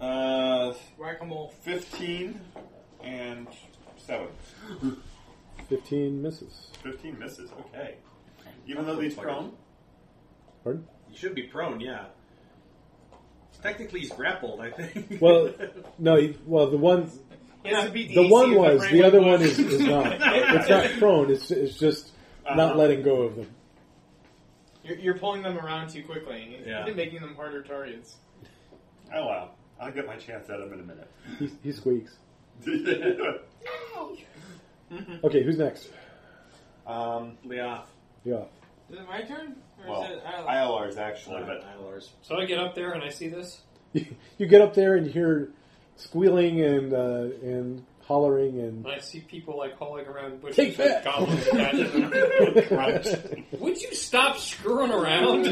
[SPEAKER 9] uh,
[SPEAKER 2] Whack a mole.
[SPEAKER 9] 15 and 7.
[SPEAKER 3] 15 misses.
[SPEAKER 9] 15 misses, okay. Even though he's prone?
[SPEAKER 3] Pardon?
[SPEAKER 4] You should be prone, yeah. Technically, he's grappled. I think.
[SPEAKER 3] Well, no, he, well, the one,
[SPEAKER 8] He has to beat
[SPEAKER 3] the
[SPEAKER 8] AC
[SPEAKER 3] one
[SPEAKER 8] if
[SPEAKER 3] was,
[SPEAKER 8] brain
[SPEAKER 3] the other
[SPEAKER 8] went
[SPEAKER 3] one
[SPEAKER 8] blue.
[SPEAKER 3] is, is not. It's not prone, it's, it's just not
[SPEAKER 9] Uh-huh.
[SPEAKER 3] letting go of them.
[SPEAKER 8] You're, you're pulling them around too quickly, and
[SPEAKER 4] Yeah.
[SPEAKER 8] making them harder targets.
[SPEAKER 9] Oh, wow. I'll get my chance at him in a minute.
[SPEAKER 3] He, he squeaks. Okay, who's next?
[SPEAKER 9] um,
[SPEAKER 4] Leoth.
[SPEAKER 3] Yeah.
[SPEAKER 2] Is it my turn? Or
[SPEAKER 9] well,
[SPEAKER 2] is it I don't-
[SPEAKER 9] ILRs actually, but
[SPEAKER 4] Ilars.
[SPEAKER 5] So I get up there and I see this.
[SPEAKER 3] You, you get up there and you hear squealing and, uh, and hollering and.
[SPEAKER 5] And I see people like hauling around bushes
[SPEAKER 3] Take
[SPEAKER 5] with
[SPEAKER 3] that!
[SPEAKER 5] goblins attached to them.
[SPEAKER 9] crunch.
[SPEAKER 5] Would you stop screwing around?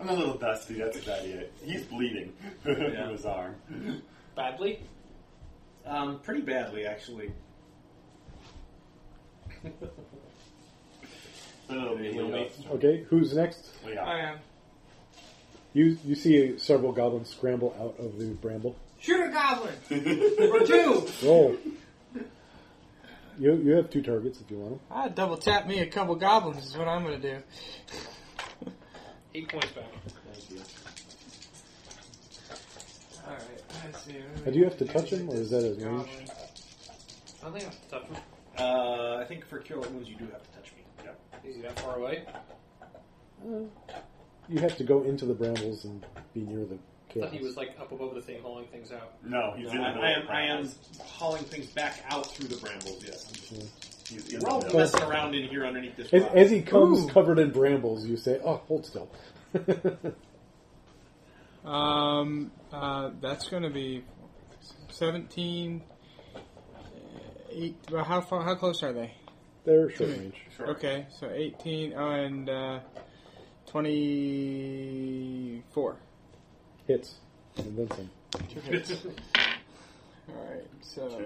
[SPEAKER 9] I'm a little dusty, that's about it. He's bleeding
[SPEAKER 4] Yeah.
[SPEAKER 9] from his arm.
[SPEAKER 5] Badly?
[SPEAKER 4] Um, pretty badly, actually.
[SPEAKER 9] So it'll be
[SPEAKER 4] Heal me.
[SPEAKER 9] Leo's turn.
[SPEAKER 3] Okay, who's next?
[SPEAKER 9] Leo.
[SPEAKER 2] I am.
[SPEAKER 3] You you see several goblins scramble out of the bramble.
[SPEAKER 2] Shoot a goblin! Number two!
[SPEAKER 3] Roll. You you have two targets if you want them.
[SPEAKER 2] I double tap me a couple goblins is what I'm gonna do.
[SPEAKER 5] Eight points back.
[SPEAKER 2] Alright, let's see.
[SPEAKER 3] Now, Uh, do you have to touch him, or is that his range?
[SPEAKER 5] I don't think I have to touch him.
[SPEAKER 4] Uh, I think for cure all wounds, you do have to touch me.
[SPEAKER 5] Is he that far away?
[SPEAKER 3] You have to go into the brambles and be near the
[SPEAKER 5] I
[SPEAKER 3] chaos.
[SPEAKER 5] thought he was like up above the thing hauling things out.
[SPEAKER 9] No, he's
[SPEAKER 4] No,
[SPEAKER 9] in the
[SPEAKER 4] I,
[SPEAKER 9] middle
[SPEAKER 4] I am.
[SPEAKER 9] of
[SPEAKER 4] I am
[SPEAKER 9] practice.
[SPEAKER 4] hauling things back out through the brambles. Yes. I'm just-
[SPEAKER 9] He's in
[SPEAKER 4] We're all
[SPEAKER 9] the middle.
[SPEAKER 4] messing around in here underneath this.
[SPEAKER 3] As,
[SPEAKER 4] rock.
[SPEAKER 3] as he comes
[SPEAKER 2] Ooh.
[SPEAKER 3] covered in brambles, you say, "Oh, hold still."
[SPEAKER 2] Um, uh, that's going to be 17. uh, Eight, well, how far? How close are they?
[SPEAKER 3] They're short range.
[SPEAKER 9] Sure.
[SPEAKER 2] Okay, so 18 oh, and uh, 24.
[SPEAKER 3] Hits and then some.
[SPEAKER 2] All right, so I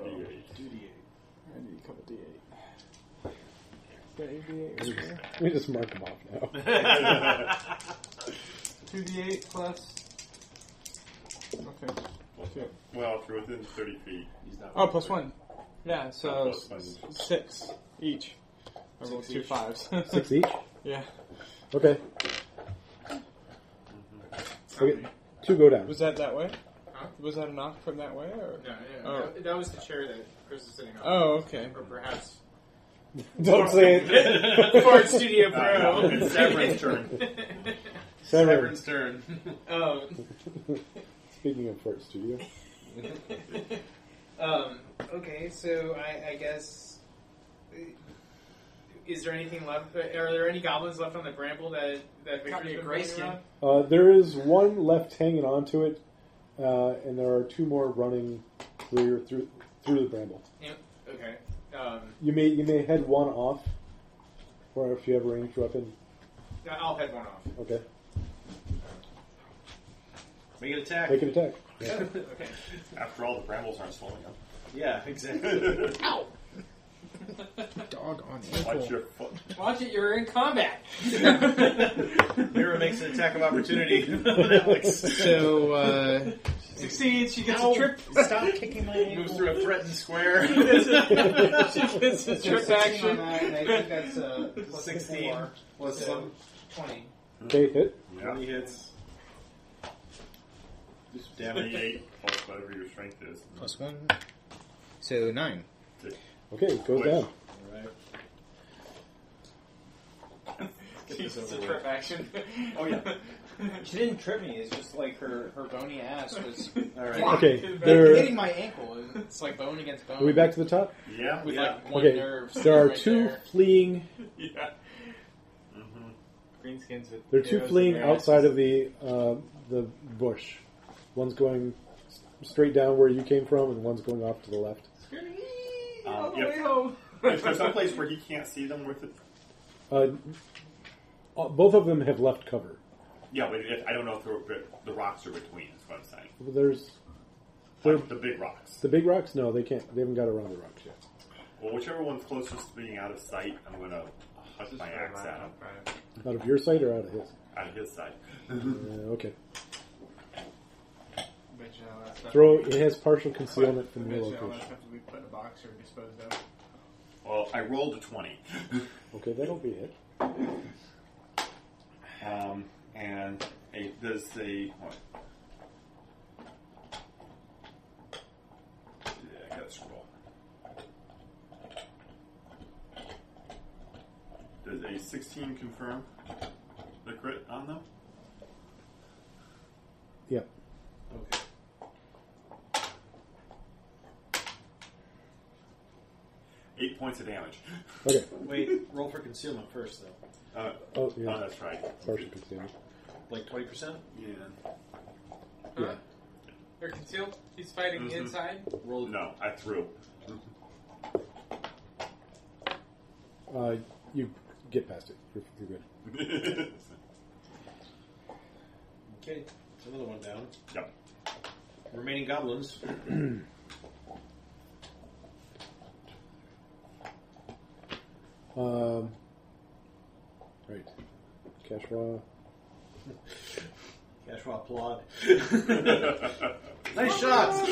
[SPEAKER 2] need a couple d8. Is that eight d8 right there?
[SPEAKER 3] We just mark them off now.
[SPEAKER 2] 2d8 plus. Okay.
[SPEAKER 9] Well, if you're within 30 feet,
[SPEAKER 4] He's not
[SPEAKER 2] Oh, plus one. Yeah, so
[SPEAKER 9] Plus one.
[SPEAKER 2] s- six each. I rolled two fives.
[SPEAKER 3] Six each.
[SPEAKER 2] yeah.
[SPEAKER 3] Okay. Okay. Two go down.
[SPEAKER 2] Was that that way? was that a knock from that way? Or?
[SPEAKER 8] No, yeah,
[SPEAKER 2] Oh.
[SPEAKER 8] that, that was the chair that Chris is sitting on.
[SPEAKER 2] Oh, okay.
[SPEAKER 8] Or perhaps
[SPEAKER 3] Don't say it.
[SPEAKER 8] Ford Studio
[SPEAKER 9] Uh,
[SPEAKER 8] Pro.
[SPEAKER 9] it's Severin's turn.
[SPEAKER 3] Severin.
[SPEAKER 9] Severin's turn.
[SPEAKER 8] um,
[SPEAKER 3] Speaking of Fort Studio,
[SPEAKER 8] um, okay, so I, I guess. uh, Is there anything left? Are there any goblins left on the bramble that that
[SPEAKER 5] Got
[SPEAKER 8] Victor's
[SPEAKER 5] me a
[SPEAKER 8] been
[SPEAKER 5] gray
[SPEAKER 8] putting
[SPEAKER 5] skin.
[SPEAKER 8] around?
[SPEAKER 3] uh, there is one left hanging onto it, uh, and there are two more running through through through the bramble.
[SPEAKER 8] Okay. Um,
[SPEAKER 3] You may you may head one off, or if you have a ranged weapon.
[SPEAKER 8] I'll head one off.
[SPEAKER 3] Okay,
[SPEAKER 4] Make an attack.
[SPEAKER 3] make an attack.
[SPEAKER 8] okay.
[SPEAKER 9] After all, the brambles aren't swelling up.
[SPEAKER 4] Yeah, exactly.
[SPEAKER 2] Dog on
[SPEAKER 9] Watch your foot.
[SPEAKER 5] Watch it, you're in combat.
[SPEAKER 4] Mira makes an attack of opportunity. Alex
[SPEAKER 2] So, uh,
[SPEAKER 8] Succeeds. She gets a trip.
[SPEAKER 7] Stop kicking my
[SPEAKER 4] moves through a threatened square.
[SPEAKER 2] trip action.
[SPEAKER 8] I think that's uh,
[SPEAKER 4] plus 16. four,
[SPEAKER 8] plus
[SPEAKER 4] so one.
[SPEAKER 8] twenty.
[SPEAKER 3] Okay, hit.
[SPEAKER 9] Yeah.
[SPEAKER 4] Twenty hits. Just damage.
[SPEAKER 9] 28 plus whatever your strength is.
[SPEAKER 7] Plus one. So nine.
[SPEAKER 3] Okay, it goes down.
[SPEAKER 8] It's a trip action.
[SPEAKER 9] Oh, yeah.
[SPEAKER 8] she didn't trip me. It's just like her her bony ass was
[SPEAKER 4] All right.
[SPEAKER 3] Okay,
[SPEAKER 8] hitting
[SPEAKER 3] there.
[SPEAKER 8] my ankle. It's like bone against bone.
[SPEAKER 3] Are we back to the top?
[SPEAKER 9] Yeah.
[SPEAKER 8] with
[SPEAKER 9] yeah.
[SPEAKER 8] like one
[SPEAKER 3] Okay,
[SPEAKER 8] nerve.
[SPEAKER 3] there are
[SPEAKER 8] right
[SPEAKER 3] two
[SPEAKER 8] there.
[SPEAKER 3] fleeing.
[SPEAKER 8] Yeah.
[SPEAKER 9] Mm-hmm.
[SPEAKER 2] Greenskins with
[SPEAKER 3] There are two
[SPEAKER 2] arrows in
[SPEAKER 3] fleeing
[SPEAKER 2] their
[SPEAKER 3] outside
[SPEAKER 2] asses.
[SPEAKER 3] of the uh, the bush. One's going s- straight down where you came from, and one's going off to the left.
[SPEAKER 9] all the way
[SPEAKER 8] home.
[SPEAKER 9] Is there some place where he can't see them with it?
[SPEAKER 3] Uh, uh, both of them have left cover.
[SPEAKER 9] Yeah, but if, I don't know if there were, but the rocks are between. That's what I'm saying.
[SPEAKER 3] There's They're-
[SPEAKER 9] Like the big rocks.
[SPEAKER 3] the big rocks. No, they can't. They haven't got around the rocks yet.
[SPEAKER 9] Well, whichever one's closest to being out of sight, I'm going to huck my axe out
[SPEAKER 3] Out of your sight or out of his?
[SPEAKER 9] out of his sight.
[SPEAKER 3] Uh, okay. Throw. It has partial concealment from your location.
[SPEAKER 8] we put in a box or disposed of.
[SPEAKER 9] Well, I rolled a 20.
[SPEAKER 3] Okay, that'll be it.
[SPEAKER 9] Um, and a, does the what? Yeah, I gotta scroll. Does a 16 confirm the crit on them?
[SPEAKER 3] Yep.
[SPEAKER 4] Okay.
[SPEAKER 9] Eight points of damage.
[SPEAKER 3] Okay.
[SPEAKER 4] Wait, roll for concealment first, though.
[SPEAKER 9] Uh,
[SPEAKER 3] Oh,
[SPEAKER 9] Oh,
[SPEAKER 3] yeah.
[SPEAKER 9] that's right.
[SPEAKER 3] Partial concealment.
[SPEAKER 4] Like twenty percent.
[SPEAKER 9] Yeah.
[SPEAKER 3] Yeah.
[SPEAKER 5] They're concealed. He's fighting
[SPEAKER 9] Mhm.
[SPEAKER 5] inside.
[SPEAKER 4] Roll
[SPEAKER 9] No, I threw.
[SPEAKER 3] Uh, you get past it. You're, you're good.
[SPEAKER 4] Okay, it's another one down.
[SPEAKER 9] yep.
[SPEAKER 4] Remaining goblins.
[SPEAKER 3] Um, right. Kashwa.
[SPEAKER 4] Cashwa applaud.
[SPEAKER 9] nice
[SPEAKER 4] shots!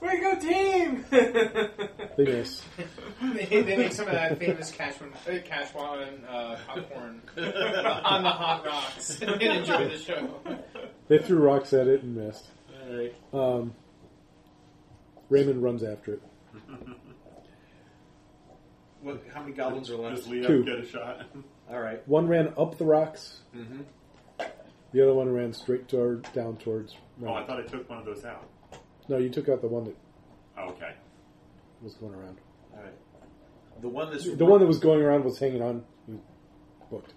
[SPEAKER 5] Way to go, team!
[SPEAKER 3] They miss.
[SPEAKER 8] they, they make some of that famous Cashwan, uh, Cashwan uh, popcorn on the hot rocks and enjoy the show.
[SPEAKER 3] They threw rocks at it and missed.
[SPEAKER 4] All right.
[SPEAKER 3] Um, Raymond runs after it.
[SPEAKER 4] What, how many goblins are left?
[SPEAKER 9] Does Leo
[SPEAKER 3] Two.
[SPEAKER 9] get a shot?
[SPEAKER 4] All right.
[SPEAKER 3] One ran up the rocks.
[SPEAKER 9] Mm-hmm.
[SPEAKER 4] Mhm.
[SPEAKER 3] The other one ran straight toward, down towards.
[SPEAKER 9] Oh, I
[SPEAKER 3] Raymond.
[SPEAKER 9] thought I took one of those out.
[SPEAKER 3] No, you took out the one that
[SPEAKER 9] Oh, okay.
[SPEAKER 3] was going around.
[SPEAKER 4] All right. The one that's
[SPEAKER 3] The one that was going around was hanging on. He booked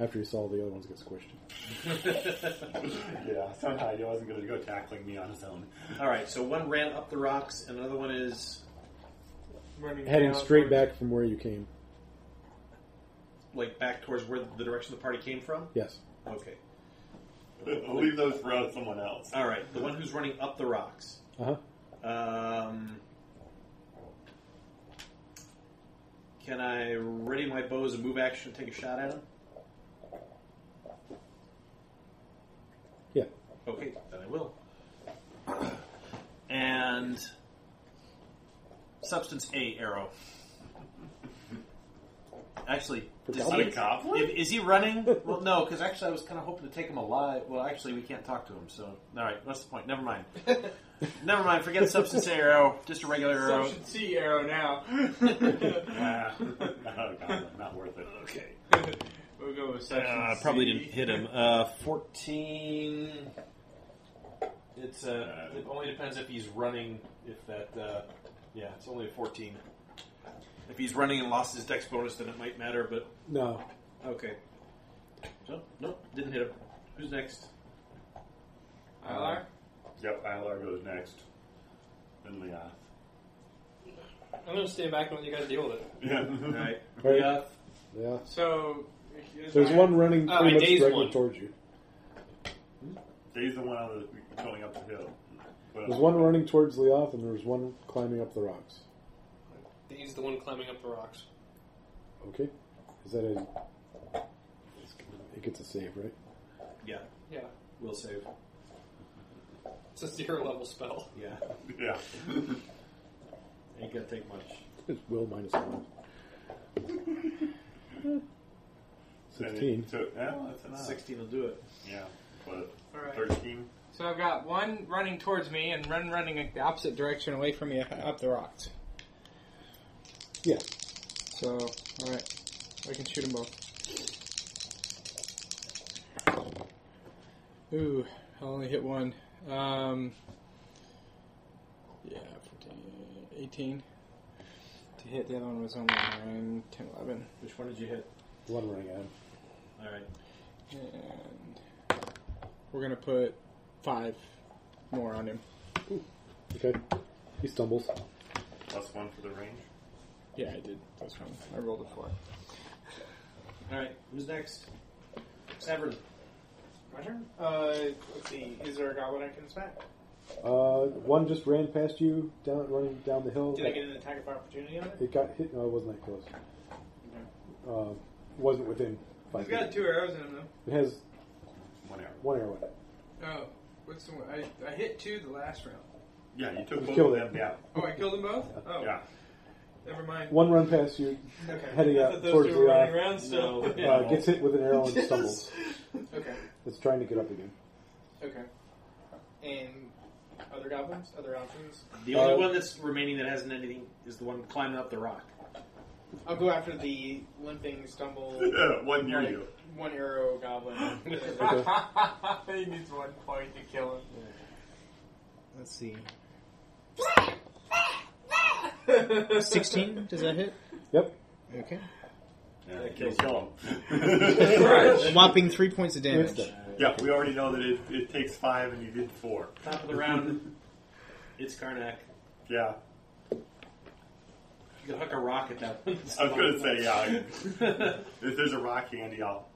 [SPEAKER 3] after he saw the other ones get squished.
[SPEAKER 9] Yeah, somehow he wasn't going to go tackling me on his own.
[SPEAKER 4] All right. So one ran up the rocks, and another one is
[SPEAKER 5] Running
[SPEAKER 3] Heading
[SPEAKER 5] down
[SPEAKER 3] straight
[SPEAKER 5] towards-
[SPEAKER 3] back from where you came.
[SPEAKER 4] like back towards where the direction the party came from.
[SPEAKER 3] Yes.
[SPEAKER 4] Okay.
[SPEAKER 9] I'll leave those for out someone else.
[SPEAKER 4] All right. The one who's running up the rocks.
[SPEAKER 3] Uh huh.
[SPEAKER 4] Um, can I ready my bow as a move action and take a shot at him?
[SPEAKER 3] Yeah.
[SPEAKER 4] Okay, then I will. And substance A arrow. Actually, does
[SPEAKER 3] Goblin
[SPEAKER 4] he-
[SPEAKER 9] cop?
[SPEAKER 4] if- is he running? Well, no, because actually I was kind of hoping to take him alive. Well, actually we can't talk to him, so all right. What's the point? Never mind. Never mind. Forget substance A arrow. Just a regular
[SPEAKER 8] uh,
[SPEAKER 4] arrow.
[SPEAKER 2] Substance C arrow now.
[SPEAKER 9] Ah, oh, God, not worth it. Okay.
[SPEAKER 2] We'll go with substance
[SPEAKER 4] Uh, probably
[SPEAKER 2] C.
[SPEAKER 4] didn't hit him. Uh, Fourteen. It's uh,
[SPEAKER 9] Uh,
[SPEAKER 4] it only depends if he's running. If that, uh, yeah, it's only a fourteen. If he's running and lost his dex bonus, then it might matter. But
[SPEAKER 3] No.
[SPEAKER 4] okay. So nope, didn't hit him. Who's next?
[SPEAKER 2] Ilar?
[SPEAKER 9] Yep, Ilar goes next. Then Leoth.
[SPEAKER 5] I'm gonna stay back and let you guys deal with it.
[SPEAKER 9] Yeah.
[SPEAKER 4] All right,
[SPEAKER 3] Right?
[SPEAKER 4] Leoth.
[SPEAKER 3] Yeah.
[SPEAKER 2] So
[SPEAKER 3] There's one running
[SPEAKER 5] Uh,
[SPEAKER 3] pretty
[SPEAKER 5] I
[SPEAKER 3] much
[SPEAKER 5] dazed
[SPEAKER 3] directly
[SPEAKER 5] one.
[SPEAKER 3] towards you.
[SPEAKER 9] He's the one out of the, going up the hill. But-
[SPEAKER 3] There's one running towards Leoth, and there's one climbing up the rocks.
[SPEAKER 5] He's the one climbing up the rocks.
[SPEAKER 3] Okay. Is that a? It gets a save, right?
[SPEAKER 4] Yeah,
[SPEAKER 5] Yeah,
[SPEAKER 4] will save.
[SPEAKER 5] it's a zero level spell.
[SPEAKER 4] Yeah,
[SPEAKER 9] Yeah.
[SPEAKER 4] ain't gonna take much.
[SPEAKER 3] It's will minus one. Sixteen.
[SPEAKER 9] So, yeah, that's enough.
[SPEAKER 4] Sixteen will do it.
[SPEAKER 9] Yeah. But
[SPEAKER 2] All right.
[SPEAKER 9] 13.
[SPEAKER 2] So I've got one running towards me and one running the opposite direction away from me up the rocks.
[SPEAKER 3] Yeah.
[SPEAKER 2] So, all right, I can shoot them both. Ooh, I only hit one. Um, yeah, 14, 18 to hit. The other one was only 9, 10, 11.
[SPEAKER 4] Which one did you hit?
[SPEAKER 3] One running at him.
[SPEAKER 4] All right.
[SPEAKER 2] And we're going to put 5 more on him.
[SPEAKER 3] Okay. He stumbles.
[SPEAKER 9] Plus one for the range.
[SPEAKER 2] Yeah, I did. That's one. I rolled a 4.
[SPEAKER 4] All right. Who's next? Severn.
[SPEAKER 8] My turn? Uh, let's see. Is there a goblin I can smack?
[SPEAKER 3] Uh, one just ran past you, down running down the hill.
[SPEAKER 8] Did I get an attack of opportunity on it?
[SPEAKER 3] It got hit. No, it wasn't that close. Uh, wasn't within five
[SPEAKER 2] He's got
[SPEAKER 3] feet.
[SPEAKER 2] two arrows in him, though.
[SPEAKER 3] It has
[SPEAKER 9] One arrow.
[SPEAKER 3] one arrow in it.
[SPEAKER 2] Oh, what's the one? I, I hit two the last round.
[SPEAKER 9] Yeah, you took both
[SPEAKER 3] killed
[SPEAKER 9] of them
[SPEAKER 3] it.
[SPEAKER 9] down.
[SPEAKER 2] Oh, I killed them both? Oh,
[SPEAKER 9] Yeah.
[SPEAKER 2] never mind.
[SPEAKER 3] One run past you,
[SPEAKER 2] Okay.
[SPEAKER 3] heading
[SPEAKER 5] I
[SPEAKER 3] out
[SPEAKER 5] thought those
[SPEAKER 3] towards
[SPEAKER 5] two were running
[SPEAKER 3] Leoth.
[SPEAKER 5] around still.
[SPEAKER 4] No.
[SPEAKER 3] Uh, gets hit with an arrow and stumbles.
[SPEAKER 2] Okay.
[SPEAKER 3] It's trying to get up again.
[SPEAKER 2] Okay.
[SPEAKER 5] And other goblins, other options.
[SPEAKER 4] The only
[SPEAKER 3] Uh,
[SPEAKER 4] one that's remaining that hasn't anything is the one climbing up the rock.
[SPEAKER 5] I'll go after the one thing stumble.
[SPEAKER 9] one near you.
[SPEAKER 5] One arrow goblin.
[SPEAKER 2] he needs one point to kill him.
[SPEAKER 7] Let's see. 16? Does that hit?
[SPEAKER 3] Yep.
[SPEAKER 7] Okay.
[SPEAKER 9] Yeah,
[SPEAKER 4] That
[SPEAKER 9] you
[SPEAKER 4] kills
[SPEAKER 9] kill him.
[SPEAKER 7] Whopping three points of
[SPEAKER 3] It's
[SPEAKER 7] damage.
[SPEAKER 3] done.
[SPEAKER 9] yeah, we already know that it, it takes five and you did four.
[SPEAKER 4] Top of the round, it's Karnak.
[SPEAKER 9] Yeah.
[SPEAKER 4] You can hook a rock at that one.
[SPEAKER 9] I was going to say, yeah. If there's a rock handy, I'll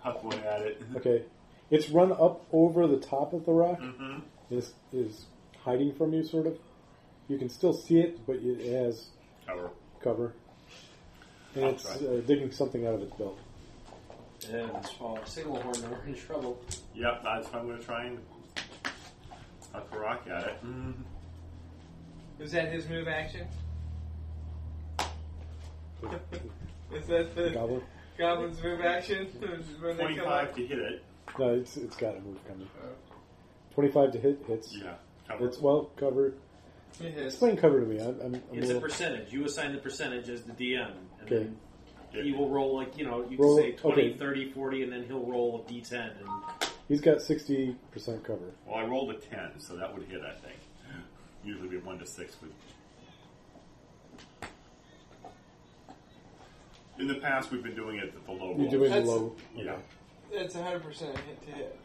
[SPEAKER 9] huck one at it.
[SPEAKER 3] Okay. It's run up over the top of the rock.
[SPEAKER 8] Mm-hmm.
[SPEAKER 9] Mhm.
[SPEAKER 3] Is is hiding from you, sort of. You can still see it, but it has
[SPEAKER 9] Cover.
[SPEAKER 3] cover. And
[SPEAKER 9] I'll
[SPEAKER 3] it's
[SPEAKER 9] try.
[SPEAKER 3] uh, digging something out of its belt.
[SPEAKER 4] And small signal horn, we're in trouble.
[SPEAKER 9] Yep, that's what I'm going to try and huck a rock at it.
[SPEAKER 2] Is that his move action? Is that the
[SPEAKER 3] Goblin?
[SPEAKER 2] goblin's move action? When they come up?
[SPEAKER 9] 25 to hit it.
[SPEAKER 3] No, it's it's got a move coming.
[SPEAKER 2] Oh.
[SPEAKER 3] Twenty-five to hit hits.
[SPEAKER 9] Yeah. Cover.
[SPEAKER 3] It's well cover.
[SPEAKER 2] It is.
[SPEAKER 3] Explain cover to me. I'm, I'm, I'm a
[SPEAKER 4] It's a
[SPEAKER 3] little-
[SPEAKER 4] percentage. You assign the percentage as the DM. And
[SPEAKER 3] okay.
[SPEAKER 9] Yeah.
[SPEAKER 4] then he will roll, like, you know, you can
[SPEAKER 3] Roll-
[SPEAKER 4] say 20,
[SPEAKER 3] okay.
[SPEAKER 4] 30, 40, and then he'll roll a d10. And
[SPEAKER 3] He's got sixty percent cover.
[SPEAKER 9] Well, I rolled a 10, so that would hit, I think. Usually be 1 to 6 with. In the past, we've been doing it at the low
[SPEAKER 3] You're
[SPEAKER 9] roll.
[SPEAKER 3] doing
[SPEAKER 2] That's-
[SPEAKER 3] low.
[SPEAKER 9] Yeah,
[SPEAKER 2] That's 100% hit to hit.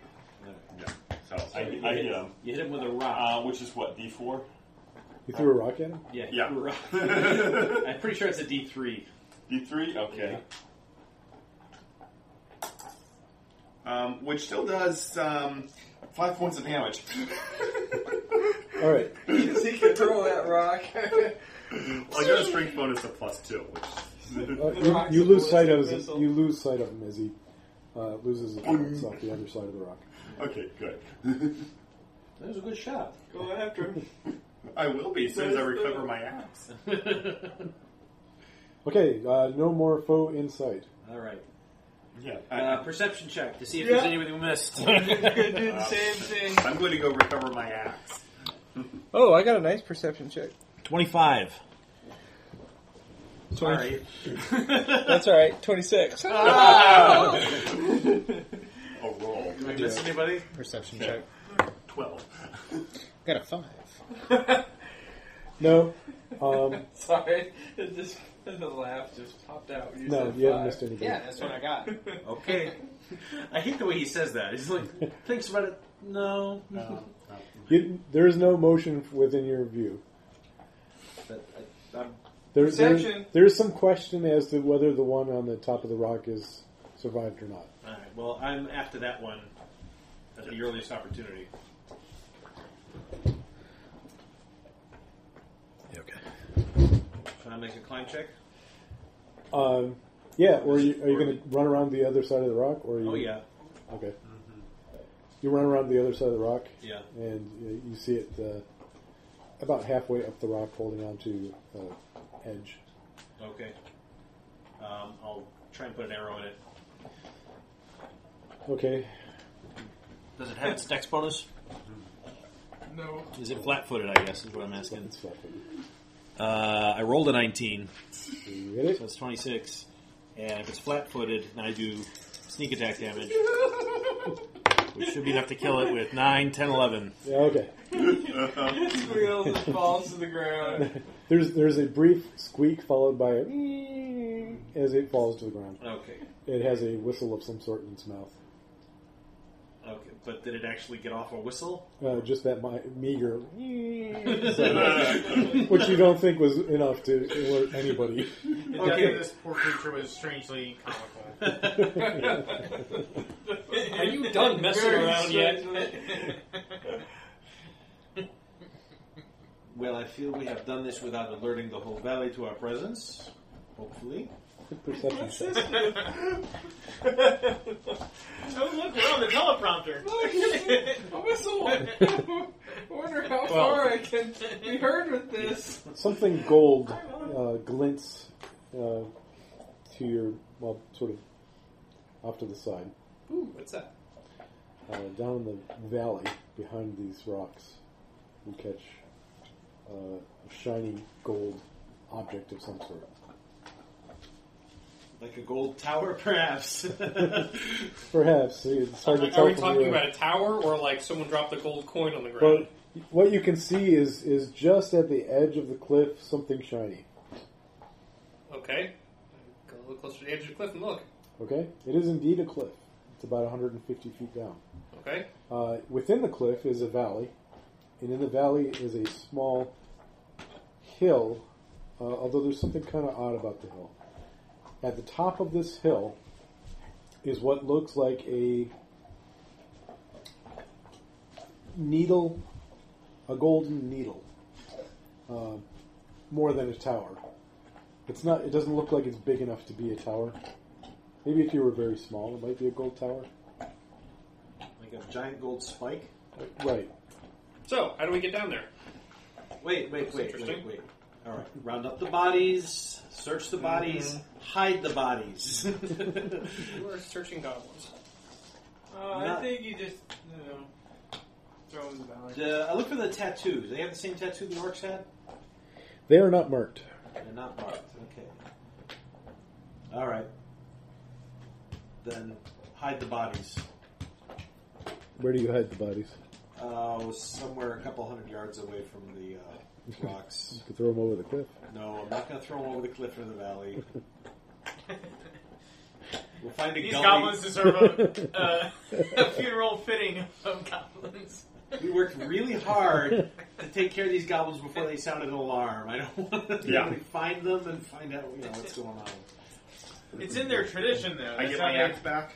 [SPEAKER 9] yeah. So, I, um, I
[SPEAKER 4] you,
[SPEAKER 9] hit
[SPEAKER 4] hit,
[SPEAKER 9] him.
[SPEAKER 4] you hit him with a rock.
[SPEAKER 9] Uh, which is what, D4?
[SPEAKER 3] You threw a rock at him.
[SPEAKER 4] yeah.
[SPEAKER 9] yeah.
[SPEAKER 4] a rock. I'm pretty sure it's a d3.
[SPEAKER 9] D3? Okay. Um, which still does um, 5 points of damage.
[SPEAKER 3] All right.
[SPEAKER 2] Because he can throw that rock.
[SPEAKER 9] I got a strength bonus of plus 2, which.
[SPEAKER 3] Uh,
[SPEAKER 2] The rock's
[SPEAKER 3] you, you
[SPEAKER 2] a
[SPEAKER 3] lose sight of
[SPEAKER 2] ballistic
[SPEAKER 3] his,
[SPEAKER 2] missile.
[SPEAKER 3] you lose sight of him as he uh, loses his balance off the other side of the rock.
[SPEAKER 9] okay, good.
[SPEAKER 4] That was a good shot.
[SPEAKER 2] Go after him.
[SPEAKER 9] I will be as soon as I recover my axe.
[SPEAKER 3] Okay, uh, no more foe in sight.
[SPEAKER 4] All right.
[SPEAKER 9] Yeah.
[SPEAKER 4] Uh,
[SPEAKER 9] I,
[SPEAKER 4] perception check to see if there's anything we missed.
[SPEAKER 2] do the same thing.
[SPEAKER 9] I'm going to go recover my axe.
[SPEAKER 2] Oh, I got a nice perception check.
[SPEAKER 12] 25.
[SPEAKER 9] Sorry.
[SPEAKER 2] That's all right. Twenty six.
[SPEAKER 9] A roll.
[SPEAKER 4] Did Oh. I miss anybody?
[SPEAKER 7] Perception check.
[SPEAKER 9] Twelve.
[SPEAKER 7] Got a five.
[SPEAKER 3] No, um,
[SPEAKER 5] Sorry, it just the laugh just popped out. when You
[SPEAKER 3] no,
[SPEAKER 5] said
[SPEAKER 3] you haven't
[SPEAKER 5] five.
[SPEAKER 3] missed anybody.
[SPEAKER 8] Yeah, that's what I got.
[SPEAKER 4] Okay. I hate the way he says that. He's like, thinks about it. No.
[SPEAKER 9] No, no.
[SPEAKER 3] You, there is no motion within your view.
[SPEAKER 4] But I, I'm,
[SPEAKER 3] There, there,
[SPEAKER 2] Perception.
[SPEAKER 3] there is some question as to whether the one on the top of the rock is survived or not.
[SPEAKER 4] all right. Well, I'm after that one at the earliest opportunity.
[SPEAKER 12] Okay.
[SPEAKER 4] Can I make a climb check?
[SPEAKER 3] Um, yeah, or you, are you going to run around the other side of the rock? Or are you,
[SPEAKER 4] Oh yeah, Mm-hmm.
[SPEAKER 3] Okay. You run around the other side of the rock,
[SPEAKER 4] yeah.
[SPEAKER 3] and you, you see it uh, about halfway up the rock, holding onto uh, edge.
[SPEAKER 4] Okay. Um, I'll try and put an arrow in it.
[SPEAKER 3] Okay.
[SPEAKER 12] Does it have its dex bonus?
[SPEAKER 2] No.
[SPEAKER 12] Is it flat footed, I guess, is what I'm asking.
[SPEAKER 3] It's fucking-
[SPEAKER 12] Uh, I rolled a 19,
[SPEAKER 3] You get it?
[SPEAKER 12] so it's 26. And if it's flat footed, then I do sneak attack damage, which should be enough to kill it with 9, 10, 11.
[SPEAKER 3] Yeah, okay.
[SPEAKER 9] uh,
[SPEAKER 2] His wheels and falls to the ground.
[SPEAKER 3] There's there's a brief squeak followed by a as it falls to the ground.
[SPEAKER 4] Okay.
[SPEAKER 3] It has a whistle of some sort in its mouth.
[SPEAKER 4] Okay. But did it actually get off a whistle?
[SPEAKER 3] Uh, just that mi- meager, which you don't think was enough to alert anybody.
[SPEAKER 4] Okay.
[SPEAKER 13] This poor creature was strangely comical.
[SPEAKER 5] Are you done messing
[SPEAKER 2] Very
[SPEAKER 5] around yet?
[SPEAKER 4] Well, I feel we have done this without alerting the whole valley to our presence. Hopefully.
[SPEAKER 3] Perception check.
[SPEAKER 13] oh, look, we're on the teleprompter.
[SPEAKER 2] A whistle. I wonder how far I can be heard with this.
[SPEAKER 3] Something gold uh, glints uh, to your well, sort of off to the side,
[SPEAKER 5] Ooh, what's that?
[SPEAKER 3] uh, down in the valley behind these rocks. You catch uh, a shiny gold object of some sort.
[SPEAKER 4] Like a gold tower, perhaps.
[SPEAKER 3] Perhaps it's hard to
[SPEAKER 5] Like,
[SPEAKER 3] tell.
[SPEAKER 5] are we
[SPEAKER 3] from
[SPEAKER 5] talking
[SPEAKER 3] your-
[SPEAKER 5] about a tower or like someone dropped a gold coin on the ground?
[SPEAKER 3] But what you can see is is just at the edge of the cliff something shiny.
[SPEAKER 5] okay. Go a little closer to the edge of the cliff and look.
[SPEAKER 3] Okay, it is indeed a cliff. It's about 150 feet down.
[SPEAKER 5] Okay.
[SPEAKER 3] Uh, within the cliff is a valley, and in the valley is a small hill. Uh, although there's something kind of odd about the hill. At the top of this hill is what looks like a needle, a golden needle, uh, more than a tower. It's not. It doesn't look like it's big enough to be a tower. Maybe if you were very small, it might be a gold tower.
[SPEAKER 4] like a giant gold spike.
[SPEAKER 3] Right.
[SPEAKER 5] So, how do we get down there?
[SPEAKER 4] Wait, wait, wait, wait,
[SPEAKER 5] interesting.
[SPEAKER 4] wait. All right. Round up the bodies. Search the bodies. Hide the bodies.
[SPEAKER 2] Uh,
[SPEAKER 5] You are searching goblins.
[SPEAKER 2] Oh,
[SPEAKER 4] Not-
[SPEAKER 2] I think you just you know throw him in the valley.
[SPEAKER 4] Uh, I look for the tattoos. They have the same tattoo the orcs had?
[SPEAKER 3] They are not marked.
[SPEAKER 4] They're not marked. Okay. All right. Then hide the bodies.
[SPEAKER 3] Where do you hide the bodies?
[SPEAKER 4] Uh, somewhere a couple hundred yards away from the uh, rocks.
[SPEAKER 3] You could throw them over the cliff.
[SPEAKER 4] No, I'm not going to throw them over the cliff or the valley. We'll find a
[SPEAKER 13] These
[SPEAKER 4] gully.
[SPEAKER 13] goblins deserve a, uh, a funeral fitting of goblins.
[SPEAKER 4] We worked really hard to take care of these goblins before they sounded an alarm. I don't want to
[SPEAKER 9] Yeah.
[SPEAKER 4] find them and find out you know what's going on.
[SPEAKER 13] It's in their tradition, though.
[SPEAKER 9] I
[SPEAKER 13] That's
[SPEAKER 9] get
[SPEAKER 13] how
[SPEAKER 9] my
[SPEAKER 13] they-
[SPEAKER 9] axe back.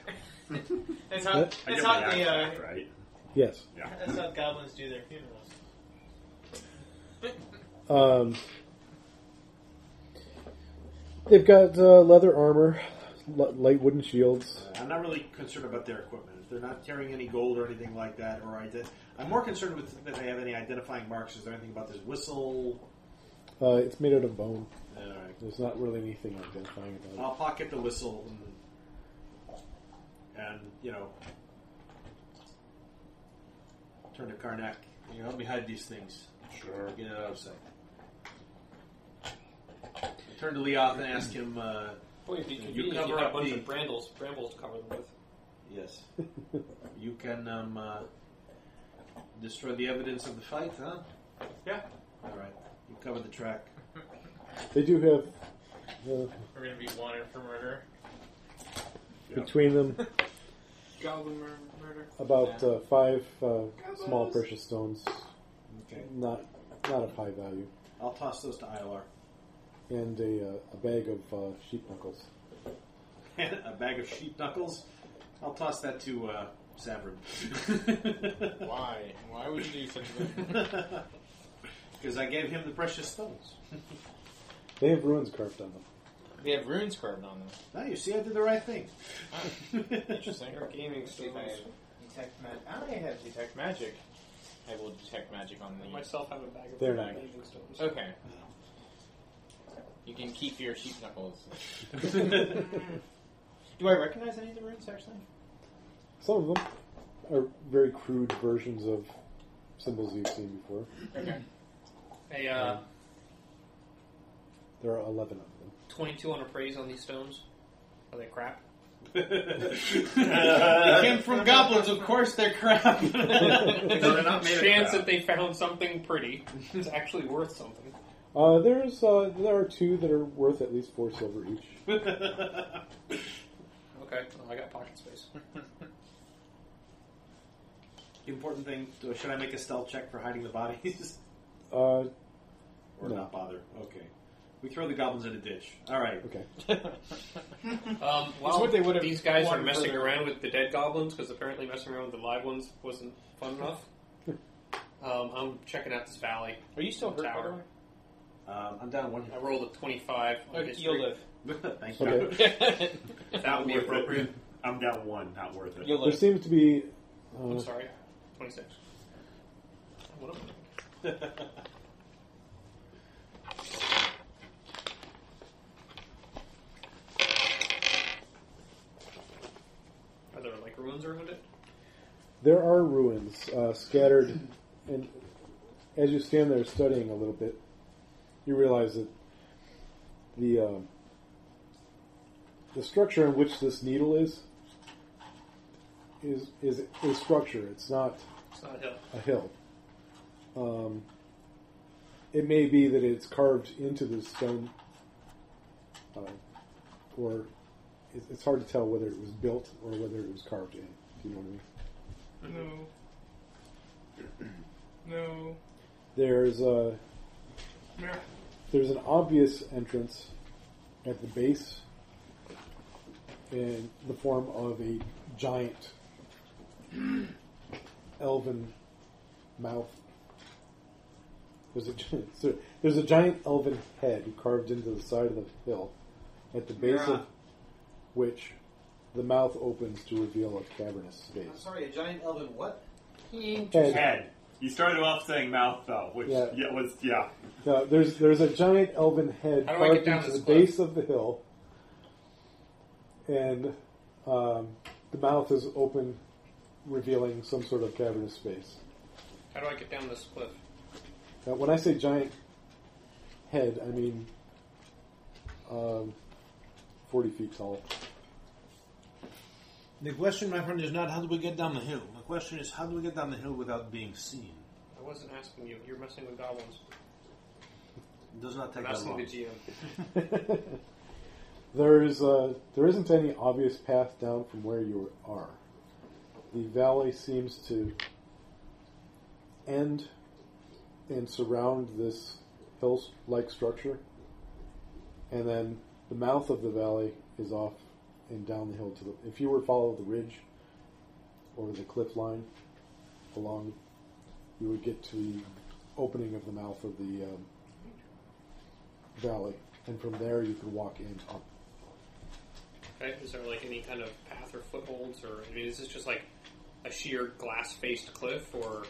[SPEAKER 13] That's how,
[SPEAKER 3] Huh?
[SPEAKER 9] I
[SPEAKER 13] that's
[SPEAKER 9] get
[SPEAKER 13] how
[SPEAKER 9] my axe
[SPEAKER 13] they, uh,
[SPEAKER 9] back, right?
[SPEAKER 3] Yes.
[SPEAKER 13] that's how goblins do their funerals.
[SPEAKER 3] Um, they've got uh, leather armor, li- light wooden shields.
[SPEAKER 4] Uh, I'm not really concerned about their equipment. If they're not carrying any gold or anything like that, or ident- I'm more concerned with if they have any identifying marks. Is there anything about this whistle?
[SPEAKER 3] Uh, it's made out of bone.
[SPEAKER 4] Alright.
[SPEAKER 3] There's not really anything identifying about
[SPEAKER 4] I'll pocket the whistle and, and you know, turn to Karnak. You know, help me hide these things. Sure. Get it out of sight. I turn to Leoth and ask him. Uh,
[SPEAKER 5] Boy, it'd be
[SPEAKER 4] You
[SPEAKER 5] convenient if
[SPEAKER 4] cover
[SPEAKER 5] you had
[SPEAKER 4] up
[SPEAKER 5] a bunch
[SPEAKER 4] the-
[SPEAKER 5] of brambles, brambles to cover them with.
[SPEAKER 4] yes,
[SPEAKER 3] it.
[SPEAKER 4] you can um, uh, destroy the evidence of the fight, huh?
[SPEAKER 5] Yeah.
[SPEAKER 4] All right. You cover the track.
[SPEAKER 3] they do have uh,
[SPEAKER 13] We're gonna be wanted for murder.
[SPEAKER 3] between them
[SPEAKER 8] Goblin mur- murder.
[SPEAKER 3] about uh, five uh, small
[SPEAKER 8] Gobbles.
[SPEAKER 3] precious stones,
[SPEAKER 4] Okay.
[SPEAKER 3] not not of high value,
[SPEAKER 4] I'll toss those to Ilar.
[SPEAKER 3] and a, uh, a bag of uh, sheep knuckles.
[SPEAKER 4] a bag of sheep knuckles. I'll toss that to uh, Savrin.
[SPEAKER 13] Why? Why would you do such a thing?
[SPEAKER 4] Because I gave him the precious stones.
[SPEAKER 3] They have ruins carved on them.
[SPEAKER 13] They have runes carved on them.
[SPEAKER 4] Now you see, I did the right thing.
[SPEAKER 13] Interesting.
[SPEAKER 5] They're gaming
[SPEAKER 8] See if I
[SPEAKER 5] stones.
[SPEAKER 8] detect magic.
[SPEAKER 13] I have detect magic. I will detect magic on
[SPEAKER 5] I
[SPEAKER 13] the.
[SPEAKER 5] myself have a bag of
[SPEAKER 3] They're not
[SPEAKER 5] gaming stones.
[SPEAKER 13] Okay. You can keep your sheep knuckles. Do I recognize any of the runes actually?
[SPEAKER 3] Some of them are very crude versions of symbols you've seen before.
[SPEAKER 13] Okay.
[SPEAKER 5] Hey, uh,
[SPEAKER 3] There are eleven of them.
[SPEAKER 5] 22 on appraise on these stones. Are they crap?
[SPEAKER 4] it came from goblins, of course. They're crap.
[SPEAKER 5] There's
[SPEAKER 9] not made
[SPEAKER 5] a
[SPEAKER 9] of
[SPEAKER 5] chance
[SPEAKER 9] crap.
[SPEAKER 5] that they found something pretty. It's actually worth something.
[SPEAKER 3] Uh, there's uh, there are two that are worth at least four silver each.
[SPEAKER 5] Okay, well, I got pocket space. Um,
[SPEAKER 4] Important thing: do- Should I make a stealth check for hiding the bodies,
[SPEAKER 3] Uh,
[SPEAKER 4] or
[SPEAKER 3] No.
[SPEAKER 4] not bother? Okay. We throw the goblins in a ditch. All right.
[SPEAKER 3] okay,
[SPEAKER 5] Um,
[SPEAKER 13] It's
[SPEAKER 5] well,
[SPEAKER 13] what they would've
[SPEAKER 5] these guys are
[SPEAKER 13] wanted
[SPEAKER 5] messing
[SPEAKER 13] for their-
[SPEAKER 5] around with the dead goblins because apparently messing around with the live ones wasn't fun enough. Um, I'm checking out this valley.
[SPEAKER 13] Are you still hurt? by the
[SPEAKER 5] Tower.
[SPEAKER 13] way?
[SPEAKER 4] Um, I'm down one.
[SPEAKER 5] I rolled a 25. On
[SPEAKER 13] Okay,
[SPEAKER 5] history.
[SPEAKER 13] Uh, you'll live.
[SPEAKER 4] Thank you.
[SPEAKER 3] okay.
[SPEAKER 5] That would be
[SPEAKER 9] Worth it.
[SPEAKER 5] appropriate.
[SPEAKER 9] I'm down one. Not worth it.
[SPEAKER 13] You'll
[SPEAKER 3] There
[SPEAKER 13] live.
[SPEAKER 3] seems to be. Uh,
[SPEAKER 5] I'm sorry. 26. What am I- Are there like ruins around it?
[SPEAKER 3] there are ruins uh, scattered, and as you stand there studying a little bit, you realize that the uh, the structure in which this needle is is is a structure. It's not
[SPEAKER 5] It's not a hill.
[SPEAKER 3] a hill. Um, it may be that it's carved into the stone, uh, or it, it's hard to tell whether it was built or whether it was carved in. Do you know what I mean?
[SPEAKER 2] No. No.
[SPEAKER 3] There's a
[SPEAKER 2] Meh.
[SPEAKER 3] there's an obvious entrance at the base in the form of a giant elven mouth. There's a, gi- so there's a giant elven head carved into the side of the hill, at the base of
[SPEAKER 4] Yeah.
[SPEAKER 3] which the mouth opens to reveal a cavernous
[SPEAKER 8] I'm
[SPEAKER 3] space.
[SPEAKER 8] sorry, a giant elven what?
[SPEAKER 3] Head.
[SPEAKER 9] Head. You started off saying mouth though, which
[SPEAKER 3] Yeah.
[SPEAKER 9] yeah. was yeah.
[SPEAKER 3] Now, Uh, there's there's a giant elven head
[SPEAKER 5] How do I
[SPEAKER 3] carved
[SPEAKER 5] get down
[SPEAKER 3] into the
[SPEAKER 5] this cliff?
[SPEAKER 3] base of the hill, and um, the mouth is open, revealing some sort of cavernous space.
[SPEAKER 5] How do I get down this cliff?
[SPEAKER 3] Now, when I say giant head, I mean um, forty feet tall.
[SPEAKER 12] The question, my friend, is not how do we get down the hill. The question is how do we get down the hill without being seen?
[SPEAKER 5] I wasn't asking you. You're messing with goblins.
[SPEAKER 12] It does not take
[SPEAKER 5] I'm
[SPEAKER 12] that
[SPEAKER 5] asking
[SPEAKER 12] long.
[SPEAKER 5] the GM.
[SPEAKER 3] there is uh, there isn't any obvious path down from where you are. The valley seems to end and surround this hill-like structure, and then the mouth of the valley is off and down the hill to the. If you were to follow the ridge or the cliff line along, you would get to the opening of the mouth of the um, valley, and from there you can walk in up.
[SPEAKER 5] Okay, is there like any kind of path or footholds, or I mean, is this just like a sheer glass-faced cliff, or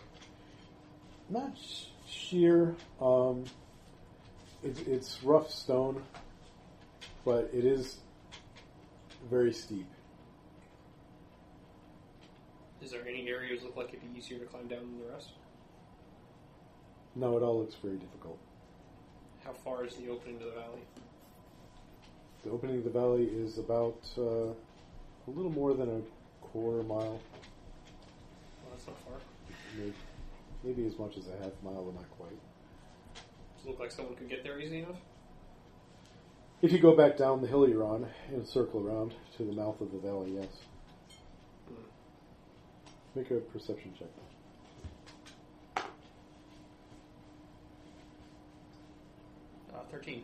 [SPEAKER 3] Not sh- sheer. Um, It's, it's rough stone, but it is very steep.
[SPEAKER 5] Is there any areas look like it'd be easier to climb down than the rest?
[SPEAKER 3] No, it all looks very difficult.
[SPEAKER 5] How far is the opening to the valley?
[SPEAKER 3] The opening of the valley is about uh, a little more than a quarter mile,
[SPEAKER 5] Well, that's not far.
[SPEAKER 3] maybe, maybe as much as a half mile, but not quite.
[SPEAKER 5] Does it look like someone could get there easy enough?
[SPEAKER 3] If you go back down the hill you're on and circle around to the mouth of the valley, yes. Make a perception check.
[SPEAKER 5] Uh, 13.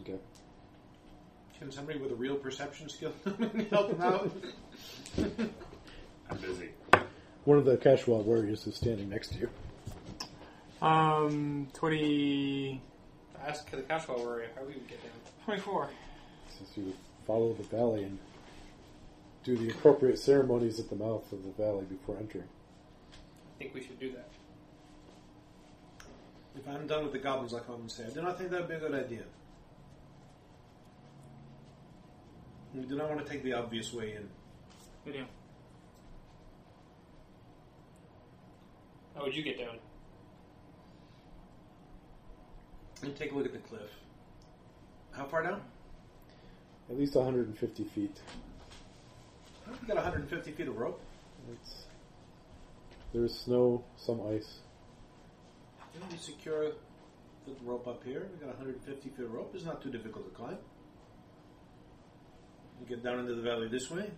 [SPEAKER 3] Okay.
[SPEAKER 4] Can somebody with a real perception skill help him out?
[SPEAKER 9] I'm busy.
[SPEAKER 3] One of the Kashwa warriors is standing next to you.
[SPEAKER 2] Um, 20,
[SPEAKER 5] Ask the Kashwa warrior how we would get down.
[SPEAKER 2] 24.
[SPEAKER 3] Since you follow the valley and do the appropriate ceremonies at the mouth of the valley before entering.
[SPEAKER 5] I think we should do that.
[SPEAKER 4] If I'm done with the goblins, I'll come up and say, I do not think that would be a good idea. We do not want to take the obvious way in.
[SPEAKER 14] Good deal.
[SPEAKER 5] How would you get down?
[SPEAKER 4] And take a look at the cliff. How far down?
[SPEAKER 3] At least 150 feet.
[SPEAKER 4] I think we got 150 feet of rope.
[SPEAKER 3] It's, there's snow, some ice.
[SPEAKER 4] Didn't we secure the rope up here? We got 150 feet of rope. It's not too difficult to climb. We get down into the valley this way.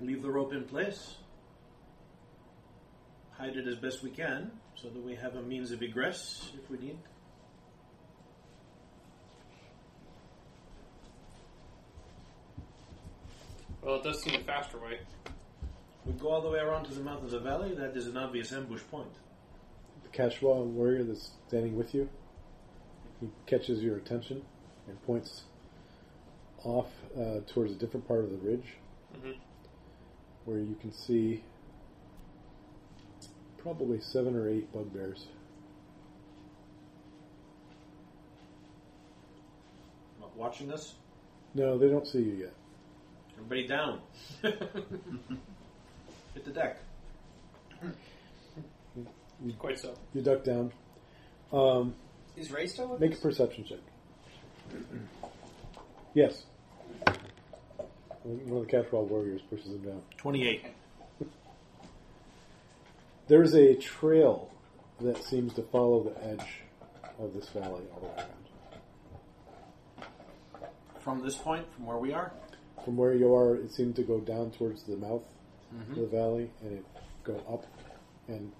[SPEAKER 4] Leave the rope in place. Hide it as best we can so that we have a means of egress if we need.
[SPEAKER 5] Well, it does seem the faster way.
[SPEAKER 4] We go all the way around to the mouth of the valley. That is an obvious ambush point.
[SPEAKER 3] The Kashwa warrior that's standing with you, he catches your attention and points off uh, towards a different part of the ridge
[SPEAKER 5] Mhm.
[SPEAKER 3] where you can see probably seven or eight bugbears.
[SPEAKER 4] Not watching us.
[SPEAKER 3] No, they don't see you yet.
[SPEAKER 4] Everybody down. Hit the deck.
[SPEAKER 5] Quite so.
[SPEAKER 3] You duck down. Um,
[SPEAKER 15] Is Ray still with
[SPEAKER 3] Make a
[SPEAKER 15] us?
[SPEAKER 3] perception check. yes. One of the Catchwall warriors pushes him down.
[SPEAKER 4] 28.
[SPEAKER 3] There is a trail that seems to follow the edge of this valley all the way around.
[SPEAKER 4] From this point, from where we are,
[SPEAKER 3] From where you are, it seemed to go down towards the mouth of the valley, and it go up and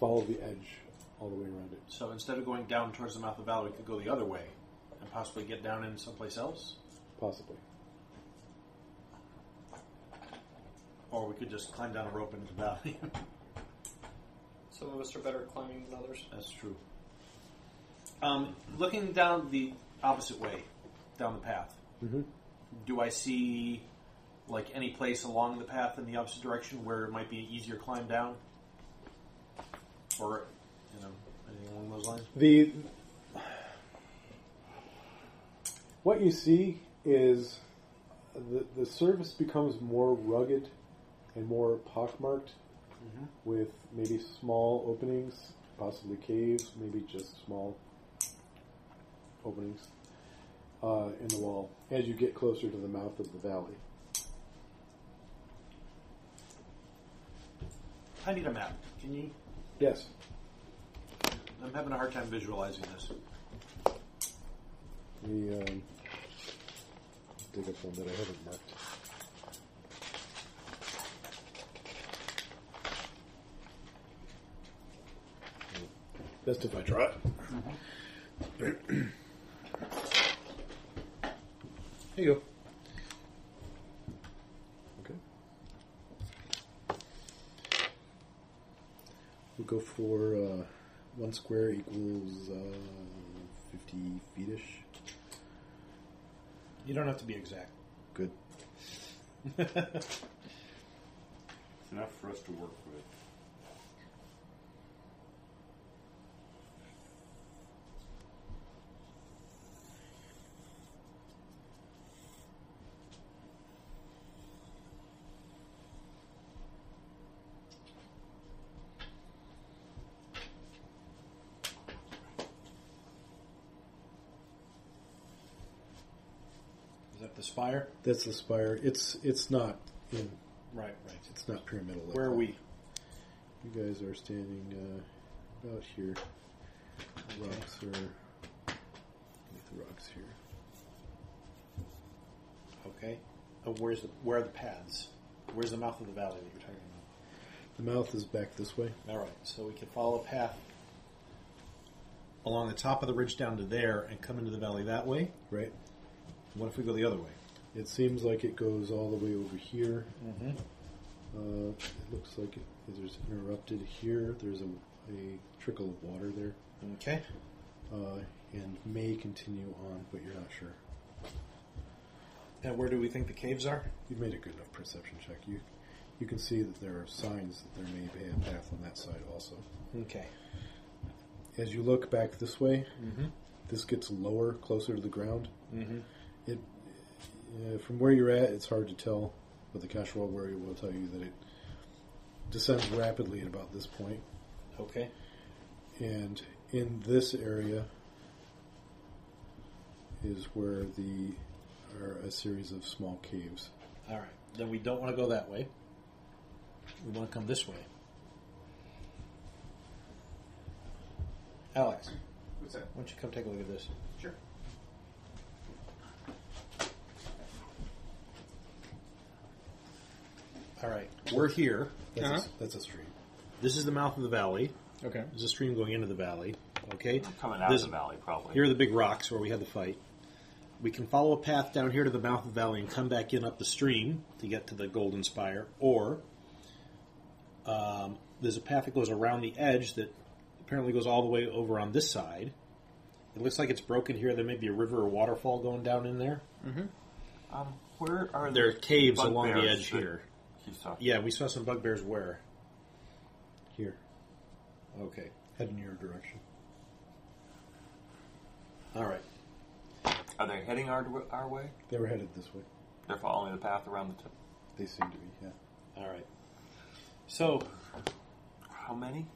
[SPEAKER 3] follow the edge all the way around it.
[SPEAKER 4] So instead of going down towards the mouth of the valley, we could go the other way and possibly get down in someplace else,
[SPEAKER 3] Possibly.
[SPEAKER 4] or we could just climb down a rope into the valley.
[SPEAKER 5] Some of us are better at climbing than others.
[SPEAKER 4] That's true. Um, looking down the opposite way, down the path,
[SPEAKER 3] Mhm.
[SPEAKER 4] do I see like any place along the path in the opposite direction where it might be an easier climb down, or you know anything along those lines?
[SPEAKER 3] The what you see is the the surface becomes more rugged and more pockmarked, with maybe small openings, possibly caves, maybe just small openings uh, in the wall as you get closer to the mouth of the valley.
[SPEAKER 4] I need a map. Can you?
[SPEAKER 3] Yes,
[SPEAKER 4] I'm having a hard time visualizing this.
[SPEAKER 3] the um, dig up one that I haven't marked. Best if I try it.
[SPEAKER 16] Here you go.
[SPEAKER 3] Okay. We'll go for uh, one square equals uh, 50 feet ish.
[SPEAKER 16] You don't have to be exact.
[SPEAKER 3] Good.
[SPEAKER 9] It's enough for us to work with.
[SPEAKER 4] that the spire?
[SPEAKER 3] That's the spire. It's it's not in,
[SPEAKER 4] Right, right.
[SPEAKER 3] it's not pyramidal. like
[SPEAKER 4] Where are
[SPEAKER 3] that.
[SPEAKER 4] we?
[SPEAKER 3] You guys are standing uh, about here. The rocks are with the rocks here.
[SPEAKER 4] Okay. Uh, where's the where are the paths? Where's the mouth of the valley that you're talking about?
[SPEAKER 3] The mouth is back this way.
[SPEAKER 4] All right, so we can follow a path along the top of the ridge down to there and come into the valley that way.
[SPEAKER 3] Right.
[SPEAKER 4] What if we go the other way?
[SPEAKER 3] It seems like it goes all the way over here. Uh, it looks like it, there's interrupted here. There's a, a trickle of water there,
[SPEAKER 4] Okay.
[SPEAKER 3] uh, and may continue on, but you're not sure.
[SPEAKER 4] And where do we think the caves are?
[SPEAKER 3] You've made a good enough perception check. You you can see that there are signs that there may be a path on that side also.
[SPEAKER 4] Okay.
[SPEAKER 3] As you look back this way,
[SPEAKER 4] Mm-hmm.
[SPEAKER 3] this gets lower, closer to the ground. Mm-hmm. It uh, from where you're at, it's hard to tell, but the Kashwa warrior will tell you that it descends rapidly at about this point,
[SPEAKER 4] Okay.
[SPEAKER 3] and in this area is where the are a series of small caves.
[SPEAKER 4] All right. Then we don't want to go that way. We want to come this way. Alex,
[SPEAKER 17] What's that?
[SPEAKER 4] why don't you come take a look at this?
[SPEAKER 17] Sure.
[SPEAKER 4] All right. We're here.
[SPEAKER 3] That's,
[SPEAKER 5] Uh-huh.
[SPEAKER 3] a, that's a stream.
[SPEAKER 4] This is the mouth of the valley.
[SPEAKER 7] Okay.
[SPEAKER 4] There's a stream going into the valley. Okay.
[SPEAKER 9] Coming out
[SPEAKER 4] This-
[SPEAKER 9] of the valley, probably.
[SPEAKER 4] Here are the big rocks where we had the fight. We can follow a path down here to the mouth of the valley and come back in up the stream to get to the Golden Spire, or um, there's a path that goes around the edge that apparently goes all the way over on this side. It looks like it's broken here. There may be a river or waterfall going down in there.
[SPEAKER 9] um, where are
[SPEAKER 4] There are
[SPEAKER 9] the
[SPEAKER 4] caves
[SPEAKER 9] bugbears
[SPEAKER 4] along the edge
[SPEAKER 9] that
[SPEAKER 4] here.
[SPEAKER 9] He's talking.
[SPEAKER 4] Yeah, we saw some bugbears where?
[SPEAKER 3] Here,
[SPEAKER 4] Okay.
[SPEAKER 3] head in your direction.
[SPEAKER 4] All right.
[SPEAKER 9] Are they heading our, our way?
[SPEAKER 3] They were headed this way.
[SPEAKER 9] They're following the path around the tip.
[SPEAKER 3] They seem to be. Yeah.
[SPEAKER 4] All right. So,
[SPEAKER 9] How many?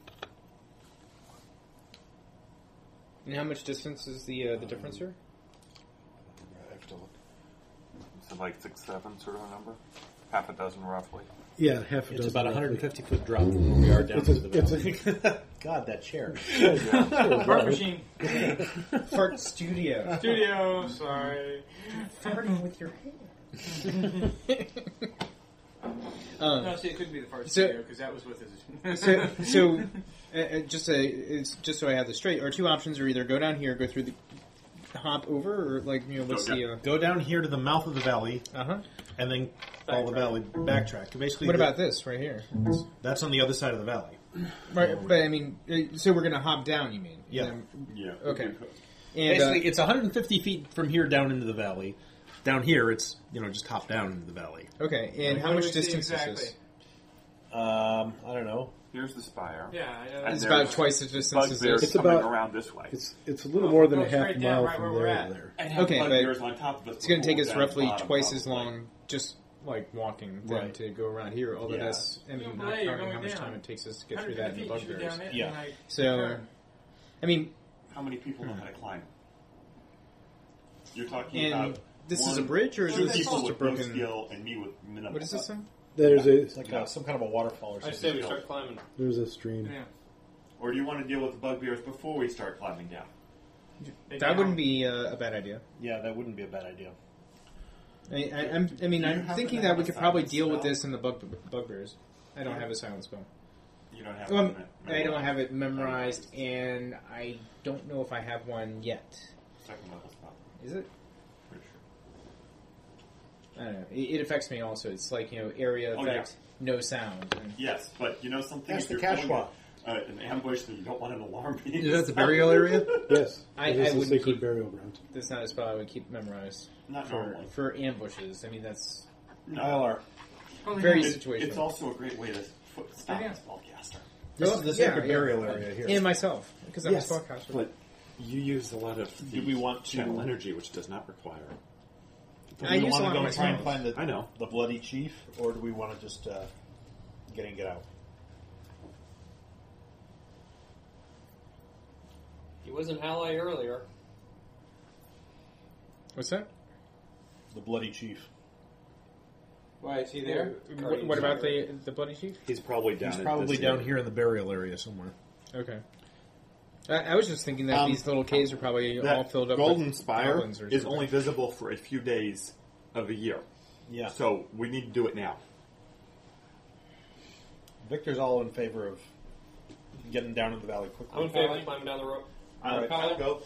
[SPEAKER 5] And how much distance is the uh, the difference here?
[SPEAKER 3] I have to look.
[SPEAKER 9] Is it like six, seven sort of a number? Half a dozen, roughly.
[SPEAKER 3] Yeah, half a
[SPEAKER 4] it's
[SPEAKER 3] dozen
[SPEAKER 4] about a
[SPEAKER 3] roughly.
[SPEAKER 4] 150 foot drop from where we are down
[SPEAKER 3] It's a-
[SPEAKER 4] to the valley. God, that chair.
[SPEAKER 2] Fart machine.
[SPEAKER 7] Fart Studio.
[SPEAKER 2] Studio, sorry.
[SPEAKER 18] Farting with your
[SPEAKER 2] No, see, it couldn't be the fart
[SPEAKER 7] Uh, So-
[SPEAKER 2] studio because that was with his.
[SPEAKER 7] so, so uh, uh, just uh it's just so I have this straight. Our two options are either go down here, go through the hop over, or like you know, what's the uh
[SPEAKER 4] Go down here to the mouth of the valley
[SPEAKER 7] huh?
[SPEAKER 4] and then follow the valley backtrack. Basically,
[SPEAKER 7] What
[SPEAKER 4] the-
[SPEAKER 7] about this right here?
[SPEAKER 4] that's on the other side of the valley?
[SPEAKER 7] Right, but I mean, uh, so we're gonna hop down. You mean?
[SPEAKER 4] Yeah.
[SPEAKER 7] And,
[SPEAKER 9] Yeah.
[SPEAKER 7] Okay. and, uh,
[SPEAKER 4] Basically, it's 150 feet from here down into the valley. Down here, it's you know just hop down into the valley.
[SPEAKER 7] okay. And how
[SPEAKER 2] What do we
[SPEAKER 7] much
[SPEAKER 2] see
[SPEAKER 7] distance
[SPEAKER 2] exactly?
[SPEAKER 7] is this?
[SPEAKER 4] Um, I don't know.
[SPEAKER 9] Here's the spire.
[SPEAKER 2] Yeah, I know.
[SPEAKER 9] And
[SPEAKER 7] It's
[SPEAKER 9] there
[SPEAKER 7] about
[SPEAKER 9] was
[SPEAKER 7] twice the distance as
[SPEAKER 9] Bugbears
[SPEAKER 7] this.
[SPEAKER 3] It's
[SPEAKER 9] coming
[SPEAKER 3] about-
[SPEAKER 9] around this way.
[SPEAKER 3] It's it's a little more than a
[SPEAKER 2] Go
[SPEAKER 3] half
[SPEAKER 2] straight down
[SPEAKER 3] mile
[SPEAKER 2] right
[SPEAKER 3] from
[SPEAKER 2] where we're
[SPEAKER 3] there
[SPEAKER 2] at.
[SPEAKER 3] to there.
[SPEAKER 9] And
[SPEAKER 7] okay, but
[SPEAKER 9] bugbears on top of us
[SPEAKER 7] It's gonna take
[SPEAKER 9] before
[SPEAKER 7] us
[SPEAKER 9] down
[SPEAKER 7] roughly
[SPEAKER 9] bottom,
[SPEAKER 7] twice as
[SPEAKER 9] probably.
[SPEAKER 7] long just like walking than
[SPEAKER 4] Right.
[SPEAKER 7] to go around here. Although
[SPEAKER 4] Yeah.
[SPEAKER 7] that's I
[SPEAKER 2] Don't delay,
[SPEAKER 7] mean, not
[SPEAKER 2] you're
[SPEAKER 7] counting how
[SPEAKER 2] going
[SPEAKER 7] much
[SPEAKER 2] down.
[SPEAKER 7] time it takes us to get through that in the
[SPEAKER 2] feet, you should be
[SPEAKER 7] bugbears.
[SPEAKER 2] down it,
[SPEAKER 4] Yeah.
[SPEAKER 2] and, like,
[SPEAKER 7] So,
[SPEAKER 2] turn.
[SPEAKER 7] I mean,
[SPEAKER 9] How many people know how to climb? You're talking
[SPEAKER 7] Hmm. and
[SPEAKER 9] about
[SPEAKER 7] this is
[SPEAKER 9] one-
[SPEAKER 7] a bridge, or is
[SPEAKER 9] two
[SPEAKER 7] this
[SPEAKER 9] people
[SPEAKER 7] just a
[SPEAKER 9] with no
[SPEAKER 7] broken?
[SPEAKER 9] skill and me with minimal.
[SPEAKER 7] What is this thing?
[SPEAKER 3] There's
[SPEAKER 4] It's
[SPEAKER 3] a
[SPEAKER 4] like uh some kind of a waterfall or
[SPEAKER 5] I
[SPEAKER 4] something.
[SPEAKER 5] say we start climbing.
[SPEAKER 3] there's a stream.
[SPEAKER 2] Yeah.
[SPEAKER 9] Or do you want to deal with the bugbears before we start climbing down?
[SPEAKER 2] Big
[SPEAKER 7] That
[SPEAKER 2] down.
[SPEAKER 7] wouldn't be uh, a bad idea.
[SPEAKER 4] Yeah, that wouldn't be a bad idea.
[SPEAKER 7] I, I, I'm, I mean,
[SPEAKER 9] Do you
[SPEAKER 7] I'm
[SPEAKER 9] happen
[SPEAKER 7] thinking
[SPEAKER 9] to
[SPEAKER 7] that
[SPEAKER 9] have
[SPEAKER 7] we
[SPEAKER 9] a
[SPEAKER 7] could probably
[SPEAKER 9] silent
[SPEAKER 7] deal with
[SPEAKER 9] spell?
[SPEAKER 7] this in the bug, bugbears. I don't have a silent spell.
[SPEAKER 9] You don't have.
[SPEAKER 7] Um,
[SPEAKER 9] a minute-
[SPEAKER 7] I don't have it
[SPEAKER 9] memorized.
[SPEAKER 7] memorized, and I don't know if I have one yet.
[SPEAKER 9] Second level spell.
[SPEAKER 7] Is it?
[SPEAKER 9] Pretty sure.
[SPEAKER 7] I don't know. It, it affects me also. It's like you know, area
[SPEAKER 9] Oh,
[SPEAKER 7] effect, no sound. And
[SPEAKER 9] Yes, but you know something.
[SPEAKER 4] That's
[SPEAKER 9] if
[SPEAKER 4] the
[SPEAKER 9] you're pulling
[SPEAKER 4] Kashwa.
[SPEAKER 9] a- uh, an ambush, then you don't want an alarm. being
[SPEAKER 4] Is that the
[SPEAKER 9] set.
[SPEAKER 4] burial area?
[SPEAKER 3] Yes,
[SPEAKER 7] I-
[SPEAKER 3] it
[SPEAKER 7] I
[SPEAKER 3] is a
[SPEAKER 7] wouldn't
[SPEAKER 3] sacred
[SPEAKER 7] keep-
[SPEAKER 3] burial ground.
[SPEAKER 7] That's not a spell I would keep memorized
[SPEAKER 9] Not
[SPEAKER 7] for
[SPEAKER 9] normally.
[SPEAKER 7] for ambushes. I mean, that's
[SPEAKER 9] No.
[SPEAKER 4] ILR.
[SPEAKER 7] very
[SPEAKER 9] It-
[SPEAKER 7] situational.
[SPEAKER 9] Oh, It's also a great way to fo- stop
[SPEAKER 7] Yeah.
[SPEAKER 9] a spellcaster.
[SPEAKER 4] This is the
[SPEAKER 7] Yeah,
[SPEAKER 4] sacred
[SPEAKER 7] yeah.
[SPEAKER 4] burial area here.
[SPEAKER 7] and myself because I'm
[SPEAKER 19] Yes,
[SPEAKER 7] a spellcaster.
[SPEAKER 19] But you use a lot of
[SPEAKER 4] Do we want to-
[SPEAKER 19] channel energy, which does not require.
[SPEAKER 7] I
[SPEAKER 4] do we
[SPEAKER 7] use
[SPEAKER 4] want
[SPEAKER 7] a lot
[SPEAKER 4] to
[SPEAKER 7] of
[SPEAKER 4] go
[SPEAKER 7] my
[SPEAKER 4] and try and
[SPEAKER 7] spells.
[SPEAKER 4] find the
[SPEAKER 19] I know.
[SPEAKER 4] the bloody chief, or do we want to just uh, get in, get out?
[SPEAKER 5] He was an ally earlier.
[SPEAKER 7] What's that?
[SPEAKER 4] The the bloody chief.
[SPEAKER 2] Why is he there?
[SPEAKER 7] What, what about the the bloody chief?
[SPEAKER 9] He's probably down.
[SPEAKER 4] He's
[SPEAKER 9] at
[SPEAKER 4] probably
[SPEAKER 9] this
[SPEAKER 4] down
[SPEAKER 9] area.
[SPEAKER 4] here in the burial area somewhere.
[SPEAKER 7] Okay. I, I was just thinking that
[SPEAKER 9] Um,
[SPEAKER 7] these little caves are probably all
[SPEAKER 9] That
[SPEAKER 7] filled up.
[SPEAKER 9] golden
[SPEAKER 7] with
[SPEAKER 9] spire
[SPEAKER 7] goblins or
[SPEAKER 9] is
[SPEAKER 7] something.
[SPEAKER 9] only visible for a few days of a year.
[SPEAKER 4] Yeah.
[SPEAKER 9] So we need to do it now.
[SPEAKER 4] Victor's all in favor of getting down in the valley
[SPEAKER 5] I'm
[SPEAKER 4] quickly.
[SPEAKER 5] in favor of climbing down the rope.
[SPEAKER 9] I,
[SPEAKER 5] Colin?
[SPEAKER 9] I'll go.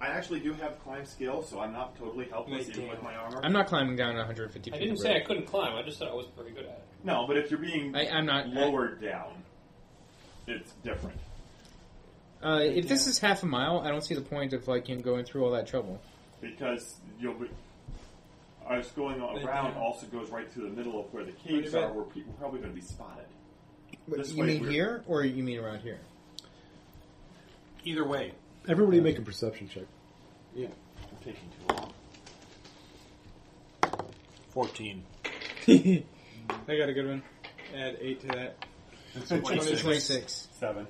[SPEAKER 9] I actually do have climb skill, so I'm not totally
[SPEAKER 5] Nice
[SPEAKER 9] helpless even
[SPEAKER 5] deal.
[SPEAKER 9] with my armor.
[SPEAKER 7] I'm not climbing down 150 feet.
[SPEAKER 5] I didn't
[SPEAKER 7] of
[SPEAKER 5] say I
[SPEAKER 7] rope.
[SPEAKER 5] couldn't climb. I just said I was pretty good at
[SPEAKER 2] Mm-hmm.
[SPEAKER 9] No, but if you're being
[SPEAKER 7] I, I'm not.
[SPEAKER 9] lowered down, it's different.
[SPEAKER 7] Uh, if this is half a mile, I don't see the point of like him going through all that trouble.
[SPEAKER 9] because you'll be. Us going around also goes right through the middle of where the
[SPEAKER 5] Wait
[SPEAKER 9] caves
[SPEAKER 5] a
[SPEAKER 9] are,
[SPEAKER 5] minute.
[SPEAKER 9] where people are probably going to be spotted. This
[SPEAKER 7] you
[SPEAKER 9] way
[SPEAKER 7] mean
[SPEAKER 9] we're-
[SPEAKER 7] here, or you mean around here?
[SPEAKER 4] Either way,
[SPEAKER 3] Everybody make a perception check.
[SPEAKER 9] Yeah, I'm taking too long.
[SPEAKER 4] fourteen.
[SPEAKER 7] I got a good one. Add eight to that.
[SPEAKER 9] It's
[SPEAKER 7] Twenty- 26
[SPEAKER 9] Seven.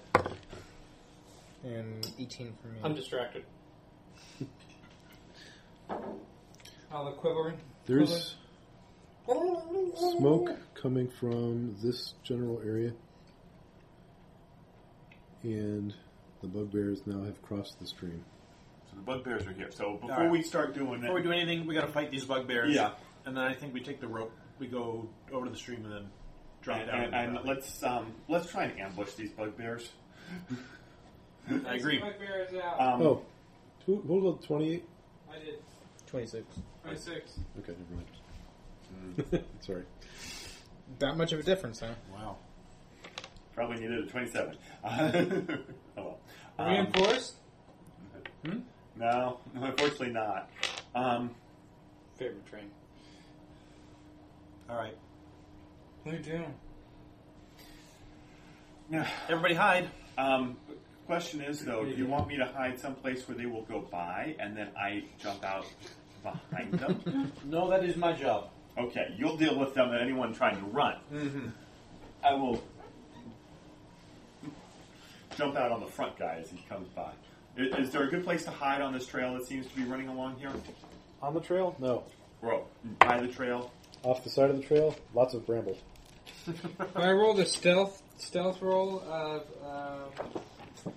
[SPEAKER 7] and 18 for me.
[SPEAKER 5] it. I'm distracted.
[SPEAKER 2] All the quivering.
[SPEAKER 3] There's smoke coming from this general area, and the bugbears now have crossed the stream.
[SPEAKER 9] So the bugbears are here. So before
[SPEAKER 4] right.
[SPEAKER 9] we start doing
[SPEAKER 4] Before we
[SPEAKER 9] that,
[SPEAKER 4] do anything, we got to fight these bugbears.
[SPEAKER 9] Yeah.
[SPEAKER 4] And then I think we take the rope. We go over to the stream and then drop
[SPEAKER 9] and,
[SPEAKER 4] down.
[SPEAKER 9] and,
[SPEAKER 4] in the
[SPEAKER 9] and
[SPEAKER 4] valley.
[SPEAKER 9] let's um, let's try and ambush these bugbears.
[SPEAKER 4] I agree.
[SPEAKER 2] Bugbear is out.
[SPEAKER 9] Um,
[SPEAKER 3] Oh, two, what about twenty-eight?
[SPEAKER 2] I did
[SPEAKER 7] 26.
[SPEAKER 2] 26.
[SPEAKER 3] Okay, never mind. Sorry.
[SPEAKER 7] That much of a difference, huh?
[SPEAKER 4] Wow.
[SPEAKER 9] Probably needed a twenty-seven. oh, well.
[SPEAKER 2] Are we
[SPEAKER 9] Um, Hmm?
[SPEAKER 2] enforced?
[SPEAKER 9] no, unfortunately not. Um,
[SPEAKER 5] Favorite train.
[SPEAKER 4] All right.
[SPEAKER 2] We do.
[SPEAKER 4] Everybody hide.
[SPEAKER 9] Um, question is though, do you want me to hide someplace where they will go by and then I jump out behind them?
[SPEAKER 4] No, that is my job.
[SPEAKER 9] okay, you'll deal with them than anyone trying to run. Mm-hmm. I will jump out on the front guy as he comes by. Is, is there a good place to hide on this trail that seems to be running along here?
[SPEAKER 3] On the trail? No.
[SPEAKER 9] Bro, by the trail.
[SPEAKER 3] Off the side of the trail, lots of bramble.
[SPEAKER 2] I rolled a stealth stealth roll of um,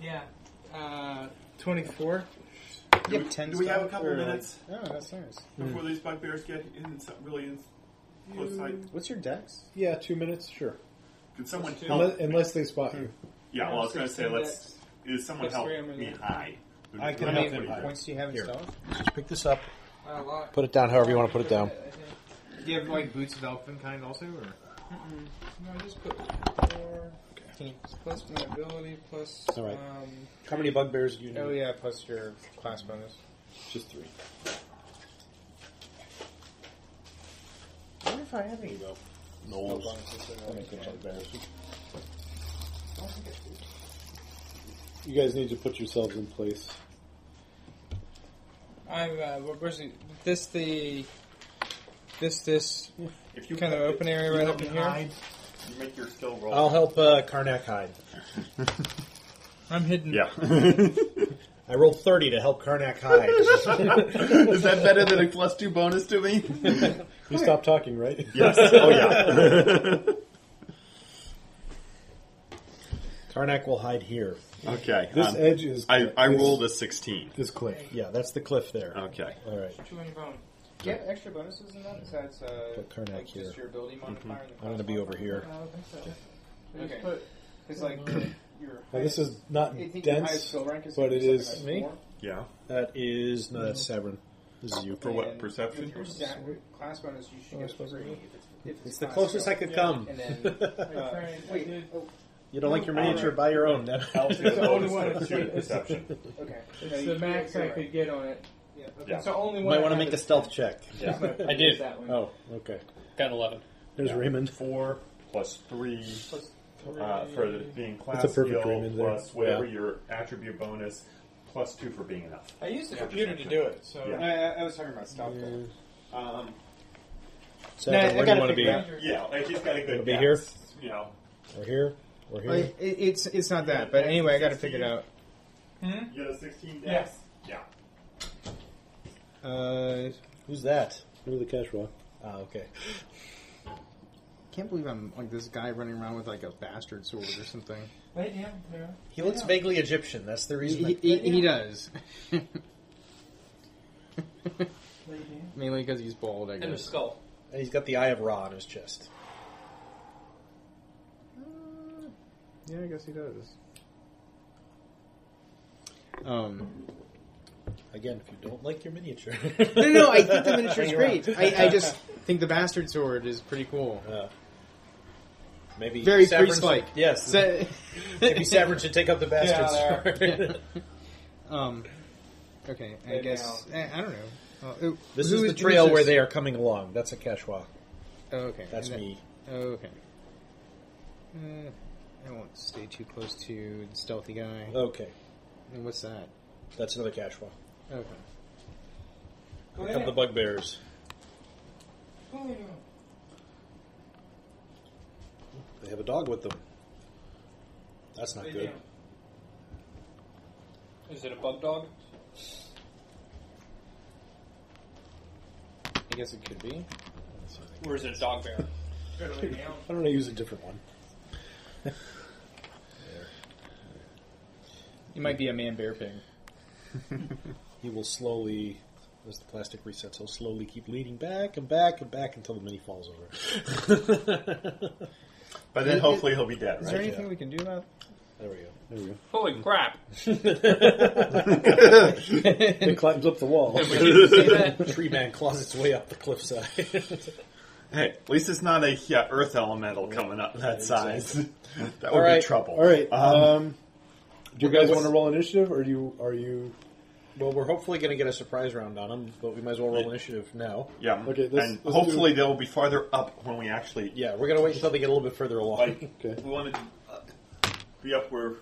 [SPEAKER 2] yeah uh, twenty four.
[SPEAKER 9] Do,
[SPEAKER 7] Yep,
[SPEAKER 9] we,
[SPEAKER 7] 10
[SPEAKER 9] do we have a
[SPEAKER 7] stone
[SPEAKER 9] couple of
[SPEAKER 7] or, like-
[SPEAKER 9] minutes
[SPEAKER 7] Oh, that's nice.
[SPEAKER 9] before these bugbears get in some- really in close sight?
[SPEAKER 7] What's your dex?
[SPEAKER 3] Yeah, two minutes, sure.
[SPEAKER 9] Can someone help?
[SPEAKER 3] Unless, unless they spot you.
[SPEAKER 9] yeah, well, I was going to say, let's.
[SPEAKER 2] Index.
[SPEAKER 9] Is someone
[SPEAKER 2] Plus
[SPEAKER 9] help
[SPEAKER 2] three, I'm
[SPEAKER 9] me
[SPEAKER 2] gonna-
[SPEAKER 9] hide?
[SPEAKER 4] I can
[SPEAKER 7] How
[SPEAKER 4] help
[SPEAKER 7] many
[SPEAKER 4] him hide.
[SPEAKER 7] points do you have in
[SPEAKER 4] Here.
[SPEAKER 7] stealth?
[SPEAKER 4] Just pick this up.
[SPEAKER 2] Uh, lot.
[SPEAKER 4] Put it down however you want to put it down.
[SPEAKER 7] Do you have like boots of elfin kind also, or
[SPEAKER 2] No, I just put four. Plus my ability, plus
[SPEAKER 4] All right.
[SPEAKER 2] um,
[SPEAKER 4] How many bugbears do you
[SPEAKER 7] oh yeah, plus your class bonus.
[SPEAKER 4] Just three.
[SPEAKER 7] I wonder if I have any though.
[SPEAKER 4] No.
[SPEAKER 3] You guys need to put yourselves in place.
[SPEAKER 2] I'm uh, what- where's the, this the this this
[SPEAKER 9] If you
[SPEAKER 2] kind of open area right up in here.
[SPEAKER 9] you make your skill roll.
[SPEAKER 4] I'll help uh, Karnak hide.
[SPEAKER 2] I'm hidden.
[SPEAKER 9] Yeah.
[SPEAKER 4] I rolled 30 to help Karnak hide.
[SPEAKER 9] Is that better than a plus two bonus to me?
[SPEAKER 3] You stop talking, right?
[SPEAKER 9] yes. Oh yeah.
[SPEAKER 4] Karnak will hide here.
[SPEAKER 9] okay.
[SPEAKER 3] This
[SPEAKER 9] um,
[SPEAKER 3] edge is
[SPEAKER 9] I, I
[SPEAKER 3] is-
[SPEAKER 9] rolled a sixteen.
[SPEAKER 3] is cliff.
[SPEAKER 4] Yeah, that's the cliff there.
[SPEAKER 9] Okay.
[SPEAKER 4] All right.
[SPEAKER 2] Chew on your bone.
[SPEAKER 7] Do you have extra bonuses in that besides uh,
[SPEAKER 4] Put Karnak
[SPEAKER 7] like
[SPEAKER 4] here. Mm-hmm.
[SPEAKER 7] just your ability modifier? and
[SPEAKER 4] I'm
[SPEAKER 7] the
[SPEAKER 4] going to
[SPEAKER 7] class
[SPEAKER 4] be over
[SPEAKER 7] modifier?
[SPEAKER 4] here.
[SPEAKER 2] I don't think so.
[SPEAKER 7] Okay. It's like your.
[SPEAKER 3] Now, this is not
[SPEAKER 7] I think your highest
[SPEAKER 3] dense.
[SPEAKER 7] skill rank is
[SPEAKER 3] but it
[SPEAKER 7] something
[SPEAKER 3] is-
[SPEAKER 7] like
[SPEAKER 3] Me?
[SPEAKER 7] four,
[SPEAKER 9] Yeah.
[SPEAKER 4] That is no, that's Severin. This is you.
[SPEAKER 9] For what
[SPEAKER 7] and
[SPEAKER 9] perception?
[SPEAKER 7] With your stat, class bonus, you
[SPEAKER 4] Oh,
[SPEAKER 7] should
[SPEAKER 4] I
[SPEAKER 7] get
[SPEAKER 4] suppose
[SPEAKER 7] three.
[SPEAKER 4] I
[SPEAKER 7] If it's, if
[SPEAKER 4] It's the
[SPEAKER 7] class
[SPEAKER 4] closest I
[SPEAKER 7] skill.
[SPEAKER 4] could
[SPEAKER 2] Yeah.
[SPEAKER 4] come.
[SPEAKER 7] And then uh,
[SPEAKER 2] Frank, I
[SPEAKER 7] wait,
[SPEAKER 2] did.
[SPEAKER 7] oh,
[SPEAKER 4] you don't like your
[SPEAKER 9] All
[SPEAKER 4] miniature?
[SPEAKER 9] right.
[SPEAKER 4] Buy your own. Now.
[SPEAKER 9] Else is
[SPEAKER 2] It's the only
[SPEAKER 9] bonus
[SPEAKER 2] one
[SPEAKER 9] to
[SPEAKER 2] that's
[SPEAKER 9] two
[SPEAKER 2] right.
[SPEAKER 9] perception.
[SPEAKER 7] okay. No,
[SPEAKER 2] It's
[SPEAKER 7] you-
[SPEAKER 2] the max I
[SPEAKER 7] you're
[SPEAKER 2] could
[SPEAKER 7] right.
[SPEAKER 2] get on it.
[SPEAKER 7] Yeah, okay.
[SPEAKER 9] Yeah.
[SPEAKER 2] It's the only
[SPEAKER 4] You
[SPEAKER 2] one.
[SPEAKER 4] might
[SPEAKER 2] I
[SPEAKER 4] want to
[SPEAKER 2] have
[SPEAKER 4] make a
[SPEAKER 2] is-
[SPEAKER 4] stealth check.
[SPEAKER 9] Yeah.
[SPEAKER 2] I
[SPEAKER 5] did.
[SPEAKER 2] That one.
[SPEAKER 4] Oh, okay.
[SPEAKER 5] Got an 11.
[SPEAKER 4] There's Raymond.
[SPEAKER 9] Four plus three.
[SPEAKER 2] Plus
[SPEAKER 9] Uh, for the,
[SPEAKER 2] three.
[SPEAKER 9] being class
[SPEAKER 3] That's a perfect
[SPEAKER 9] skill
[SPEAKER 3] dream in there.
[SPEAKER 9] plus whatever
[SPEAKER 4] Yeah.
[SPEAKER 9] your attribute bonus plus two for being enough.
[SPEAKER 2] I used
[SPEAKER 4] Oh.
[SPEAKER 2] the computer to do it, so
[SPEAKER 9] Yeah.
[SPEAKER 7] I, I I was talking about stealth. though.
[SPEAKER 9] Um,
[SPEAKER 4] Severin,
[SPEAKER 7] I
[SPEAKER 4] where do you
[SPEAKER 7] gotta
[SPEAKER 4] want to be?
[SPEAKER 7] figure out-
[SPEAKER 9] yeah, like he's got a good.
[SPEAKER 4] It'll be here?
[SPEAKER 9] guess, You know.
[SPEAKER 4] We're here. We're here.
[SPEAKER 7] Well, it, it's it's not that, but anyway, I got to figure it out.
[SPEAKER 9] You got a sixteen.
[SPEAKER 2] Yes.
[SPEAKER 9] dex? Yeah.
[SPEAKER 7] Uh,
[SPEAKER 4] Who's that? Who's the Keshwa? Ah, okay.
[SPEAKER 7] can't believe I'm like this guy running around with like a bastard sword or something.
[SPEAKER 2] Wait, yeah, yeah.
[SPEAKER 4] He looks vaguely Egyptian. That's the reason.
[SPEAKER 7] He,
[SPEAKER 4] I-
[SPEAKER 7] he, he does. Mainly because he's bald, I
[SPEAKER 5] And a
[SPEAKER 7] guess.
[SPEAKER 5] skull.
[SPEAKER 4] and he's got the eye of Ra on his chest.
[SPEAKER 7] Yeah, I guess he does. Um,
[SPEAKER 4] Again, if you don't like your miniature.
[SPEAKER 7] no, no, I think the miniature's
[SPEAKER 4] Hang
[SPEAKER 7] great.
[SPEAKER 4] around.
[SPEAKER 7] I, I just think the bastard sword is pretty cool.
[SPEAKER 4] Uh, maybe
[SPEAKER 7] Very
[SPEAKER 4] Savern
[SPEAKER 7] priest-like.
[SPEAKER 4] should- Yes.
[SPEAKER 7] So-
[SPEAKER 4] maybe Savern should take up the bastard
[SPEAKER 2] Yeah,
[SPEAKER 4] sword.
[SPEAKER 7] um, okay, I
[SPEAKER 2] Hey,
[SPEAKER 7] guess I, I don't know. Uh, who-
[SPEAKER 4] this
[SPEAKER 7] who
[SPEAKER 4] is the
[SPEAKER 7] who
[SPEAKER 4] trail where
[SPEAKER 7] this?
[SPEAKER 4] they are coming along. That's a Keshwa.
[SPEAKER 7] Oh, okay,
[SPEAKER 4] That's
[SPEAKER 7] and that-
[SPEAKER 4] me.
[SPEAKER 7] oh, okay. Uh, I won't stay too close to the stealthy guy.
[SPEAKER 4] Okay.
[SPEAKER 7] And what's that?
[SPEAKER 4] That's another Keshwa.
[SPEAKER 7] Okay.
[SPEAKER 4] Here come the bugbears. They have a dog with them. That's not good.
[SPEAKER 5] Is it a bug dog?
[SPEAKER 7] I guess it could be.
[SPEAKER 5] Or is it a dog bear?
[SPEAKER 4] I don't know. Use a different one.
[SPEAKER 7] It might be a man bear pig.
[SPEAKER 4] He will slowly, as the plastic resets, he'll slowly keep leaning back and back and back until the mini falls over.
[SPEAKER 9] But then hopefully he'll be dead,
[SPEAKER 7] Is
[SPEAKER 9] right?
[SPEAKER 7] there anything we can do about?
[SPEAKER 4] there we go.
[SPEAKER 3] There we go.
[SPEAKER 5] Holy crap!
[SPEAKER 3] It climbs up the wall.
[SPEAKER 4] Tree man claws its way up the cliffside.
[SPEAKER 9] Hey, at least it's not a yeah, earth elemental coming up that size. that
[SPEAKER 4] All
[SPEAKER 9] would
[SPEAKER 4] right.
[SPEAKER 9] be trouble.
[SPEAKER 3] All right.
[SPEAKER 9] Um,
[SPEAKER 3] Um, do you guys want to roll initiative, or you are you?
[SPEAKER 4] well, we're hopefully going to get a surprise round on him, but we might as well roll initiative now.
[SPEAKER 9] yeah.
[SPEAKER 3] Okay, let's-
[SPEAKER 9] and
[SPEAKER 3] let's
[SPEAKER 9] hopefully they'll be farther up when we actually.
[SPEAKER 4] Yeah, we're going to wait until they get a little bit further along.
[SPEAKER 9] Like,
[SPEAKER 3] Okay.
[SPEAKER 9] we want to uh, be up where.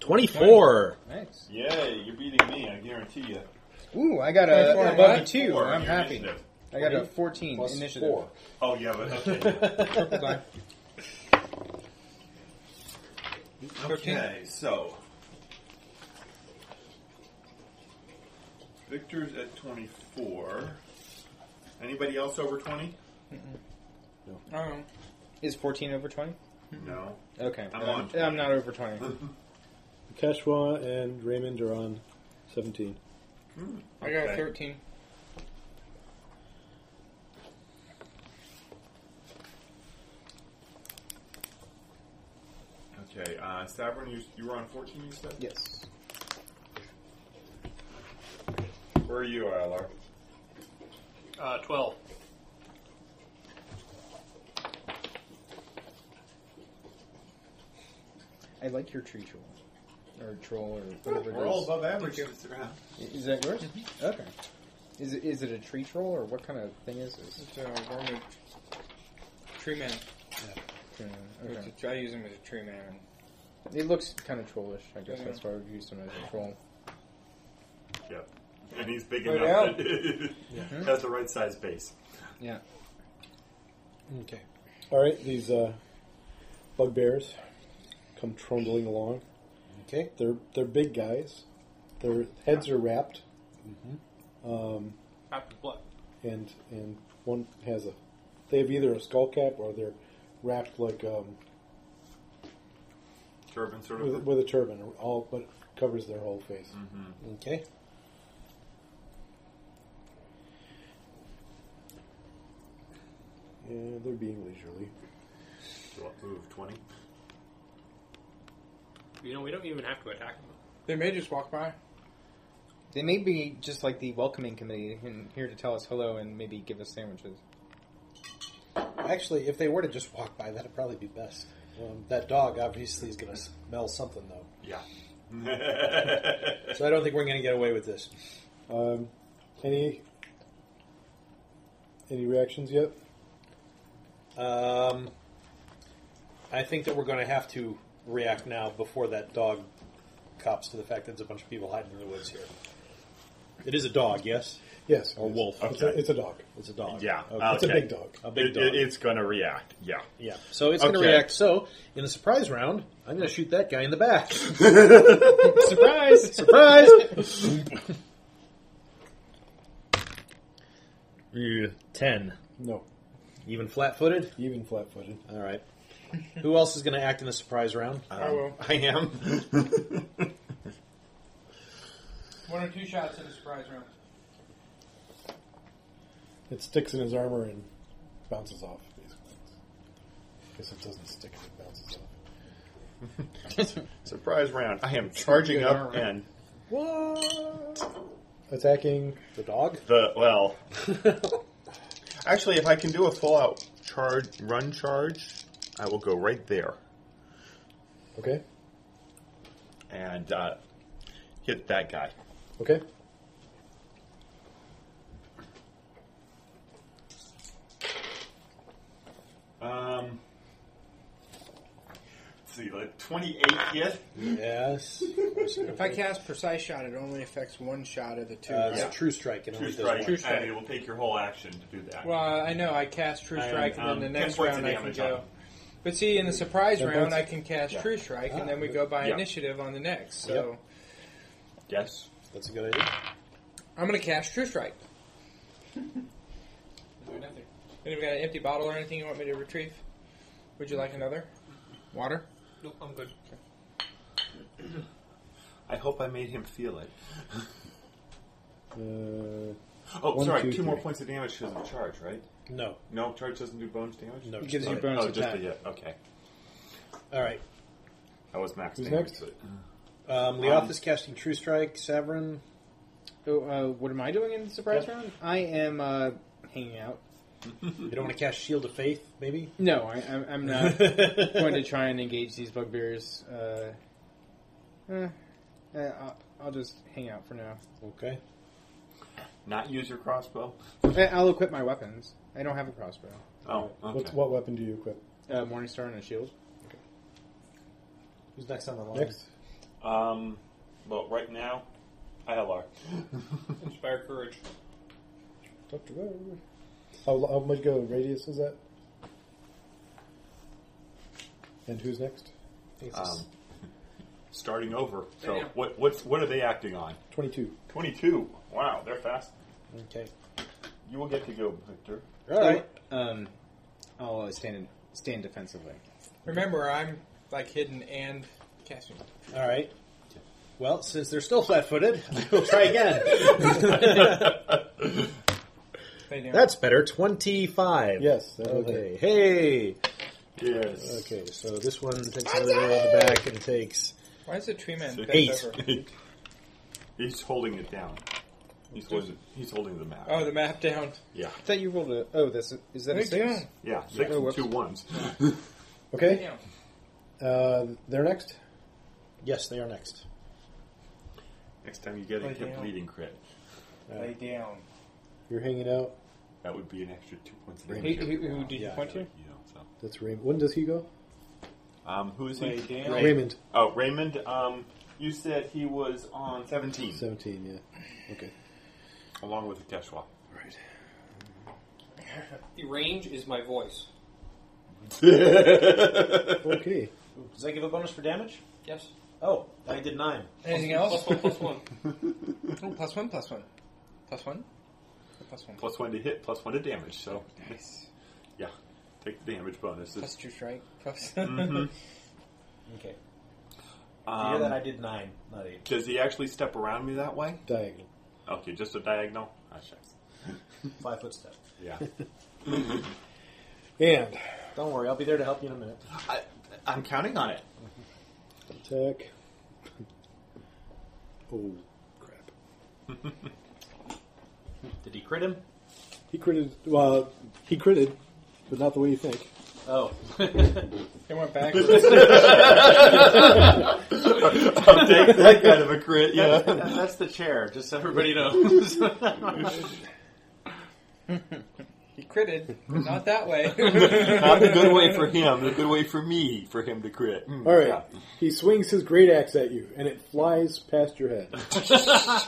[SPEAKER 4] 24!
[SPEAKER 7] Nice.
[SPEAKER 9] Yeah, you're beating me, I guarantee you.
[SPEAKER 7] Ooh, I got a, a buggy too.
[SPEAKER 9] Four
[SPEAKER 7] I'm
[SPEAKER 9] on your
[SPEAKER 7] happy.
[SPEAKER 9] initiative.
[SPEAKER 7] I got a 14
[SPEAKER 4] Plus
[SPEAKER 7] initiative.
[SPEAKER 4] four.
[SPEAKER 9] Oh, yeah, but okay.
[SPEAKER 7] Purple die.
[SPEAKER 9] okay, so. Victor's at 24. Anybody else over 20?
[SPEAKER 2] Oh,
[SPEAKER 7] Is 14 over 20?
[SPEAKER 9] No.
[SPEAKER 7] Okay.
[SPEAKER 9] I'm
[SPEAKER 7] Uh,
[SPEAKER 9] on
[SPEAKER 7] I'm not over 20.
[SPEAKER 3] Keshwa and Raymond are on seventeen.
[SPEAKER 2] I got
[SPEAKER 9] Okay.
[SPEAKER 2] a thirteen.
[SPEAKER 9] Okay, uh, Stavron, you, you were on 14, you said?
[SPEAKER 7] yes.
[SPEAKER 9] Where are you, Alar?
[SPEAKER 5] Uh, Twelve.
[SPEAKER 7] I like your tree troll. Or troll or whatever
[SPEAKER 9] We're
[SPEAKER 7] it
[SPEAKER 9] all
[SPEAKER 7] is.
[SPEAKER 9] above average this round.
[SPEAKER 7] Is that yours?
[SPEAKER 2] Mm-hmm.
[SPEAKER 7] Okay. Is it, is it a tree troll or what kind of thing is this?
[SPEAKER 2] It's a varmint tree man. It's
[SPEAKER 7] Okay.
[SPEAKER 2] a- I use him as a tree man.
[SPEAKER 7] It looks kind of trollish. I guess
[SPEAKER 2] Yeah.
[SPEAKER 7] that's why we've used him as a troll.
[SPEAKER 9] Yep. And he's big
[SPEAKER 2] Right
[SPEAKER 9] enough
[SPEAKER 2] out.
[SPEAKER 9] that has the right size base.
[SPEAKER 7] Yeah.
[SPEAKER 4] Okay.
[SPEAKER 3] All right, these uh, bugbears come trundling along.
[SPEAKER 4] Okay.
[SPEAKER 3] They're they're big guys. Their heads are wrapped,
[SPEAKER 5] After what?
[SPEAKER 3] and and one has a. They have either a skull cap or they're wrapped like um,
[SPEAKER 9] Turban sort
[SPEAKER 3] with,
[SPEAKER 9] of.
[SPEAKER 3] with a turban, all but covers their whole face.
[SPEAKER 4] Okay.
[SPEAKER 3] Yeah, they're being leisurely.
[SPEAKER 9] Move 20.
[SPEAKER 5] You know, we don't even have to attack them.
[SPEAKER 2] They may just walk by.
[SPEAKER 7] They may be just like the welcoming committee and here to tell us hello and maybe give us sandwiches.
[SPEAKER 4] Actually, if they were to just walk by, that'd probably be best. Um, that dog obviously is going to smell something, though.
[SPEAKER 9] Yeah.
[SPEAKER 4] So I don't think we're going to get away with this.
[SPEAKER 3] Um, any any reactions yet?
[SPEAKER 4] Um, I think that we're going to have to react now before that dog cops to the fact that there's a bunch of people hiding in the woods here. It is a dog, yes?
[SPEAKER 3] Yes,
[SPEAKER 4] Or
[SPEAKER 3] yes.
[SPEAKER 4] wolf.
[SPEAKER 3] It's, a,
[SPEAKER 9] Okay.
[SPEAKER 3] it's a dog.
[SPEAKER 4] It's a dog.
[SPEAKER 9] yeah.
[SPEAKER 4] Okay.
[SPEAKER 3] It's a big dog.
[SPEAKER 4] A big
[SPEAKER 9] It-
[SPEAKER 4] dog.
[SPEAKER 9] it- it's going to react. Yeah.
[SPEAKER 4] yeah. So it's going
[SPEAKER 9] Okay.
[SPEAKER 4] to react. So in the surprise round, I'm going to shoot that guy in the back.
[SPEAKER 7] Surprise!
[SPEAKER 4] surprise! Ugh, Ten.
[SPEAKER 3] No.
[SPEAKER 4] Even flat-footed.
[SPEAKER 3] Even flat-footed.
[SPEAKER 4] All right. Who else is going to act in the surprise round?
[SPEAKER 2] I will.
[SPEAKER 4] I am.
[SPEAKER 2] One or two shots in a surprise round.
[SPEAKER 4] Uh,
[SPEAKER 3] It sticks in his armor and bounces off. Basically, guess it doesn't stick. It bounces off.
[SPEAKER 9] Surprise round. I am charging up and
[SPEAKER 3] Attacking
[SPEAKER 4] the dog.
[SPEAKER 9] the well. Actually, if I can do a full out charge run charge, I will go right there
[SPEAKER 3] Okay.
[SPEAKER 9] and uh, hit that guy.
[SPEAKER 3] Okay.
[SPEAKER 9] Um, let's see, like twenty-eight hit.
[SPEAKER 4] Yes.
[SPEAKER 20] If I cast precise shot, it only affects one shot of the two.
[SPEAKER 4] Uh, it's
[SPEAKER 9] Yeah.
[SPEAKER 4] true strike and
[SPEAKER 9] True
[SPEAKER 4] only does
[SPEAKER 9] strike,
[SPEAKER 4] one.
[SPEAKER 9] and it will take your whole action to do that.
[SPEAKER 2] Well, I know I cast True
[SPEAKER 9] And,
[SPEAKER 2] Strike, and,
[SPEAKER 9] um,
[SPEAKER 2] then the
[SPEAKER 9] 10
[SPEAKER 2] next
[SPEAKER 9] points of
[SPEAKER 2] round I can
[SPEAKER 9] damage
[SPEAKER 2] go.
[SPEAKER 9] on it.
[SPEAKER 2] But see, in the surprise
[SPEAKER 3] Ten
[SPEAKER 2] round,
[SPEAKER 3] points?
[SPEAKER 2] I can cast
[SPEAKER 9] Yeah. Ah.
[SPEAKER 2] True Strike, and then we go by
[SPEAKER 9] Yeah.
[SPEAKER 2] initiative on the next. So
[SPEAKER 4] Yep.
[SPEAKER 9] yes.
[SPEAKER 4] That's a good idea.
[SPEAKER 2] I'm going to cast True Strike. Anybody got an empty bottle or anything you want me to retrieve? Would you like another? Water?
[SPEAKER 5] Nope, I'm good.
[SPEAKER 9] I hope I made him feel it.
[SPEAKER 3] Uh,
[SPEAKER 9] Oh,
[SPEAKER 3] One,
[SPEAKER 9] sorry.
[SPEAKER 3] two,
[SPEAKER 9] Two, more
[SPEAKER 3] three.
[SPEAKER 9] points of damage because of the charge, right?
[SPEAKER 4] No.
[SPEAKER 9] No, charge doesn't do bonus damage.
[SPEAKER 4] No.
[SPEAKER 7] It gives you
[SPEAKER 4] strike.
[SPEAKER 7] bonus
[SPEAKER 9] oh, just a
[SPEAKER 7] attack.
[SPEAKER 9] hit. Okay,
[SPEAKER 4] All right.
[SPEAKER 9] that was max
[SPEAKER 3] Who's
[SPEAKER 9] damage.
[SPEAKER 3] next?
[SPEAKER 9] but-
[SPEAKER 4] Um, Leoth is casting True Strike. Severin.
[SPEAKER 7] Oh, uh, what am I doing in the surprise round? I am uh, hanging out.
[SPEAKER 4] You don't want to cast Shield of Faith, maybe?
[SPEAKER 7] No, I, I'm, I'm not going to try and engage these bugbears. Uh, eh, eh, I'll, I'll just hang out for now.
[SPEAKER 4] Okay.
[SPEAKER 9] Not use your crossbow.
[SPEAKER 7] Eh, I'll equip my weapons. I don't have a crossbow.
[SPEAKER 9] Oh, okay.
[SPEAKER 3] What's, what weapon do you equip?
[SPEAKER 7] Uh, Morningstar and a shield.
[SPEAKER 4] Who's next on the line?
[SPEAKER 3] Next.
[SPEAKER 9] Um, well, right now, ILR.
[SPEAKER 5] Inspire courage.
[SPEAKER 3] Dr. Ward. How, lo- how much go radius is that? And who's next?
[SPEAKER 9] Um, starting over. So
[SPEAKER 5] Yeah.
[SPEAKER 9] what? What's what are they acting on?
[SPEAKER 3] Twenty-two.
[SPEAKER 9] Twenty-two. Wow, they're fast.
[SPEAKER 4] Okay.
[SPEAKER 9] You will get to go, Victor.
[SPEAKER 4] All right.
[SPEAKER 7] Um, I'll uh, stand in, stand defensively.
[SPEAKER 2] Remember, I'm like hidden and casting.
[SPEAKER 4] All right. Well, since they're still flat-footed, I will try again.
[SPEAKER 2] They know.
[SPEAKER 4] That's better. Twenty-five.
[SPEAKER 3] Yes. that will
[SPEAKER 4] Okay. Oh, Hey.
[SPEAKER 9] Yes.
[SPEAKER 4] Okay. So this one takes another roll on the back and takes
[SPEAKER 2] Why is the tree man bent
[SPEAKER 4] Eight.
[SPEAKER 2] over?
[SPEAKER 9] He's holding it down. He's holding. He's holding the map.
[SPEAKER 2] Oh, the map down.
[SPEAKER 9] yeah.
[SPEAKER 7] I thought you rolled a. Oh, that's a, is that a
[SPEAKER 2] Big
[SPEAKER 7] six?
[SPEAKER 2] down.
[SPEAKER 9] Yeah. Six
[SPEAKER 7] Yeah.
[SPEAKER 9] and
[SPEAKER 7] Oh,
[SPEAKER 9] two ones.
[SPEAKER 3] go. Okay.
[SPEAKER 2] Yeah.
[SPEAKER 3] Uh, they're next.
[SPEAKER 4] Yes, they are next.
[SPEAKER 9] Next time you get
[SPEAKER 2] Lay
[SPEAKER 9] a hip
[SPEAKER 2] down.
[SPEAKER 9] bleeding crit, Uh,
[SPEAKER 2] Lay down.
[SPEAKER 3] You're hanging out.
[SPEAKER 9] that would be an extra two points. of
[SPEAKER 3] Who-
[SPEAKER 9] damage.
[SPEAKER 7] who- who did you
[SPEAKER 9] Yeah,
[SPEAKER 7] point
[SPEAKER 9] yeah,
[SPEAKER 7] to?
[SPEAKER 9] You know,
[SPEAKER 3] That's Raymond. When does he go?
[SPEAKER 9] so. Um, who is he?
[SPEAKER 3] Raymond.
[SPEAKER 9] Oh, Raymond. Um, you said he was on seventeen,
[SPEAKER 3] Seventeen. Yeah. Okay.
[SPEAKER 9] along with Keshwa.
[SPEAKER 5] The range is my voice.
[SPEAKER 3] Okay.
[SPEAKER 4] Does that give a bonus for damage?
[SPEAKER 5] Yes.
[SPEAKER 4] Oh, I did nine.
[SPEAKER 2] Anything else?
[SPEAKER 5] Plus one, plus one.
[SPEAKER 2] Oh, plus one, plus one. Plus one? Or Plus one.
[SPEAKER 9] plus one to hit, plus one to damage. So, yeah, take the damage bonus.
[SPEAKER 2] Plus two strike. Plus.
[SPEAKER 7] Mm.
[SPEAKER 4] Okay. you hear that? I
[SPEAKER 9] Um,
[SPEAKER 4] did nine, not eight.
[SPEAKER 9] does he actually step around me that way?
[SPEAKER 3] Diagonal.
[SPEAKER 9] Okay, just a diagonal. Ah, shucks.
[SPEAKER 4] Five foot step.
[SPEAKER 9] Yeah,
[SPEAKER 3] And
[SPEAKER 4] Don't worry, I'll be there to help you in a minute.
[SPEAKER 9] I, I'm counting on it.
[SPEAKER 3] attack. Oh crap!
[SPEAKER 4] Did he crit him?
[SPEAKER 3] He critted. Well, he critted, but not the way you think.
[SPEAKER 4] Oh.
[SPEAKER 2] They went backwards.
[SPEAKER 9] I'll take that kind of a crit. Yeah.
[SPEAKER 4] That's the chair, just so everybody knows.
[SPEAKER 2] he critted, but not that way.
[SPEAKER 9] Not the good way for him. The good way for me for him to crit. Mm,
[SPEAKER 3] All right.
[SPEAKER 9] yeah.
[SPEAKER 3] He swings his great axe at you, and it flies past your head.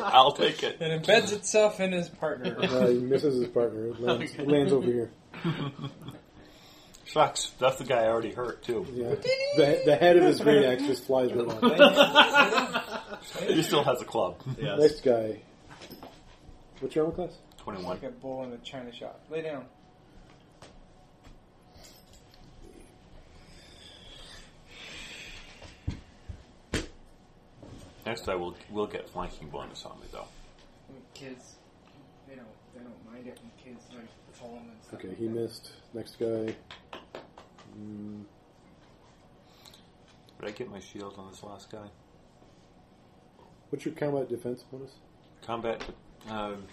[SPEAKER 9] I'll take it.
[SPEAKER 2] it embeds itself in his partner.
[SPEAKER 3] Uh, he misses his partner. It lands, it lands over here.
[SPEAKER 9] Shucks, that's the guy I already hurt too.
[SPEAKER 3] Yeah. The, the head of his great axe just flies right off.
[SPEAKER 9] He still has a club.
[SPEAKER 4] yes.
[SPEAKER 3] Next guy. What's your armor class?
[SPEAKER 4] 21.
[SPEAKER 2] Like a bull in a china shop. Lay down.
[SPEAKER 4] Next, I will will get flanking bonus on me though.
[SPEAKER 2] Kids, they don't they don't mind it when kids like fall and stuff.
[SPEAKER 3] Okay, he missed. Next guy. Mm,
[SPEAKER 4] Did I get my shield on this last guy?
[SPEAKER 3] what's your combat defense bonus?
[SPEAKER 4] Combat. Um,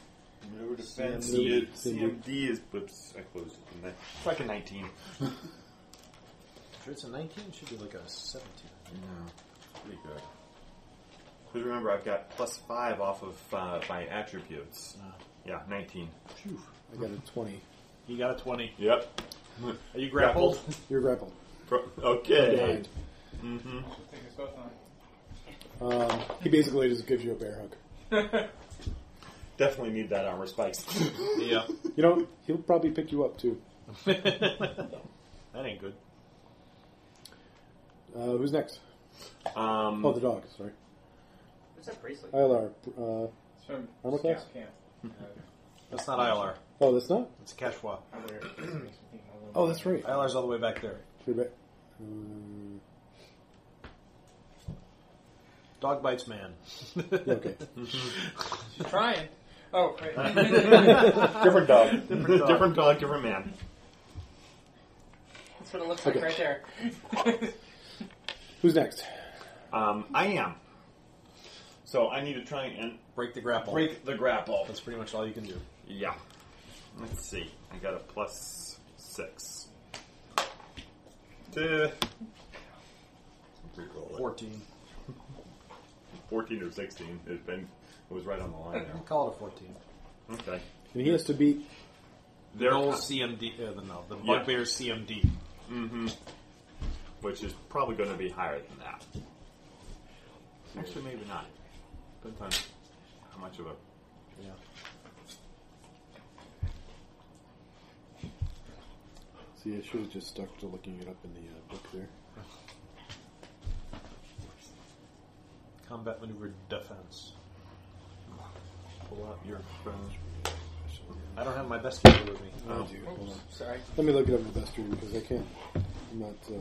[SPEAKER 9] No defense
[SPEAKER 3] CMD.
[SPEAKER 9] needed.
[SPEAKER 3] CMD.
[SPEAKER 9] CMD is. Oops, I closed it. didn't I?
[SPEAKER 4] It's like a 19.
[SPEAKER 21] Sure, it's a 19. It should be like a 17.
[SPEAKER 9] Pretty good. Because remember, I've got plus five off of uh, my attributes. Yeah, 19.
[SPEAKER 3] I got a twenty.
[SPEAKER 4] You got a 20.
[SPEAKER 9] Yep.
[SPEAKER 4] Are you grappled?
[SPEAKER 3] You're grappled.
[SPEAKER 9] Pro- okay.
[SPEAKER 3] Combined.
[SPEAKER 9] Mm-hmm.
[SPEAKER 2] Take us both on.
[SPEAKER 3] Um, he basically just gives you a bear hug.
[SPEAKER 9] Definitely need that armor spikes.
[SPEAKER 4] yeah.
[SPEAKER 3] You know, he'll probably pick you up too.
[SPEAKER 4] That ain't good.
[SPEAKER 3] Uh, who's next?
[SPEAKER 9] Um,
[SPEAKER 3] Oh, the dog. Sorry,
[SPEAKER 22] What's that bracelet?
[SPEAKER 3] Ilar. Uh,
[SPEAKER 2] It's from
[SPEAKER 3] Armor class?
[SPEAKER 2] Scout Camp.
[SPEAKER 4] That's not ILR.
[SPEAKER 3] oh, that's not.
[SPEAKER 4] It's Kashwa.
[SPEAKER 2] I wear it. It makes me think a little
[SPEAKER 3] Oh, that's right.
[SPEAKER 4] ILR's all the way back there.
[SPEAKER 3] You're back. Um,
[SPEAKER 4] Dog bites man.
[SPEAKER 3] yeah, Uh, okay.
[SPEAKER 2] She's trying. Oh, right.
[SPEAKER 9] different dog.
[SPEAKER 4] Different dog.
[SPEAKER 9] different dog, different man.
[SPEAKER 2] That's what it looks like
[SPEAKER 3] Okay.
[SPEAKER 2] right there.
[SPEAKER 3] Who's next?
[SPEAKER 9] Um, I am. So I need to try and
[SPEAKER 4] Break the grapple.
[SPEAKER 9] break the grapple.
[SPEAKER 4] That's pretty much all you can do.
[SPEAKER 9] Yeah. Let's see. I got a plus six. Eh. Duh. Reroll it.
[SPEAKER 4] 14.
[SPEAKER 9] 14 or 16. It's been, it was right on the line there.
[SPEAKER 4] Call it a 14.
[SPEAKER 9] Okay.
[SPEAKER 3] And he has to beat.
[SPEAKER 9] There,
[SPEAKER 4] Roll CMD. Uh, the, no, the
[SPEAKER 9] Yeah.
[SPEAKER 4] bugbear CMD.
[SPEAKER 9] which is probably going to be higher than that. Actually, maybe not. Depends on how much of a.
[SPEAKER 4] Yeah.
[SPEAKER 3] See, I should have just stuck to looking it up in the uh, book there.
[SPEAKER 4] Combat maneuver defense. Pull out your friends. I don't have my best gear with me.
[SPEAKER 3] Oh, dude, hold on.
[SPEAKER 2] Sorry.
[SPEAKER 3] Let me look it up in the best room because I can't. I'm not. Uh,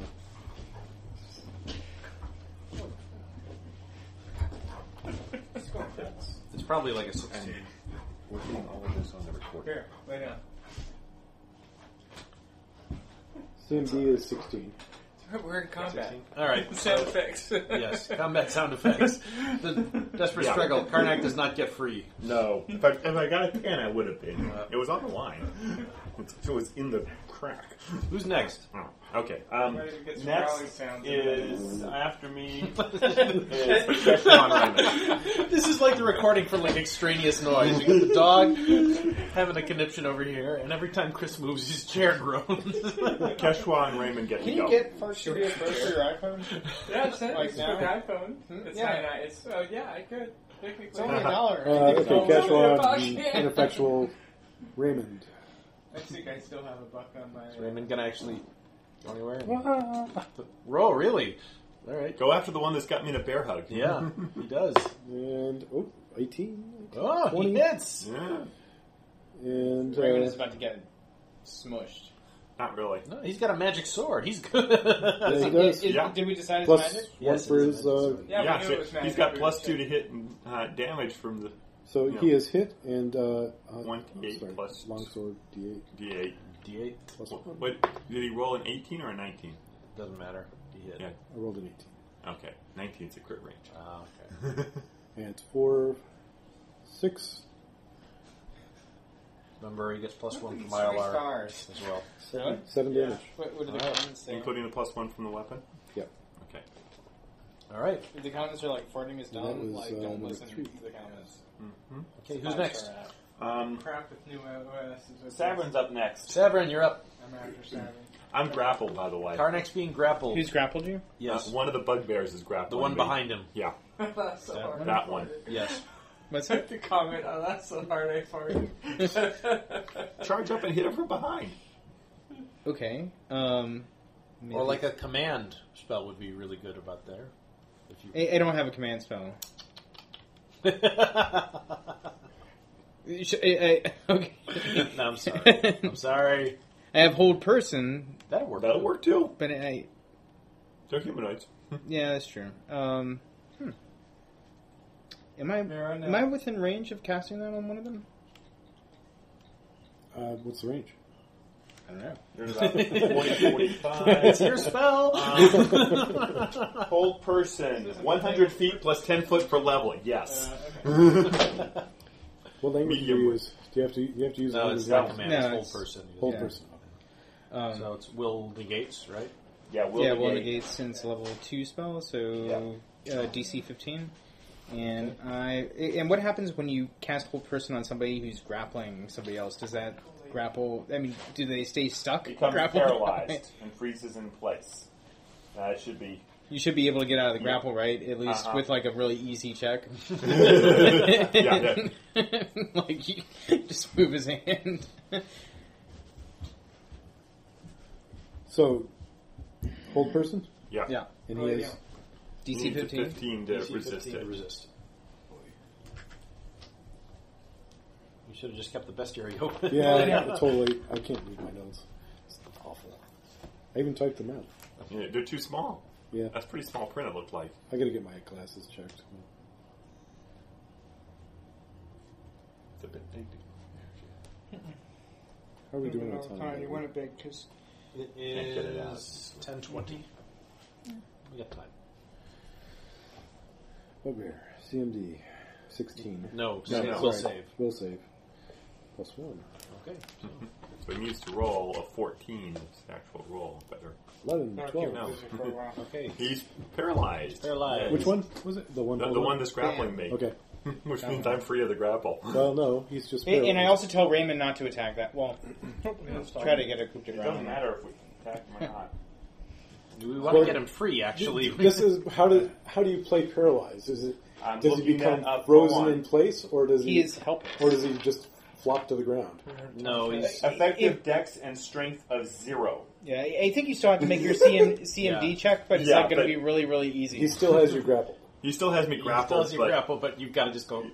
[SPEAKER 4] It's probably like a 16.
[SPEAKER 9] Working all of this on the recorder.
[SPEAKER 2] Here, lay down.
[SPEAKER 3] CMD is 16.
[SPEAKER 2] We're in combat.
[SPEAKER 4] 16? All right.
[SPEAKER 2] Sound effects.
[SPEAKER 4] Yes, combat sound effects. The desperate
[SPEAKER 9] Yeah.
[SPEAKER 4] struggle. Karnak does not get free.
[SPEAKER 9] No. If I, if I got a pen, I would have been. It was on the line. It was in the crack.
[SPEAKER 4] Who's next?
[SPEAKER 9] Oh, okay. Um,
[SPEAKER 2] Ready to get some growling
[SPEAKER 9] next
[SPEAKER 2] sounds in
[SPEAKER 9] is after me is Stefan Raymond.
[SPEAKER 4] This is like the recording for like extraneous noise. You got the dog having a conniption over here, and every time Chris moves, his chair groans.
[SPEAKER 9] Keshwa and Raymond get to
[SPEAKER 5] Can you
[SPEAKER 9] go.
[SPEAKER 5] get first should we get first for your iPhone?
[SPEAKER 7] Uh,
[SPEAKER 2] Yeah, it's, like it's
[SPEAKER 5] now? Hmm?
[SPEAKER 2] for the iPhone. It's
[SPEAKER 5] Yeah.
[SPEAKER 2] not an i- It's oh yeah, I could. Technically.
[SPEAKER 5] It's only a dollar.
[SPEAKER 3] Uh,
[SPEAKER 5] I think
[SPEAKER 3] okay,
[SPEAKER 5] it's all-
[SPEAKER 3] Kashwan, ineffectual Raymond.
[SPEAKER 2] I think I still have a buck on my.
[SPEAKER 4] Is Raymond gonna actually go anywhere? Roll, really? All right.
[SPEAKER 9] Go after the one that's got me in a bear hug.
[SPEAKER 4] Yeah, he does.
[SPEAKER 3] And, oh, 18.
[SPEAKER 4] Oh,
[SPEAKER 3] 20.
[SPEAKER 4] he hits.
[SPEAKER 9] Yeah.
[SPEAKER 3] And,
[SPEAKER 7] Raymond
[SPEAKER 3] uh,
[SPEAKER 7] is about to get smushed.
[SPEAKER 9] Not really.
[SPEAKER 4] No, he's got a magic sword. He's good.
[SPEAKER 3] yeah, he does.
[SPEAKER 7] Is-
[SPEAKER 9] Yeah.
[SPEAKER 7] Did we decide it's
[SPEAKER 3] Plus
[SPEAKER 7] magic?
[SPEAKER 3] one
[SPEAKER 4] Yes,
[SPEAKER 3] for
[SPEAKER 4] it's
[SPEAKER 3] his. Uh,
[SPEAKER 2] Yeah, we knew
[SPEAKER 9] so
[SPEAKER 2] it was magic.
[SPEAKER 9] he's got
[SPEAKER 2] We
[SPEAKER 9] plus
[SPEAKER 2] were
[SPEAKER 9] two to
[SPEAKER 2] sure.
[SPEAKER 9] hit and uh, damage from the
[SPEAKER 3] so
[SPEAKER 9] Yeah.
[SPEAKER 3] he is hit and. Uh, uh,
[SPEAKER 9] One
[SPEAKER 3] oh,
[SPEAKER 9] D8
[SPEAKER 3] sorry,
[SPEAKER 9] plus-
[SPEAKER 3] Longsword D8.
[SPEAKER 9] D8.
[SPEAKER 4] D8
[SPEAKER 3] Plus
[SPEAKER 9] What,
[SPEAKER 3] one.
[SPEAKER 9] what did he roll? An 18 or a 19?
[SPEAKER 4] doesn't matter. He hit.
[SPEAKER 9] Yeah.
[SPEAKER 3] I rolled an
[SPEAKER 9] Okay, 19 is a crit range.
[SPEAKER 4] Ah, okay.
[SPEAKER 3] 18. And it's 4, 6,
[SPEAKER 4] Remember, he gets plus one from
[SPEAKER 7] Three
[SPEAKER 4] ILR
[SPEAKER 7] stars.
[SPEAKER 4] as well.
[SPEAKER 3] 7, seven damage.
[SPEAKER 7] What, what do the
[SPEAKER 4] All right.
[SPEAKER 7] comments say?
[SPEAKER 9] Including the plus one from the weapon.
[SPEAKER 3] Yep.
[SPEAKER 9] Okay.
[SPEAKER 4] All right.
[SPEAKER 7] The comments are like farting is
[SPEAKER 3] That was,
[SPEAKER 7] dumb. Like
[SPEAKER 3] uh,
[SPEAKER 7] don't
[SPEAKER 3] number
[SPEAKER 7] listen
[SPEAKER 3] three.
[SPEAKER 7] to the comments.
[SPEAKER 4] Okay, who's next?
[SPEAKER 9] Um,
[SPEAKER 2] Crap with new OS. Is what
[SPEAKER 9] Saverin's up next.
[SPEAKER 4] Severin, you're up.
[SPEAKER 2] I'm after Savin.
[SPEAKER 9] I'm grappled, by the way.
[SPEAKER 4] Karnak's being grappled.
[SPEAKER 7] Who's grappled you?
[SPEAKER 4] yes.
[SPEAKER 9] Uh, one of the bugbears is
[SPEAKER 4] the
[SPEAKER 9] grappling.
[SPEAKER 4] one
[SPEAKER 9] me.
[SPEAKER 4] behind him.
[SPEAKER 9] Yeah,
[SPEAKER 2] That's so hard.
[SPEAKER 9] that one.
[SPEAKER 4] Yes.
[SPEAKER 7] What's
[SPEAKER 2] Took the comment. Oh, that's so hard. I farted.
[SPEAKER 9] Charge up and hit him from behind.
[SPEAKER 7] Okay. Um,
[SPEAKER 4] Or like a command spell would be really good about there. If you
[SPEAKER 7] I, I don't have a command spell. You should- I- I- okay.
[SPEAKER 23] no, I'm sorry. I'm sorry.
[SPEAKER 7] I have hold person,
[SPEAKER 23] That'll work.
[SPEAKER 9] That'll work too.
[SPEAKER 7] but I
[SPEAKER 9] They're humanoids.
[SPEAKER 7] yeah, that's true. Um, hmm. Am I
[SPEAKER 24] There are no-
[SPEAKER 7] am I within range of casting that on one of them?
[SPEAKER 3] Uh, what's the range?
[SPEAKER 7] I don't know.
[SPEAKER 23] There's about 40, 45.
[SPEAKER 7] your spell.
[SPEAKER 3] Um,
[SPEAKER 23] Whole person, 100 feet plus 10 foot for level. Yes.
[SPEAKER 9] Uh,
[SPEAKER 3] What language do you use? Do you have to? You have to use
[SPEAKER 4] No,
[SPEAKER 3] one
[SPEAKER 4] it's
[SPEAKER 3] of the
[SPEAKER 4] not command.
[SPEAKER 7] No,
[SPEAKER 4] it's
[SPEAKER 7] it's-
[SPEAKER 4] whole person.
[SPEAKER 3] whole
[SPEAKER 7] Yeah.
[SPEAKER 3] person.
[SPEAKER 7] Um,
[SPEAKER 4] So it's will negates, right?
[SPEAKER 23] Yeah, will
[SPEAKER 7] yeah,
[SPEAKER 23] negate.
[SPEAKER 7] will negate since level two spell, so uh, DC fifteen. And I and what happens when you cast hold person on somebody who's grappling somebody else? Does that grapple? I mean, do they stay stuck?
[SPEAKER 23] Becomes
[SPEAKER 7] grapple?
[SPEAKER 23] paralyzed and freezes in place. Uh, it should be.
[SPEAKER 7] You should be able to get out of the grapple, right? At least
[SPEAKER 23] Uh-huh.
[SPEAKER 7] with like a really easy check.
[SPEAKER 23] Yeah,
[SPEAKER 7] like you just move his hand.
[SPEAKER 3] So, hold person,
[SPEAKER 9] Yeah.
[SPEAKER 7] yeah,
[SPEAKER 3] and
[SPEAKER 24] Oh,
[SPEAKER 3] he
[SPEAKER 24] yeah.
[SPEAKER 3] is
[SPEAKER 9] You
[SPEAKER 7] DC
[SPEAKER 9] need to
[SPEAKER 7] fifteen.
[SPEAKER 9] 15 to
[SPEAKER 4] DC
[SPEAKER 9] resist
[SPEAKER 4] 15
[SPEAKER 9] it.
[SPEAKER 4] Resist. You should have just kept the bestiary open.
[SPEAKER 3] yeah, totally. I can't read my notes. It's awful. I even typed them out.
[SPEAKER 9] Yeah, they're too small.
[SPEAKER 3] Yeah,
[SPEAKER 9] That's pretty small print. It looked like.
[SPEAKER 3] I gotta get my glasses checked.
[SPEAKER 9] It's a bit big.
[SPEAKER 3] How are we doing
[SPEAKER 2] All
[SPEAKER 3] on
[SPEAKER 2] the
[SPEAKER 3] time?
[SPEAKER 2] time. Oh, You want it big because
[SPEAKER 4] It
[SPEAKER 9] get it out.
[SPEAKER 4] is ten twenty. We got time.
[SPEAKER 3] Bugbear, CMD, sixteen.
[SPEAKER 4] No,
[SPEAKER 3] No,
[SPEAKER 4] save,
[SPEAKER 3] no.
[SPEAKER 4] we'll
[SPEAKER 3] Sorry.
[SPEAKER 4] save.
[SPEAKER 3] Will save. Plus one.
[SPEAKER 4] Okay.
[SPEAKER 9] So he needs to roll a 14. It's an actual roll. Better.
[SPEAKER 3] 11,
[SPEAKER 2] not
[SPEAKER 3] 12.
[SPEAKER 9] No.
[SPEAKER 2] for a while.
[SPEAKER 4] Okay.
[SPEAKER 9] He's paralyzed.
[SPEAKER 4] Paralyzed.
[SPEAKER 3] Which one was it? The one.
[SPEAKER 9] The, the one that's grappling me.
[SPEAKER 3] Okay.
[SPEAKER 9] Which means I'm free of the grapple.
[SPEAKER 3] Well, no, he's just.
[SPEAKER 7] And, and I
[SPEAKER 3] paralyzed.
[SPEAKER 7] also tell Raymond not to attack that. Well, try to get a coup de
[SPEAKER 9] It
[SPEAKER 7] grace.
[SPEAKER 9] doesn't matter if we attack him or not.
[SPEAKER 4] Do we want to
[SPEAKER 3] Well,
[SPEAKER 4] get him free? Actually,
[SPEAKER 3] This is how do how do you play paralyzed? Is it
[SPEAKER 9] I'm
[SPEAKER 3] does he
[SPEAKER 9] looking uh,
[SPEAKER 3] become
[SPEAKER 9] that up. Go
[SPEAKER 3] frozen
[SPEAKER 9] on.
[SPEAKER 3] in place, or does he,
[SPEAKER 7] He is helpless.
[SPEAKER 3] or does he just flop to the ground?
[SPEAKER 4] no. He's
[SPEAKER 9] Effective dex and strength of zero.
[SPEAKER 7] Yeah, I I think you still have to make your CM, CMD check, but it's
[SPEAKER 9] Yeah,
[SPEAKER 7] not going
[SPEAKER 9] but-
[SPEAKER 7] to be really, really easy.
[SPEAKER 3] He still has you grappled.
[SPEAKER 9] He still has me
[SPEAKER 4] he still
[SPEAKER 9] grappled,
[SPEAKER 4] has you
[SPEAKER 9] but
[SPEAKER 4] grapple, but you've got to just go.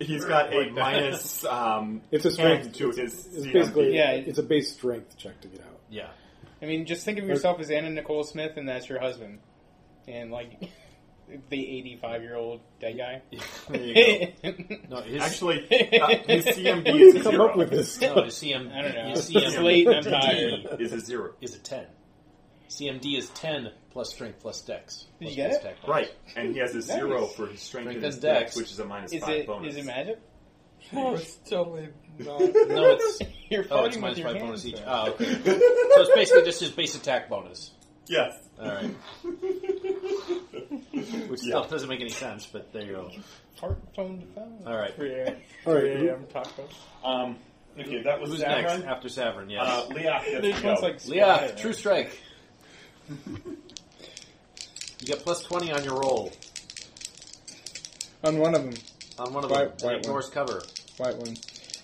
[SPEAKER 9] he's got a
[SPEAKER 4] Like that.
[SPEAKER 9] minus um,
[SPEAKER 3] It's a
[SPEAKER 9] 10
[SPEAKER 3] strength.
[SPEAKER 9] to
[SPEAKER 3] it's,
[SPEAKER 9] his
[SPEAKER 3] it's
[SPEAKER 9] CMD.
[SPEAKER 3] basically
[SPEAKER 7] Yeah, it-
[SPEAKER 3] it's a base strength check to get out.
[SPEAKER 4] Yeah.
[SPEAKER 7] I mean, just think of yourself as Anna Nicole Smith, and that's your husband, and like the eighty-five-year-old dead guy.
[SPEAKER 4] There you go. No, his,
[SPEAKER 9] Actually, uh, his CMD is a
[SPEAKER 3] Come
[SPEAKER 9] zero.
[SPEAKER 3] up with this.
[SPEAKER 4] no, his CM.
[SPEAKER 7] I don't know.
[SPEAKER 4] His
[SPEAKER 7] It's late and I'm tired.
[SPEAKER 4] CMD
[SPEAKER 9] Is a zero.
[SPEAKER 4] Is a ten. CMD is ten plus strength plus dex.
[SPEAKER 7] Did
[SPEAKER 4] plus
[SPEAKER 7] you get
[SPEAKER 4] plus
[SPEAKER 7] it?
[SPEAKER 4] dex bonus.
[SPEAKER 9] Right, and he has a zero
[SPEAKER 7] Nice.
[SPEAKER 9] for his strength and
[SPEAKER 4] Strength
[SPEAKER 9] his
[SPEAKER 4] and
[SPEAKER 9] dex,
[SPEAKER 4] dex.
[SPEAKER 9] which is a minus
[SPEAKER 7] Is
[SPEAKER 9] five
[SPEAKER 7] it
[SPEAKER 9] bonus.
[SPEAKER 7] is it magic?
[SPEAKER 2] No, it's totally not.
[SPEAKER 4] No, it's
[SPEAKER 7] You're
[SPEAKER 4] oh, it's
[SPEAKER 7] fighting
[SPEAKER 4] minus
[SPEAKER 7] with your
[SPEAKER 4] five
[SPEAKER 7] hands,
[SPEAKER 4] bonus each.
[SPEAKER 7] though.
[SPEAKER 4] Oh, okay. so it's basically just his base attack bonus.
[SPEAKER 9] Yes.
[SPEAKER 4] All right. Which
[SPEAKER 9] Yeah.
[SPEAKER 4] still doesn't make any sense, but there you go.
[SPEAKER 7] Heart phone to phone.
[SPEAKER 4] All right.
[SPEAKER 2] Yeah.
[SPEAKER 3] All right,
[SPEAKER 2] Yeah, I'm taco.
[SPEAKER 9] Um, okay, that was
[SPEAKER 4] Who's next?
[SPEAKER 9] Zavron.
[SPEAKER 4] After Saverin, yes.
[SPEAKER 9] Uh, Leoth gets
[SPEAKER 2] This
[SPEAKER 9] to go.
[SPEAKER 2] one's like
[SPEAKER 4] Leah, true strike. you get plus 20 on your roll.
[SPEAKER 24] On one of them,
[SPEAKER 4] On one of
[SPEAKER 24] Right,
[SPEAKER 4] them.
[SPEAKER 24] right
[SPEAKER 4] and ignores cover.
[SPEAKER 24] white one,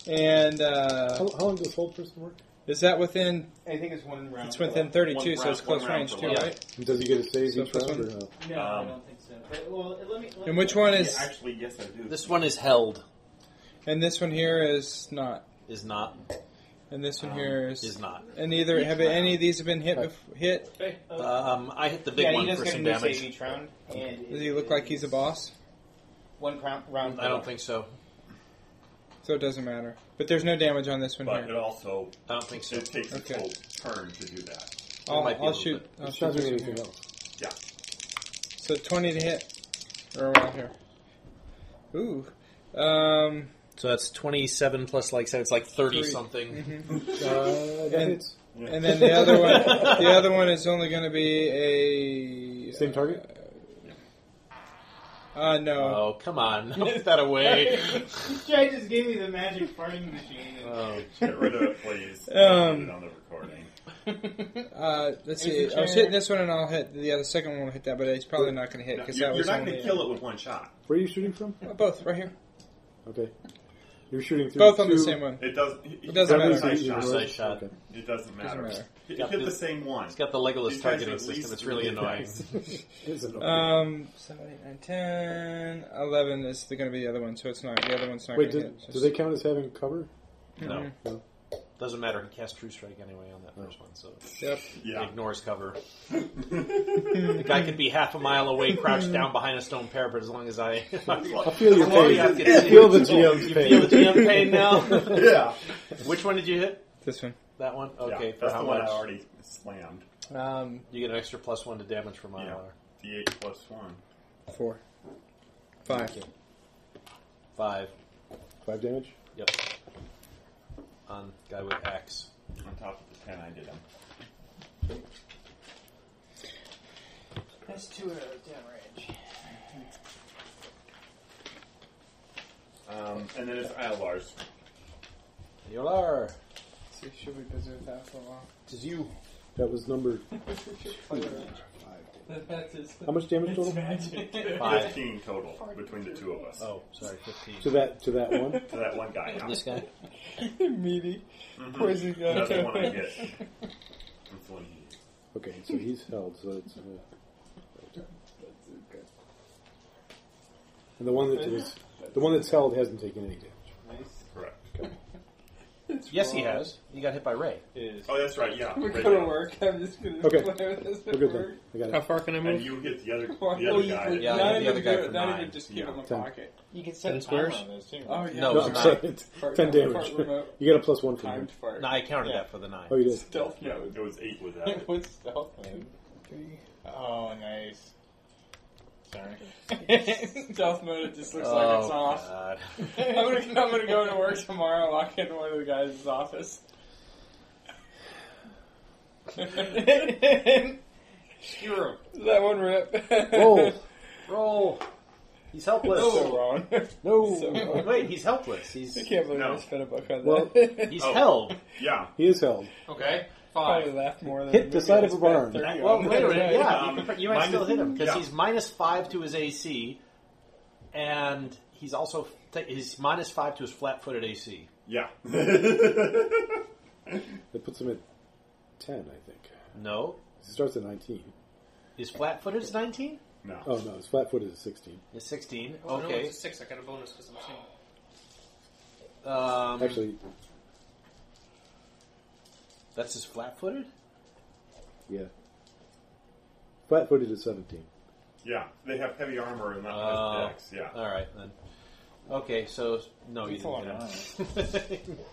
[SPEAKER 24] and uh,
[SPEAKER 3] how, how long does hold person work?
[SPEAKER 24] is that within?
[SPEAKER 7] I think it's one round.
[SPEAKER 24] It's within thirty-two,
[SPEAKER 9] One
[SPEAKER 24] so it's
[SPEAKER 9] round-
[SPEAKER 24] close
[SPEAKER 9] one round
[SPEAKER 24] range
[SPEAKER 9] for
[SPEAKER 24] too,
[SPEAKER 9] one.
[SPEAKER 24] right?
[SPEAKER 3] And Does he get a save
[SPEAKER 24] So
[SPEAKER 3] each
[SPEAKER 24] this
[SPEAKER 3] round? Or
[SPEAKER 24] one-
[SPEAKER 3] no?
[SPEAKER 5] No,
[SPEAKER 9] Um,
[SPEAKER 5] I don't think so. But, well, let me. Let
[SPEAKER 24] And which one
[SPEAKER 9] Yeah,
[SPEAKER 24] is?
[SPEAKER 9] actually, yes, I do.
[SPEAKER 4] This one is held.
[SPEAKER 24] And this one here is not.
[SPEAKER 4] Is not.
[SPEAKER 24] And this
[SPEAKER 7] Um,
[SPEAKER 24] one here is.
[SPEAKER 4] Is not.
[SPEAKER 24] And either have any of these have been hit? Bef- hit?
[SPEAKER 5] Okay. Uh,
[SPEAKER 4] Um, I hit the big
[SPEAKER 7] yeah, he
[SPEAKER 4] one
[SPEAKER 7] does
[SPEAKER 4] for
[SPEAKER 7] get a
[SPEAKER 4] some
[SPEAKER 7] new save
[SPEAKER 4] damage.
[SPEAKER 7] each round.
[SPEAKER 5] and
[SPEAKER 24] Does he look like he's a boss?
[SPEAKER 7] One crown, round.
[SPEAKER 4] I don't think so.
[SPEAKER 24] So it doesn't matter. But there's no damage on this one
[SPEAKER 9] But it
[SPEAKER 24] here.
[SPEAKER 9] also
[SPEAKER 4] I don't think so.
[SPEAKER 9] it takes its
[SPEAKER 24] Okay.
[SPEAKER 9] whole turn to do that.
[SPEAKER 24] I'll,
[SPEAKER 4] might be
[SPEAKER 24] I'll
[SPEAKER 4] a little
[SPEAKER 24] shoot. I'll
[SPEAKER 3] It's
[SPEAKER 24] shoot
[SPEAKER 3] not doing
[SPEAKER 24] this one
[SPEAKER 3] anything
[SPEAKER 24] here.
[SPEAKER 3] else.
[SPEAKER 9] Yeah.
[SPEAKER 24] So 20 to hit. Or around here. Ooh. Um,
[SPEAKER 4] So that's 27 plus, like I said, it's like 30
[SPEAKER 9] Mm-hmm.
[SPEAKER 4] something.
[SPEAKER 3] Uh, that
[SPEAKER 24] And-
[SPEAKER 3] hits.
[SPEAKER 24] and then the other one, the other one is only going to be a
[SPEAKER 3] Same target.
[SPEAKER 24] Uh, no,
[SPEAKER 4] Oh, come on. Put that away.
[SPEAKER 5] Jay just gave me the magic farting machine. And
[SPEAKER 4] Oh,
[SPEAKER 9] Get rid of it, please.
[SPEAKER 24] Um,
[SPEAKER 9] Put it on the recording.
[SPEAKER 24] uh, let's see.
[SPEAKER 5] There's a
[SPEAKER 24] I was
[SPEAKER 5] chair.
[SPEAKER 24] hitting this one, and I'll hit the other second one. Will hit that, but it's probably not going to hit
[SPEAKER 9] No,
[SPEAKER 24] because
[SPEAKER 9] you're
[SPEAKER 24] that
[SPEAKER 9] you're
[SPEAKER 24] was
[SPEAKER 9] not
[SPEAKER 24] only
[SPEAKER 7] uh,
[SPEAKER 9] going to kill it with one shot.
[SPEAKER 3] Where are you shooting from?
[SPEAKER 24] Oh, both right here.
[SPEAKER 3] Okay. You're shooting through
[SPEAKER 7] Both on the
[SPEAKER 3] two-
[SPEAKER 7] same one.
[SPEAKER 9] It doesn't.
[SPEAKER 7] It doesn't matter.
[SPEAKER 9] Precise shot.
[SPEAKER 7] Precise
[SPEAKER 4] shot.
[SPEAKER 9] Okay. It doesn't matter.
[SPEAKER 7] matter.
[SPEAKER 9] Hit,
[SPEAKER 4] Got
[SPEAKER 9] hit the,
[SPEAKER 4] the-
[SPEAKER 9] same one.
[SPEAKER 4] it's got the Legolas
[SPEAKER 9] You guys
[SPEAKER 4] targeting
[SPEAKER 9] at
[SPEAKER 4] system.
[SPEAKER 9] least
[SPEAKER 4] It's really
[SPEAKER 9] three
[SPEAKER 4] annoying.
[SPEAKER 9] guys.
[SPEAKER 7] Um, 7, 8, 9, 10, 11 is going to be the other one, so it's not. The other one's not
[SPEAKER 3] Wait,
[SPEAKER 7] going
[SPEAKER 3] do,
[SPEAKER 7] to hit.
[SPEAKER 3] do they count as having cover?
[SPEAKER 4] No.
[SPEAKER 3] No.
[SPEAKER 4] Doesn't matter. He cast True Strike anyway on that first one, so
[SPEAKER 7] Yep.
[SPEAKER 4] yeah. ignores cover. the guy could be half a mile away, crouched down behind a stone parapet, as long as I. I
[SPEAKER 3] feel your pain. I feel the GM's
[SPEAKER 4] you
[SPEAKER 3] pain.
[SPEAKER 4] feel the GM pain now.
[SPEAKER 9] Yeah.
[SPEAKER 4] Which one did you hit?
[SPEAKER 7] This one.
[SPEAKER 4] That one.
[SPEAKER 9] Yeah,
[SPEAKER 4] Okay. for
[SPEAKER 9] that's
[SPEAKER 4] how
[SPEAKER 9] the one
[SPEAKER 4] much?
[SPEAKER 9] I already slammed.
[SPEAKER 7] Um,
[SPEAKER 4] You get an extra plus one to damage from my
[SPEAKER 9] Yeah.
[SPEAKER 4] hour.
[SPEAKER 9] D8 plus one.
[SPEAKER 7] Four. Five.
[SPEAKER 4] Five.
[SPEAKER 3] Five damage.
[SPEAKER 4] Yep. On guy with axe.
[SPEAKER 9] On top of the ten I did him.
[SPEAKER 13] That's two arrows down
[SPEAKER 9] Um, and then it's Ilar's.
[SPEAKER 4] Yolar.
[SPEAKER 2] See, should we preserve that for a while?
[SPEAKER 3] Tis you. That was number.
[SPEAKER 2] That is
[SPEAKER 3] How much damage total?
[SPEAKER 4] Five.
[SPEAKER 9] Fifteen total between the two of us.
[SPEAKER 4] Oh, sorry, fifteen.
[SPEAKER 3] To that to that one.
[SPEAKER 9] To that one guy. yeah.
[SPEAKER 4] This guy.
[SPEAKER 2] meaty
[SPEAKER 9] Mhm.
[SPEAKER 2] poison gun.
[SPEAKER 9] That's the one I get. That's the one he needs.
[SPEAKER 3] Okay, so he's held. So it's. Uh, and the one that was the one that's held hasn't taken any damage.
[SPEAKER 9] Correct.
[SPEAKER 4] Yes, he has. He got hit by Ray.
[SPEAKER 9] Oh, that's right. Yeah.
[SPEAKER 2] We're
[SPEAKER 9] right
[SPEAKER 2] gonna
[SPEAKER 9] there.
[SPEAKER 2] work. I'm just gonna
[SPEAKER 3] Okay.
[SPEAKER 2] play with this.
[SPEAKER 3] We're good then. I got
[SPEAKER 7] How
[SPEAKER 3] it.
[SPEAKER 7] far can I
[SPEAKER 9] And
[SPEAKER 7] move?
[SPEAKER 9] you hit the other,
[SPEAKER 2] Or
[SPEAKER 9] the other guy.
[SPEAKER 4] Yeah,
[SPEAKER 2] not
[SPEAKER 4] the
[SPEAKER 2] even
[SPEAKER 4] other guy
[SPEAKER 2] do it,
[SPEAKER 4] for
[SPEAKER 2] not
[SPEAKER 4] nine.
[SPEAKER 2] even just keep it in the
[SPEAKER 3] Ten.
[SPEAKER 2] pocket.
[SPEAKER 13] You can set
[SPEAKER 7] Ten
[SPEAKER 13] a timer
[SPEAKER 7] squares?
[SPEAKER 13] on those too.
[SPEAKER 2] Oh yeah.
[SPEAKER 4] No,
[SPEAKER 3] No,
[SPEAKER 4] it's
[SPEAKER 3] I'm
[SPEAKER 4] nine.
[SPEAKER 3] sorry, it's
[SPEAKER 2] Fart
[SPEAKER 3] ten
[SPEAKER 2] remote,
[SPEAKER 3] damage.
[SPEAKER 2] fart remote.
[SPEAKER 3] You get a plus one from him.
[SPEAKER 2] Timed fart.
[SPEAKER 4] No, I counted
[SPEAKER 13] Yeah.
[SPEAKER 4] that for the nine.
[SPEAKER 3] Oh, you did.
[SPEAKER 2] Stealth
[SPEAKER 9] Yeah,
[SPEAKER 2] mode.
[SPEAKER 9] it was eight without it.
[SPEAKER 13] What's stealth mode? Oh, nice. Sorry.
[SPEAKER 2] Stealth mode. It just looks like
[SPEAKER 4] Oh,
[SPEAKER 2] it's off.
[SPEAKER 4] God.
[SPEAKER 2] I'm gonna, I'm gonna go into work tomorrow. and Lock into one of the guys' office.
[SPEAKER 13] Skewer him.
[SPEAKER 2] That one rip.
[SPEAKER 3] Roll.
[SPEAKER 4] Roll. He's helpless.
[SPEAKER 2] so wrong.
[SPEAKER 3] No.
[SPEAKER 2] So wrong.
[SPEAKER 4] Wait, he's helpless. He's
[SPEAKER 2] I can't believe
[SPEAKER 9] No.
[SPEAKER 2] I spent a buck on
[SPEAKER 3] Well-
[SPEAKER 2] that.
[SPEAKER 4] he's
[SPEAKER 9] Oh.
[SPEAKER 4] held.
[SPEAKER 9] Yeah.
[SPEAKER 3] He is held.
[SPEAKER 13] Okay,
[SPEAKER 2] Probably
[SPEAKER 13] five.
[SPEAKER 2] laughed more than
[SPEAKER 3] Hit the side of a barn.
[SPEAKER 4] Well, wait a minute. Yeah,
[SPEAKER 9] Um,
[SPEAKER 4] you, can, you might
[SPEAKER 9] minus-
[SPEAKER 4] still hit him because
[SPEAKER 9] yeah.
[SPEAKER 4] he's minus five to his AC, and he's also t- he's minus five to his flat-footed AC.
[SPEAKER 9] Yeah.
[SPEAKER 3] That puts him at ten, I think.
[SPEAKER 4] No,
[SPEAKER 3] It starts at nineteen.
[SPEAKER 4] his flat-footed is nineteen.
[SPEAKER 9] no.
[SPEAKER 3] Oh no, his flat footed is sixteen.
[SPEAKER 4] It's sixteen.
[SPEAKER 5] Oh, no,
[SPEAKER 4] Okay.
[SPEAKER 5] it's a six. I got a bonus because I'm saying.
[SPEAKER 4] Um,
[SPEAKER 3] Actually,
[SPEAKER 4] that's his flat-footed.
[SPEAKER 3] yeah. Flat footed is seventeen.
[SPEAKER 9] Yeah. They have heavy armor and that
[SPEAKER 4] Oh.
[SPEAKER 9] one has dex. Yeah.
[SPEAKER 4] All right then. Okay, so no, you
[SPEAKER 13] That's a lot
[SPEAKER 4] didn't hit him.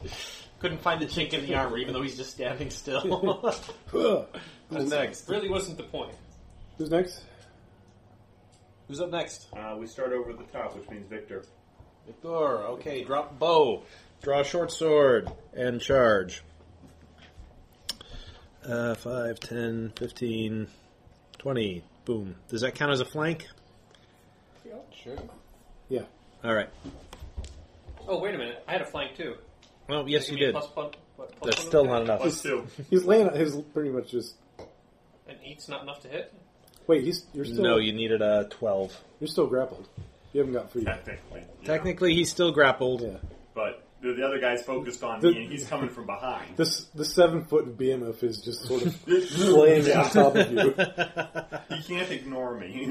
[SPEAKER 4] Couldn't find the chink in the armor, even though he's just standing still.
[SPEAKER 3] Huh.
[SPEAKER 4] Who's next?
[SPEAKER 5] Really wasn't the point.
[SPEAKER 3] Who's next?
[SPEAKER 4] Who's up next?
[SPEAKER 9] Uh, we start over the top, which means Victor.
[SPEAKER 4] Victor. Okay, drop bow. Draw short sword and charge.
[SPEAKER 12] Uh, 5, 10, 15, 20. Boom. Does that count as a flank?
[SPEAKER 13] Sure.
[SPEAKER 3] Yeah.
[SPEAKER 12] All right.
[SPEAKER 5] Oh, wait a minute. I had a flank too.
[SPEAKER 12] Well, yes,
[SPEAKER 5] Give
[SPEAKER 12] you
[SPEAKER 5] me a
[SPEAKER 12] did.
[SPEAKER 5] Plus, plus, plus, plus
[SPEAKER 12] That's
[SPEAKER 5] one?
[SPEAKER 12] still not enough.
[SPEAKER 9] Plus two.
[SPEAKER 3] He's laying. He's pretty much just.
[SPEAKER 5] And eight's not enough to hit.
[SPEAKER 3] Wait, he's you're still
[SPEAKER 12] No, you needed a 12.
[SPEAKER 3] you're still grappled. You haven't got free. yet.
[SPEAKER 9] Technically. yeah.
[SPEAKER 12] Technically, he's still grappled.
[SPEAKER 3] Yeah.
[SPEAKER 9] But the, the other guy's focused on
[SPEAKER 3] The-
[SPEAKER 9] me, and he's coming from behind.
[SPEAKER 3] This the seven foot BMF is just sort of laying on top of you.
[SPEAKER 9] He can't ignore me.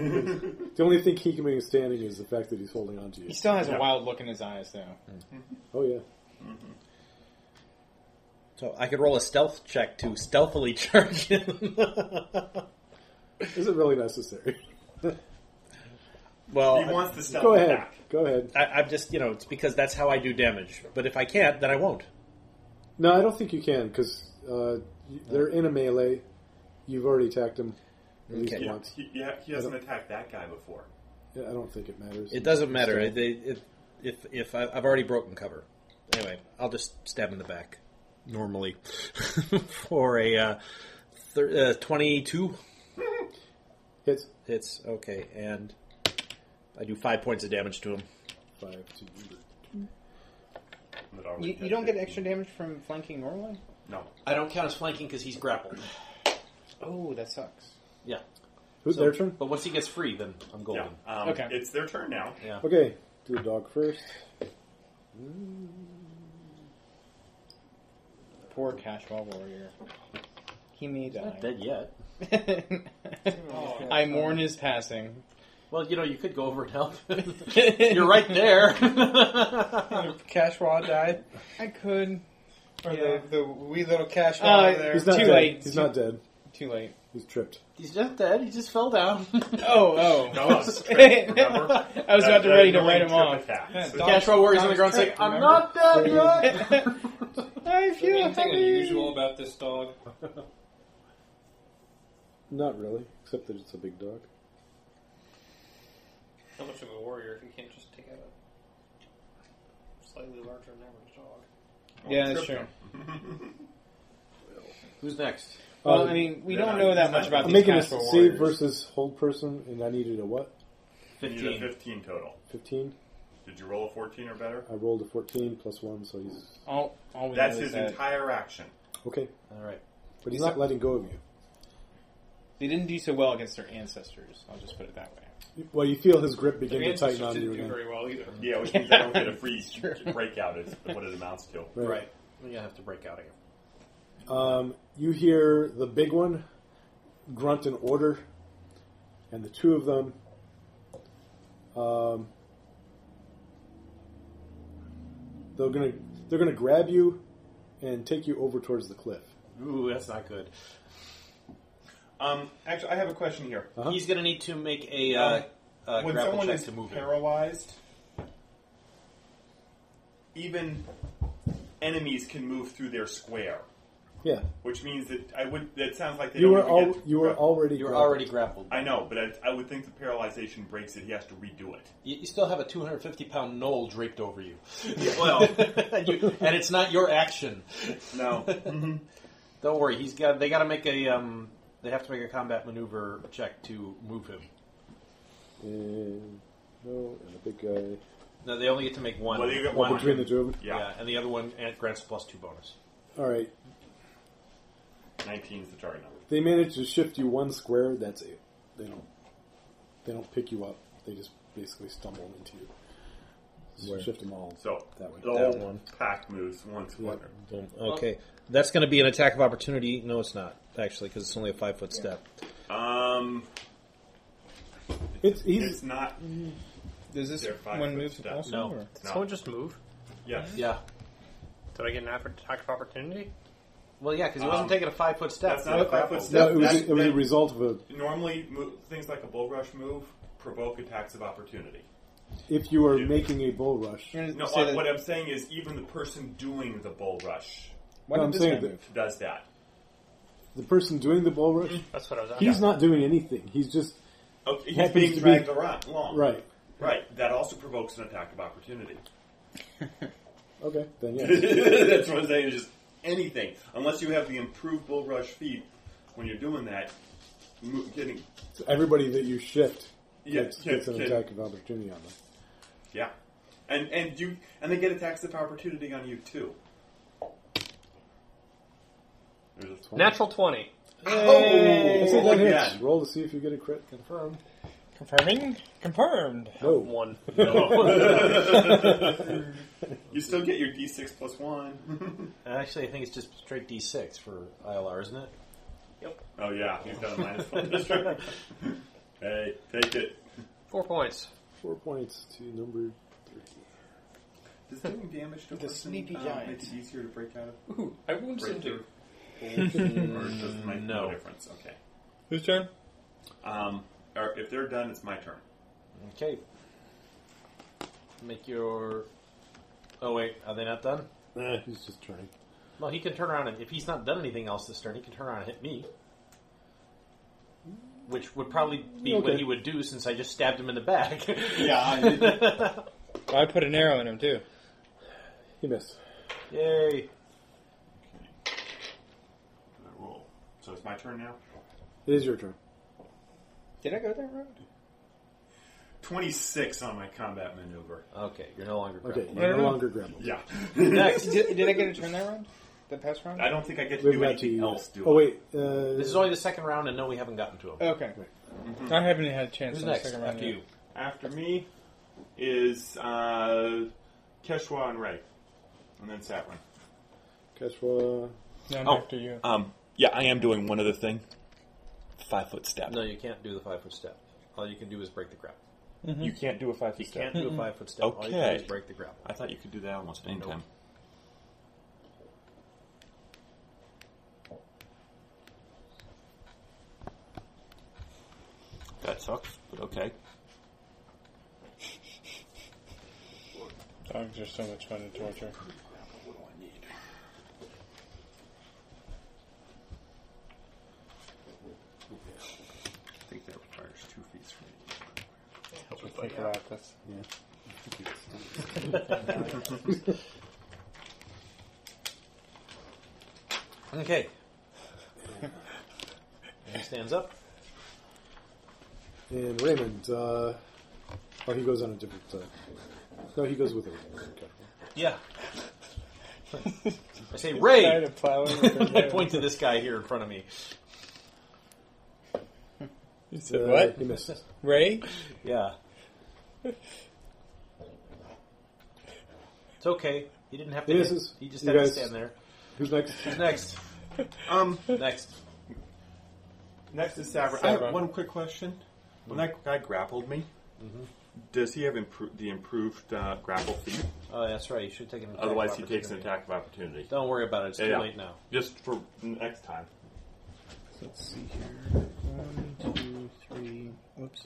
[SPEAKER 3] The only thing keeping him standing is the fact that he's holding on to you.
[SPEAKER 7] He still has
[SPEAKER 9] Yeah.
[SPEAKER 7] a wild look in his eyes, though.
[SPEAKER 3] Oh yeah.
[SPEAKER 12] So I could roll a stealth check to stealthily charge him.
[SPEAKER 3] Is it really necessary?
[SPEAKER 9] he
[SPEAKER 12] well,
[SPEAKER 9] wants to stop
[SPEAKER 3] Oh. Go ahead.
[SPEAKER 9] back.
[SPEAKER 3] Go ahead.
[SPEAKER 12] I, I'm just, you know, it's because that's how I do damage. But if I can't, then I won't.
[SPEAKER 3] No, I don't think you can because uh, you- they're in a melee. You've already attacked him at least
[SPEAKER 12] Okay.
[SPEAKER 9] Yeah,
[SPEAKER 3] once.
[SPEAKER 9] he, yeah, he hasn't attacked that guy before.
[SPEAKER 3] Yeah, I don't think it matters.
[SPEAKER 12] It doesn't matter. They, if if, if I, I've already broken cover. Anyway, I'll just stab him in the back normally for a uh, thir- uh, 22
[SPEAKER 3] Hits
[SPEAKER 12] hits. Okay, and I do five points of damage to him.
[SPEAKER 3] five two.
[SPEAKER 9] But are we
[SPEAKER 7] You, you
[SPEAKER 9] dead?
[SPEAKER 7] don't get extra damage from flanking normally?
[SPEAKER 9] No.
[SPEAKER 4] I don't count as flanking because he's grappled.
[SPEAKER 7] Oh, that sucks.
[SPEAKER 4] Yeah.
[SPEAKER 3] Who's
[SPEAKER 4] So-
[SPEAKER 3] their turn?
[SPEAKER 4] But once he gets free, then I'm
[SPEAKER 9] Yeah.
[SPEAKER 4] golden.
[SPEAKER 9] Um,
[SPEAKER 7] Okay.
[SPEAKER 9] It's their turn now.
[SPEAKER 4] Yeah.
[SPEAKER 3] Okay, do the dog first.
[SPEAKER 7] Poor Cashwell Warrior. He may die.
[SPEAKER 4] Not dead yet.
[SPEAKER 7] Oh, I mourn his passing.
[SPEAKER 4] Well, you know, you could go over and help. You're right there.
[SPEAKER 2] Cashwa died.
[SPEAKER 7] I could.
[SPEAKER 2] Or the, the wee little Cashwa
[SPEAKER 7] Uh,
[SPEAKER 2] there.
[SPEAKER 7] He's not Too dead. late.
[SPEAKER 3] He's not dead.
[SPEAKER 7] Too late.
[SPEAKER 3] He's tripped.
[SPEAKER 4] He's not dead. He just fell down.
[SPEAKER 7] Oh, oh.
[SPEAKER 4] That
[SPEAKER 9] uh,
[SPEAKER 4] was
[SPEAKER 7] I was about to ready to write him off.
[SPEAKER 4] Cashwell worries on the ground, saying, "I'm not dead yet."
[SPEAKER 7] I
[SPEAKER 5] Is there
[SPEAKER 7] feel
[SPEAKER 5] anything
[SPEAKER 7] happy.
[SPEAKER 5] unusual about this dog?
[SPEAKER 3] Not really, except that it's a big dog.
[SPEAKER 5] How much of a warrior if you can't just take out a slightly larger than average dog?
[SPEAKER 7] Yeah, that's true.
[SPEAKER 4] Who's next?
[SPEAKER 7] Well, I mean, we don't know that much about
[SPEAKER 3] Um, I'm
[SPEAKER 7] these
[SPEAKER 3] making a
[SPEAKER 7] Cashwell
[SPEAKER 3] save
[SPEAKER 7] Warriors.
[SPEAKER 3] versus hold person, and I needed a what?
[SPEAKER 9] You need a
[SPEAKER 4] 15.
[SPEAKER 9] 15 total.
[SPEAKER 3] 15?
[SPEAKER 9] Did you roll a 14 or better?
[SPEAKER 3] I rolled a 14 plus 1, so he's.
[SPEAKER 7] All, all we
[SPEAKER 9] That's
[SPEAKER 7] know
[SPEAKER 9] his
[SPEAKER 7] is that
[SPEAKER 9] entire action.
[SPEAKER 3] Okay.
[SPEAKER 4] All right.
[SPEAKER 3] But he's not letting go of you.
[SPEAKER 7] They didn't do so well against their ancestors. I'll just put it that way.
[SPEAKER 3] Well, you feel his grip begin
[SPEAKER 5] Their
[SPEAKER 3] to tighten on
[SPEAKER 5] ancestors
[SPEAKER 3] you
[SPEAKER 5] didn't do
[SPEAKER 3] again.
[SPEAKER 5] very well either.
[SPEAKER 9] Yeah, which means I don't get a free breakout. Is what it amounts to.
[SPEAKER 4] Right. We're going to have to break out again.
[SPEAKER 3] Um, you hear the big one grunt an order, and the two of them. Um, they're gonna they're gonna grab you and take you over towards the cliff.
[SPEAKER 4] Ooh, that's not good.
[SPEAKER 9] Um, actually, I have a question here.
[SPEAKER 3] Huh?
[SPEAKER 4] He's going to need to make a uh, uh,
[SPEAKER 9] Um, when
[SPEAKER 4] grapple
[SPEAKER 9] someone
[SPEAKER 4] check
[SPEAKER 9] is
[SPEAKER 4] to move him.
[SPEAKER 9] paralyzed, even enemies can move through their square,
[SPEAKER 3] Yeah,
[SPEAKER 9] which means that I would. That sounds like they
[SPEAKER 3] you
[SPEAKER 9] don't
[SPEAKER 3] were
[SPEAKER 9] even
[SPEAKER 3] all
[SPEAKER 9] get to-
[SPEAKER 3] you were already
[SPEAKER 4] You're
[SPEAKER 3] grappled.
[SPEAKER 4] already grappled.
[SPEAKER 9] I know, but I, I would think the paralyzation breaks it. He has to redo it.
[SPEAKER 4] You, you still have a 250 pound knoll draped over you.
[SPEAKER 9] well.
[SPEAKER 4] and, you- and it's not your action.
[SPEAKER 9] No. Mm-hmm.
[SPEAKER 4] Don't worry. He's got. They got to make a. Um, they have to make a combat maneuver check to move him.
[SPEAKER 3] And, no, and the big guy.
[SPEAKER 4] No, they only get to make one.
[SPEAKER 9] Well, you get
[SPEAKER 4] one
[SPEAKER 9] one
[SPEAKER 3] Between the two of them.
[SPEAKER 4] Yeah.
[SPEAKER 9] Yeah,
[SPEAKER 4] and the other one and it grants plus two bonus.
[SPEAKER 3] All right,
[SPEAKER 9] nineteen is the target number.
[SPEAKER 3] they manage to shift you one square. That's it. They don't. They don't pick you up. They just basically stumble into you. So shift them all.
[SPEAKER 9] So
[SPEAKER 3] That one.
[SPEAKER 9] the
[SPEAKER 25] That
[SPEAKER 9] whole
[SPEAKER 25] one.
[SPEAKER 9] pack moves one square.
[SPEAKER 25] Boom. Okay, that's going to be an attack of opportunity. No, it's not actually because it's only a five foot step.
[SPEAKER 9] Um,
[SPEAKER 3] It's
[SPEAKER 9] it's
[SPEAKER 3] he's
[SPEAKER 9] not.
[SPEAKER 7] Does this
[SPEAKER 9] They're five
[SPEAKER 7] one
[SPEAKER 9] foot
[SPEAKER 7] move
[SPEAKER 9] step.
[SPEAKER 7] also? Mm-hmm.
[SPEAKER 4] No.
[SPEAKER 7] or-
[SPEAKER 9] Did someone
[SPEAKER 5] just move?
[SPEAKER 9] Yes.
[SPEAKER 4] Yeah.
[SPEAKER 5] Did I get an attack of opportunity?
[SPEAKER 4] Well, yeah, because he
[SPEAKER 9] Um,
[SPEAKER 4] wasn't taking a five foot step.
[SPEAKER 9] That's not a five foot
[SPEAKER 3] no.
[SPEAKER 9] step.
[SPEAKER 3] It was,
[SPEAKER 9] That's-
[SPEAKER 3] it was a
[SPEAKER 9] that-
[SPEAKER 3] result of a
[SPEAKER 9] Normally, mo- things like a bull rush move provoke attacks of opportunity.
[SPEAKER 3] If you are
[SPEAKER 9] Yeah.
[SPEAKER 3] making a bull rush,
[SPEAKER 7] You're gonna
[SPEAKER 9] No,
[SPEAKER 7] say
[SPEAKER 9] uh,
[SPEAKER 7] that-
[SPEAKER 9] what I'm saying is even the person doing the bull rush
[SPEAKER 7] why
[SPEAKER 3] No,
[SPEAKER 7] did
[SPEAKER 3] I'm
[SPEAKER 7] this
[SPEAKER 3] saying
[SPEAKER 7] guy
[SPEAKER 3] that-
[SPEAKER 7] move?
[SPEAKER 9] does that.
[SPEAKER 3] the person doing the bull rush,
[SPEAKER 5] Mm-hmm. That's what I was
[SPEAKER 3] he's not doing anything. He's just
[SPEAKER 9] Okay, he's
[SPEAKER 3] Happens
[SPEAKER 9] being
[SPEAKER 3] to
[SPEAKER 9] dragged
[SPEAKER 3] be-
[SPEAKER 9] around long.
[SPEAKER 3] right.
[SPEAKER 9] Right. That also provokes an attack of opportunity.
[SPEAKER 3] Okay, then yeah.
[SPEAKER 9] That's what I'm saying. Is just anything, unless you have the improved bull rush feat. When you're doing that, mo- getting
[SPEAKER 3] So everybody that you shift
[SPEAKER 9] Yeah,
[SPEAKER 3] gets,
[SPEAKER 9] yeah,
[SPEAKER 3] gets an
[SPEAKER 9] yeah.
[SPEAKER 3] attack of opportunity on them.
[SPEAKER 9] yeah, and and you and they get attacks of opportunity on you too. There's a
[SPEAKER 5] Natural 20.
[SPEAKER 3] I say
[SPEAKER 9] Oh,
[SPEAKER 3] that hits.
[SPEAKER 9] yeah.
[SPEAKER 3] Roll to see if you get a crit. Confirmed.
[SPEAKER 2] Confirming? Confirmed.
[SPEAKER 3] No.
[SPEAKER 5] One.
[SPEAKER 9] You still get your d6 plus one.
[SPEAKER 4] Actually, I think it's just straight D6 for ILR, isn't it?
[SPEAKER 9] oh yeah, you've done a minus one district. hey, take it.
[SPEAKER 5] Four points.
[SPEAKER 3] Four points to number three.
[SPEAKER 9] Does doing damage to a
[SPEAKER 2] The
[SPEAKER 9] person
[SPEAKER 2] sneaky
[SPEAKER 9] uh,
[SPEAKER 2] giant.
[SPEAKER 9] make it easier to break out of?
[SPEAKER 5] Ooh, I wound
[SPEAKER 9] Break
[SPEAKER 5] him
[SPEAKER 9] through?
[SPEAKER 5] too.
[SPEAKER 2] Mm,
[SPEAKER 9] or does it make no
[SPEAKER 4] No.
[SPEAKER 9] difference? Okay.
[SPEAKER 2] Whose turn?
[SPEAKER 9] Um, or if they're done, it's my turn.
[SPEAKER 4] Okay. Make your. Oh wait, are they not done?
[SPEAKER 3] Nah,
[SPEAKER 9] Eh.
[SPEAKER 3] he's just trying.
[SPEAKER 4] No, he can turn around and if he's not done anything else this turn, he can turn around and hit me. Which would probably be
[SPEAKER 3] Okay.
[SPEAKER 4] what he would do since I just stabbed him in the back.
[SPEAKER 9] Yeah.
[SPEAKER 2] I put an arrow in him, too.
[SPEAKER 3] He missed.
[SPEAKER 4] Yay.
[SPEAKER 9] roll. So it's my turn now.
[SPEAKER 3] It is your turn.
[SPEAKER 7] Did I go that road?
[SPEAKER 9] Twenty-six on my combat maneuver.
[SPEAKER 4] Okay, you're no longer
[SPEAKER 3] Okay,
[SPEAKER 4] grappled.
[SPEAKER 3] you're no longer grappled.
[SPEAKER 9] Yeah.
[SPEAKER 7] did, did I get a turn that round? The past round?
[SPEAKER 9] I don't think I get to
[SPEAKER 3] We've
[SPEAKER 9] do
[SPEAKER 3] got to-
[SPEAKER 9] anything else. Do
[SPEAKER 3] oh
[SPEAKER 9] I?
[SPEAKER 3] wait, uh,
[SPEAKER 4] This is only the second round and no we haven't gotten to him.
[SPEAKER 7] Okay.
[SPEAKER 2] Mm-hmm. I haven't had a chance
[SPEAKER 4] Who's
[SPEAKER 2] on the
[SPEAKER 4] next?
[SPEAKER 2] second round
[SPEAKER 4] After
[SPEAKER 2] yet.
[SPEAKER 4] you.
[SPEAKER 9] After me is uh, Keshwa and Ray, and then Satwin.
[SPEAKER 3] Keshwa.
[SPEAKER 26] Yeah,
[SPEAKER 27] oh, Um, yeah, I am doing one other thing. Five foot step.
[SPEAKER 4] No, you can't do the five foot step. All you can do is break the ground.
[SPEAKER 27] Mhm.
[SPEAKER 4] You can't do a five foot
[SPEAKER 27] step.
[SPEAKER 4] You can't do a
[SPEAKER 27] Mhm.
[SPEAKER 4] five foot step. All you can
[SPEAKER 27] Okay.
[SPEAKER 4] do is break the ground.
[SPEAKER 27] I thought you could do that almost any time. That sucks, but okay.
[SPEAKER 2] Dogs are so much fun to torture.
[SPEAKER 4] I think that requires two feet from you.
[SPEAKER 2] Help me think about this.
[SPEAKER 4] okay. He stands up.
[SPEAKER 3] And Raymond, uh, oh, he goes on a different. Uh, no, he goes with it.
[SPEAKER 4] Yeah. I say,
[SPEAKER 3] He's
[SPEAKER 4] Ray!
[SPEAKER 3] tired of plowing with his
[SPEAKER 4] I
[SPEAKER 3] hands.
[SPEAKER 4] point to this guy here in front of me.
[SPEAKER 2] You
[SPEAKER 3] said Uh, what? he missed.
[SPEAKER 2] Ray?
[SPEAKER 4] Yeah. It's okay. He didn't have to.
[SPEAKER 3] He
[SPEAKER 4] hit.
[SPEAKER 3] misses.
[SPEAKER 4] He just
[SPEAKER 3] You
[SPEAKER 4] had to
[SPEAKER 3] guys-
[SPEAKER 4] stand there.
[SPEAKER 3] Who's next?
[SPEAKER 4] Who's next?
[SPEAKER 9] Um,
[SPEAKER 4] next.
[SPEAKER 9] Next is Sabra. I have
[SPEAKER 4] Sabra.
[SPEAKER 9] one quick question. When that guy grappled me,
[SPEAKER 7] Mm-hmm.
[SPEAKER 9] does he have impro- the improved uh, grapple feat?
[SPEAKER 4] Oh, that's right. You should take an attack
[SPEAKER 9] Otherwise,
[SPEAKER 4] of
[SPEAKER 9] he takes an
[SPEAKER 4] opportunity.
[SPEAKER 9] attack of opportunity.
[SPEAKER 4] Don't worry about it. It's too
[SPEAKER 9] Yeah.
[SPEAKER 4] late now.
[SPEAKER 9] Just for next time.
[SPEAKER 7] Let's see here. One, two, three. Whoops.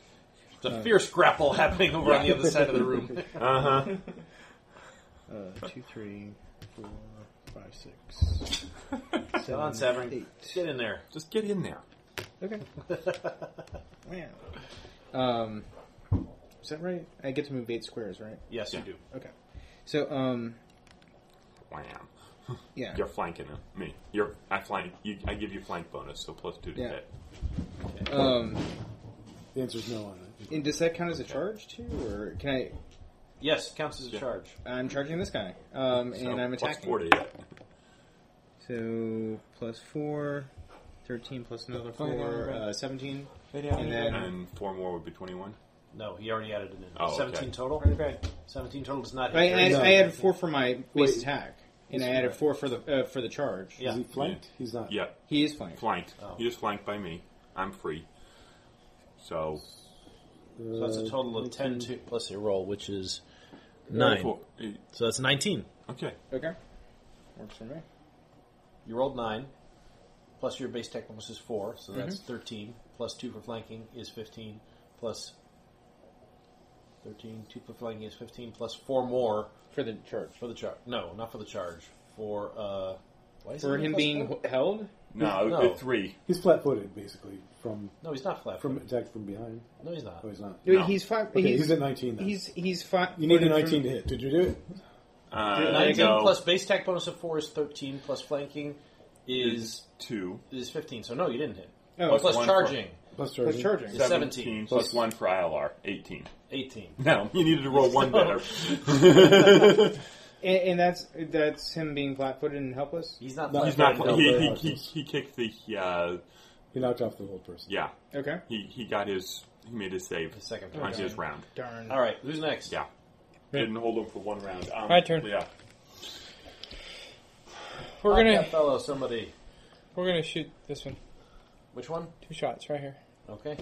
[SPEAKER 4] There's a fierce grapple happening over on the other side of the room.
[SPEAKER 9] Uh-huh.
[SPEAKER 7] Uh, two, three, four, five, six.
[SPEAKER 4] Come on, Severin. Get in there.
[SPEAKER 9] Just get in there.
[SPEAKER 7] Okay. Man. Um, is that right? I get to move eight squares, right?
[SPEAKER 4] Yes, you do.
[SPEAKER 7] Okay. So, um,
[SPEAKER 9] Wham.
[SPEAKER 7] Yeah.
[SPEAKER 9] You're flanking him. Me. You're. I flank. You, I give you flank bonus, so plus two to
[SPEAKER 7] Yeah.
[SPEAKER 9] hit.
[SPEAKER 7] um,
[SPEAKER 3] The answer is no on it.
[SPEAKER 7] and does that count as a charge too, or can I?
[SPEAKER 4] Yes, counts as a charge.
[SPEAKER 7] I'm charging this guy, um, and
[SPEAKER 4] So,
[SPEAKER 7] I'm
[SPEAKER 4] plus
[SPEAKER 7] attacking.
[SPEAKER 4] four to
[SPEAKER 7] So plus four, 13 plus another
[SPEAKER 4] Play down,
[SPEAKER 7] four,
[SPEAKER 4] bro.
[SPEAKER 7] uh, seventeen,
[SPEAKER 4] Play down,
[SPEAKER 7] and
[SPEAKER 4] bro.
[SPEAKER 7] then
[SPEAKER 9] And four more would be twenty-one.
[SPEAKER 4] No, he already added it in.
[SPEAKER 9] Oh, okay.
[SPEAKER 4] 17 total? Seventeen total does not hit.
[SPEAKER 7] I, I,
[SPEAKER 4] No.
[SPEAKER 7] I added four for my base
[SPEAKER 4] Wait.
[SPEAKER 7] attack,
[SPEAKER 4] He's
[SPEAKER 7] and I added
[SPEAKER 4] flanked.
[SPEAKER 7] four for the uh, for the charge.
[SPEAKER 4] Yeah. Is he
[SPEAKER 3] flanked? He's not.
[SPEAKER 9] Yeah.
[SPEAKER 7] He is flanked.
[SPEAKER 9] Flanked.
[SPEAKER 7] Oh.
[SPEAKER 9] He is flanked by me. I'm free. So.
[SPEAKER 4] So that's a total of 10 to, plus your roll, which is
[SPEAKER 9] Nine.
[SPEAKER 4] 9. So that's 19.
[SPEAKER 9] eh, Okay.
[SPEAKER 7] Okay. Works for me.
[SPEAKER 4] You rolled 9, plus your base tech bonus is 4, so that's 13, plus 2 for flanking is 15, plus 13, 2 for flanking is 15, plus 4 more.
[SPEAKER 7] For the charge.
[SPEAKER 4] For the charge. No, not for the charge. For, uh, why is
[SPEAKER 7] For
[SPEAKER 4] it
[SPEAKER 7] him
[SPEAKER 4] plus
[SPEAKER 7] being
[SPEAKER 4] four?
[SPEAKER 7] h- held?
[SPEAKER 9] No,
[SPEAKER 4] No.
[SPEAKER 9] it's three.
[SPEAKER 3] He's flat-footed, basically. From
[SPEAKER 4] No, he's not flat.
[SPEAKER 3] From attack from behind.
[SPEAKER 4] No, he's not.
[SPEAKER 3] Oh, he's not.
[SPEAKER 7] Dude, He's five.
[SPEAKER 3] Okay, he's,
[SPEAKER 7] he's,
[SPEAKER 3] at nineteen. Then.
[SPEAKER 7] He's he's five.
[SPEAKER 3] you need a
[SPEAKER 7] footed from-
[SPEAKER 3] nineteen to hit. Did you do it?
[SPEAKER 9] Uh,
[SPEAKER 4] 19
[SPEAKER 9] no.
[SPEAKER 4] plus base tech bonus of 4 is 13, plus flanking is
[SPEAKER 9] two.
[SPEAKER 4] Is 15. So no, you didn't hit.
[SPEAKER 9] Oh,
[SPEAKER 4] Plus,
[SPEAKER 9] plus
[SPEAKER 4] plus
[SPEAKER 9] one
[SPEAKER 4] charging.
[SPEAKER 9] for-
[SPEAKER 3] Plus charging.
[SPEAKER 4] Is 17.
[SPEAKER 9] 17 plus one for ILR. 18.
[SPEAKER 4] 18.
[SPEAKER 9] No, you needed to roll one better.
[SPEAKER 7] and, and that's that's him being flat-footed and helpless.
[SPEAKER 4] He's not.
[SPEAKER 9] He's not. He, he, he, he kicked the. Uh,
[SPEAKER 3] he knocked off the whole person.
[SPEAKER 9] Yeah.
[SPEAKER 7] Okay.
[SPEAKER 9] He he got his. He made his save. His
[SPEAKER 4] second
[SPEAKER 9] on
[SPEAKER 4] turn.
[SPEAKER 9] his round.
[SPEAKER 7] Darn.
[SPEAKER 4] All right, who's next?
[SPEAKER 9] Yeah. Didn't hold him for one round. Um,
[SPEAKER 4] My turn.
[SPEAKER 9] Yeah.
[SPEAKER 4] We're
[SPEAKER 2] We're
[SPEAKER 4] gonna
[SPEAKER 2] gonna-
[SPEAKER 4] that fellow somebody.
[SPEAKER 2] We're gonna shoot this one.
[SPEAKER 4] Which one?
[SPEAKER 2] Two shots right here.
[SPEAKER 4] Okay.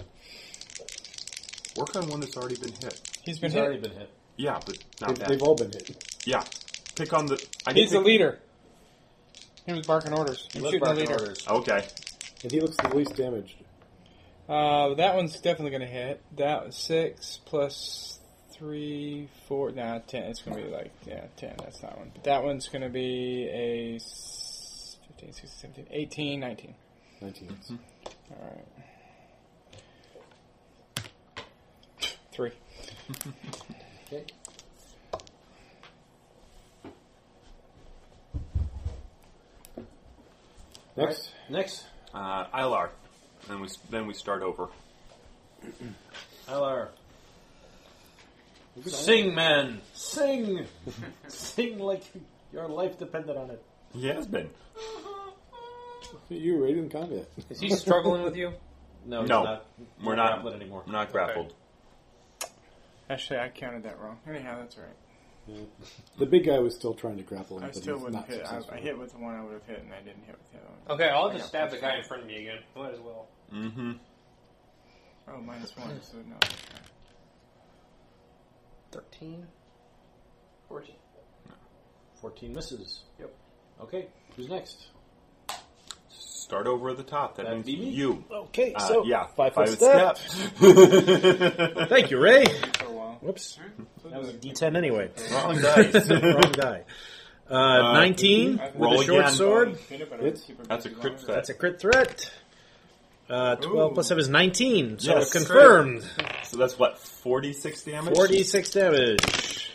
[SPEAKER 9] Work on one that's already been hit.
[SPEAKER 2] He's been He's hit. already
[SPEAKER 4] been hit.
[SPEAKER 9] Yeah, but not
[SPEAKER 3] They've-
[SPEAKER 9] that.
[SPEAKER 3] they've all been hit.
[SPEAKER 9] Yeah. Pick on the. I
[SPEAKER 2] He's the
[SPEAKER 9] didn't pick-
[SPEAKER 2] leader. He was barking orders.
[SPEAKER 9] He
[SPEAKER 2] I'm
[SPEAKER 9] was
[SPEAKER 2] shooting the
[SPEAKER 9] barking
[SPEAKER 2] leader.
[SPEAKER 9] orders. Okay.
[SPEAKER 3] And he looks the least damaged.
[SPEAKER 2] Uh, that one's definitely gonna hit. That was six plus three, four, nah, ten. It's gonna be like yeah, ten. That's that one. But that one's gonna be a s- 15, 16, 17, 18, 19.
[SPEAKER 3] 19.
[SPEAKER 2] All right. Three.
[SPEAKER 4] Okay.
[SPEAKER 3] Next.
[SPEAKER 4] Next.
[SPEAKER 9] Uh, Ilar. Then we then we start over.
[SPEAKER 4] Ilar. Sing, man. Sing. Sing like your life depended on it.
[SPEAKER 9] He has been.
[SPEAKER 3] You were in combat.
[SPEAKER 4] Is he struggling with you? No, he's
[SPEAKER 9] no,
[SPEAKER 4] not-
[SPEAKER 9] we're
[SPEAKER 4] not
[SPEAKER 9] not
[SPEAKER 4] grappled anymore.
[SPEAKER 9] We're not grappled.
[SPEAKER 2] Actually, I counted that wrong. Anyhow, that's all right.
[SPEAKER 3] The big guy was still trying to grapple him,
[SPEAKER 2] I
[SPEAKER 3] but
[SPEAKER 2] still
[SPEAKER 3] he's
[SPEAKER 2] wouldn't
[SPEAKER 3] not
[SPEAKER 2] hit.
[SPEAKER 3] successful.
[SPEAKER 2] I, I hit with the one I would have hit, and I didn't hit with the other one.
[SPEAKER 5] Okay, I'll
[SPEAKER 2] I
[SPEAKER 5] just
[SPEAKER 2] got
[SPEAKER 5] stab the
[SPEAKER 2] plus
[SPEAKER 5] guy
[SPEAKER 2] two.
[SPEAKER 5] in front of me again. Might as well.
[SPEAKER 28] Mm-hmm.
[SPEAKER 2] Oh, minus one, so no.
[SPEAKER 29] 13.
[SPEAKER 5] 14.
[SPEAKER 30] 14 misses.
[SPEAKER 5] Yep.
[SPEAKER 30] Okay, who's next?
[SPEAKER 9] Start over at the top. That
[SPEAKER 30] That'd
[SPEAKER 9] means
[SPEAKER 30] be me.
[SPEAKER 9] you.
[SPEAKER 30] Okay,
[SPEAKER 9] Uh,
[SPEAKER 30] so
[SPEAKER 9] yeah,
[SPEAKER 30] five
[SPEAKER 9] five
[SPEAKER 30] foot
[SPEAKER 9] step.
[SPEAKER 30] step. Thank you, Ray.
[SPEAKER 2] For a while.
[SPEAKER 30] Whoops, that was a D10 anyway.
[SPEAKER 9] Wrong dice.
[SPEAKER 30] Wrong die. Uh,
[SPEAKER 9] Uh,
[SPEAKER 30] 19
[SPEAKER 9] roll
[SPEAKER 30] with a short
[SPEAKER 9] again.
[SPEAKER 30] sword.
[SPEAKER 2] Peanut butter
[SPEAKER 30] Hits.
[SPEAKER 2] keeper
[SPEAKER 9] That's a
[SPEAKER 2] babies
[SPEAKER 9] crit
[SPEAKER 2] longer.
[SPEAKER 9] threat.
[SPEAKER 30] That's a crit threat. Uh, 12 plus 7 is 19, so
[SPEAKER 9] Yes.
[SPEAKER 30] confirmed.
[SPEAKER 9] So that's what forty-six damage.
[SPEAKER 30] 46 damage.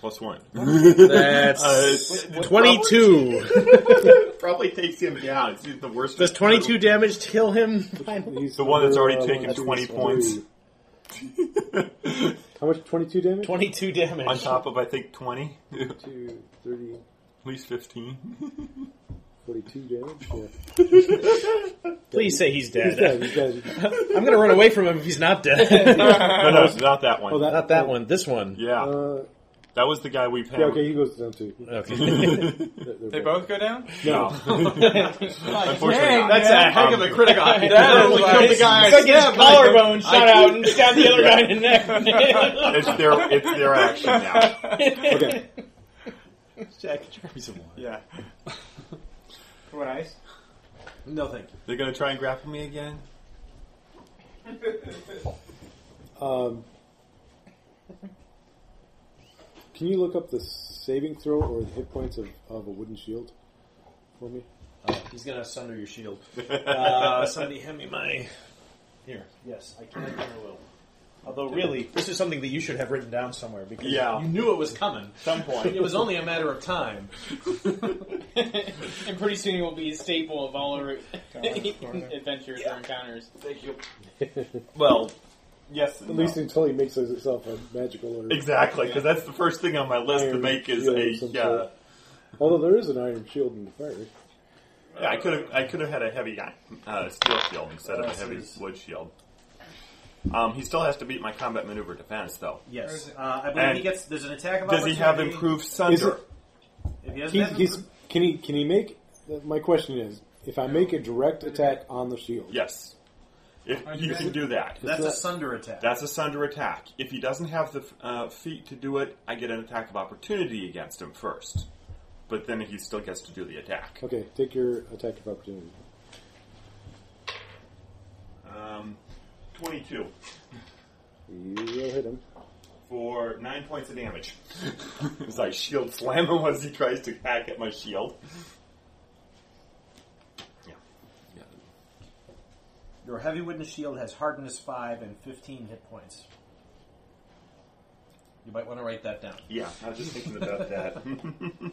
[SPEAKER 9] plus one.
[SPEAKER 30] That's
[SPEAKER 9] Uh,
[SPEAKER 30] 22.
[SPEAKER 9] Probably takes him down. It's the worst.
[SPEAKER 30] Does 22 damage kill him?
[SPEAKER 3] He's
[SPEAKER 9] The one that's
[SPEAKER 3] under,
[SPEAKER 9] already
[SPEAKER 3] uh,
[SPEAKER 9] taken
[SPEAKER 3] one, two,
[SPEAKER 9] 20
[SPEAKER 3] three.
[SPEAKER 9] points.
[SPEAKER 3] How much? Twenty-two damage.
[SPEAKER 30] 22 damage.
[SPEAKER 9] on top of I think twenty, at
[SPEAKER 3] Two, thirty,
[SPEAKER 9] least fifteen.
[SPEAKER 3] forty-two damage. Yeah.
[SPEAKER 30] Please say he's
[SPEAKER 3] He's dead. He's
[SPEAKER 30] dead.
[SPEAKER 3] dead. He's dead.
[SPEAKER 30] I'm going to run away from him if he's not dead.
[SPEAKER 9] No, no, it's not that one.
[SPEAKER 3] Oh, that.
[SPEAKER 30] not that one, this one.
[SPEAKER 9] yeah,
[SPEAKER 3] Uh,
[SPEAKER 9] that was the guy we've had.
[SPEAKER 3] yeah. Okay, he goes down too.
[SPEAKER 30] Okay.
[SPEAKER 3] They're- they're
[SPEAKER 2] They
[SPEAKER 3] both-
[SPEAKER 2] both go down?
[SPEAKER 9] No, unfortunately,
[SPEAKER 2] Dang, That's
[SPEAKER 9] not.
[SPEAKER 2] man. a
[SPEAKER 9] heck of a critical.
[SPEAKER 2] That only killed the guy I stabbed.
[SPEAKER 30] collarbone shot out and stabbed the other
[SPEAKER 9] guy
[SPEAKER 30] in the neck.
[SPEAKER 9] It's their it's their action now.
[SPEAKER 3] Okay.
[SPEAKER 30] Jack, try me some wine.
[SPEAKER 2] Yeah. For what ice?
[SPEAKER 30] No, thank you.
[SPEAKER 9] They're gonna try and grapple me again.
[SPEAKER 3] Um, can you look up the saving throw or the hit points of, of a wooden shield for me?
[SPEAKER 30] Oh, he's going to sunder your shield. Uh, somebody hand me my. Here. Yes, I can and I will. Although, really, this is something that you should have written down somewhere because
[SPEAKER 9] Yeah.
[SPEAKER 30] you knew it was coming.
[SPEAKER 9] Some point.
[SPEAKER 30] It was only a matter of time.
[SPEAKER 7] and pretty soon it will be a staple of all our adventures or encounters.
[SPEAKER 9] Thank you.
[SPEAKER 3] At
[SPEAKER 9] Well, yes. and no.
[SPEAKER 3] least until he makes itself a magical or
[SPEAKER 9] exactly because that's the first thing on my list to
[SPEAKER 3] Iron
[SPEAKER 9] make is
[SPEAKER 3] shield
[SPEAKER 9] a
[SPEAKER 3] of some
[SPEAKER 9] yeah.
[SPEAKER 3] sort. Although there is an iron shield in the fire.
[SPEAKER 9] Yeah, I could have I could have had a heavy uh, steel shield instead of a
[SPEAKER 30] Yes,
[SPEAKER 9] heavy
[SPEAKER 30] yes.
[SPEAKER 9] wood shield. Um, he still has to beat my combat maneuver defense though.
[SPEAKER 31] Where's
[SPEAKER 4] Yes,
[SPEAKER 31] it?
[SPEAKER 4] uh, I believe
[SPEAKER 9] And
[SPEAKER 4] he gets. There's an attack of
[SPEAKER 9] Does he have
[SPEAKER 4] opportunity.
[SPEAKER 9] improved sunder?
[SPEAKER 4] If he doesn't
[SPEAKER 3] He,
[SPEAKER 4] have
[SPEAKER 3] he's
[SPEAKER 4] improved-
[SPEAKER 3] can he can he make? My question is, if I make a direct attack on the shield,
[SPEAKER 9] Yes, if you can do that.
[SPEAKER 4] that's
[SPEAKER 3] that-
[SPEAKER 4] a sunder attack.
[SPEAKER 9] That's a sunder attack. If he doesn't have the uh, feet to do it, I get an attack of opportunity against him first. But then he still gets to do the attack.
[SPEAKER 3] okay, take your attack of opportunity.
[SPEAKER 9] Um, Twenty-two
[SPEAKER 3] You will hit him.
[SPEAKER 9] for nine points of damage. as I shield slam him as he tries to hack at my shield. Yeah. yeah.
[SPEAKER 4] Your heavy witness shield has hardness five and 15 hit points. You might want to write that down.
[SPEAKER 9] Yeah, I was just thinking about that.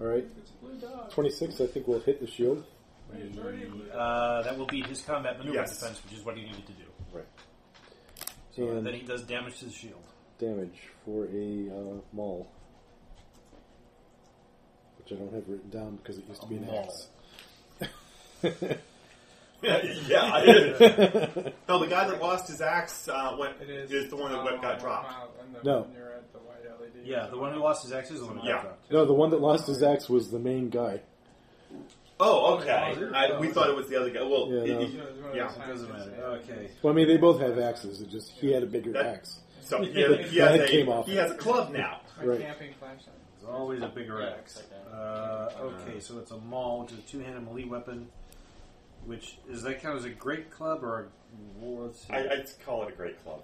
[SPEAKER 3] All right, twenty-six. I think will hit the shield.
[SPEAKER 4] Uh, that will be his combat maneuver
[SPEAKER 9] Yes.
[SPEAKER 4] defense, which is what he needed to do.
[SPEAKER 3] Right.
[SPEAKER 4] So
[SPEAKER 3] And-
[SPEAKER 4] then he does damage to the shield.
[SPEAKER 3] damage for a uh, maul, which I don't have written down because it used to be an axe.
[SPEAKER 9] yeah, I did. No, the guy that lost his axe uh, went,
[SPEAKER 2] It
[SPEAKER 9] is,
[SPEAKER 2] is.
[SPEAKER 9] the one that
[SPEAKER 2] Oh,
[SPEAKER 9] went, got
[SPEAKER 2] oh,
[SPEAKER 9] dropped.
[SPEAKER 2] oh, and the
[SPEAKER 3] No.
[SPEAKER 2] one you're at the white E LED.
[SPEAKER 4] Yeah, the one who lost his axe is the one who
[SPEAKER 9] Yeah.
[SPEAKER 4] got dropped.
[SPEAKER 3] No, the one that lost his axe was the main guy.
[SPEAKER 9] Oh, okay. I, we thought it was the other guy. Well,
[SPEAKER 3] Yeah,
[SPEAKER 9] it-
[SPEAKER 3] no.
[SPEAKER 9] it-
[SPEAKER 2] You know, it's one of
[SPEAKER 9] Yeah.
[SPEAKER 2] those
[SPEAKER 9] It
[SPEAKER 2] times
[SPEAKER 4] Doesn't
[SPEAKER 2] it's-
[SPEAKER 4] matter. Okay.
[SPEAKER 3] Well, I mean, they both have axes. It just he had a bigger
[SPEAKER 9] That-
[SPEAKER 3] axe.
[SPEAKER 9] so he has, he,
[SPEAKER 3] The
[SPEAKER 9] has
[SPEAKER 3] head came
[SPEAKER 9] a,
[SPEAKER 3] off.
[SPEAKER 9] he has a club now.
[SPEAKER 2] My
[SPEAKER 3] Right.
[SPEAKER 2] camping flashlight.
[SPEAKER 4] There's always a bigger axe. Uh, okay, so it's a maul, which is a two-handed melee weapon. Which is that count as a great club or a war? let's see.
[SPEAKER 9] I, I'd call it a great club.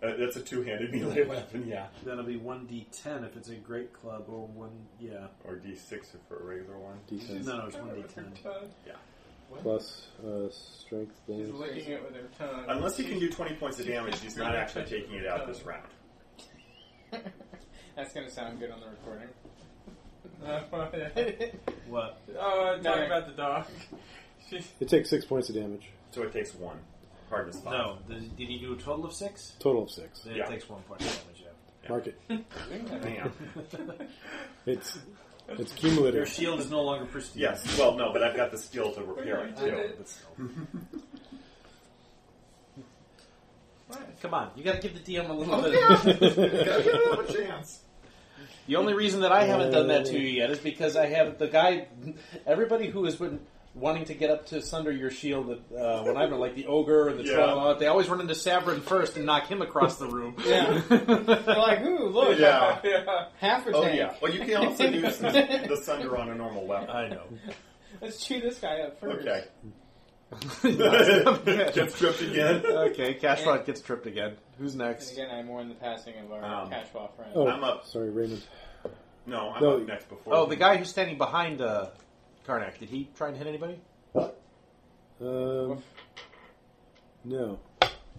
[SPEAKER 9] Uh, that's a two-handed melee weapon, yeah.
[SPEAKER 4] That'll be one d10 if it's a great club or one. Yeah,
[SPEAKER 9] Or D6 for a regular one.
[SPEAKER 3] D10
[SPEAKER 4] no, no, it's one d10.
[SPEAKER 3] plus uh, strength
[SPEAKER 2] She's
[SPEAKER 3] bonus.
[SPEAKER 2] licking it with her tongue.
[SPEAKER 9] Unless he can do 20 points of damage, he's not actually taking it out this round.
[SPEAKER 7] That's gonna sound good on the recording.
[SPEAKER 4] What?
[SPEAKER 2] oh, I'm talking
[SPEAKER 7] No.
[SPEAKER 2] about the dog.
[SPEAKER 3] It takes six points of damage,
[SPEAKER 9] So it takes one. Hardness five.
[SPEAKER 4] No, th- did he do a total of six?
[SPEAKER 3] total of six.
[SPEAKER 4] Then
[SPEAKER 9] Yeah.
[SPEAKER 4] it takes one point of damage. Yeah.
[SPEAKER 3] Mark it.
[SPEAKER 9] Damn.
[SPEAKER 3] It's it's
[SPEAKER 4] Your
[SPEAKER 3] cumulative.
[SPEAKER 4] shield is no longer pristine.
[SPEAKER 9] Yes. Well, no, but I've got the skill to repair it,
[SPEAKER 4] I know,
[SPEAKER 9] too.
[SPEAKER 4] but still.
[SPEAKER 32] Come on.
[SPEAKER 4] You gotta give the DM a little
[SPEAKER 32] Gotta
[SPEAKER 4] bit.
[SPEAKER 32] give him a chance.
[SPEAKER 4] The only reason that I haven't done that to you
[SPEAKER 9] Oh.
[SPEAKER 4] yet is because I have the guy. Everybody who has been wanting to get up to sunder your shield uh, when I've been like the ogre and the
[SPEAKER 32] Yeah.
[SPEAKER 4] troll, they always run into Sabrin first and knock him across the room.
[SPEAKER 2] Yeah. They're like, ooh, look.
[SPEAKER 4] Yeah.
[SPEAKER 2] Half or
[SPEAKER 4] Oh,
[SPEAKER 2] tank.
[SPEAKER 4] yeah.
[SPEAKER 9] Well, you can also do some, the Sunder on a normal weapon. I know.
[SPEAKER 2] Let's chew this guy up first.
[SPEAKER 9] Okay.
[SPEAKER 4] gets
[SPEAKER 9] tripped again.
[SPEAKER 4] Okay, Cashrod gets tripped again. Who's
[SPEAKER 7] And
[SPEAKER 4] next?
[SPEAKER 7] again, I mourn the passing of our
[SPEAKER 4] Um,
[SPEAKER 7] Cashwell friend.
[SPEAKER 3] Oh,
[SPEAKER 4] I'm up.
[SPEAKER 3] Sorry, Raymond.
[SPEAKER 9] No,
[SPEAKER 3] I'm No. up next before
[SPEAKER 4] Oh,
[SPEAKER 3] you.
[SPEAKER 4] the guy who's standing behind uh, Karnak. Did he try and hit anybody?
[SPEAKER 3] Um, no.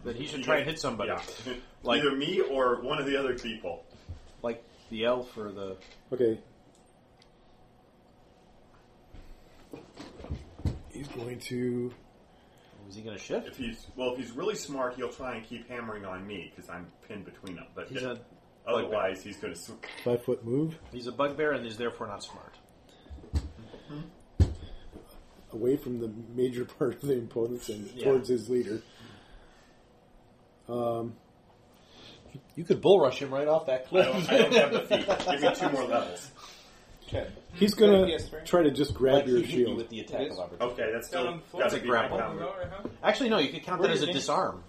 [SPEAKER 4] That he should try and hit somebody.
[SPEAKER 9] Yeah. Either me or one of the other people.
[SPEAKER 4] Like the elf or the.
[SPEAKER 3] Okay. He's going to.
[SPEAKER 4] Is he going to shift?
[SPEAKER 9] If he's well, if he's really smart, he'll try and keep hammering on me because I'm pinned between them. But
[SPEAKER 4] He's
[SPEAKER 9] if-
[SPEAKER 4] a-
[SPEAKER 9] otherwise, he's going to. Sw-
[SPEAKER 3] Five foot move
[SPEAKER 4] He's a bugbear and is therefore not smart.
[SPEAKER 3] away from the major part of the opponents and
[SPEAKER 4] Yeah.
[SPEAKER 3] towards his leader. Um,
[SPEAKER 4] You could bull rush him right off that cliff.
[SPEAKER 9] I don't have the feet. Give me two more levels.
[SPEAKER 4] Okay.
[SPEAKER 3] he's going to try to just grab your shield.
[SPEAKER 4] with the attack of opportunity.
[SPEAKER 9] Okay, that's still
[SPEAKER 4] That's a
[SPEAKER 9] gotta be my
[SPEAKER 4] grapple.
[SPEAKER 9] combo.
[SPEAKER 4] Actually, no, you could count
[SPEAKER 9] Where
[SPEAKER 4] that as
[SPEAKER 9] did
[SPEAKER 4] a
[SPEAKER 9] it-
[SPEAKER 4] disarm.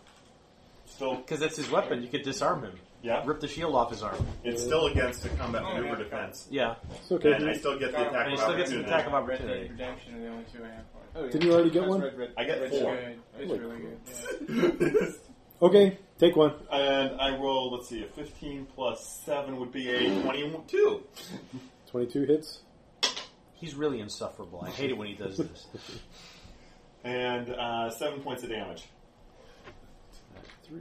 [SPEAKER 9] Still,
[SPEAKER 4] because that's his weapon. You could disarm him.
[SPEAKER 9] Yeah.
[SPEAKER 4] Rip the shield off his arm.
[SPEAKER 9] It's still against the combat maneuver defense.
[SPEAKER 4] Yeah.
[SPEAKER 3] It's okay.
[SPEAKER 9] And I still get the
[SPEAKER 2] Oh, Got
[SPEAKER 9] attack
[SPEAKER 2] him. And
[SPEAKER 9] of
[SPEAKER 2] he still gets an
[SPEAKER 9] opportunity.
[SPEAKER 2] attack of
[SPEAKER 9] Red Dead
[SPEAKER 2] opportunity. Redemption are the only two I have for it. Oh, yeah.
[SPEAKER 3] Didn't you already get
[SPEAKER 2] That's
[SPEAKER 3] one?
[SPEAKER 2] Red, red,
[SPEAKER 9] I get
[SPEAKER 2] red's
[SPEAKER 9] four.
[SPEAKER 2] good. It's
[SPEAKER 3] Holy
[SPEAKER 2] really good. Yeah.
[SPEAKER 3] Okay, take one.
[SPEAKER 9] And I roll. Let's see, a 15 plus seven would be a 22.
[SPEAKER 3] 22 hits.
[SPEAKER 4] He's really insufferable. I hate it when he does this.
[SPEAKER 9] and uh, seven points of damage.
[SPEAKER 3] Three.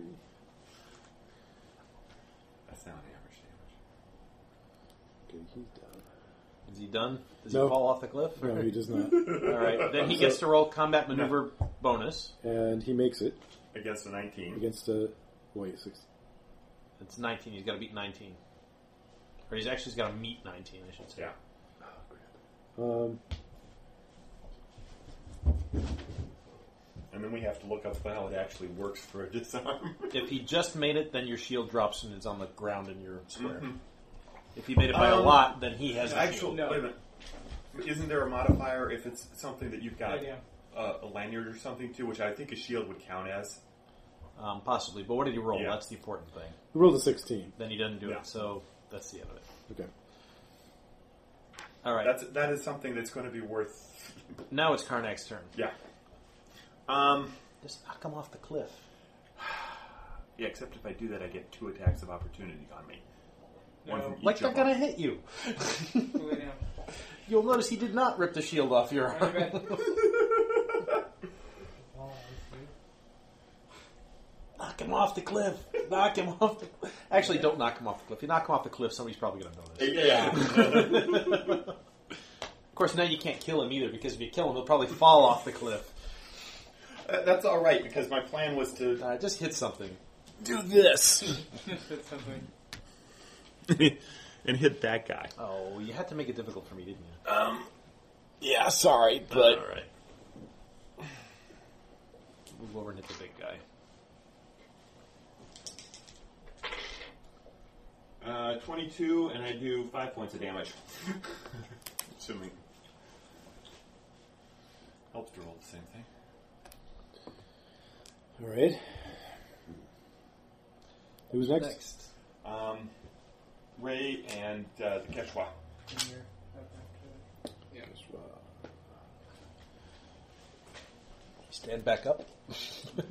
[SPEAKER 9] That's not average damage.
[SPEAKER 3] Okay, he's down.
[SPEAKER 4] Is he done? Does
[SPEAKER 3] No.
[SPEAKER 4] he fall off the cliff?
[SPEAKER 3] No, he does not.
[SPEAKER 4] All right. Then he
[SPEAKER 3] So-
[SPEAKER 4] gets to roll combat maneuver bonus.
[SPEAKER 3] And he makes it
[SPEAKER 9] Against a 19.
[SPEAKER 3] against a. Wait, six.
[SPEAKER 4] It's 19. He's got to beat 19. Or he's actually got to meet 19, I should say.
[SPEAKER 9] Yeah.
[SPEAKER 3] Um,
[SPEAKER 9] And then we have to look up how it actually works for a disarm.
[SPEAKER 4] If he just made it, then your shield drops and is on the ground in your square.
[SPEAKER 9] Mm-hmm.
[SPEAKER 4] If he made it by a
[SPEAKER 9] Um,
[SPEAKER 4] lot, then he has the
[SPEAKER 9] actual.
[SPEAKER 4] shield.
[SPEAKER 9] Wait a minute. Isn't there a modifier if it's something that you've got
[SPEAKER 2] Yeah,
[SPEAKER 9] uh, a lanyard or something to, which I think a shield would count as?
[SPEAKER 4] Um, possibly. But what did he roll?
[SPEAKER 9] Yeah.
[SPEAKER 4] That's the important thing.
[SPEAKER 3] he rolled a 16.
[SPEAKER 4] Then he doesn't do
[SPEAKER 9] Yeah.
[SPEAKER 4] it, so that's the end of it.
[SPEAKER 3] Okay.
[SPEAKER 4] All right.
[SPEAKER 9] That's that is something that's going to be worth.
[SPEAKER 4] now it's Karnak's turn.
[SPEAKER 9] Yeah. Um.
[SPEAKER 4] Just knock him off the cliff.
[SPEAKER 9] Yeah, except if I do that, I get two attacks of opportunity on me. One from each
[SPEAKER 4] Like they're
[SPEAKER 9] of
[SPEAKER 4] gonna
[SPEAKER 9] them.
[SPEAKER 4] hit you. You'll notice he did not rip the shield off your arm. knock him off the cliff. Knock him off the. Actually, don't knock him off the cliff. If you knock him off the cliff, somebody's probably gonna notice.
[SPEAKER 9] Yeah.
[SPEAKER 4] Of course, now you can't kill him either because if you kill him, he'll probably fall off the cliff.
[SPEAKER 9] Uh, that's all right because my plan was to
[SPEAKER 4] Uh, just hit something.
[SPEAKER 9] do this
[SPEAKER 33] and hit that guy.
[SPEAKER 4] Oh, you had to make it difficult for me, didn't you?
[SPEAKER 33] Um, yeah, sorry, but
[SPEAKER 9] all right.
[SPEAKER 4] Move over and hit the big guy.
[SPEAKER 9] Uh, 22, and I do 5 points of damage. Assuming. Helps to roll the same thing.
[SPEAKER 3] All right. Who's next?
[SPEAKER 4] Next.
[SPEAKER 9] Um, Ray and uh, the Quechua.
[SPEAKER 4] Stand back up.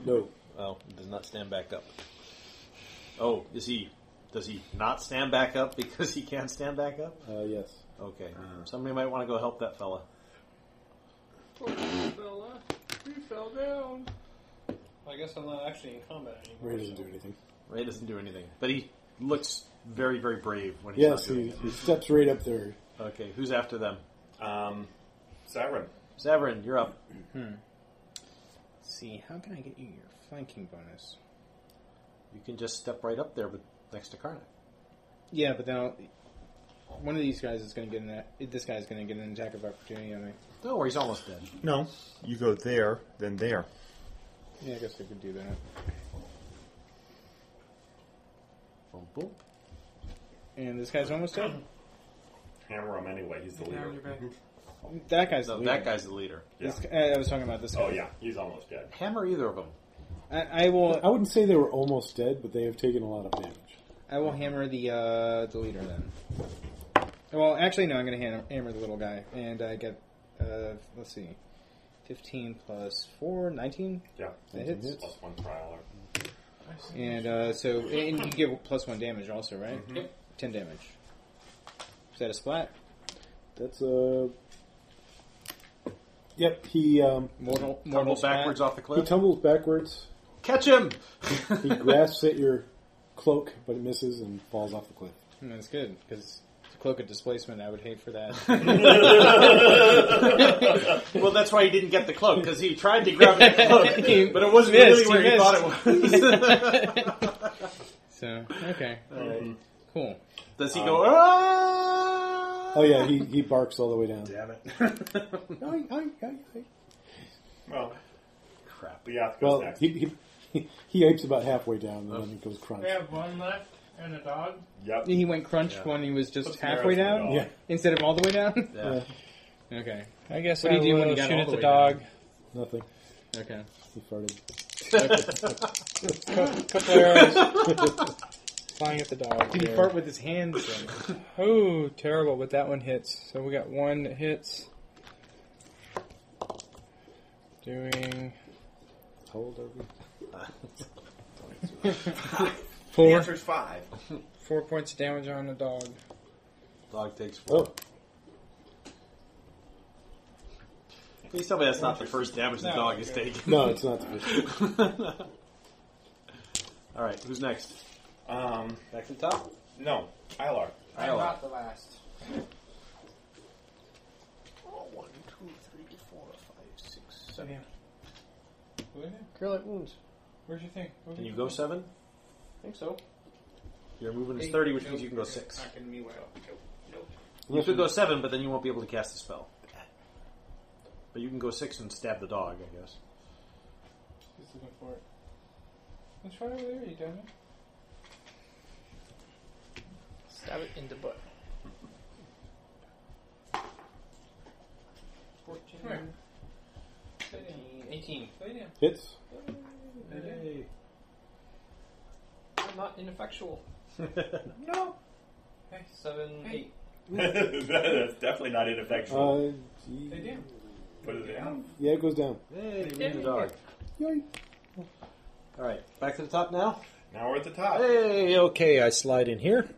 [SPEAKER 3] No.
[SPEAKER 4] Oh, he does not stand back up. Oh, is he? Does he not stand back up because he can't stand back up?
[SPEAKER 3] Uh, yes.
[SPEAKER 4] Okay, somebody might want to go help that fella.
[SPEAKER 2] fella. We fell down. I guess I'm not actually in combat anymore.
[SPEAKER 3] Ray doesn't do anything.
[SPEAKER 4] Ray doesn't do anything, but he looks very, very brave when he's
[SPEAKER 3] Yes,
[SPEAKER 4] not doing
[SPEAKER 3] he, he steps right up there.
[SPEAKER 4] it. Okay, who's after them?
[SPEAKER 9] Um, Siren.
[SPEAKER 4] Severin, you're up.
[SPEAKER 7] Hmm. see, how can I get you your flanking bonus?
[SPEAKER 4] You can just step right up there, but next to Karnak.
[SPEAKER 7] Yeah, but then I'll, one of these guys is going to get an that. This guy's going to get an attack of opportunity on me.
[SPEAKER 4] No, worry, he's almost dead.
[SPEAKER 33] no. You go there, then there.
[SPEAKER 7] Yeah, I guess I could do that.
[SPEAKER 34] Example.
[SPEAKER 7] And this guy's almost dead.
[SPEAKER 9] Hammer him anyway. He's the leader.
[SPEAKER 7] That guy's
[SPEAKER 4] No,
[SPEAKER 7] the leader.
[SPEAKER 4] Oh, that guy's the leader.
[SPEAKER 7] This guy- I was talking about this guy.
[SPEAKER 9] Oh yeah, he's almost dead.
[SPEAKER 4] Hammer either of them.
[SPEAKER 7] I, I will.
[SPEAKER 3] I wouldn't say they were almost dead, but they have taken a lot of damage.
[SPEAKER 7] I will hammer the uh, the leader then. Well, actually, no. I'm going to hammer, hammer the little guy, and I get uh, let's see, 15 plus 4, 19.
[SPEAKER 9] Yeah,
[SPEAKER 7] that hits.
[SPEAKER 9] Plus one trial.
[SPEAKER 7] And uh, so, and you get plus one damage also, right?
[SPEAKER 9] Mhm. Yep.
[SPEAKER 7] Ten damage. Is that a splat?
[SPEAKER 3] That's a. Yep, he um,
[SPEAKER 7] Mortal,
[SPEAKER 4] mortal backwards off the
[SPEAKER 3] he
[SPEAKER 4] cliff.
[SPEAKER 3] tumbles backwards.
[SPEAKER 4] Catch him!
[SPEAKER 3] he grasps at your cloak, but it misses and falls off the cliff.
[SPEAKER 7] Hmm, That's good because the cloak of displacement. I would hate for that.
[SPEAKER 4] well, that's why he didn't get the cloak because he tried to grab the cloak, but it wasn't really
[SPEAKER 7] Missed,
[SPEAKER 4] where he,
[SPEAKER 7] missed.
[SPEAKER 4] thought it was.
[SPEAKER 7] so okay,
[SPEAKER 4] All right.
[SPEAKER 7] cool.
[SPEAKER 4] Does he go? Ah!
[SPEAKER 3] Oh yeah, he, he barks all the way down.
[SPEAKER 9] Damn it.
[SPEAKER 3] Oink, oink, oink, oink.
[SPEAKER 9] Well, crap. But yeah, it goes
[SPEAKER 3] Well,
[SPEAKER 9] next.
[SPEAKER 3] he, he he apes about halfway down, and then he goes crunch.
[SPEAKER 2] We have one left and a dog.
[SPEAKER 9] Yep.
[SPEAKER 7] He went crunch
[SPEAKER 9] Yeah.
[SPEAKER 7] when he was just
[SPEAKER 9] Puts an arrow
[SPEAKER 7] halfway
[SPEAKER 9] through the
[SPEAKER 7] down,
[SPEAKER 9] dog. Yeah.
[SPEAKER 7] instead of all the way down.
[SPEAKER 3] Yeah.
[SPEAKER 7] Okay.
[SPEAKER 35] I guess
[SPEAKER 7] What do you
[SPEAKER 35] I
[SPEAKER 7] do when
[SPEAKER 35] will
[SPEAKER 7] you got
[SPEAKER 35] shoot
[SPEAKER 7] all
[SPEAKER 35] at the
[SPEAKER 7] the way
[SPEAKER 35] dog.
[SPEAKER 3] Nothing.
[SPEAKER 7] Okay.
[SPEAKER 3] He farted.
[SPEAKER 35] Couple- couple arrows flying at the dog.
[SPEAKER 7] Did he fart with his hands?
[SPEAKER 35] Oh, terrible! But that one hits. So we got one that hits. Doing
[SPEAKER 3] How old are we?
[SPEAKER 35] Four.
[SPEAKER 4] The answer's five.
[SPEAKER 35] four points of damage on the dog.
[SPEAKER 4] Dog takes four. Oh. Please tell me that's not the first damage the
[SPEAKER 35] No,
[SPEAKER 4] dog has
[SPEAKER 35] okay.
[SPEAKER 4] taken.
[SPEAKER 3] No, it's not the first.
[SPEAKER 4] All right, who's next?
[SPEAKER 9] Um,
[SPEAKER 4] Back to the top.
[SPEAKER 9] no, Ilar.
[SPEAKER 4] Isla.
[SPEAKER 2] the last.
[SPEAKER 4] Oh, One, two, three, four, five, six,
[SPEAKER 2] seven.
[SPEAKER 4] Curlic wounds.
[SPEAKER 2] Where's your thing? Where's
[SPEAKER 4] Can
[SPEAKER 2] your
[SPEAKER 4] you go
[SPEAKER 2] thing?
[SPEAKER 4] seven?
[SPEAKER 36] I think so.
[SPEAKER 4] Your movement is
[SPEAKER 36] Eight.
[SPEAKER 4] thirty, which means
[SPEAKER 36] Nope.
[SPEAKER 4] you can go six.
[SPEAKER 36] Not gonna be well. Nope. Nope.
[SPEAKER 4] You could go seven, but then you won't be able to cast the spell. But you can go six and stab the dog, I guess.
[SPEAKER 2] He's looking for it. What's right over there, you dummy?
[SPEAKER 37] Stab it in the butt.
[SPEAKER 5] 14,
[SPEAKER 2] Come here.
[SPEAKER 5] 15, 18.
[SPEAKER 2] Lay down.
[SPEAKER 3] Hits.
[SPEAKER 5] Yay. I'm not ineffectual.
[SPEAKER 2] No.
[SPEAKER 5] Okay, 7,
[SPEAKER 2] Hey.
[SPEAKER 5] 8.
[SPEAKER 9] That's definitely not ineffectual.
[SPEAKER 3] Uh,
[SPEAKER 2] Lay
[SPEAKER 3] he-
[SPEAKER 2] down.
[SPEAKER 9] what do they have?
[SPEAKER 3] yeah, it goes down.
[SPEAKER 4] Hey, we
[SPEAKER 5] Yeah.
[SPEAKER 4] need the dog.
[SPEAKER 3] Yoink.
[SPEAKER 4] All right, back to the top now.
[SPEAKER 9] Now we're at the top.
[SPEAKER 34] Hey, okay, I slide in here.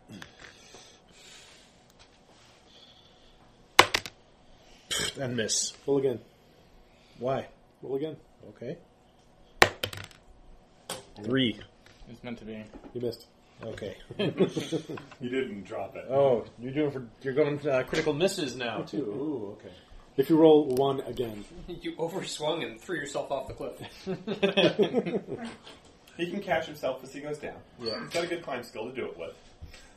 [SPEAKER 34] And miss.
[SPEAKER 3] Roll again.
[SPEAKER 34] Why?
[SPEAKER 3] Roll again.
[SPEAKER 34] Okay. Three.
[SPEAKER 35] It's meant to be.
[SPEAKER 3] You missed.
[SPEAKER 34] Okay.
[SPEAKER 9] You didn't drop it.
[SPEAKER 34] Oh, you're doing for you're going uh, critical
[SPEAKER 4] Misses now too. Ooh, okay.
[SPEAKER 3] If you roll one again,
[SPEAKER 5] You overswung and threw yourself off the cliff.
[SPEAKER 9] He can catch himself as he goes down.
[SPEAKER 4] Yeah.
[SPEAKER 9] He's got a good climb skill to do it with.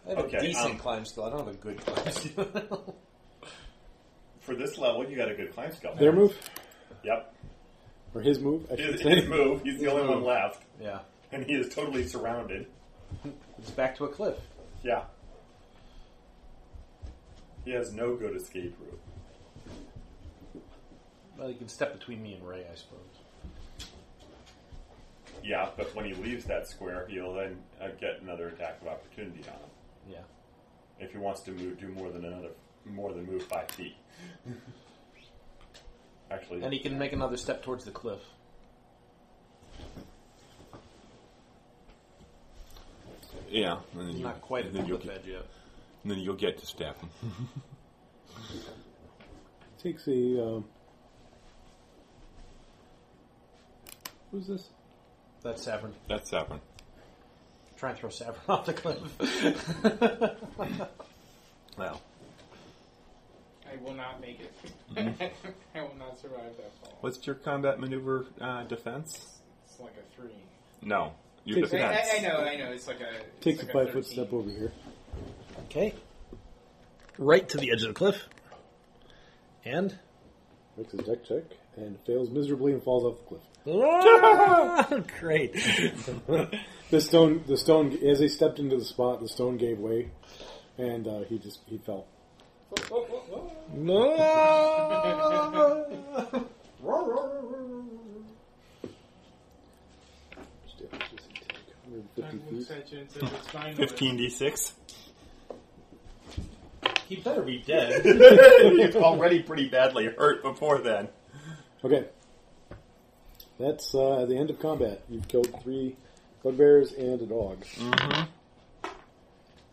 [SPEAKER 4] I have
[SPEAKER 9] Okay,
[SPEAKER 4] a decent
[SPEAKER 9] um,
[SPEAKER 4] climb skill. I don't have a good climb skill.
[SPEAKER 9] For this level, you got a good climb skill.
[SPEAKER 3] their move
[SPEAKER 9] Yep.
[SPEAKER 3] or his move. I should
[SPEAKER 9] His,
[SPEAKER 3] say.
[SPEAKER 9] his move. He's the only one left,
[SPEAKER 4] yeah,
[SPEAKER 9] and he is totally surrounded.
[SPEAKER 4] it's back to a cliff.
[SPEAKER 9] Yeah. He has no good escape route.
[SPEAKER 4] Well, you can step between me and Ray, I suppose.
[SPEAKER 9] Yeah, but when he leaves that square, he'll then uh, get another attack of opportunity on him
[SPEAKER 4] Yeah.
[SPEAKER 9] if he wants to move, do more than another, more than move five feet. Actually,
[SPEAKER 4] And he can make another step towards the cliff.
[SPEAKER 38] Yeah, and then you,
[SPEAKER 4] Not quite at
[SPEAKER 38] and
[SPEAKER 4] the
[SPEAKER 38] then you'll get,
[SPEAKER 4] cliff edge yet.
[SPEAKER 38] and then you'll get to stab him.
[SPEAKER 3] Takes a. Um, who's this?
[SPEAKER 4] That's Savern.
[SPEAKER 38] That's Savern.
[SPEAKER 4] Try and throw Savern off the cliff.
[SPEAKER 38] Well,
[SPEAKER 2] I will not make it. I will not survive that fall.
[SPEAKER 38] what's your combat maneuver uh, defense?
[SPEAKER 2] It's like a three.
[SPEAKER 38] No, your
[SPEAKER 3] Takes-
[SPEAKER 38] defense.
[SPEAKER 3] Wait,
[SPEAKER 37] I, I know, I know. It's like a. it's
[SPEAKER 3] Takes
[SPEAKER 37] like
[SPEAKER 3] a five
[SPEAKER 37] 13.
[SPEAKER 3] foot step over here.
[SPEAKER 34] Okay. Right to the edge of the cliff. And
[SPEAKER 3] Makes a deck check. and fails miserably and falls off the cliff.
[SPEAKER 39] Great.
[SPEAKER 3] the stone, the stone, as they stepped into the spot, the stone gave way, and uh, he just he fell.
[SPEAKER 40] Time looks at you and says it's fine.
[SPEAKER 41] 15d6.
[SPEAKER 4] He better be dead.
[SPEAKER 41] He's already pretty badly hurt before then.
[SPEAKER 3] Okay. That's uh, the end of combat. You've killed three bugbears and a dog. Mm-hmm.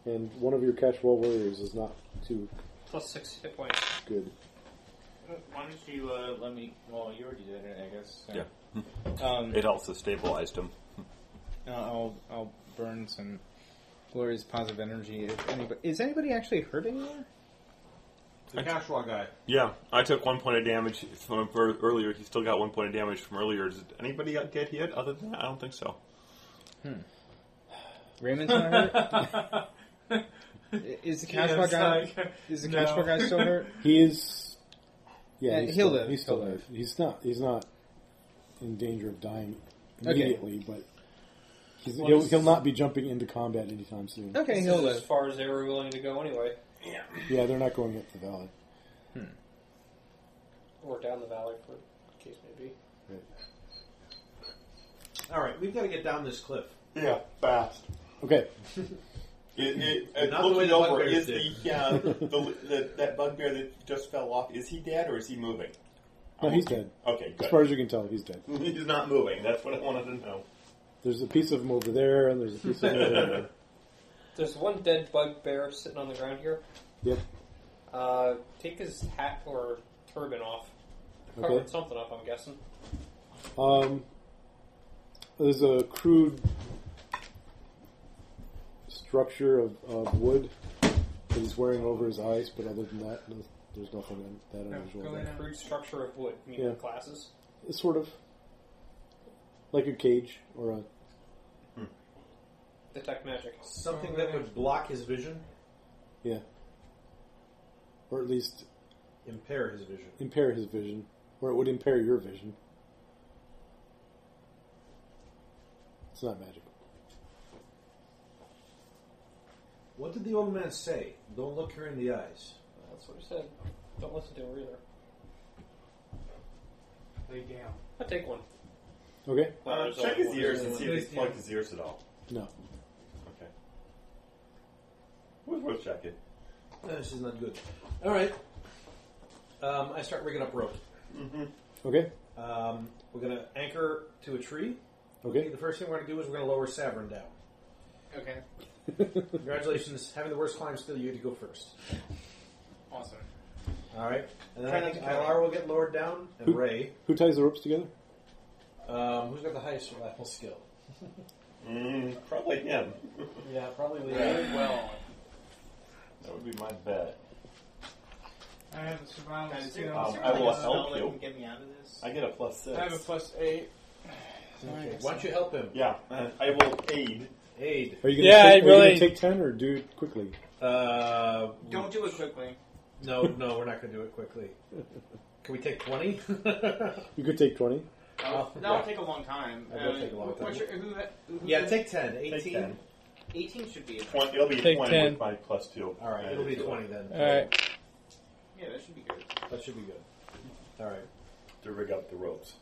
[SPEAKER 3] And one of your casual warriors is not too
[SPEAKER 5] Plus six hit points.
[SPEAKER 3] good.
[SPEAKER 2] Why don't you uh, let me? Well, you already did it, I guess. so.
[SPEAKER 41] Yeah.
[SPEAKER 7] Um,
[SPEAKER 41] It also stabilized him.
[SPEAKER 7] Uh, I'll I'll burn some glorious positive energy. If anybody is anybody actually hurt anymore?
[SPEAKER 4] The Cashwa guy.
[SPEAKER 41] Yeah, I took one point of damage from ear- earlier. He still got one point of damage from earlier. Did anybody got- get hit other than that? I don't think so.
[SPEAKER 7] Raymond's not hurt. is the
[SPEAKER 40] Yeah,
[SPEAKER 7] Cashflow
[SPEAKER 40] it's
[SPEAKER 7] guy?
[SPEAKER 40] like-
[SPEAKER 7] Is the
[SPEAKER 40] No.
[SPEAKER 7] Cashflow guy still hurt?
[SPEAKER 3] He is. Yeah,
[SPEAKER 7] Yeah,
[SPEAKER 3] he's
[SPEAKER 7] he'll
[SPEAKER 3] still,
[SPEAKER 7] live,
[SPEAKER 3] He's still
[SPEAKER 7] he'll
[SPEAKER 3] alive. He's not. He's not in danger of dying
[SPEAKER 7] Okay.
[SPEAKER 3] immediately, but he's,
[SPEAKER 5] Well,
[SPEAKER 3] he'll
[SPEAKER 5] he's-
[SPEAKER 3] he'll not be jumping into combat anytime soon.
[SPEAKER 5] This is As far as they were willing to go, anyway,
[SPEAKER 3] Yeah, they're not going up the valley.
[SPEAKER 5] or down the valley, for the case may be.
[SPEAKER 4] All right, we've got to get down this cliff.
[SPEAKER 9] Yeah, fast.
[SPEAKER 3] Okay.
[SPEAKER 9] It, it, it,
[SPEAKER 4] Not the way
[SPEAKER 9] looking
[SPEAKER 4] the
[SPEAKER 9] over,
[SPEAKER 4] bugbears
[SPEAKER 9] is
[SPEAKER 4] did.
[SPEAKER 9] the, uh, the, the that bugbear that just fell off? Is he dead or is he moving?
[SPEAKER 3] No, he's dead. As
[SPEAKER 9] Okay, good.
[SPEAKER 3] far as you can tell, he's dead.
[SPEAKER 9] He's not moving. That's what I wanted to know.
[SPEAKER 3] There's a piece of him over there, and there's a piece of him over there.
[SPEAKER 5] There's one dead bugbear sitting on the ground here.
[SPEAKER 3] Yep.
[SPEAKER 5] Uh, take his hat or turban off.
[SPEAKER 3] Okay.
[SPEAKER 5] Covered something up, I'm guessing.
[SPEAKER 3] Um, there's a crude structure of, of wood that he's wearing over his eyes, but other than that, no, there's nothing that unusual.
[SPEAKER 5] Go
[SPEAKER 3] there.
[SPEAKER 5] in a crude structure of wood. You mean
[SPEAKER 3] Yeah.
[SPEAKER 5] classes?
[SPEAKER 3] It's sort of like a cage or a
[SPEAKER 5] Detect magic.
[SPEAKER 4] Something that would block his vision,
[SPEAKER 3] yeah, or at least
[SPEAKER 4] impair his vision.
[SPEAKER 3] impair his vision, or it would impair your vision. It's not magical.
[SPEAKER 4] What did the old man say? Don't look her in the eyes.
[SPEAKER 5] That's what he said. Don't listen to him either.
[SPEAKER 40] Lay down.
[SPEAKER 5] I take one.
[SPEAKER 3] Okay,
[SPEAKER 5] Well,
[SPEAKER 9] Uh,
[SPEAKER 5] there's
[SPEAKER 9] check
[SPEAKER 5] only
[SPEAKER 9] his
[SPEAKER 5] one.
[SPEAKER 9] ears
[SPEAKER 5] There's
[SPEAKER 9] and see
[SPEAKER 5] only
[SPEAKER 9] if he's plugged his ears at all.
[SPEAKER 3] no,
[SPEAKER 9] Okay. We'll, we'll check it.
[SPEAKER 4] Uh, this is not good. All right. Um, I start rigging up rope.
[SPEAKER 9] Mm-hmm.
[SPEAKER 3] okay,
[SPEAKER 4] Um, we're going to anchor to a tree.
[SPEAKER 3] okay.
[SPEAKER 4] The first thing we're going to do is we're going to lower Savern down.
[SPEAKER 2] Okay.
[SPEAKER 4] Congratulations, having the worst climb still, you get to go first.
[SPEAKER 2] Awesome.
[SPEAKER 4] All right. And then I think Ilar will get lowered down, and
[SPEAKER 3] Who-
[SPEAKER 4] Ray.
[SPEAKER 3] Who ties the ropes together?
[SPEAKER 4] Um, who's got the highest survival skill?
[SPEAKER 9] Mm, probably him.
[SPEAKER 4] Yeah, probably
[SPEAKER 2] Very well.
[SPEAKER 9] That would be my bet.
[SPEAKER 40] I have a survival
[SPEAKER 2] Guys, is there-
[SPEAKER 40] skill.
[SPEAKER 9] Um,
[SPEAKER 2] is there
[SPEAKER 9] I
[SPEAKER 2] like
[SPEAKER 9] will
[SPEAKER 2] a spell
[SPEAKER 9] help
[SPEAKER 2] that
[SPEAKER 9] you.
[SPEAKER 2] can Get me out of this.
[SPEAKER 9] I get a plus six.
[SPEAKER 40] I have a plus eight. So I
[SPEAKER 4] Okay.
[SPEAKER 40] guess
[SPEAKER 4] Why don't you help him?
[SPEAKER 9] yeah, uh, I will aid.
[SPEAKER 4] Aid.
[SPEAKER 3] Are you gonna
[SPEAKER 40] Yeah,
[SPEAKER 3] take,
[SPEAKER 40] I
[SPEAKER 3] are you gonna
[SPEAKER 40] really-
[SPEAKER 3] take ten or do it quickly?
[SPEAKER 4] Uh,
[SPEAKER 2] Don't do it quickly.
[SPEAKER 4] no, no, we're not going to do it quickly. Can we take 20?
[SPEAKER 3] You could take twenty.
[SPEAKER 2] That'll,
[SPEAKER 4] Oh,
[SPEAKER 2] that'll
[SPEAKER 4] yeah.
[SPEAKER 2] take a long time. Um,
[SPEAKER 4] That will take a long
[SPEAKER 2] what's
[SPEAKER 4] time.
[SPEAKER 2] your- who, who,
[SPEAKER 4] yeah, take 10. 18?
[SPEAKER 9] Take 10.
[SPEAKER 2] 18 should be. Enough.
[SPEAKER 9] Twenty- it'll be
[SPEAKER 40] Take
[SPEAKER 9] 20
[SPEAKER 40] 10.
[SPEAKER 9] with my plus two.
[SPEAKER 4] All right, it'll be 20 then.
[SPEAKER 40] All right.
[SPEAKER 2] Yeah, that should be good.
[SPEAKER 4] That should be good. All right.
[SPEAKER 9] To rig up the ropes.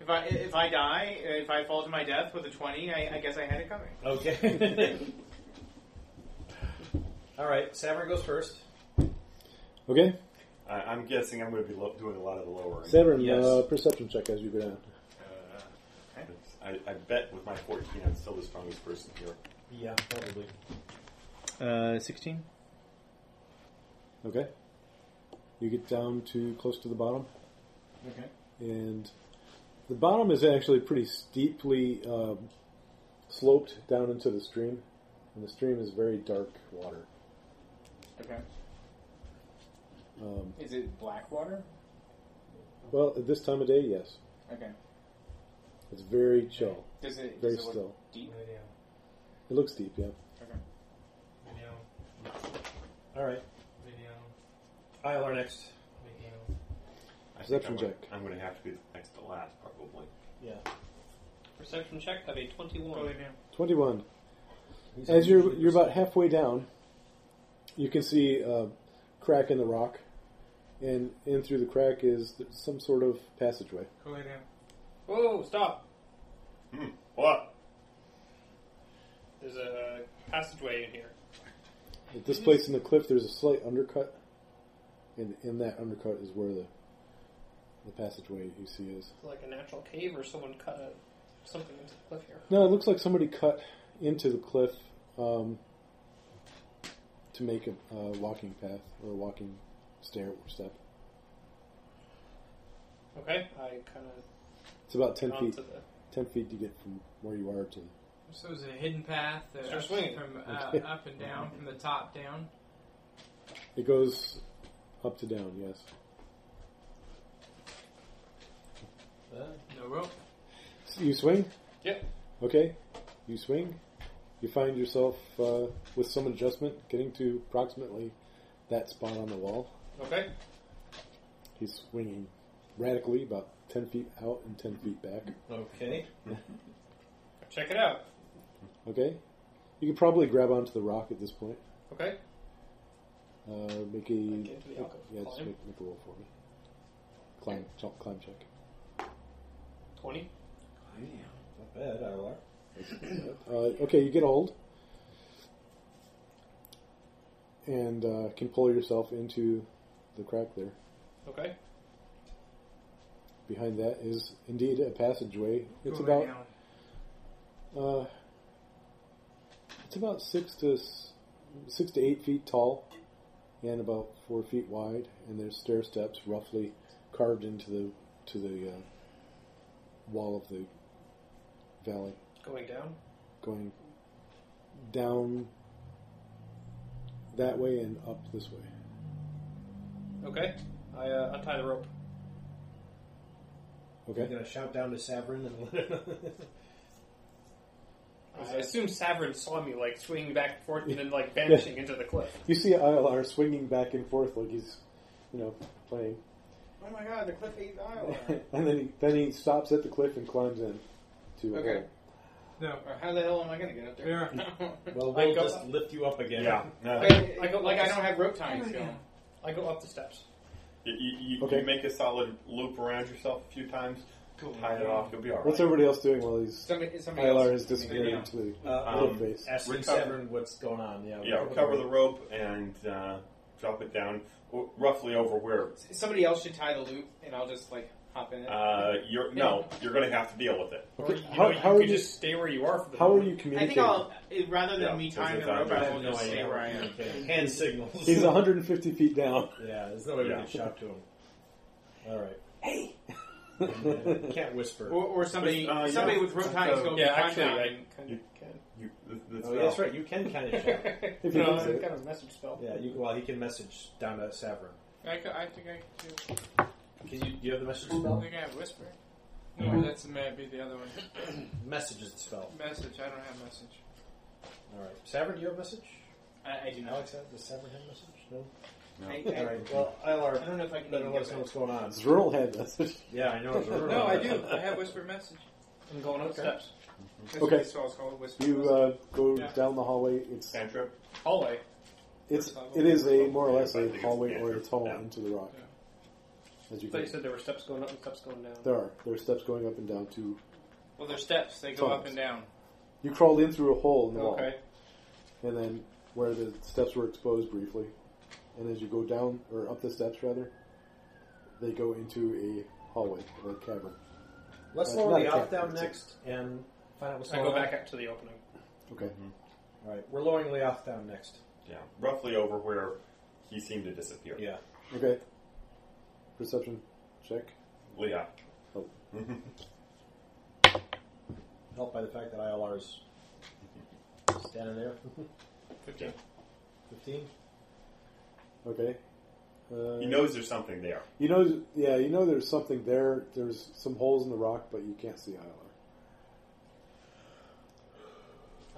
[SPEAKER 2] If I if I die, if I fall to my death with a 20, I, I guess I had it coming.
[SPEAKER 4] Okay. All right, Savern goes first.
[SPEAKER 3] Okay,
[SPEAKER 9] I, I'm guessing I'm going to be lo- doing a lot of the lowering.
[SPEAKER 3] Severin,
[SPEAKER 4] Yes.
[SPEAKER 3] uh, perception check as you go down.
[SPEAKER 9] I, I bet with my 14, I'm still the strongest person here.
[SPEAKER 4] Yeah, probably.
[SPEAKER 7] Uh, sixteen.
[SPEAKER 3] Okay, you get down to close to the bottom,
[SPEAKER 2] Okay.
[SPEAKER 3] and the bottom is actually pretty steeply um, sloped down into the stream, and the stream is very dark water.
[SPEAKER 2] Okay.
[SPEAKER 3] Um,
[SPEAKER 2] Is it black water?
[SPEAKER 3] well, at this time of day, yes,
[SPEAKER 2] Okay.
[SPEAKER 3] it's very chill,
[SPEAKER 2] Does it?
[SPEAKER 3] very
[SPEAKER 2] does it look
[SPEAKER 3] still.
[SPEAKER 2] Deep.
[SPEAKER 3] It looks deep, yeah.
[SPEAKER 4] All right. Ilar next.
[SPEAKER 9] I
[SPEAKER 3] Perception
[SPEAKER 9] I'm gonna-
[SPEAKER 3] check.
[SPEAKER 9] I'm going to have to be next to last, probably.
[SPEAKER 42] Yeah.
[SPEAKER 5] Perception check of a 21.
[SPEAKER 3] 21. As you're you're about halfway down, you can see a crack in the rock, and in through the crack is some sort of passageway.
[SPEAKER 2] Go lay down.
[SPEAKER 5] Whoa, stop!
[SPEAKER 9] Hmm. What?
[SPEAKER 5] There's a passageway in here.
[SPEAKER 3] At this place in the cliff, there's a slight undercut, and in that undercut is where the the passageway you see is.
[SPEAKER 5] It's like a natural cave or someone cut a, something into the cliff here.
[SPEAKER 3] No, it looks like somebody cut into the cliff um, to make a uh, walking path or a walking stair or step.
[SPEAKER 5] Okay, I kind of.
[SPEAKER 3] It's about ten
[SPEAKER 5] Onto
[SPEAKER 3] feet.
[SPEAKER 5] the-
[SPEAKER 3] Ten feet to get from where you are to.
[SPEAKER 2] So is it a hidden path that
[SPEAKER 5] Start
[SPEAKER 2] up-
[SPEAKER 5] swinging.
[SPEAKER 2] from uh,
[SPEAKER 3] Okay.
[SPEAKER 2] up and down, from the top down?
[SPEAKER 3] It goes up to down. Yes.
[SPEAKER 4] Uh,
[SPEAKER 2] No rope.
[SPEAKER 3] So you swing.
[SPEAKER 5] Yep.
[SPEAKER 3] Okay. You swing. You find yourself uh, with some adjustment getting to approximately that spot on the wall.
[SPEAKER 5] Okay.
[SPEAKER 3] He's swinging radically, about ten feet out and ten feet back.
[SPEAKER 5] Okay. Check it out.
[SPEAKER 3] Okay. You could probably grab onto the rock at this point.
[SPEAKER 5] Okay.
[SPEAKER 3] Uh, make a
[SPEAKER 5] into the alcove.
[SPEAKER 3] yeah, just
[SPEAKER 5] Climb.
[SPEAKER 3] make, make a roll for me. Climb, jump, climb check.
[SPEAKER 5] 20.
[SPEAKER 4] Not bad, I are.
[SPEAKER 3] Uh, okay, you get old, and uh, can pull yourself into the crack there.
[SPEAKER 5] Okay.
[SPEAKER 3] Behind that is indeed a passageway. It's
[SPEAKER 2] Go lay
[SPEAKER 3] about
[SPEAKER 2] down.
[SPEAKER 3] uh, it's about six to s- six to eight feet tall, and about four feet wide. And there's stair steps roughly carved into the to the uh, wall of the valley,
[SPEAKER 5] Going down.
[SPEAKER 3] going down that way and up this way.
[SPEAKER 5] Okay. I uh, untie the rope.
[SPEAKER 3] Okay.
[SPEAKER 4] I'm gonna shout down to Saverin and let him.
[SPEAKER 5] I assume Saverin saw me like swinging back and forth and then like vanishing into the cliff.
[SPEAKER 3] You see ILR swinging back and forth like he's, you know, playing.
[SPEAKER 5] Oh my god, the cliff ate
[SPEAKER 3] and then he, then he stops at the cliff and climbs in to uh, a
[SPEAKER 7] Okay.
[SPEAKER 3] hole.
[SPEAKER 2] No.
[SPEAKER 7] How the hell am I going to get up there?
[SPEAKER 4] Well,
[SPEAKER 5] I
[SPEAKER 4] we'll
[SPEAKER 5] go-
[SPEAKER 4] just lift you up again.
[SPEAKER 43] Yeah. No.
[SPEAKER 5] I, I
[SPEAKER 7] I
[SPEAKER 5] go
[SPEAKER 7] like I don't have rope ties
[SPEAKER 5] Yeah.
[SPEAKER 7] going.
[SPEAKER 5] I go up the steps.
[SPEAKER 9] You, you- you- you
[SPEAKER 3] Okay.
[SPEAKER 9] make a solid loop around yourself a few times, tie it off, you'll be all right.
[SPEAKER 3] What's everybody else doing while he's
[SPEAKER 7] Somebody, somebody
[SPEAKER 3] ILR
[SPEAKER 7] else.
[SPEAKER 3] has disappeared into the
[SPEAKER 4] Uh,
[SPEAKER 3] little
[SPEAKER 9] um,
[SPEAKER 3] base?
[SPEAKER 4] Asking
[SPEAKER 9] Recover.
[SPEAKER 4] Saverin what's going on. Yeah.
[SPEAKER 9] Yeah, recover the rope and uh, drop it down w- roughly over where.
[SPEAKER 7] S- Somebody else should tie the loop, and I'll just like hop in it.
[SPEAKER 9] Uh, you're no, you're going to have to deal with it.
[SPEAKER 5] Or,
[SPEAKER 3] Okay,
[SPEAKER 5] you
[SPEAKER 3] how-
[SPEAKER 5] know, you
[SPEAKER 3] how
[SPEAKER 5] could
[SPEAKER 3] are you-
[SPEAKER 5] just stay where you are for the
[SPEAKER 3] How are
[SPEAKER 5] moment.
[SPEAKER 3] you
[SPEAKER 7] I
[SPEAKER 3] communicating?
[SPEAKER 7] think I'll eh, rather than
[SPEAKER 9] Yeah,
[SPEAKER 7] me
[SPEAKER 9] because
[SPEAKER 7] tying the
[SPEAKER 9] it's on
[SPEAKER 7] rope,
[SPEAKER 4] I
[SPEAKER 9] I
[SPEAKER 7] I will
[SPEAKER 4] have no
[SPEAKER 7] just stay
[SPEAKER 4] idea.
[SPEAKER 7] where I am.
[SPEAKER 4] Hand signals.
[SPEAKER 3] He's 150 feet down.
[SPEAKER 4] Yeah, there's no way
[SPEAKER 9] Yeah.
[SPEAKER 4] we can shout to him. All right. Hey. Can't whisper.
[SPEAKER 7] Or, or somebody,
[SPEAKER 9] Uh, yeah.
[SPEAKER 7] somebody with rope ties
[SPEAKER 9] So,
[SPEAKER 7] going
[SPEAKER 5] Yeah,
[SPEAKER 7] climb
[SPEAKER 5] actually,
[SPEAKER 7] down.
[SPEAKER 5] I kind of
[SPEAKER 9] You-
[SPEAKER 5] can.
[SPEAKER 9] You, th- th-
[SPEAKER 4] oh, yeah, that's right. You can kind of shout.
[SPEAKER 3] If he
[SPEAKER 5] No,
[SPEAKER 3] does
[SPEAKER 5] I've
[SPEAKER 3] it.
[SPEAKER 5] got a message spell.
[SPEAKER 4] Yeah. You, well, he can message down to Saverin.
[SPEAKER 2] I, c- I think I can do.
[SPEAKER 4] Can you? Do you have the message
[SPEAKER 2] I
[SPEAKER 4] spell?
[SPEAKER 2] think I have whisper. No, that's maybe the other one.
[SPEAKER 4] Message is the spell.
[SPEAKER 2] Message. I don't have message.
[SPEAKER 4] All right. Saverin, do you have message?
[SPEAKER 7] I, I do not.
[SPEAKER 4] Alex, have- does Saverin have message? No.
[SPEAKER 7] I,
[SPEAKER 4] All
[SPEAKER 7] I,
[SPEAKER 4] right. Well, Ilar,
[SPEAKER 7] I don't know if I can
[SPEAKER 4] better
[SPEAKER 7] even
[SPEAKER 4] let us
[SPEAKER 7] get
[SPEAKER 4] know
[SPEAKER 7] back.
[SPEAKER 4] what's going on.
[SPEAKER 3] Zerl had this.
[SPEAKER 4] Yeah, I know. it's a rumor.
[SPEAKER 2] No, I do. I have whisper message.
[SPEAKER 5] I'm going up the steps.
[SPEAKER 2] That's
[SPEAKER 3] Okay.
[SPEAKER 2] what this spell's called. Whisper.
[SPEAKER 3] You
[SPEAKER 2] message.
[SPEAKER 3] uh, go
[SPEAKER 2] Yeah.
[SPEAKER 3] down the hallway. It's
[SPEAKER 9] Cantrip.
[SPEAKER 5] Hallway.
[SPEAKER 3] it's it is a more or less a hallway or a tunnel
[SPEAKER 9] Yeah.
[SPEAKER 3] into the rock. As you
[SPEAKER 5] I thought
[SPEAKER 3] go.
[SPEAKER 5] you said there were steps going up and steps going down.
[SPEAKER 3] There are there are steps going up and down to.
[SPEAKER 2] well, there's steps. They go up and down.
[SPEAKER 3] You crawled in through a hole in the wall.
[SPEAKER 5] Okay.
[SPEAKER 3] and then where the steps were exposed briefly. And as you go down or up the steps, rather, they go into a hallway or a cavern.
[SPEAKER 4] Let's
[SPEAKER 3] Well,
[SPEAKER 4] lower the
[SPEAKER 3] not a
[SPEAKER 4] off
[SPEAKER 3] cat,
[SPEAKER 4] down
[SPEAKER 3] it's a-
[SPEAKER 4] next and find out what's
[SPEAKER 5] I
[SPEAKER 4] going
[SPEAKER 5] go
[SPEAKER 4] on.
[SPEAKER 5] back up to the opening.
[SPEAKER 3] Okay.
[SPEAKER 5] Mm-hmm.
[SPEAKER 4] All right, we're lowering the off down next.
[SPEAKER 9] Yeah, roughly over where he seemed to disappear.
[SPEAKER 4] Yeah.
[SPEAKER 3] Okay. Perception check.
[SPEAKER 9] Leah.
[SPEAKER 4] Helped by the fact that ILR's standing there.
[SPEAKER 5] 15.
[SPEAKER 4] 15?
[SPEAKER 3] Okay. Uh,
[SPEAKER 9] He knows there's something there.
[SPEAKER 3] you know, yeah, you know, there's something there. There's some holes in the rock, but you can't see Ilar.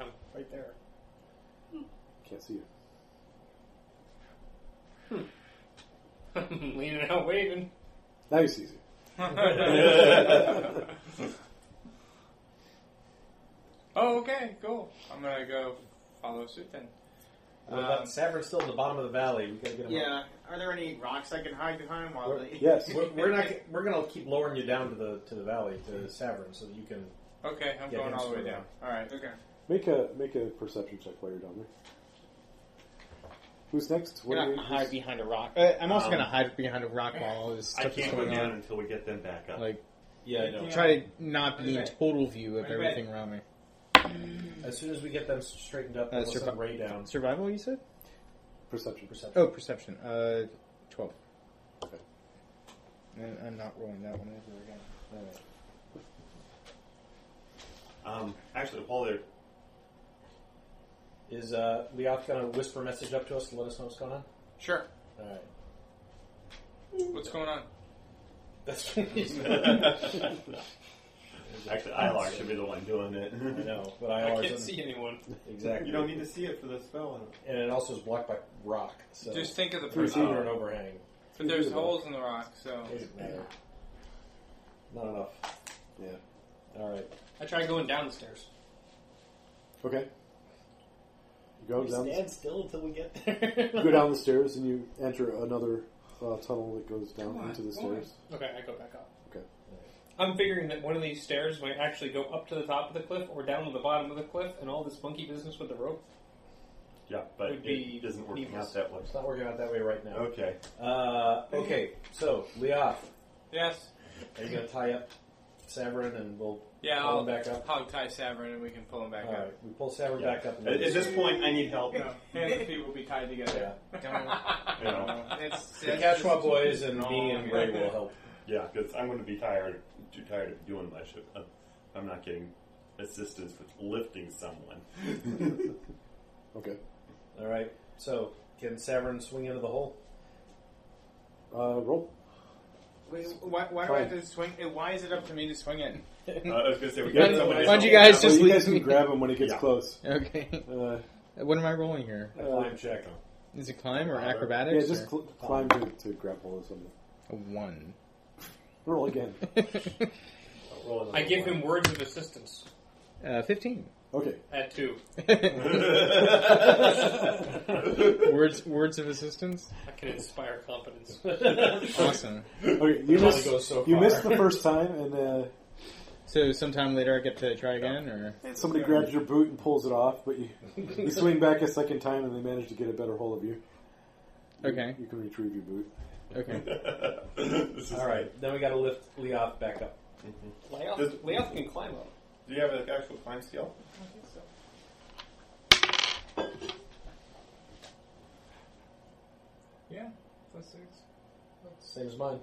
[SPEAKER 5] I'm right there.
[SPEAKER 3] Can't see you.
[SPEAKER 5] Leaning out, waving.
[SPEAKER 3] Now you see it.
[SPEAKER 2] Oh, okay, cool. I'm gonna go follow suit then.
[SPEAKER 4] What about Savern's still at the bottom of the valley? We gotta get him. up.
[SPEAKER 44] Yeah. Are there any rocks I can hide behind while
[SPEAKER 4] We're-
[SPEAKER 44] they?
[SPEAKER 4] we're, we're not. We're gonna keep lowering you down to the to the valley to Savern so that you can.
[SPEAKER 2] Okay, I'm
[SPEAKER 4] get
[SPEAKER 2] going
[SPEAKER 4] him
[SPEAKER 2] all the way
[SPEAKER 4] squared
[SPEAKER 2] down. All right. Okay.
[SPEAKER 3] Make a make a perception check while you're down there. Who's next?
[SPEAKER 7] You're
[SPEAKER 3] are
[SPEAKER 7] not
[SPEAKER 3] you-
[SPEAKER 7] gonna hide behind a rock. Uh, I'm also
[SPEAKER 3] Um,
[SPEAKER 7] gonna hide behind a rock while all this
[SPEAKER 9] I
[SPEAKER 7] stuff is
[SPEAKER 9] can't go
[SPEAKER 7] going
[SPEAKER 9] down
[SPEAKER 7] on.
[SPEAKER 9] until we get them back up.
[SPEAKER 7] Like,
[SPEAKER 4] Yeah, I know.
[SPEAKER 7] Try to not be in
[SPEAKER 4] Okay.
[SPEAKER 7] total view of
[SPEAKER 4] Okay.
[SPEAKER 7] everything around me.
[SPEAKER 4] As soon as we get them straightened up,
[SPEAKER 7] Uh,
[SPEAKER 4] we'll send
[SPEAKER 7] survi-
[SPEAKER 4] Ray down.
[SPEAKER 7] Survival, you said?
[SPEAKER 3] Perception.
[SPEAKER 7] Oh, perception. Uh, twelve. And I'm not rolling that one ever again. Alright.
[SPEAKER 4] Um, actually, Paul, there is uh, Leoth gonna whisper a message up to us to let us know what's going on.
[SPEAKER 2] Sure.
[SPEAKER 4] All right.
[SPEAKER 2] What's going on?
[SPEAKER 4] That's
[SPEAKER 9] Actually, Ilar should be the one doing it.
[SPEAKER 4] I know, but I,
[SPEAKER 5] I
[SPEAKER 4] always
[SPEAKER 5] can't see anyone.
[SPEAKER 4] Exactly.
[SPEAKER 45] You don't need to see it for the spell.
[SPEAKER 4] And it also is blocked by rock. So
[SPEAKER 2] Just think of the
[SPEAKER 4] Three
[SPEAKER 2] person.
[SPEAKER 4] feet or an overhang.
[SPEAKER 2] But there's holes in the rock, so.
[SPEAKER 4] Doesn't matter. Not enough.
[SPEAKER 3] Yeah.
[SPEAKER 4] All right.
[SPEAKER 5] I try going down the stairs.
[SPEAKER 3] Okay. You go down. the-
[SPEAKER 4] still until we get there.
[SPEAKER 3] You go down the stairs and you enter another uh, tunnel that goes down
[SPEAKER 5] Come on,
[SPEAKER 3] into the
[SPEAKER 5] come on.
[SPEAKER 3] stairs.
[SPEAKER 5] Okay, I go back up.
[SPEAKER 3] Okay.
[SPEAKER 5] I'm figuring that one of these stairs might actually go up to the top of the cliff or down to the bottom of the cliff, and all this funky business with the rope.
[SPEAKER 9] Yeah, but
[SPEAKER 5] Would be
[SPEAKER 9] it isn't working
[SPEAKER 5] needless.
[SPEAKER 9] out that way.
[SPEAKER 4] It's not working out that way right now.
[SPEAKER 9] Okay.
[SPEAKER 4] Uh, okay. So Leoth,
[SPEAKER 2] Yes.
[SPEAKER 4] are you gonna tie up Severin and we'll
[SPEAKER 2] Yeah,
[SPEAKER 4] pull
[SPEAKER 2] I'll
[SPEAKER 4] him back up?
[SPEAKER 2] hog tie Savern and we can pull him back
[SPEAKER 4] All
[SPEAKER 2] up.
[SPEAKER 4] right. We pull Severin
[SPEAKER 9] Yeah.
[SPEAKER 4] back up. and-
[SPEAKER 9] At, at this point, I need help.
[SPEAKER 2] No, hands and feet will be tied together.
[SPEAKER 9] You know.
[SPEAKER 2] That's,
[SPEAKER 4] the Quechua boys and me and Ray will help.
[SPEAKER 9] Yeah, because I'm going to be tired, too tired of doing my shit. Uh, I'm not getting assistance with lifting someone.
[SPEAKER 3] Okay.
[SPEAKER 4] All right. So can Severin swing into the hole?
[SPEAKER 3] Uh, roll.
[SPEAKER 7] Wait, why, why do I have to swing? uh, Why is it up to me to swing it?
[SPEAKER 9] Uh, I was going to say we
[SPEAKER 7] Why
[SPEAKER 9] got
[SPEAKER 7] don't-
[SPEAKER 9] somebody.
[SPEAKER 7] why don't you guys
[SPEAKER 9] else.
[SPEAKER 3] Well,
[SPEAKER 7] just
[SPEAKER 3] you
[SPEAKER 7] leave
[SPEAKER 3] guys can
[SPEAKER 7] me?
[SPEAKER 3] grab him when he gets
[SPEAKER 9] Yeah.
[SPEAKER 3] close.
[SPEAKER 7] Okay.
[SPEAKER 3] Uh,
[SPEAKER 7] What am I rolling here?
[SPEAKER 4] A climb check.
[SPEAKER 7] Is it climb or
[SPEAKER 9] Uh,
[SPEAKER 7] acrobatics?
[SPEAKER 3] yeah, just
[SPEAKER 7] or-
[SPEAKER 3] cl- climb to, to grapple or something.
[SPEAKER 7] a one.
[SPEAKER 3] Roll again. Oh,
[SPEAKER 4] Roll another
[SPEAKER 5] I give
[SPEAKER 4] one.
[SPEAKER 5] him words of assistance
[SPEAKER 7] uh, Fifteen.
[SPEAKER 3] Okay.
[SPEAKER 5] at two.
[SPEAKER 7] words, words of assistance.
[SPEAKER 5] I can inspire confidence.
[SPEAKER 7] Awesome.
[SPEAKER 3] Okay. You
[SPEAKER 5] It only
[SPEAKER 3] missed.
[SPEAKER 5] goes so
[SPEAKER 3] you
[SPEAKER 5] far.
[SPEAKER 3] missed the first time, and uh,
[SPEAKER 7] So sometime later, I get to try again, or
[SPEAKER 3] somebody grabs your boot and pulls it off, but you, you swing back a second time, and they manage to get a better hold of you.
[SPEAKER 7] okay,
[SPEAKER 3] You can retrieve your boot.
[SPEAKER 7] okay.
[SPEAKER 9] This is-
[SPEAKER 4] All right. Then we got to lift Leoth back up.
[SPEAKER 5] Layoff,
[SPEAKER 9] Does-
[SPEAKER 5] layoff can climb up.
[SPEAKER 9] Do you have an actual climb skill?
[SPEAKER 2] Yeah, plus six.
[SPEAKER 4] Same as mine.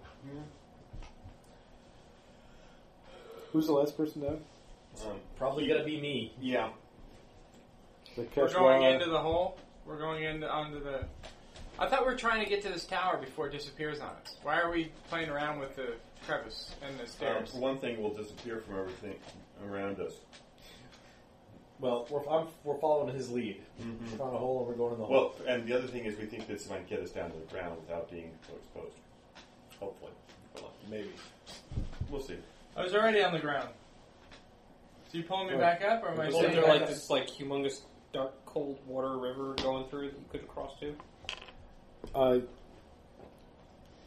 [SPEAKER 3] Who's the last person down?
[SPEAKER 9] Um,
[SPEAKER 4] Probably gonna be me.
[SPEAKER 9] yeah.
[SPEAKER 3] The
[SPEAKER 2] We're going
[SPEAKER 3] Quechua-
[SPEAKER 2] into the hole. We're going into onto the. I thought we were trying to get to this tower before it disappears on us. Why are we playing around with the crevice and the
[SPEAKER 9] Um,
[SPEAKER 2] stairs?
[SPEAKER 9] for one thing, will disappear from everything around us.
[SPEAKER 4] Well, we're, I'm, we're following his lead. We found a hole and we're going in the hole.
[SPEAKER 9] Mm-hmm. Well, and the other thing is, we think this might get us down to the ground without being so exposed. Hopefully, We're lucky.
[SPEAKER 4] Maybe.
[SPEAKER 9] we'll see.
[SPEAKER 2] I was already on the ground. So you pulling me
[SPEAKER 4] Right.
[SPEAKER 2] back up, or am I
[SPEAKER 4] oh. Well,
[SPEAKER 5] Wasn't
[SPEAKER 2] staying
[SPEAKER 5] there
[SPEAKER 2] back
[SPEAKER 5] like
[SPEAKER 2] up?
[SPEAKER 5] this like humongous dark cold water river going through that you could cross to?
[SPEAKER 3] Uh,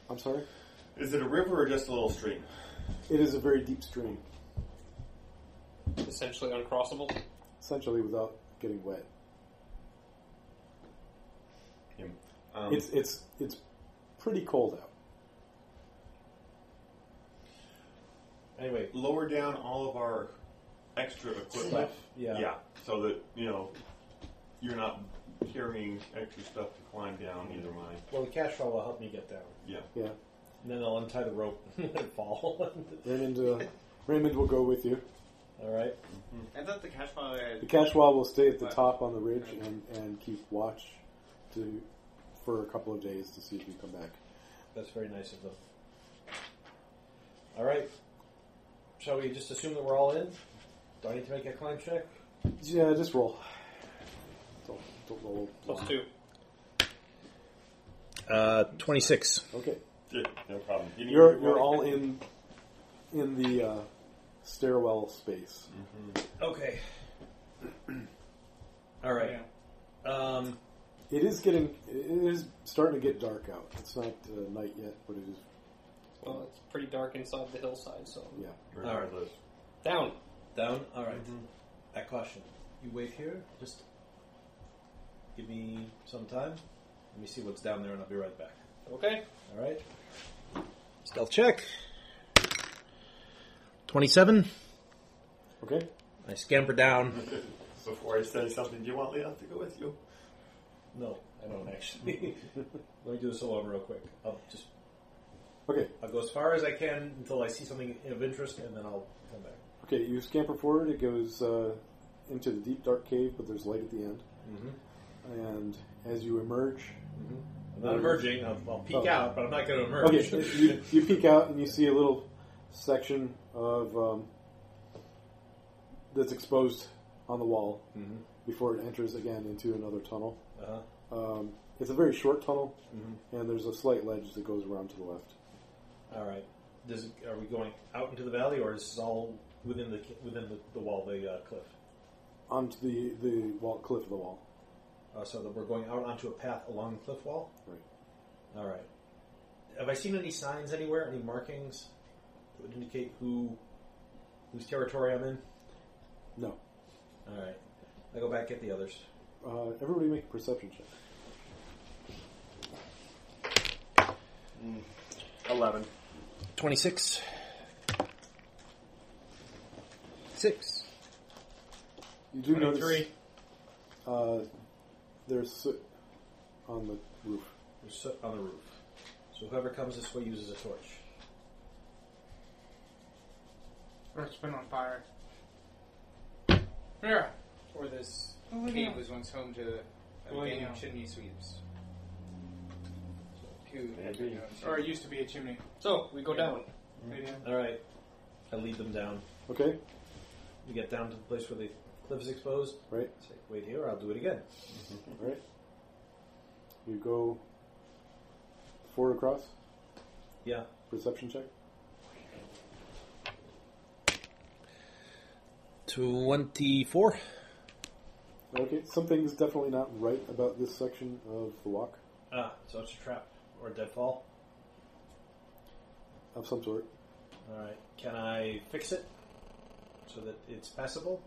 [SPEAKER 3] I'm sorry.
[SPEAKER 9] Is it a river or just a little stream?
[SPEAKER 3] It is a very deep stream,
[SPEAKER 5] Essentially uncrossable.
[SPEAKER 3] essentially without getting wet.
[SPEAKER 9] Yeah. Um,
[SPEAKER 3] it's it's it's pretty cold out.
[SPEAKER 4] Anyway,
[SPEAKER 9] lower down all of our extra equipment.
[SPEAKER 4] Stuff, yeah.
[SPEAKER 9] So that you know you're not carrying extra stuff to climb down either mine.
[SPEAKER 4] well, the cash will help me get down.
[SPEAKER 9] Yeah.
[SPEAKER 3] Yeah.
[SPEAKER 4] And then I'll untie the rope and let it fall.
[SPEAKER 3] Raymond uh, Raymond will go with you.
[SPEAKER 4] All right.
[SPEAKER 44] I thought the cash pile
[SPEAKER 3] The
[SPEAKER 44] had.
[SPEAKER 3] Kashwa will stay at the top on the ridge and, and keep watch to for a couple of days to see if you come back.
[SPEAKER 4] That's very nice of them. All right. Shall we just assume that we're all in? Do I need to make a climb check?
[SPEAKER 3] Yeah, just roll. Don't, don't roll.
[SPEAKER 5] Plus two.
[SPEAKER 46] Uh, 26.
[SPEAKER 3] Okay.
[SPEAKER 9] no problem. You need
[SPEAKER 3] You're
[SPEAKER 9] to
[SPEAKER 3] you're
[SPEAKER 9] roll.
[SPEAKER 3] all in in the uh, stairwell space.
[SPEAKER 4] Okay. All right. Um,
[SPEAKER 3] It is getting it is starting to get dark out. It's not uh, night yet, but it is.
[SPEAKER 5] Well, it's pretty dark inside the hillside, so
[SPEAKER 3] Yeah.
[SPEAKER 4] Regardless.
[SPEAKER 5] Down.
[SPEAKER 4] Down. All right.
[SPEAKER 9] Mm-hmm.
[SPEAKER 4] At caution. You wait here. Just give me some time. Let me see what's down there, and I'll be right back.
[SPEAKER 5] Okay.
[SPEAKER 4] All right. Stealth check. Twenty-seven.
[SPEAKER 3] Okay.
[SPEAKER 4] I scamper down.
[SPEAKER 9] Before I say something, do you want Leon to go with you?
[SPEAKER 4] No, I don't actually. Let me do this all over real quick. I'll just.
[SPEAKER 3] Okay.
[SPEAKER 4] I'll go as far as I can until I see something of interest, and then I'll come back.
[SPEAKER 3] Okay, you scamper forward. It goes uh, into the deep dark cave, but there's light at the end. Mm-hmm. And as you emerge,
[SPEAKER 4] I'm not emerging. I'll, I'll peek
[SPEAKER 3] Oh.
[SPEAKER 4] out, but I'm not going to emerge.
[SPEAKER 3] Okay, you, you peek out and you see a little section of um, that's exposed on the wall before it enters again into another tunnel.
[SPEAKER 4] Mm-hmm. Uh-huh.
[SPEAKER 3] Um, it's a very short tunnel,
[SPEAKER 4] Mhm.
[SPEAKER 3] and there's a slight ledge that goes around to the left.
[SPEAKER 4] All right. Does, are we going out into the valley, or is this all within the within the, the wall, the uh, cliff?
[SPEAKER 3] Onto the the wall, cliff of the wall.
[SPEAKER 4] Uh, so that we're going out onto a path along the cliff wall.
[SPEAKER 3] Right.
[SPEAKER 4] All right. Have I seen any signs anywhere? Any markings that would indicate who whose territory I'm in?
[SPEAKER 3] No.
[SPEAKER 4] All right. I go back get the others.
[SPEAKER 3] Uh, everybody make a perception check.
[SPEAKER 4] Eleven. Twenty-six. Six.
[SPEAKER 3] You do notice
[SPEAKER 4] 23.
[SPEAKER 3] uh, there's soot on the roof.
[SPEAKER 4] There's soot on the roof. So whoever comes this way uses a torch.
[SPEAKER 7] Or it's been on fire. Yeah.
[SPEAKER 2] Or this
[SPEAKER 7] Oh, look Oh,
[SPEAKER 2] cave
[SPEAKER 7] out.
[SPEAKER 2] was once home to a
[SPEAKER 7] Look
[SPEAKER 2] gang
[SPEAKER 7] out.
[SPEAKER 2] of chimney sweeps. Who,
[SPEAKER 4] Maybe.
[SPEAKER 7] Or it used to be a chimney.
[SPEAKER 5] So we go down.
[SPEAKER 7] Yeah.
[SPEAKER 4] All right. I lead them down.
[SPEAKER 3] Okay.
[SPEAKER 4] We get down to the place where the cliff is exposed.
[SPEAKER 3] Right.
[SPEAKER 4] Say, wait here. I'll do it again.
[SPEAKER 3] All right. You go forward across.
[SPEAKER 4] Yeah.
[SPEAKER 3] Perception check.
[SPEAKER 4] Twenty-four.
[SPEAKER 3] Okay, something's definitely not right about this section of the walk
[SPEAKER 4] Ah, so it's a trap or a deadfall.
[SPEAKER 3] of some sort.
[SPEAKER 4] All right. Can I fix it so that it's passable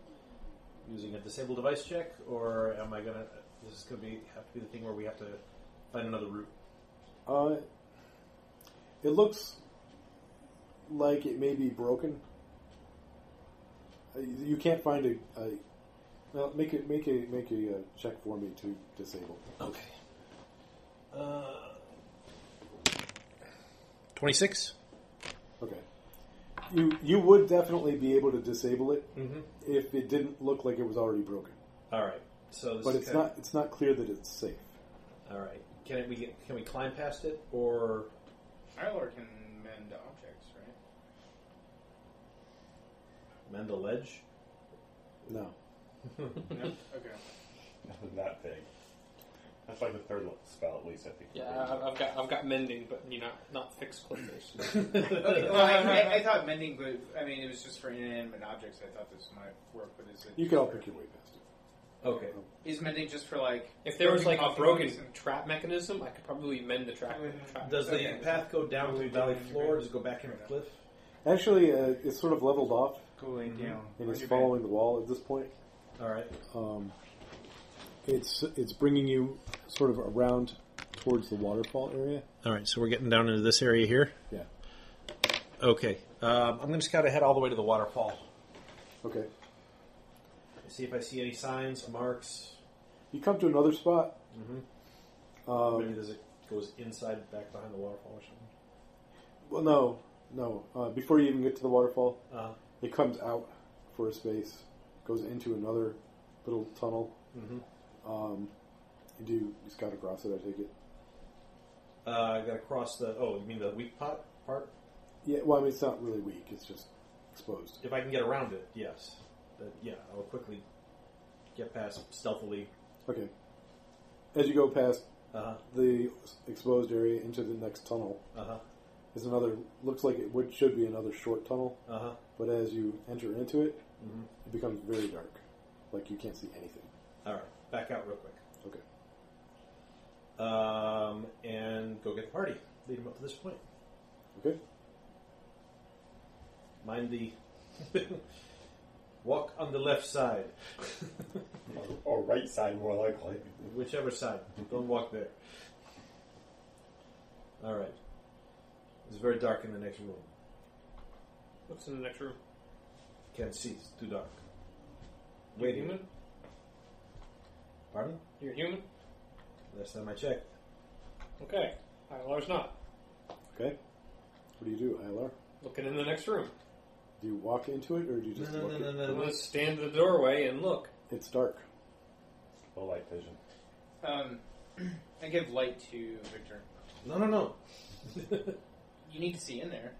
[SPEAKER 4] using a disable device check, or am I gonna? This is gonna be have to be the thing where we have to find another route.
[SPEAKER 3] Uh, it looks like it may be broken. Uh, You can't find a. a well, make a make a make a uh, check for me to disable.
[SPEAKER 4] Okay. Uh, Twenty-six.
[SPEAKER 3] Okay. You you would definitely be able to disable it
[SPEAKER 4] Mm-hmm.
[SPEAKER 3] if it didn't look like it was already broken.
[SPEAKER 4] All right. So, this
[SPEAKER 3] But
[SPEAKER 4] is
[SPEAKER 3] it's
[SPEAKER 4] kinda-
[SPEAKER 3] not it's not clear that it's safe.
[SPEAKER 4] All right. Can it, we get, can we climb past it or?
[SPEAKER 2] Tyler can mend objects, right?
[SPEAKER 4] Mend a ledge?
[SPEAKER 3] No.
[SPEAKER 2] no? Okay.
[SPEAKER 9] That big. That's like the third spell, at least I think.
[SPEAKER 5] Yeah, I- I've got I've got mending, but you know, not fixed clippers.
[SPEAKER 2] okay well, I, I, I thought mending, but I mean, it was just for inanimate objects. I thought this might work, but is it?
[SPEAKER 3] You can all pick your way past it.
[SPEAKER 4] Okay.
[SPEAKER 2] Is mending just for like?
[SPEAKER 5] if there was like a
[SPEAKER 2] coffee
[SPEAKER 5] broken
[SPEAKER 2] mugs and-
[SPEAKER 5] trap mechanism, I could probably mend the trap. trap
[SPEAKER 4] Does the
[SPEAKER 5] mechanism.
[SPEAKER 4] path go down to the valley floor? Does it go back into the cliff?
[SPEAKER 3] Actually, uh, it's sort of leveled off
[SPEAKER 7] Cooling down.
[SPEAKER 3] and it's following the wall at this point.
[SPEAKER 4] All right.
[SPEAKER 3] Um, it's it's bringing you sort of around towards the waterfall area.
[SPEAKER 4] All right. So we're getting down into this area here.
[SPEAKER 3] Yeah.
[SPEAKER 4] Okay. Um, I'm going to scout ahead all the way to the waterfall.
[SPEAKER 3] Okay.
[SPEAKER 4] See if I see any signs, marks.
[SPEAKER 3] You come to another spot. Um,
[SPEAKER 4] Maybe there's it goes inside, back behind the waterfall or something.
[SPEAKER 3] well, no, no. Uh, before you even get to the waterfall,
[SPEAKER 4] Uh,
[SPEAKER 3] it comes out for a space, goes into another little tunnel.
[SPEAKER 4] Mhm.
[SPEAKER 3] Um, you do you scout across it. I take it.
[SPEAKER 4] uh, I got to cross the. Oh, you mean the weak pot part?
[SPEAKER 3] Yeah. Well, I mean, it's not really weak. It's just exposed.
[SPEAKER 4] If I can get around it, yes. But yeah, I'll quickly get past stealthily.
[SPEAKER 3] Okay. As you go past
[SPEAKER 4] Uh huh.
[SPEAKER 3] the exposed area into the next tunnel,
[SPEAKER 4] Uh huh.
[SPEAKER 3] is another looks like it would should be another short tunnel.
[SPEAKER 4] Uh-huh.
[SPEAKER 3] But as you enter into it,
[SPEAKER 4] Mhm.
[SPEAKER 3] it becomes very dark, like you can't see anything.
[SPEAKER 4] All right, back out real quick.
[SPEAKER 3] Okay.
[SPEAKER 4] Um, and go get the party. Lead them up to this point.
[SPEAKER 3] Okay.
[SPEAKER 4] Mind the walk on the left side,
[SPEAKER 9] or right side, more likely.
[SPEAKER 4] whichever side. Don't walk there. All right. It's very dark in the next room.
[SPEAKER 5] What's in the next room?
[SPEAKER 4] Can't see. It's too dark. Wait.
[SPEAKER 5] human?
[SPEAKER 4] Pardon?
[SPEAKER 5] You're human?
[SPEAKER 4] Last time I checked.
[SPEAKER 5] Okay. ILR's not.
[SPEAKER 3] Okay. What do you do, Ilar?
[SPEAKER 5] Looking in the next room.
[SPEAKER 3] Do you walk into it, or do you just look? at-
[SPEAKER 5] I'm going to stand in the doorway and look.
[SPEAKER 3] It's dark.
[SPEAKER 9] Low light vision.
[SPEAKER 7] Um, I give light to Victor.
[SPEAKER 4] No, no, no.
[SPEAKER 7] You need to see in there.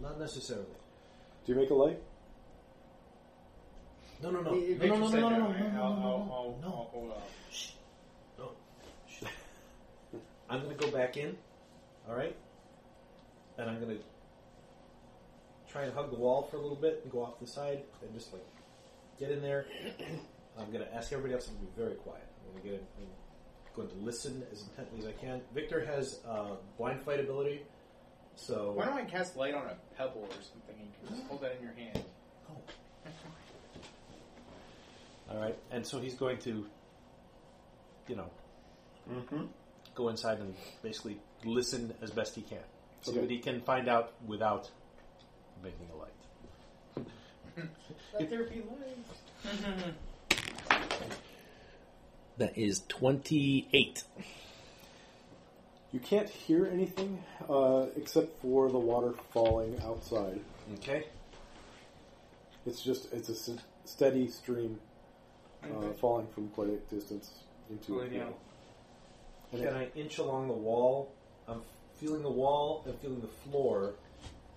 [SPEAKER 4] Not necessarily.
[SPEAKER 3] Do you make a light?
[SPEAKER 4] No, no, no.
[SPEAKER 7] Hey,
[SPEAKER 4] No, no, no,
[SPEAKER 7] Victor said
[SPEAKER 4] no, no,
[SPEAKER 7] that.
[SPEAKER 4] no,
[SPEAKER 7] I-
[SPEAKER 4] no, no,
[SPEAKER 7] I'll-
[SPEAKER 4] no,
[SPEAKER 7] I'll-
[SPEAKER 4] Oh, no.
[SPEAKER 7] I'll- I'll hold off.
[SPEAKER 4] No. Shh. I'm going to go back in, all right? And I'm going to try and hug the wall for a little bit and go off the side and just like get in there. I'm going to ask everybody else to be very quiet. I'm going to get in. I'm going to listen as intently as I can. Victor has uh, blind fight ability, so
[SPEAKER 7] Why don't I cast light on a pebble or something and you can just hold that in your hand?
[SPEAKER 4] all right. And so he's going to, you know,
[SPEAKER 9] Mhm.
[SPEAKER 4] go inside and basically listen as best he can, so
[SPEAKER 3] Okay.
[SPEAKER 4] that he can find out without making a light.
[SPEAKER 7] Let there be light.
[SPEAKER 47] That is 28.
[SPEAKER 3] You can't hear anything uh, except for the water falling outside.
[SPEAKER 4] Okay.
[SPEAKER 3] It's just it's a s- steady stream uh,
[SPEAKER 4] Okay.
[SPEAKER 3] falling from quite a distance into
[SPEAKER 4] Going
[SPEAKER 3] the
[SPEAKER 4] down.
[SPEAKER 3] pool. And
[SPEAKER 4] Can
[SPEAKER 3] it-
[SPEAKER 4] I inch along the wall? I'm feeling the wall. I'm feeling the floor.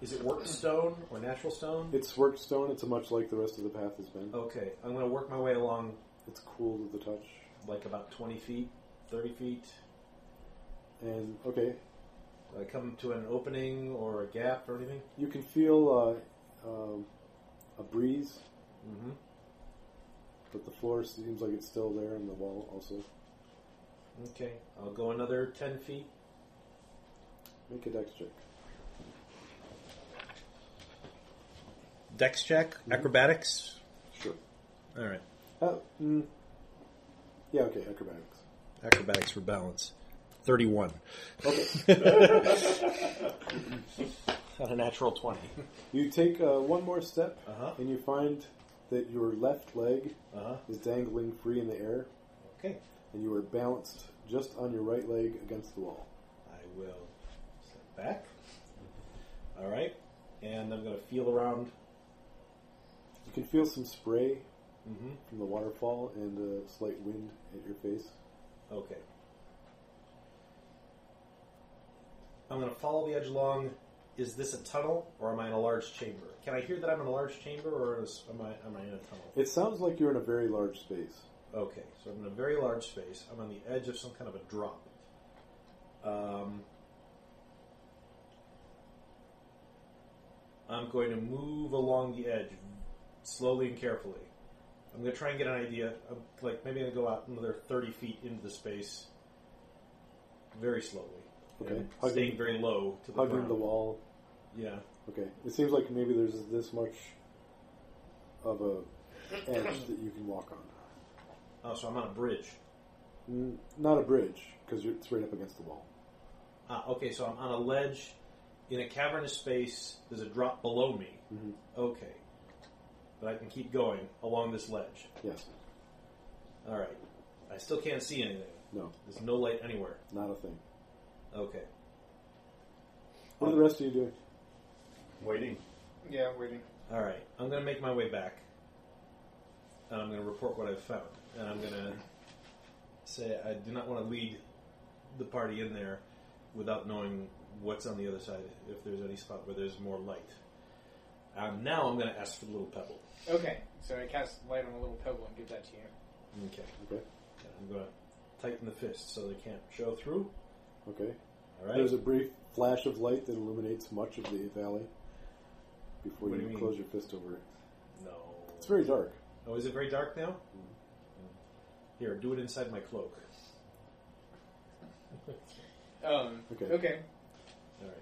[SPEAKER 4] Is it worked stone or natural stone?
[SPEAKER 3] It's worked stone. It's much like the rest of the path has been.
[SPEAKER 4] Okay, I'm going to work my way along
[SPEAKER 3] It's cool to the touch.
[SPEAKER 4] like about 20 feet, 30 feet.
[SPEAKER 3] And okay,
[SPEAKER 4] I come to an opening or a gap or anything.
[SPEAKER 3] you can feel uh, um, a breeze,
[SPEAKER 4] Mm-hmm.
[SPEAKER 3] but the floor seems like it's still there, and the wall also.
[SPEAKER 4] Okay, I'll go another 10 feet.
[SPEAKER 3] Make a dex check.
[SPEAKER 47] Dex check,
[SPEAKER 4] Mm-hmm.
[SPEAKER 47] acrobatics.
[SPEAKER 3] Sure.
[SPEAKER 47] All right.
[SPEAKER 3] Uh, mm, yeah. Okay. Acrobatics.
[SPEAKER 47] Acrobatics for balance. 31.
[SPEAKER 4] Got a natural 20.
[SPEAKER 3] You take uh, one more step,
[SPEAKER 4] Uh-huh.
[SPEAKER 3] and you find that your left leg
[SPEAKER 4] Uh-huh.
[SPEAKER 3] is dangling free in the air,
[SPEAKER 4] Okay,
[SPEAKER 3] and you are balanced just on your right leg against the wall.
[SPEAKER 4] I will step back. All right, and I'm going to feel around.
[SPEAKER 3] You can feel some spray
[SPEAKER 4] Mm-hmm.
[SPEAKER 3] from the waterfall and a slight wind at your face.
[SPEAKER 4] Okay. I'm going to follow the edge along. Is this a tunnel or am I in a large chamber? Can I hear that I'm in a large chamber or is, am, I, am I in a tunnel?
[SPEAKER 3] It sounds like you're in a very large space.
[SPEAKER 4] Okay, so I'm in a very large space. I'm on the edge of some kind of a drop. Um, I'm going to move along the edge slowly and carefully. I'm going to try and get an idea. I'm, like maybe I'm going to go out another 30 feet into the space, very slowly,
[SPEAKER 3] Okay.
[SPEAKER 4] and
[SPEAKER 3] Hugging-
[SPEAKER 4] staying very low to the
[SPEAKER 3] Hugging
[SPEAKER 4] ground.
[SPEAKER 3] the wall.
[SPEAKER 4] Yeah.
[SPEAKER 3] Okay. It seems like maybe there's this much of a edge that you can walk on.
[SPEAKER 4] Oh, so I'm on a bridge.
[SPEAKER 3] Mm, not a bridge because it's right up against the wall.
[SPEAKER 4] Ah, okay, so I'm on a ledge in a cavernous space. There's a drop below me.
[SPEAKER 3] Mhm.
[SPEAKER 4] Okay. But I can keep going along this ledge.
[SPEAKER 3] Yes.
[SPEAKER 4] All right. I still can't see anything.
[SPEAKER 3] No.
[SPEAKER 4] There's no light anywhere.
[SPEAKER 3] Not a thing.
[SPEAKER 4] Okay.
[SPEAKER 3] What
[SPEAKER 4] Uh,
[SPEAKER 3] are the rest of you doing?
[SPEAKER 9] Waiting.
[SPEAKER 7] yeah, I'm waiting.
[SPEAKER 4] All right. I'm going to make my way back. And I'm going to report what I've found. And I'm going to say I do not want to lead the party in there without knowing what's on the other side, if there's any spot where there's more light. Um, now I'm going to ask for the little pebble.
[SPEAKER 7] Okay, so I cast light on a little pebble and give that to you.
[SPEAKER 4] Okay.
[SPEAKER 3] Okay.
[SPEAKER 4] And I'm going to tighten the fist so they can't show through.
[SPEAKER 3] Okay.
[SPEAKER 4] All right.
[SPEAKER 3] There's a brief flash of light that illuminates much of the valley before
[SPEAKER 4] What do
[SPEAKER 3] you,
[SPEAKER 4] you mean?
[SPEAKER 3] close your fist over it.
[SPEAKER 4] No.
[SPEAKER 3] It's very dark. Mm-hmm.
[SPEAKER 4] Oh, is it very dark now? Here, do it inside my cloak.
[SPEAKER 2] Um,
[SPEAKER 3] Okay.
[SPEAKER 2] okay.
[SPEAKER 4] All right.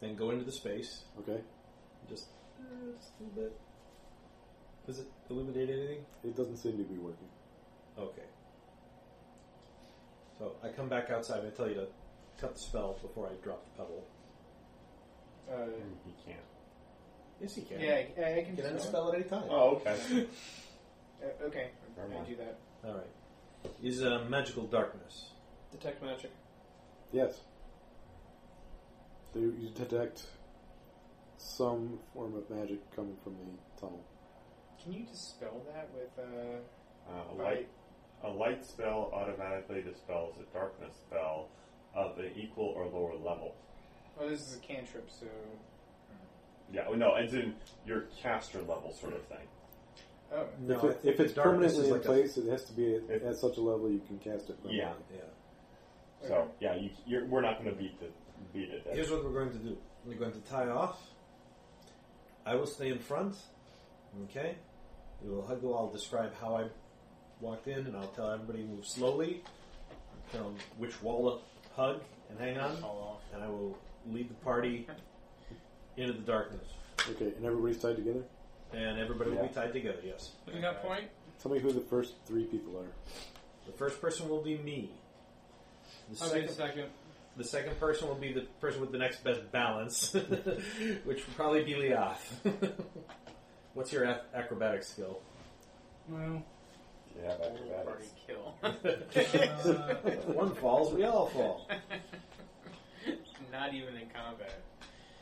[SPEAKER 4] Then go into the space.
[SPEAKER 3] Okay.
[SPEAKER 4] Just, uh, just a little bit. Does it illuminate anything?
[SPEAKER 3] It doesn't seem to be working.
[SPEAKER 4] Okay. So I come back outside. and I tell you to cut the spell before I drop the pebble.
[SPEAKER 2] Uh,
[SPEAKER 4] he can't. Yes, he can.
[SPEAKER 2] Yeah, I- I can
[SPEAKER 4] He can
[SPEAKER 2] spell
[SPEAKER 4] unspell
[SPEAKER 2] it.
[SPEAKER 4] at any time.
[SPEAKER 2] Oh, okay. Uh, okay,
[SPEAKER 4] Never
[SPEAKER 2] I'll
[SPEAKER 4] mind.
[SPEAKER 2] do that.
[SPEAKER 4] All right. Is uh, magical darkness.
[SPEAKER 48] Detect magic.
[SPEAKER 3] Yes. They, you detect some form of magic coming from the tunnel.
[SPEAKER 2] Can you dispel that with uh,
[SPEAKER 9] Uh, a light, a light spell automatically dispels a darkness spell of an equal or lower level.
[SPEAKER 2] Well, this is a cantrip, so
[SPEAKER 9] Yeah, well, no, it's in your caster level sort of thing.
[SPEAKER 2] oh,
[SPEAKER 9] No,
[SPEAKER 3] if
[SPEAKER 9] I
[SPEAKER 3] it,
[SPEAKER 9] think
[SPEAKER 3] if it's
[SPEAKER 9] the darkness
[SPEAKER 3] permanently
[SPEAKER 9] is
[SPEAKER 3] in
[SPEAKER 9] like a-
[SPEAKER 3] place, it has to be at, at such a level you can cast it. Permanently.
[SPEAKER 9] Yeah, So yeah, you, you're, we're not going to beat the beat it.
[SPEAKER 4] Here's what we're going to do. We're going to tie off. I will stay in front. Okay. We will hug. I'll describe how I walked in, and I'll tell everybody to move slowly. Tell 'em which wall to hug and hang on, and I will lead the party into the darkness.
[SPEAKER 3] Okay, and everybody's tied together.
[SPEAKER 4] And everybody will
[SPEAKER 3] Yeah.
[SPEAKER 4] be tied together. Yes.
[SPEAKER 2] Who's got point?
[SPEAKER 3] Tell me who the first three people are.
[SPEAKER 4] The first person will be me. The
[SPEAKER 48] I'll be
[SPEAKER 4] second,
[SPEAKER 48] the second.
[SPEAKER 4] the second person will be the person with the next best balance, which would probably be Leoth. What's your ac- acrobatic skill?
[SPEAKER 2] well,
[SPEAKER 9] Yeah,
[SPEAKER 2] party kill.
[SPEAKER 4] one falls, we all fall.
[SPEAKER 2] Not even in combat.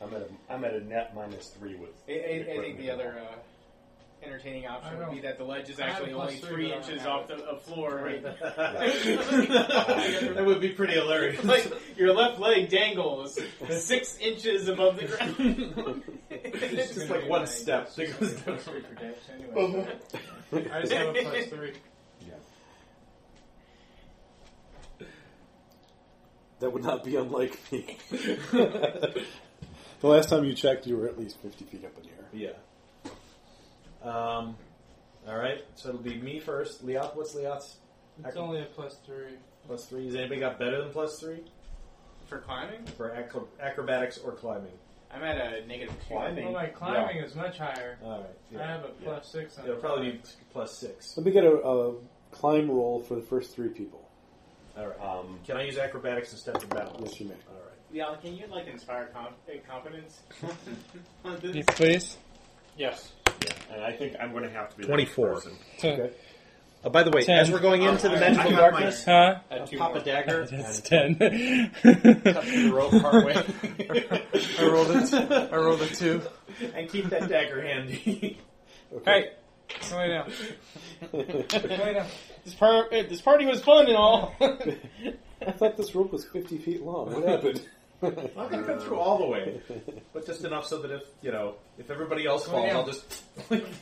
[SPEAKER 9] I'm at a, I'm at a net minus three with.
[SPEAKER 2] I, I, I think the
[SPEAKER 9] equipment.
[SPEAKER 2] other uh, entertaining
[SPEAKER 5] I
[SPEAKER 2] option would
[SPEAKER 5] don't-
[SPEAKER 2] be that the ledge is
[SPEAKER 5] I have
[SPEAKER 2] actually
[SPEAKER 5] a plus
[SPEAKER 2] only
[SPEAKER 5] three,
[SPEAKER 2] three
[SPEAKER 5] but I don't
[SPEAKER 2] inches
[SPEAKER 5] have
[SPEAKER 2] off
[SPEAKER 5] it.
[SPEAKER 2] the of floor. Right?
[SPEAKER 4] that would be pretty hilarious.
[SPEAKER 2] like your left leg dangles six inches above the ground.
[SPEAKER 4] It's just like one step that goes down.
[SPEAKER 2] I just have a plus three.
[SPEAKER 3] That would not be unlike me. the last time you checked, you were at least fifty feet up in the air.
[SPEAKER 4] Yeah. Um, all right, so it'll be me first. Leoth, what's Leoth's?
[SPEAKER 5] It's only a plus three.
[SPEAKER 4] Plus three. Has anybody got better than plus three
[SPEAKER 2] For climbing,
[SPEAKER 4] for acro- acrobatics or climbing?
[SPEAKER 2] I'm at a negative two.
[SPEAKER 5] Well, my climbing is much higher.
[SPEAKER 4] All right.
[SPEAKER 5] I have a plus six on
[SPEAKER 4] It'll probably be plus six.
[SPEAKER 3] Let me get a, a climb roll for the first three people.
[SPEAKER 4] All right.
[SPEAKER 9] Um,
[SPEAKER 4] Can I use acrobatics instead of balance?
[SPEAKER 3] Yes, you may.
[SPEAKER 4] All right.
[SPEAKER 49] Yeah, can you like inspire com- confidence?
[SPEAKER 5] Yes, please.
[SPEAKER 48] Yes.
[SPEAKER 9] And I think I'm going to have to be the
[SPEAKER 50] Twenty-four.
[SPEAKER 9] next person.
[SPEAKER 5] Okay.
[SPEAKER 50] Uh, by the way,
[SPEAKER 5] Ten.
[SPEAKER 50] as we're going into the
[SPEAKER 5] I- I
[SPEAKER 50] magical
[SPEAKER 5] got
[SPEAKER 50] darkness,
[SPEAKER 5] my- Huh?
[SPEAKER 50] I'll
[SPEAKER 5] Add two
[SPEAKER 50] pop a
[SPEAKER 5] more.
[SPEAKER 50] dagger.
[SPEAKER 5] That's
[SPEAKER 50] and-
[SPEAKER 5] ten.
[SPEAKER 50] Cut through the rope
[SPEAKER 5] partway.
[SPEAKER 50] I
[SPEAKER 5] rolled it. I rolled a two.
[SPEAKER 4] And keep that dagger handy.
[SPEAKER 5] Hey, come lay down. Come lay down.
[SPEAKER 7] This, par- eh, this party was fun and all.
[SPEAKER 3] I thought this rope was fifty feet long. What happened?
[SPEAKER 4] I'm not gonna cut through all the way, but just enough so that if you know if everybody else
[SPEAKER 9] Go
[SPEAKER 4] falls,
[SPEAKER 9] down.
[SPEAKER 4] I'll just.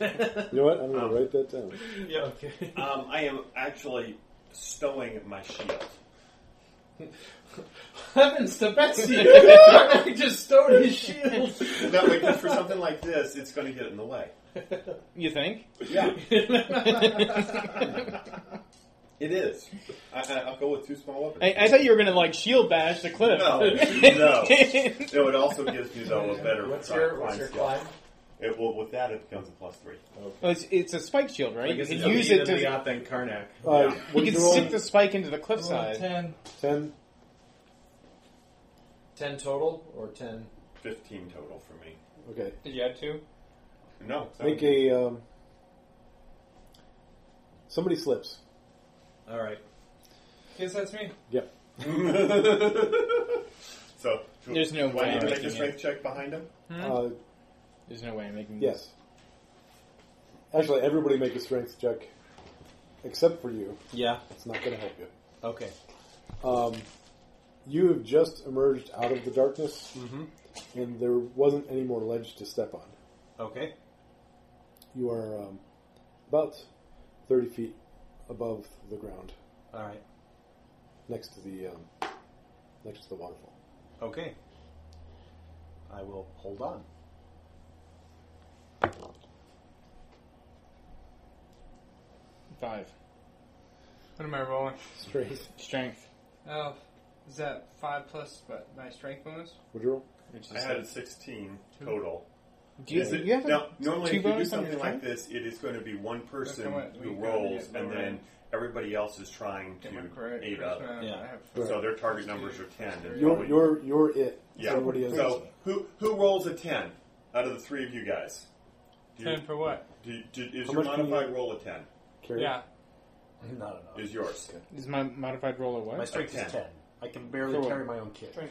[SPEAKER 4] you
[SPEAKER 3] know what? I'm going to write that down.
[SPEAKER 4] Yeah. Okay.
[SPEAKER 9] Um, I am actually stowing my shield.
[SPEAKER 4] Heavens to Betsy! I just stowed his shield.
[SPEAKER 9] that way, 'cause for something like this, it's going to get in the way.
[SPEAKER 7] You think?
[SPEAKER 9] Yeah. it is. I, I, I'll go with two small weapons.
[SPEAKER 7] I, I thought you were gonna like shield bash the cliff.
[SPEAKER 9] No, no. no, it also gives me though a better
[SPEAKER 7] What's
[SPEAKER 9] uh,
[SPEAKER 7] your-
[SPEAKER 9] climb
[SPEAKER 7] what's your
[SPEAKER 9] skill.
[SPEAKER 7] climb?
[SPEAKER 9] It will with that it becomes a plus three.
[SPEAKER 7] Well, it's, it's a spike shield, right?
[SPEAKER 4] I
[SPEAKER 7] You
[SPEAKER 4] guess
[SPEAKER 7] can
[SPEAKER 4] it's
[SPEAKER 7] use
[SPEAKER 4] Elite
[SPEAKER 7] it
[SPEAKER 4] and
[SPEAKER 7] to.
[SPEAKER 4] Leoth and Karnak.
[SPEAKER 3] Uh,
[SPEAKER 7] You
[SPEAKER 3] what
[SPEAKER 7] can
[SPEAKER 3] you roll?
[SPEAKER 7] stick the spike into the cliffside.
[SPEAKER 5] Ten.
[SPEAKER 3] Ten.
[SPEAKER 4] Ten total or ten?
[SPEAKER 9] Fifteen total for me.
[SPEAKER 3] Okay.
[SPEAKER 48] Did you add two?
[SPEAKER 9] No. so-
[SPEAKER 3] Make a. Um, somebody slips.
[SPEAKER 4] All right.
[SPEAKER 2] Guess that's me.
[SPEAKER 3] Yep.
[SPEAKER 9] so do-
[SPEAKER 7] There's no
[SPEAKER 9] do
[SPEAKER 7] way
[SPEAKER 9] I need
[SPEAKER 7] I'm
[SPEAKER 9] to make
[SPEAKER 7] making
[SPEAKER 9] a
[SPEAKER 7] it.
[SPEAKER 9] strength check behind him.
[SPEAKER 3] Uh,
[SPEAKER 7] There's no way I'm making this.
[SPEAKER 3] yes. Actually, everybody make a strength check, except for you.
[SPEAKER 4] Yeah.
[SPEAKER 3] It's not going to help you.
[SPEAKER 4] Okay.
[SPEAKER 3] Um, you have just emerged out of the darkness, and there wasn't any more ledge to step on.
[SPEAKER 4] Okay.
[SPEAKER 3] You are um, about 30 feet above the ground,
[SPEAKER 4] All right.
[SPEAKER 3] next to the um, next to the waterfall.
[SPEAKER 51] Okay. I will hold on.
[SPEAKER 5] Five. What am I rolling?
[SPEAKER 3] Strength.
[SPEAKER 5] Strength.
[SPEAKER 2] Oh, is that five plus what, my strength bonus?
[SPEAKER 3] Would you roll?
[SPEAKER 9] I had 16 total.
[SPEAKER 5] Do you-
[SPEAKER 9] Is it-
[SPEAKER 5] you have a
[SPEAKER 9] now, normally,
[SPEAKER 5] two
[SPEAKER 9] if you do
[SPEAKER 5] bonus on your
[SPEAKER 9] something like
[SPEAKER 5] thing?
[SPEAKER 9] this, it is going to be one person
[SPEAKER 5] That's what we
[SPEAKER 9] who
[SPEAKER 5] got to
[SPEAKER 9] rolls,
[SPEAKER 5] get
[SPEAKER 9] and
[SPEAKER 5] lower
[SPEAKER 9] then
[SPEAKER 5] end.
[SPEAKER 9] everybody else is trying
[SPEAKER 5] Get my
[SPEAKER 9] to
[SPEAKER 5] correct
[SPEAKER 9] aid
[SPEAKER 5] charisma
[SPEAKER 9] up.
[SPEAKER 5] and I have
[SPEAKER 9] So their target numbers are 10. and
[SPEAKER 3] You're
[SPEAKER 9] probably-
[SPEAKER 3] you're you're it.
[SPEAKER 9] yeah.
[SPEAKER 3] Everybody else.
[SPEAKER 9] So who, who rolls a 10 out of the three of you guys? Do you-
[SPEAKER 5] Ten for what?
[SPEAKER 9] do- do- is
[SPEAKER 3] How
[SPEAKER 9] your
[SPEAKER 3] much can you-
[SPEAKER 9] modified roll a 10?
[SPEAKER 5] Yeah.
[SPEAKER 4] Not enough.
[SPEAKER 9] Is yours.
[SPEAKER 5] Is my modified roll a what?
[SPEAKER 4] My strength
[SPEAKER 9] Ten.
[SPEAKER 4] is Mm-hmm. ten. I can barely
[SPEAKER 5] Cool.
[SPEAKER 4] carry my own kit.
[SPEAKER 5] Oh,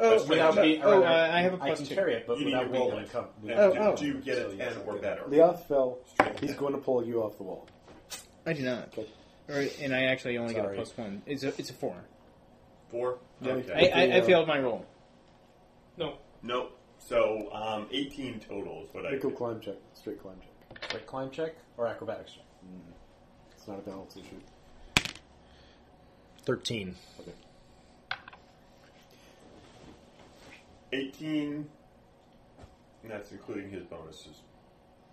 [SPEAKER 5] oh,
[SPEAKER 4] without
[SPEAKER 5] uh,
[SPEAKER 4] being,
[SPEAKER 5] oh, uh, I have a
[SPEAKER 4] I
[SPEAKER 5] plus
[SPEAKER 4] can
[SPEAKER 5] two.
[SPEAKER 4] carry it, but
[SPEAKER 9] You need
[SPEAKER 4] without
[SPEAKER 9] to
[SPEAKER 4] being
[SPEAKER 9] roll it.
[SPEAKER 4] uncom-
[SPEAKER 9] And
[SPEAKER 5] Oh,
[SPEAKER 9] do,
[SPEAKER 5] oh.
[SPEAKER 9] do you get a 10 or better?
[SPEAKER 3] Leoth fell. He's going to pull you off the wall.
[SPEAKER 52] I do not.
[SPEAKER 3] Okay.
[SPEAKER 52] All right, and I actually only get a
[SPEAKER 4] Sorry.
[SPEAKER 52] plus one. It's a it's a four.
[SPEAKER 9] Four?
[SPEAKER 52] I,
[SPEAKER 9] Okay.
[SPEAKER 52] I, I failed my roll.
[SPEAKER 53] No.
[SPEAKER 9] Nope. So um, 18 total is what I
[SPEAKER 3] Make a climb check. Straight climb check.
[SPEAKER 4] Like climb check or acrobatics check.
[SPEAKER 3] It's not a balance issue.
[SPEAKER 4] Thirteen.
[SPEAKER 3] Okay.
[SPEAKER 9] 18. And that's including his bonuses.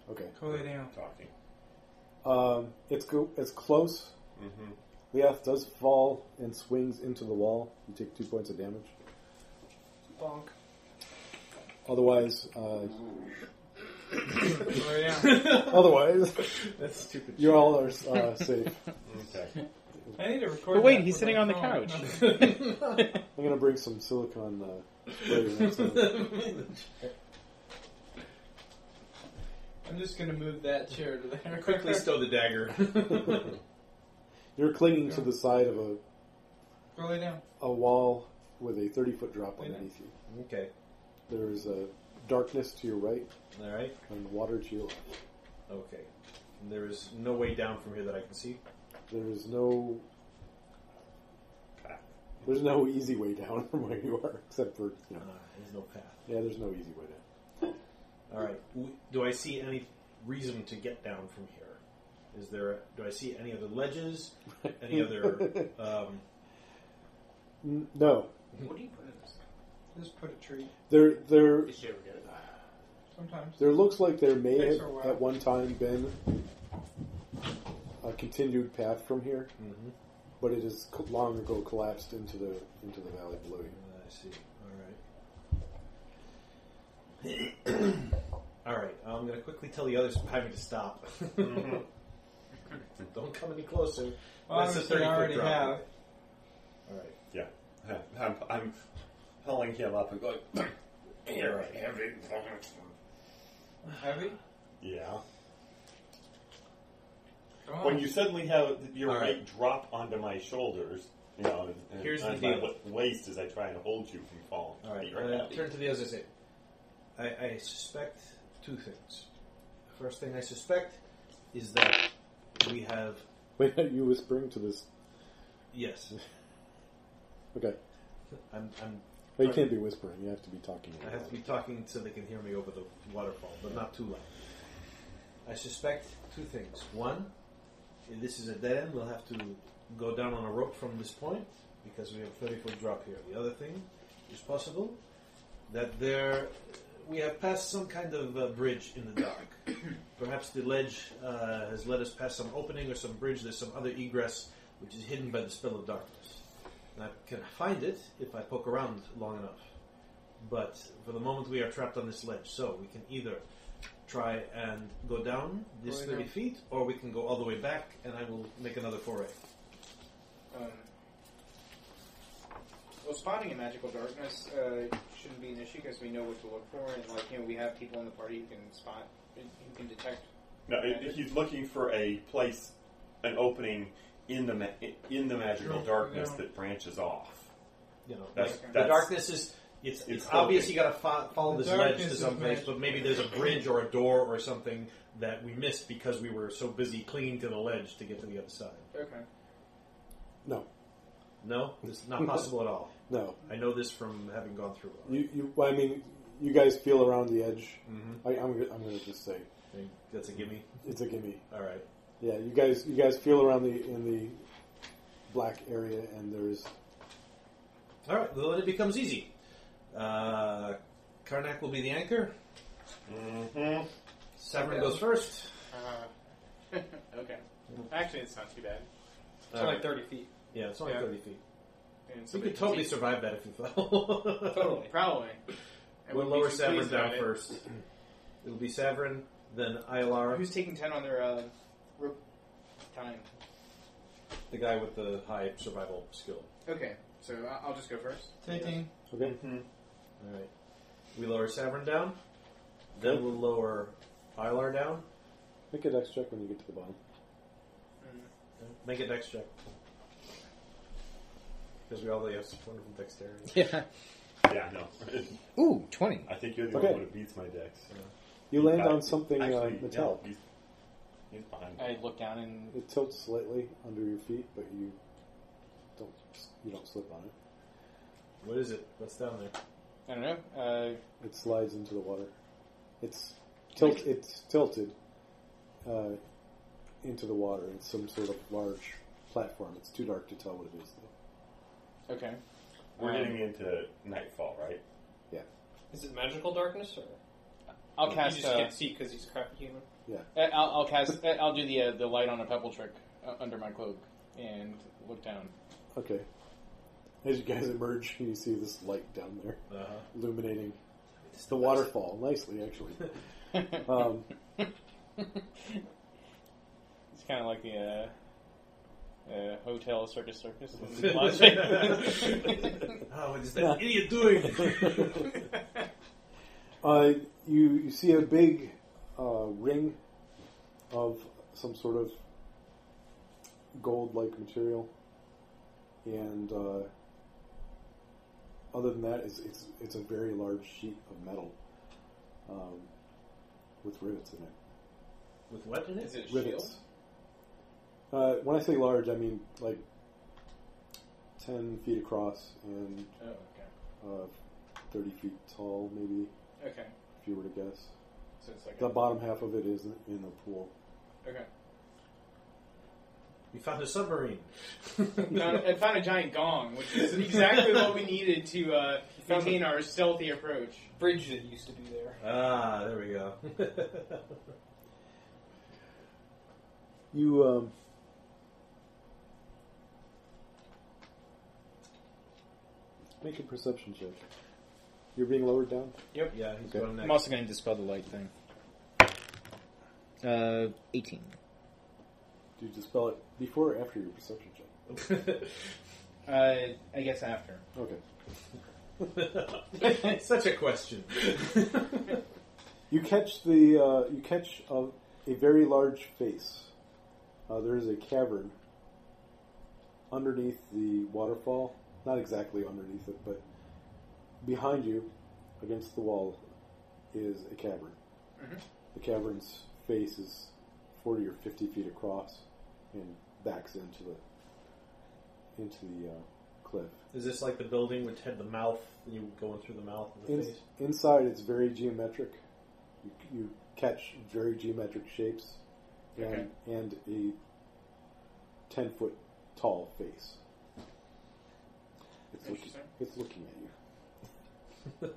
[SPEAKER 3] Okay.
[SPEAKER 2] Totally down.
[SPEAKER 9] Talking.
[SPEAKER 3] Um, it's go- it's close.
[SPEAKER 9] Mm-hmm.
[SPEAKER 3] Leoth does fall and swings into the wall. You take two points of damage.
[SPEAKER 2] Bonk.
[SPEAKER 3] Otherwise, uh,
[SPEAKER 2] Oh, yeah.
[SPEAKER 3] otherwise,
[SPEAKER 5] That's stupid.
[SPEAKER 3] you all are uh, safe.
[SPEAKER 9] Okay.
[SPEAKER 2] I need to record.
[SPEAKER 52] But wait,
[SPEAKER 2] that
[SPEAKER 52] he's
[SPEAKER 2] for
[SPEAKER 52] sitting
[SPEAKER 2] my
[SPEAKER 52] on the
[SPEAKER 2] phone.
[SPEAKER 52] couch.
[SPEAKER 3] I'm gonna bring some silicone. Uh, spray next time.
[SPEAKER 2] I'm just gonna move that chair to there.
[SPEAKER 51] Quickly stow the dagger.
[SPEAKER 3] You're clinging to the side of a,
[SPEAKER 2] Go lay down.
[SPEAKER 3] a wall with a 30 foot drop underneath you.
[SPEAKER 4] Okay.
[SPEAKER 3] There is a darkness to your right
[SPEAKER 4] All right.
[SPEAKER 3] and water to your left.
[SPEAKER 4] Okay. There is no way down from here that I can see.
[SPEAKER 3] There is no. There's no easy way down from where you are, except for you know.
[SPEAKER 4] Uh, there's no path.
[SPEAKER 3] Yeah, there's no easy way down.
[SPEAKER 4] All right. W- Do I see any reason to get down from here? Is there? Do I see any other ledges? Any other? Um,
[SPEAKER 3] N- No,
[SPEAKER 7] What do you put in this?
[SPEAKER 2] Just put a tree.
[SPEAKER 3] there, there,
[SPEAKER 7] Did you ever get it?
[SPEAKER 2] Sometimes.
[SPEAKER 3] there looks like there may
[SPEAKER 2] Takes
[SPEAKER 3] have
[SPEAKER 2] a while.
[SPEAKER 3] at one time been a continued path from here,
[SPEAKER 4] mhm,
[SPEAKER 3] but it has co- long ago collapsed into the into the valley below you.
[SPEAKER 4] I see. All right. All right. I'm going to quickly tell the others behind me to stop. Don't come any closer.
[SPEAKER 2] Well,
[SPEAKER 4] That's a
[SPEAKER 2] obviously, I
[SPEAKER 4] 30 foot
[SPEAKER 2] already
[SPEAKER 4] drop.
[SPEAKER 2] have.
[SPEAKER 4] All right.
[SPEAKER 9] Yeah. I'm, I'm hauling him up and going,
[SPEAKER 4] All right.
[SPEAKER 2] Heavy.
[SPEAKER 9] yeah.
[SPEAKER 2] Go on.
[SPEAKER 9] When you suddenly have your
[SPEAKER 4] All right.
[SPEAKER 9] weight drop onto my shoulders, you know, and
[SPEAKER 52] Here's
[SPEAKER 9] on
[SPEAKER 52] the
[SPEAKER 9] my
[SPEAKER 52] deal.
[SPEAKER 9] wa- waist as I try and hold you from falling.
[SPEAKER 4] All right.
[SPEAKER 9] You're
[SPEAKER 4] uh,
[SPEAKER 9] happy.
[SPEAKER 4] turn to the others and say, I, I suspect two things. The first thing I suspect is that we have
[SPEAKER 3] Wait, are you whispering to this?
[SPEAKER 4] yes.
[SPEAKER 3] Okay,
[SPEAKER 4] I'm, I'm
[SPEAKER 3] well, you can't be whispering. You have to be talking.
[SPEAKER 4] I have to be talking so they can hear me over the waterfall, but not too loud. I suspect two things. One, if this is a dead end, we'll have to go down on a rope from this point because we have a 30 foot drop here. The other thing is possible that there we have passed some kind of uh, bridge in the dark. Perhaps the ledge uh, has led us past some opening or some bridge. There's some other egress which is hidden by the spell of darkness. And I can find it if I poke around long enough. But for the moment, we are trapped on this ledge, so we can either try and go down this
[SPEAKER 2] Going
[SPEAKER 4] 30
[SPEAKER 2] down.
[SPEAKER 4] feet, or we can go all the way back, and I will make another foray.
[SPEAKER 7] Um, well, spotting in magical darkness uh, shouldn't be an issue because we know what to look for, and like you know, we have people in the party who can spot, who can detect.
[SPEAKER 9] No, i- if he's looking for a place, an opening in the ma- in the magical
[SPEAKER 2] Sure,
[SPEAKER 9] darkness
[SPEAKER 2] yeah.
[SPEAKER 9] that branches off.
[SPEAKER 4] You know,
[SPEAKER 9] That's,
[SPEAKER 7] Okay.
[SPEAKER 4] the
[SPEAKER 9] that's
[SPEAKER 4] darkness is. It's, it's,
[SPEAKER 9] It's
[SPEAKER 4] obvious
[SPEAKER 9] open.
[SPEAKER 4] you gotta fo- follow
[SPEAKER 2] The
[SPEAKER 4] this ledge
[SPEAKER 2] darkness
[SPEAKER 4] to
[SPEAKER 2] is
[SPEAKER 4] someplace,
[SPEAKER 2] magic.
[SPEAKER 4] but maybe there's a bridge or a door or something that we missed because we were so busy clinging to the ledge to get to the other side.
[SPEAKER 7] Okay.
[SPEAKER 3] No,
[SPEAKER 4] No? It's not possible at all.
[SPEAKER 3] no.
[SPEAKER 4] I know this from having gone through it.
[SPEAKER 3] You, you. Well, I mean, you guys feel around the edge.
[SPEAKER 4] Mhm.
[SPEAKER 3] I, I'm, I'm gonna just say
[SPEAKER 4] I think That's a gimme.
[SPEAKER 3] it's a gimme.
[SPEAKER 4] Alright.
[SPEAKER 3] Yeah, you guys, you guys feel around the in the black area, and there's
[SPEAKER 4] All right, well, then it becomes easy. Uh, Karnak will be the anchor. Mm-hmm.
[SPEAKER 5] Hmm.
[SPEAKER 4] Severin goes first.
[SPEAKER 5] Uh-huh.
[SPEAKER 54] Uh, okay. Actually, it's not too bad.
[SPEAKER 5] It's only 30 feet.
[SPEAKER 4] Yeah, it's only
[SPEAKER 54] Yeah.
[SPEAKER 4] 30 feet.
[SPEAKER 54] And
[SPEAKER 4] you
[SPEAKER 54] somebody
[SPEAKER 4] could totally
[SPEAKER 54] can see-
[SPEAKER 4] survive that if you fell.
[SPEAKER 54] Totally. Probably. And
[SPEAKER 4] we'll
[SPEAKER 54] we'd be
[SPEAKER 4] lower Severin
[SPEAKER 54] pleased about
[SPEAKER 4] down
[SPEAKER 54] it.
[SPEAKER 4] first. It'll be Severin, then Ilara,
[SPEAKER 2] Who's taking ten on their uh, rope time?
[SPEAKER 4] the guy with the high survival skill.
[SPEAKER 2] Okay, so I- I'll just go first.
[SPEAKER 55] Fifteen.
[SPEAKER 4] Okay. All right. We lower Severin down. Then we'll lower Ilar down.
[SPEAKER 3] Make a dex check when you get to the bottom.
[SPEAKER 4] Make a dex check. Because we already have some wonderful dexterity.
[SPEAKER 7] Yeah.
[SPEAKER 9] Yeah, no.
[SPEAKER 7] Ooh, 20.
[SPEAKER 9] I think you're the
[SPEAKER 3] Okay.
[SPEAKER 9] only one who beats my decks.
[SPEAKER 3] You
[SPEAKER 9] He's
[SPEAKER 3] land
[SPEAKER 9] got-
[SPEAKER 3] on something uh,
[SPEAKER 9] actually,
[SPEAKER 3] metallic.
[SPEAKER 9] no, he's, he's behind.
[SPEAKER 7] I look down and
[SPEAKER 3] It tilts slightly under your feet, but you don't you don't slip on it.
[SPEAKER 4] What is it? What's down there?
[SPEAKER 7] I don't know. Uh,
[SPEAKER 3] It slides into the water. It's tilt. It's tilted uh, into the water. It's some sort of large platform. It's too dark to tell what it is. Though.
[SPEAKER 7] Okay.
[SPEAKER 9] We're
[SPEAKER 7] Um,
[SPEAKER 9] getting into nightfall, right?
[SPEAKER 5] Is it magical darkness or?
[SPEAKER 7] I'll
[SPEAKER 5] you
[SPEAKER 7] cast,
[SPEAKER 5] just
[SPEAKER 7] uh,
[SPEAKER 5] can't see because he's a crappy human.
[SPEAKER 7] Uh, I'll, I'll cast. uh, I'll do the uh, the light on a pebble trick uh, under my cloak and look down.
[SPEAKER 3] Okay. As you guys emerge, you see this light down there,
[SPEAKER 4] Uh-huh.
[SPEAKER 3] illuminating the waterfall nicely, actually. um,
[SPEAKER 7] It's kind of like the uh, uh, hotel circus circus. in Las Vegas.
[SPEAKER 4] oh, what is that
[SPEAKER 3] Yeah.
[SPEAKER 4] idiot doing?
[SPEAKER 3] Uh, you, you see a big uh, ring of some sort of gold like material. And uh, other than that, it's, it's, it's a very large sheet of metal um, with rivets in it.
[SPEAKER 4] With what in it?
[SPEAKER 54] Is it a shield?
[SPEAKER 3] Rivets. Uh, when I say large, I mean like 10 feet across and
[SPEAKER 54] Oh, okay.
[SPEAKER 3] uh, 30 feet tall, maybe,
[SPEAKER 54] Okay.
[SPEAKER 3] if you were to guess.
[SPEAKER 54] So it's like
[SPEAKER 3] The
[SPEAKER 54] a,
[SPEAKER 3] bottom half of it is in- in the pool.
[SPEAKER 54] okay.
[SPEAKER 4] You found a submarine.
[SPEAKER 2] Found- I found a giant gong, which is exactly what we needed to uh,
[SPEAKER 5] Found
[SPEAKER 2] maintain our stealthy approach.
[SPEAKER 5] Bridge that used to be there.
[SPEAKER 4] Ah, there we go.
[SPEAKER 3] You um, make a perception check. You're being lowered down.
[SPEAKER 5] Yep.
[SPEAKER 4] yeah, he's
[SPEAKER 3] Okay.
[SPEAKER 4] going
[SPEAKER 7] I'm
[SPEAKER 4] next.
[SPEAKER 7] also going to dispel the light thing. Uh, 18.
[SPEAKER 3] Do you dispel it before or after your perception check?
[SPEAKER 7] Uh, I guess after.
[SPEAKER 3] Okay.
[SPEAKER 4] Such a question.
[SPEAKER 3] You catch the uh, you catch a, a very large face. Uh, there is a cavern underneath the waterfall. Not exactly underneath it, but behind you, against the wall, is a cavern. The cavern's face is forty or fifty feet across and backs into the into the uh, cliff.
[SPEAKER 4] Is this like the building which had the mouth? You going through the mouth of the
[SPEAKER 3] In,
[SPEAKER 4] face?
[SPEAKER 3] inside, it's very geometric. You, you catch very geometric shapes, and and a ten foot tall face. It's looking,
[SPEAKER 2] Interesting.
[SPEAKER 3] it's looking at you.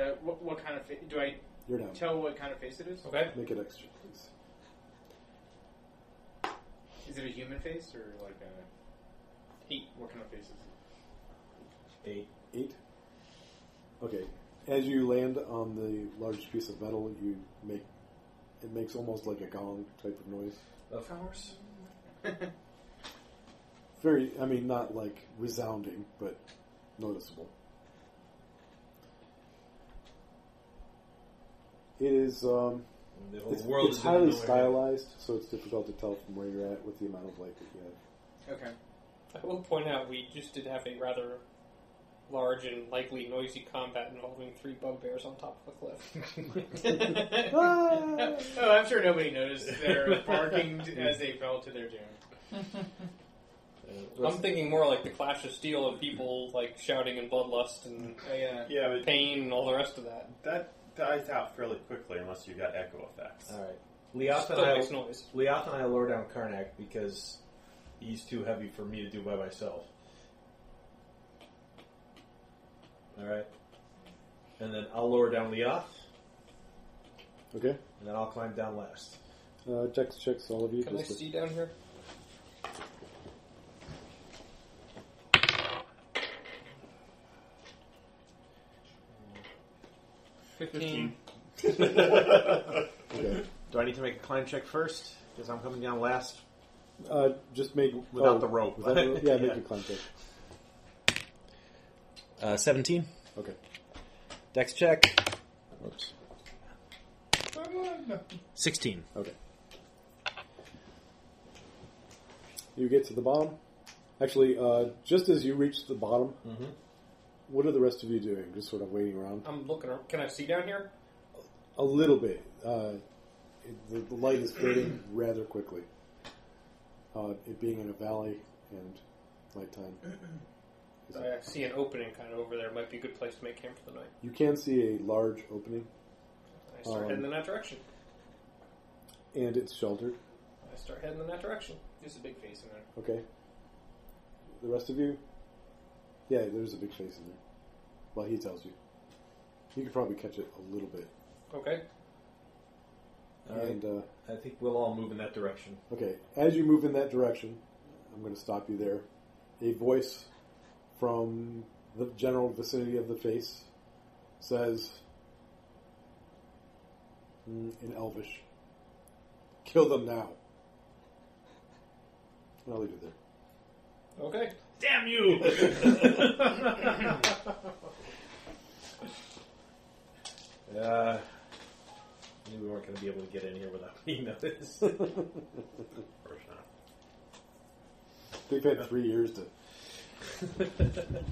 [SPEAKER 2] Uh, what, what kind of fa- do I
[SPEAKER 3] You're down.
[SPEAKER 2] tell? What kind of face it is?
[SPEAKER 5] Okay.
[SPEAKER 3] Make it extra, please.
[SPEAKER 2] Is it a human face or like a heat? What kind of face is it?
[SPEAKER 4] Eight.
[SPEAKER 3] Eight. Okay. As you land on the large piece of metal, you make it makes almost like a gong type of noise.
[SPEAKER 4] Of course.
[SPEAKER 3] Very, I mean, not like resounding, but noticeable. It is. Um,
[SPEAKER 4] The whole
[SPEAKER 3] it's
[SPEAKER 4] world
[SPEAKER 3] it's
[SPEAKER 4] is in
[SPEAKER 3] highly
[SPEAKER 4] nowhere.
[SPEAKER 3] stylized, so it's difficult to tell from where you're at with the amount of light that you have.
[SPEAKER 2] Okay.
[SPEAKER 5] I will point out we just did have a rather large and likely noisy combat involving three bugbears on top of a cliff.
[SPEAKER 2] oh, I'm sure nobody noticed their barking t- as they fell to their doom.
[SPEAKER 4] Uh,
[SPEAKER 5] I'm thinking more like the clash of steel of people like shouting and bloodlust and
[SPEAKER 2] Oh, yeah.
[SPEAKER 56] Yeah, but
[SPEAKER 5] pain and all the rest of that.
[SPEAKER 56] that dies out fairly quickly unless you got echo effects.
[SPEAKER 3] Uh.
[SPEAKER 4] All right. Leoth and
[SPEAKER 5] Still
[SPEAKER 4] I.
[SPEAKER 5] makes noise.
[SPEAKER 4] Leoth and I lower down Karnak because he's too heavy for me to do by myself. All right. And then I'll lower down Leoth,
[SPEAKER 3] Okay.
[SPEAKER 4] and then I'll climb down last.
[SPEAKER 3] Uh, Dex checks all of you.
[SPEAKER 5] Can I
[SPEAKER 3] just to-
[SPEAKER 5] see down here?
[SPEAKER 4] Fifteen. Do I need to make a climb check first? Because I'm coming down last.
[SPEAKER 3] uh, just make
[SPEAKER 4] Without
[SPEAKER 3] oh,
[SPEAKER 4] the rope.
[SPEAKER 3] without the rope? yeah, make
[SPEAKER 4] Yeah.
[SPEAKER 3] a climb check.
[SPEAKER 7] Uh, 17.
[SPEAKER 3] Okay.
[SPEAKER 7] Dex check. Whoops. 16.
[SPEAKER 3] Okay. You get to the bottom. Actually, uh, just as you reach the bottom,
[SPEAKER 4] Mhm.
[SPEAKER 3] what are the rest of you doing? Just sort of waiting around
[SPEAKER 5] I'm looking. around. Can I see down here?
[SPEAKER 3] a little bit. Uh, it, the, the light is fading rather quickly. Uh, it being in a valley and nighttime,
[SPEAKER 5] I see an opening kind of over there. Might be a good place to make camp for the night.
[SPEAKER 3] you can see a large opening,
[SPEAKER 5] I start
[SPEAKER 3] Um,
[SPEAKER 5] heading in that direction.
[SPEAKER 3] and it's sheltered.
[SPEAKER 5] I start heading in that direction. There's a big face in there.
[SPEAKER 3] Okay. The rest of you? Yeah, there's a big face in there. Well, he tells you. You could probably catch it a little bit.
[SPEAKER 5] Okay.
[SPEAKER 4] All right.
[SPEAKER 3] And, uh,
[SPEAKER 4] I think we'll all move in that direction.
[SPEAKER 3] Okay, as you move in that direction, I'm going to stop you there. A voice from the general vicinity of the face says, mm, in Elvish, kill them now. And I'll leave it there.
[SPEAKER 5] Okay.
[SPEAKER 4] Damn you! uh, I knew we weren't going to be able to get in here without being noticed. of course not.
[SPEAKER 3] They've had three years to,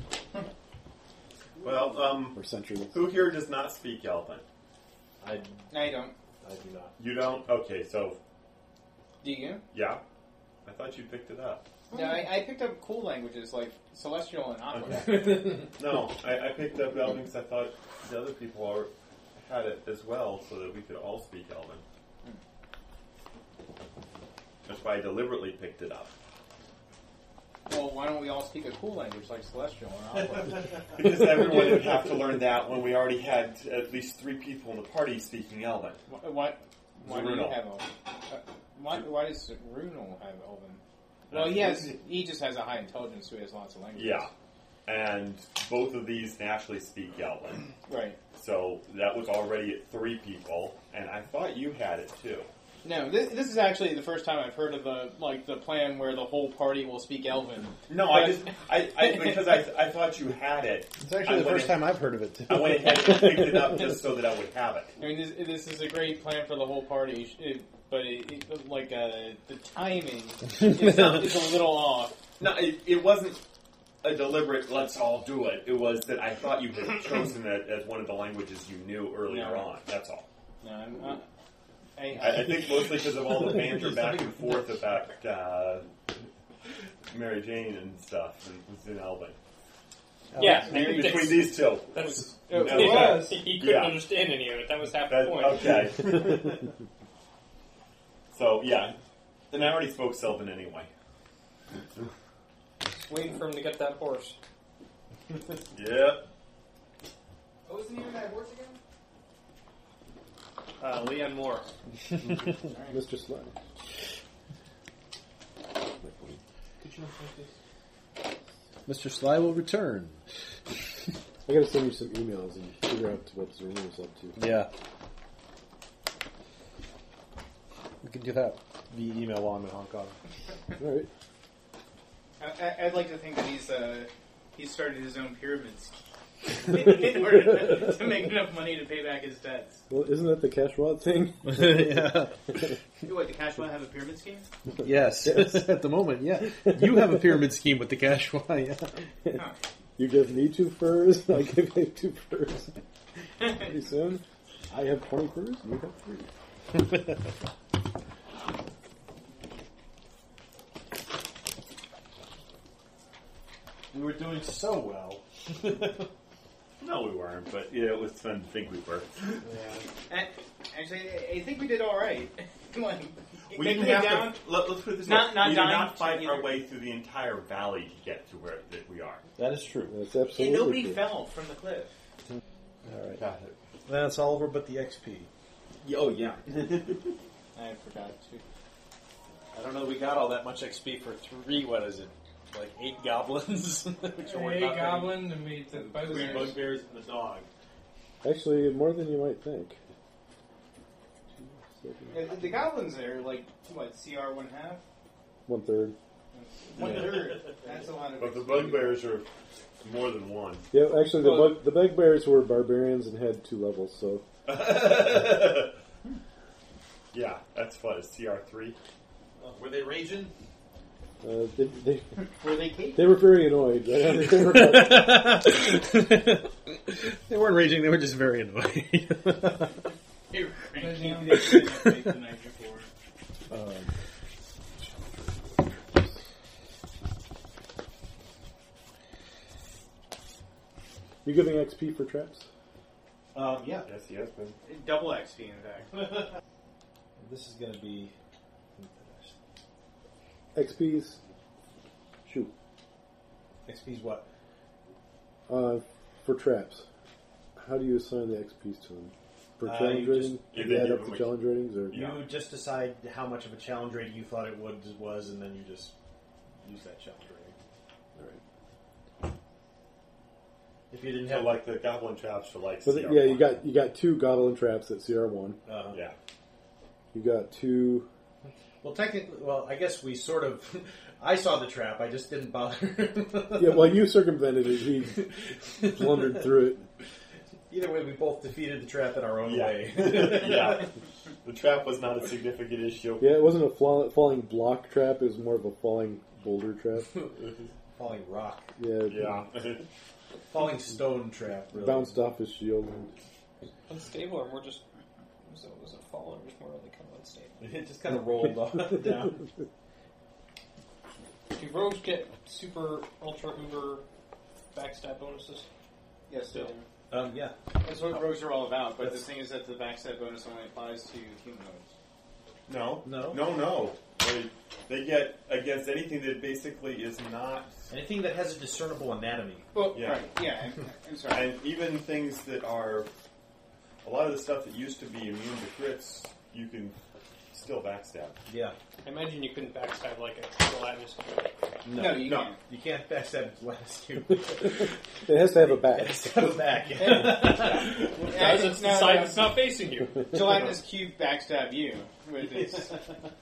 [SPEAKER 9] Well, um,
[SPEAKER 3] or centuries.
[SPEAKER 9] who here does not speak Elven?
[SPEAKER 4] I,
[SPEAKER 2] No, you don't.
[SPEAKER 4] I do not.
[SPEAKER 9] You don't? Okay, so
[SPEAKER 2] Do you?
[SPEAKER 9] yeah, I thought you picked it up.
[SPEAKER 2] No, I, I picked up cool languages like celestial and aqua.
[SPEAKER 9] no, I, I picked up Elven because I thought the other people are, had it as well, so that we could all speak Elven. That's why I deliberately picked it up.
[SPEAKER 2] well, why don't we all speak a cool language like celestial and aqua?
[SPEAKER 9] Because everyone would have to learn that when we already had at least three people in the party speaking Elven.
[SPEAKER 2] Why- Why, why do you
[SPEAKER 9] Zerunal.
[SPEAKER 2] have Elven? Uh, Why, why does Runal have Elven? Well, he has. He just has a high intelligence, so he has lots of languages.
[SPEAKER 9] Yeah. And both of these naturally speak Elven.
[SPEAKER 2] Right.
[SPEAKER 9] So that was already at three people, and I thought you had it too.
[SPEAKER 2] No, this, this is actually the first time I've heard of the like the plan where the whole party will speak Elven.
[SPEAKER 9] No, I just I, I because I, I thought you had it.
[SPEAKER 7] It's actually
[SPEAKER 9] I
[SPEAKER 7] the
[SPEAKER 9] went
[SPEAKER 7] first
[SPEAKER 9] in-
[SPEAKER 7] time I've heard of it. too.
[SPEAKER 9] I went ahead and picked it up just so that I would have it.
[SPEAKER 2] I mean, this, this is a great plan for the whole party, sh- it, but it, it, like uh, the timing is, not- is a little off.
[SPEAKER 9] No, it, it wasn't a deliberate "let's all do it." It was that I thought you had chosen it as one of the languages you knew earlier
[SPEAKER 2] No.
[SPEAKER 9] on. That's all.
[SPEAKER 2] No, I'm, uh, I,
[SPEAKER 9] I, I think mostly because of all the banter back and forth about uh, Mary Jane and stuff, and it was in Elvin.
[SPEAKER 5] Yeah, Mary
[SPEAKER 9] between
[SPEAKER 5] Jane's-
[SPEAKER 9] these two.
[SPEAKER 5] That's
[SPEAKER 9] Okay.
[SPEAKER 5] He couldn't
[SPEAKER 9] Yeah.
[SPEAKER 5] understand any of it. That was half
[SPEAKER 9] That-
[SPEAKER 5] the point.
[SPEAKER 9] okay. so yeah, and I already spoke Sylvan anyway.
[SPEAKER 5] Waiting for him to get that horse.
[SPEAKER 9] Yep.
[SPEAKER 5] What was the name of that horse again? Uh, Leon Moore.
[SPEAKER 3] Mr. Slug.
[SPEAKER 7] Mr. Sly will return.
[SPEAKER 3] I gotta send you some emails and figure out what Zerun is up to.
[SPEAKER 7] Yeah. We can do that via email while I'm in Hong Kong.
[SPEAKER 3] Alright.
[SPEAKER 2] I, I- I'd like to think that he's uh, he's started his own pyramids in order to, to make enough money to pay back his debts.
[SPEAKER 3] Well, isn't that the Cashrod thing?
[SPEAKER 2] What the cash will have a pyramid scheme?
[SPEAKER 7] Yes, at the moment, yeah. You have a pyramid scheme with the cash why, yeah.
[SPEAKER 3] You give me two furs, I give you two furs. Pretty soon, I have 20 furs, you have three.
[SPEAKER 4] We were doing so well.
[SPEAKER 9] No, we weren't, but yeah, it was fun to think we were.
[SPEAKER 2] Actually, I- I think we did all right. Come on.
[SPEAKER 9] We
[SPEAKER 57] make
[SPEAKER 9] didn't
[SPEAKER 57] it
[SPEAKER 9] have
[SPEAKER 57] down.
[SPEAKER 9] to. Let, us put it this
[SPEAKER 57] Not-
[SPEAKER 9] way:
[SPEAKER 57] not
[SPEAKER 9] we did
[SPEAKER 57] dying,
[SPEAKER 9] not fight
[SPEAKER 57] so
[SPEAKER 9] our
[SPEAKER 57] either.
[SPEAKER 9] way through the entire valley to get to where that we are.
[SPEAKER 4] That is true.
[SPEAKER 3] That's
[SPEAKER 57] And
[SPEAKER 3] absolutely
[SPEAKER 57] nobody
[SPEAKER 3] true.
[SPEAKER 57] fell from the cliff.
[SPEAKER 4] All right. That's all over but the XP.
[SPEAKER 58] Oh yeah.
[SPEAKER 7] I forgot to.
[SPEAKER 58] I don't know. We got all that much XP for three. What is it? Like eight goblins. Which were
[SPEAKER 2] Hey,
[SPEAKER 58] not very-
[SPEAKER 2] goblin, and we the
[SPEAKER 58] Three
[SPEAKER 2] bugbears.
[SPEAKER 58] bugbears and the dog.
[SPEAKER 3] Actually, more than you might think.
[SPEAKER 7] The, the goblins are like what CR one half,
[SPEAKER 3] One third.
[SPEAKER 7] one third. That's a lot of.
[SPEAKER 9] But the bugbears are more than one.
[SPEAKER 3] Yeah, actually, the bug, the bugbears were barbarians and had two levels, so
[SPEAKER 9] Yeah, that's fun. CR three.
[SPEAKER 58] Were they raging?
[SPEAKER 3] uh, they, they
[SPEAKER 7] Were they cake?
[SPEAKER 3] they were very annoyed. They were-
[SPEAKER 4] They weren't raging. They were just very annoyed.
[SPEAKER 57] They were cranky.
[SPEAKER 7] um,
[SPEAKER 2] They didn't have faith the night before.
[SPEAKER 4] um,
[SPEAKER 3] you giving XP for traps?
[SPEAKER 58] Um, yeah.
[SPEAKER 9] Yes, he has been.
[SPEAKER 7] Double XP in fact.
[SPEAKER 4] This is going to be.
[SPEAKER 3] XP's shoot
[SPEAKER 4] XP's what?
[SPEAKER 3] uh, for traps. How do you assign the XP's to them? For
[SPEAKER 4] Uh,
[SPEAKER 3] challenge
[SPEAKER 4] you
[SPEAKER 3] rating,
[SPEAKER 4] just-
[SPEAKER 3] Do
[SPEAKER 4] you
[SPEAKER 3] you add
[SPEAKER 4] give
[SPEAKER 3] up
[SPEAKER 4] them
[SPEAKER 3] the
[SPEAKER 4] a-
[SPEAKER 3] challenge ratings, or
[SPEAKER 4] You just decide how much of a challenge rating you thought it would was, and then you just use that challenge rating. All right. If you didn't
[SPEAKER 9] So
[SPEAKER 4] have uh,
[SPEAKER 9] like the goblin traps for like.
[SPEAKER 3] But
[SPEAKER 9] CR1.
[SPEAKER 3] yeah, you got you got two goblin traps at CR one.
[SPEAKER 4] Uh,
[SPEAKER 9] Yeah.
[SPEAKER 3] You got two.
[SPEAKER 4] Well, technically, well, I guess we sort of. I saw the trap. I just didn't bother.
[SPEAKER 3] Yeah, well, you circumvented it. He blundered through it.
[SPEAKER 4] Either way, we both defeated the trap in our own
[SPEAKER 9] Yeah.
[SPEAKER 4] way.
[SPEAKER 9] yeah. The trap was not a significant issue.
[SPEAKER 3] Yeah, it wasn't a fall, falling block trap. It was more of a falling boulder trap.
[SPEAKER 4] Falling rock,
[SPEAKER 3] Yeah,
[SPEAKER 9] Yeah.
[SPEAKER 4] falling stone trap. Really.
[SPEAKER 3] bounced off his shield. And,
[SPEAKER 5] Unstable or more just. Was it, was it fallen or just more like kind of unstable?
[SPEAKER 4] It just kind of rolled off down.
[SPEAKER 5] Do rogues get super, ultra, uber backstab bonuses?
[SPEAKER 7] Yes, Oh.
[SPEAKER 5] Still.
[SPEAKER 4] Um, yeah.
[SPEAKER 7] That's what rogues are all about. But the thing is that the backside bonus only applies to humanoids.
[SPEAKER 9] No.
[SPEAKER 4] No.
[SPEAKER 9] No. No. They, they get against anything that basically is not.
[SPEAKER 4] Anything that has a discernible anatomy.
[SPEAKER 7] Well,
[SPEAKER 9] Yeah.
[SPEAKER 7] right, yeah. I'm, I'm sorry.
[SPEAKER 9] And even things that are, a lot of the stuff that used to be immune to crits, you can still backstab.
[SPEAKER 4] Yeah.
[SPEAKER 5] I imagine you couldn't backstab like a gelatinous.
[SPEAKER 4] No.
[SPEAKER 7] No, you
[SPEAKER 9] no.
[SPEAKER 7] can't.
[SPEAKER 4] You can't backstab last year.
[SPEAKER 3] it has to have a back.
[SPEAKER 4] Go back. Yeah.
[SPEAKER 7] Yeah,
[SPEAKER 5] Because it's the
[SPEAKER 7] no,
[SPEAKER 5] side
[SPEAKER 7] no.
[SPEAKER 5] that's not facing you.
[SPEAKER 7] Gelatinous cube backstab you with its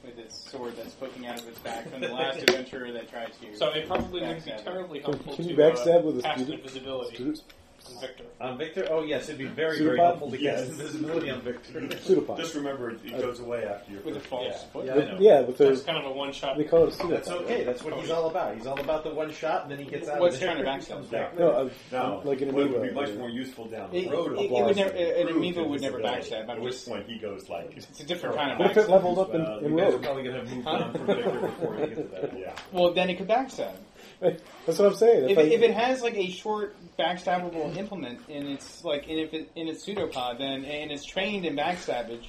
[SPEAKER 7] with its sword that's poking out of its back from the last adventurer that tried to.
[SPEAKER 5] So it probably wouldn't be
[SPEAKER 7] backstab it.
[SPEAKER 5] terribly
[SPEAKER 3] Can-
[SPEAKER 5] helpful
[SPEAKER 3] can
[SPEAKER 5] to
[SPEAKER 3] you backstab
[SPEAKER 5] uh,
[SPEAKER 3] with a
[SPEAKER 5] cast
[SPEAKER 3] student-
[SPEAKER 5] invisibility
[SPEAKER 3] student-
[SPEAKER 5] to Victor.
[SPEAKER 4] On Victor? Oh, yes, it'd be very, very
[SPEAKER 3] Pseudopod?
[SPEAKER 4] helpful to get
[SPEAKER 9] Yes.
[SPEAKER 4] invisibility on Victor.
[SPEAKER 3] Pseudopod.
[SPEAKER 9] Just remember, it it goes away after your
[SPEAKER 5] With a
[SPEAKER 9] first.
[SPEAKER 5] false
[SPEAKER 4] Yeah.
[SPEAKER 5] foot.
[SPEAKER 4] Yeah, I
[SPEAKER 3] But-
[SPEAKER 4] know.
[SPEAKER 3] yeah, but
[SPEAKER 5] That's
[SPEAKER 3] there's
[SPEAKER 5] kind of a one shot.
[SPEAKER 3] they call it a pseudopod.
[SPEAKER 4] That's okay. That's what he's all about. He's all about the one shot, and then he gets out
[SPEAKER 7] What's
[SPEAKER 4] of there.
[SPEAKER 7] trying to backstab?
[SPEAKER 4] comes back.
[SPEAKER 3] No, uh,
[SPEAKER 9] No,
[SPEAKER 3] like an
[SPEAKER 9] well, it would be
[SPEAKER 3] amoeba.
[SPEAKER 9] much more useful down the
[SPEAKER 7] It-
[SPEAKER 9] road.
[SPEAKER 7] it- it would
[SPEAKER 9] Applause
[SPEAKER 7] never-
[SPEAKER 9] and
[SPEAKER 7] an
[SPEAKER 9] prove
[SPEAKER 7] amoeba would never
[SPEAKER 9] invisibility,
[SPEAKER 7] backstab, I'm
[SPEAKER 9] At which
[SPEAKER 7] just-
[SPEAKER 9] point he goes like,
[SPEAKER 7] It's a different kind of
[SPEAKER 3] What if it
[SPEAKER 7] backstab.
[SPEAKER 3] leveled up in,
[SPEAKER 4] Uh,
[SPEAKER 3] in
[SPEAKER 4] you guys are
[SPEAKER 3] rogue?
[SPEAKER 4] probably going to have moved on from Victor before you get to that.
[SPEAKER 9] yeah.
[SPEAKER 7] Well, then it could backstab.
[SPEAKER 3] That's what I'm saying. That's
[SPEAKER 7] If,
[SPEAKER 3] how
[SPEAKER 7] it-
[SPEAKER 3] you-
[SPEAKER 7] if it has like a short backstabbable implement and it's like and if it, in its pseudopod then and it's trained in backstabbage,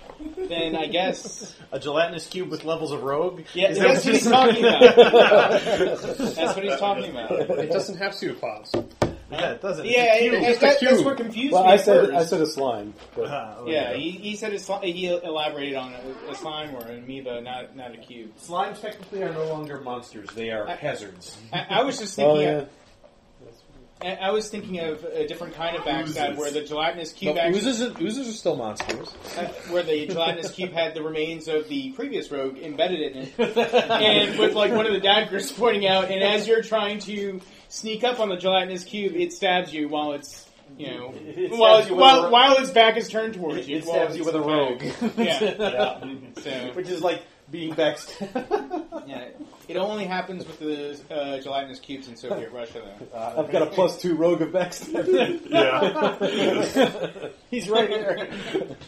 [SPEAKER 7] then I guess
[SPEAKER 4] A gelatinous cube with levels of rogue?
[SPEAKER 7] yeah,
[SPEAKER 4] Is that what
[SPEAKER 7] that's what he's
[SPEAKER 4] you-
[SPEAKER 7] talking about. that's what he's talking about.
[SPEAKER 57] It doesn't have pseudopods.
[SPEAKER 4] Yeah, it doesn't. It's
[SPEAKER 7] Yeah,
[SPEAKER 4] a cube.
[SPEAKER 7] and-
[SPEAKER 4] It's
[SPEAKER 7] and
[SPEAKER 4] a
[SPEAKER 7] that- that's
[SPEAKER 4] cube.
[SPEAKER 7] what confused
[SPEAKER 3] well,
[SPEAKER 7] me.
[SPEAKER 3] I
[SPEAKER 7] at
[SPEAKER 3] said
[SPEAKER 7] first.
[SPEAKER 3] I said a slime. But
[SPEAKER 4] Ah, oh,
[SPEAKER 7] Yeah,
[SPEAKER 4] you
[SPEAKER 7] he, he said a sli- he elaborated on a, a slime or an amoeba, not not a cube.
[SPEAKER 4] go. Slimes technically are no longer monsters. They are
[SPEAKER 7] I-
[SPEAKER 4] hazards.
[SPEAKER 7] I, I was just
[SPEAKER 3] oh
[SPEAKER 7] thinking.
[SPEAKER 3] yeah,
[SPEAKER 7] I, I was thinking of a different kind of backstab where the gelatinous cube
[SPEAKER 4] But
[SPEAKER 7] actually,
[SPEAKER 4] oozes, and- oozes are still monsters.
[SPEAKER 7] where the gelatinous cube had the remains of the previous rogue embedded in it, and with like one of the daggers pointing out, and as you're trying to sneak up on the gelatinous cube, it stabs you while it's. You know,
[SPEAKER 4] It
[SPEAKER 7] while,
[SPEAKER 4] stabs
[SPEAKER 7] it's,
[SPEAKER 4] you with a
[SPEAKER 7] while,
[SPEAKER 4] ro-
[SPEAKER 7] while its back is turned towards
[SPEAKER 4] It,
[SPEAKER 7] you,
[SPEAKER 4] it
[SPEAKER 7] while
[SPEAKER 4] stabs
[SPEAKER 7] it's
[SPEAKER 4] you with a rogue.
[SPEAKER 7] back. Yeah, So-
[SPEAKER 4] Which is like being backstabbed.
[SPEAKER 7] yeah. It only happens with the uh, gelatinous cubes in Soviet Russia, though.
[SPEAKER 4] I've got a plus two rogue of backstabbing. yeah.
[SPEAKER 7] He's right here.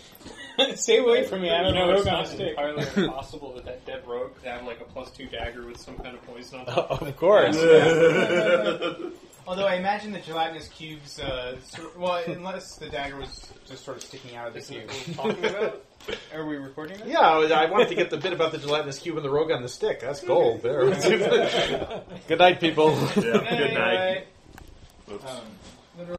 [SPEAKER 7] Stay away from me. I don't know
[SPEAKER 5] it's
[SPEAKER 7] what's on
[SPEAKER 5] not
[SPEAKER 7] stick.
[SPEAKER 5] entirely impossible that that dead rogue could have like a plus two dagger with some kind of poison on top.
[SPEAKER 4] of course.
[SPEAKER 7] Although I imagine the gelatinous cubes, uh, sort well, unless the dagger was just sort of sticking out of the cube.
[SPEAKER 59] Are we recording this?
[SPEAKER 4] Yeah, I I wanted to get the bit about the gelatinous cube and the rogue on the stick. That's gold there. good night, people.
[SPEAKER 9] Yeah, good night.
[SPEAKER 2] Um, literally-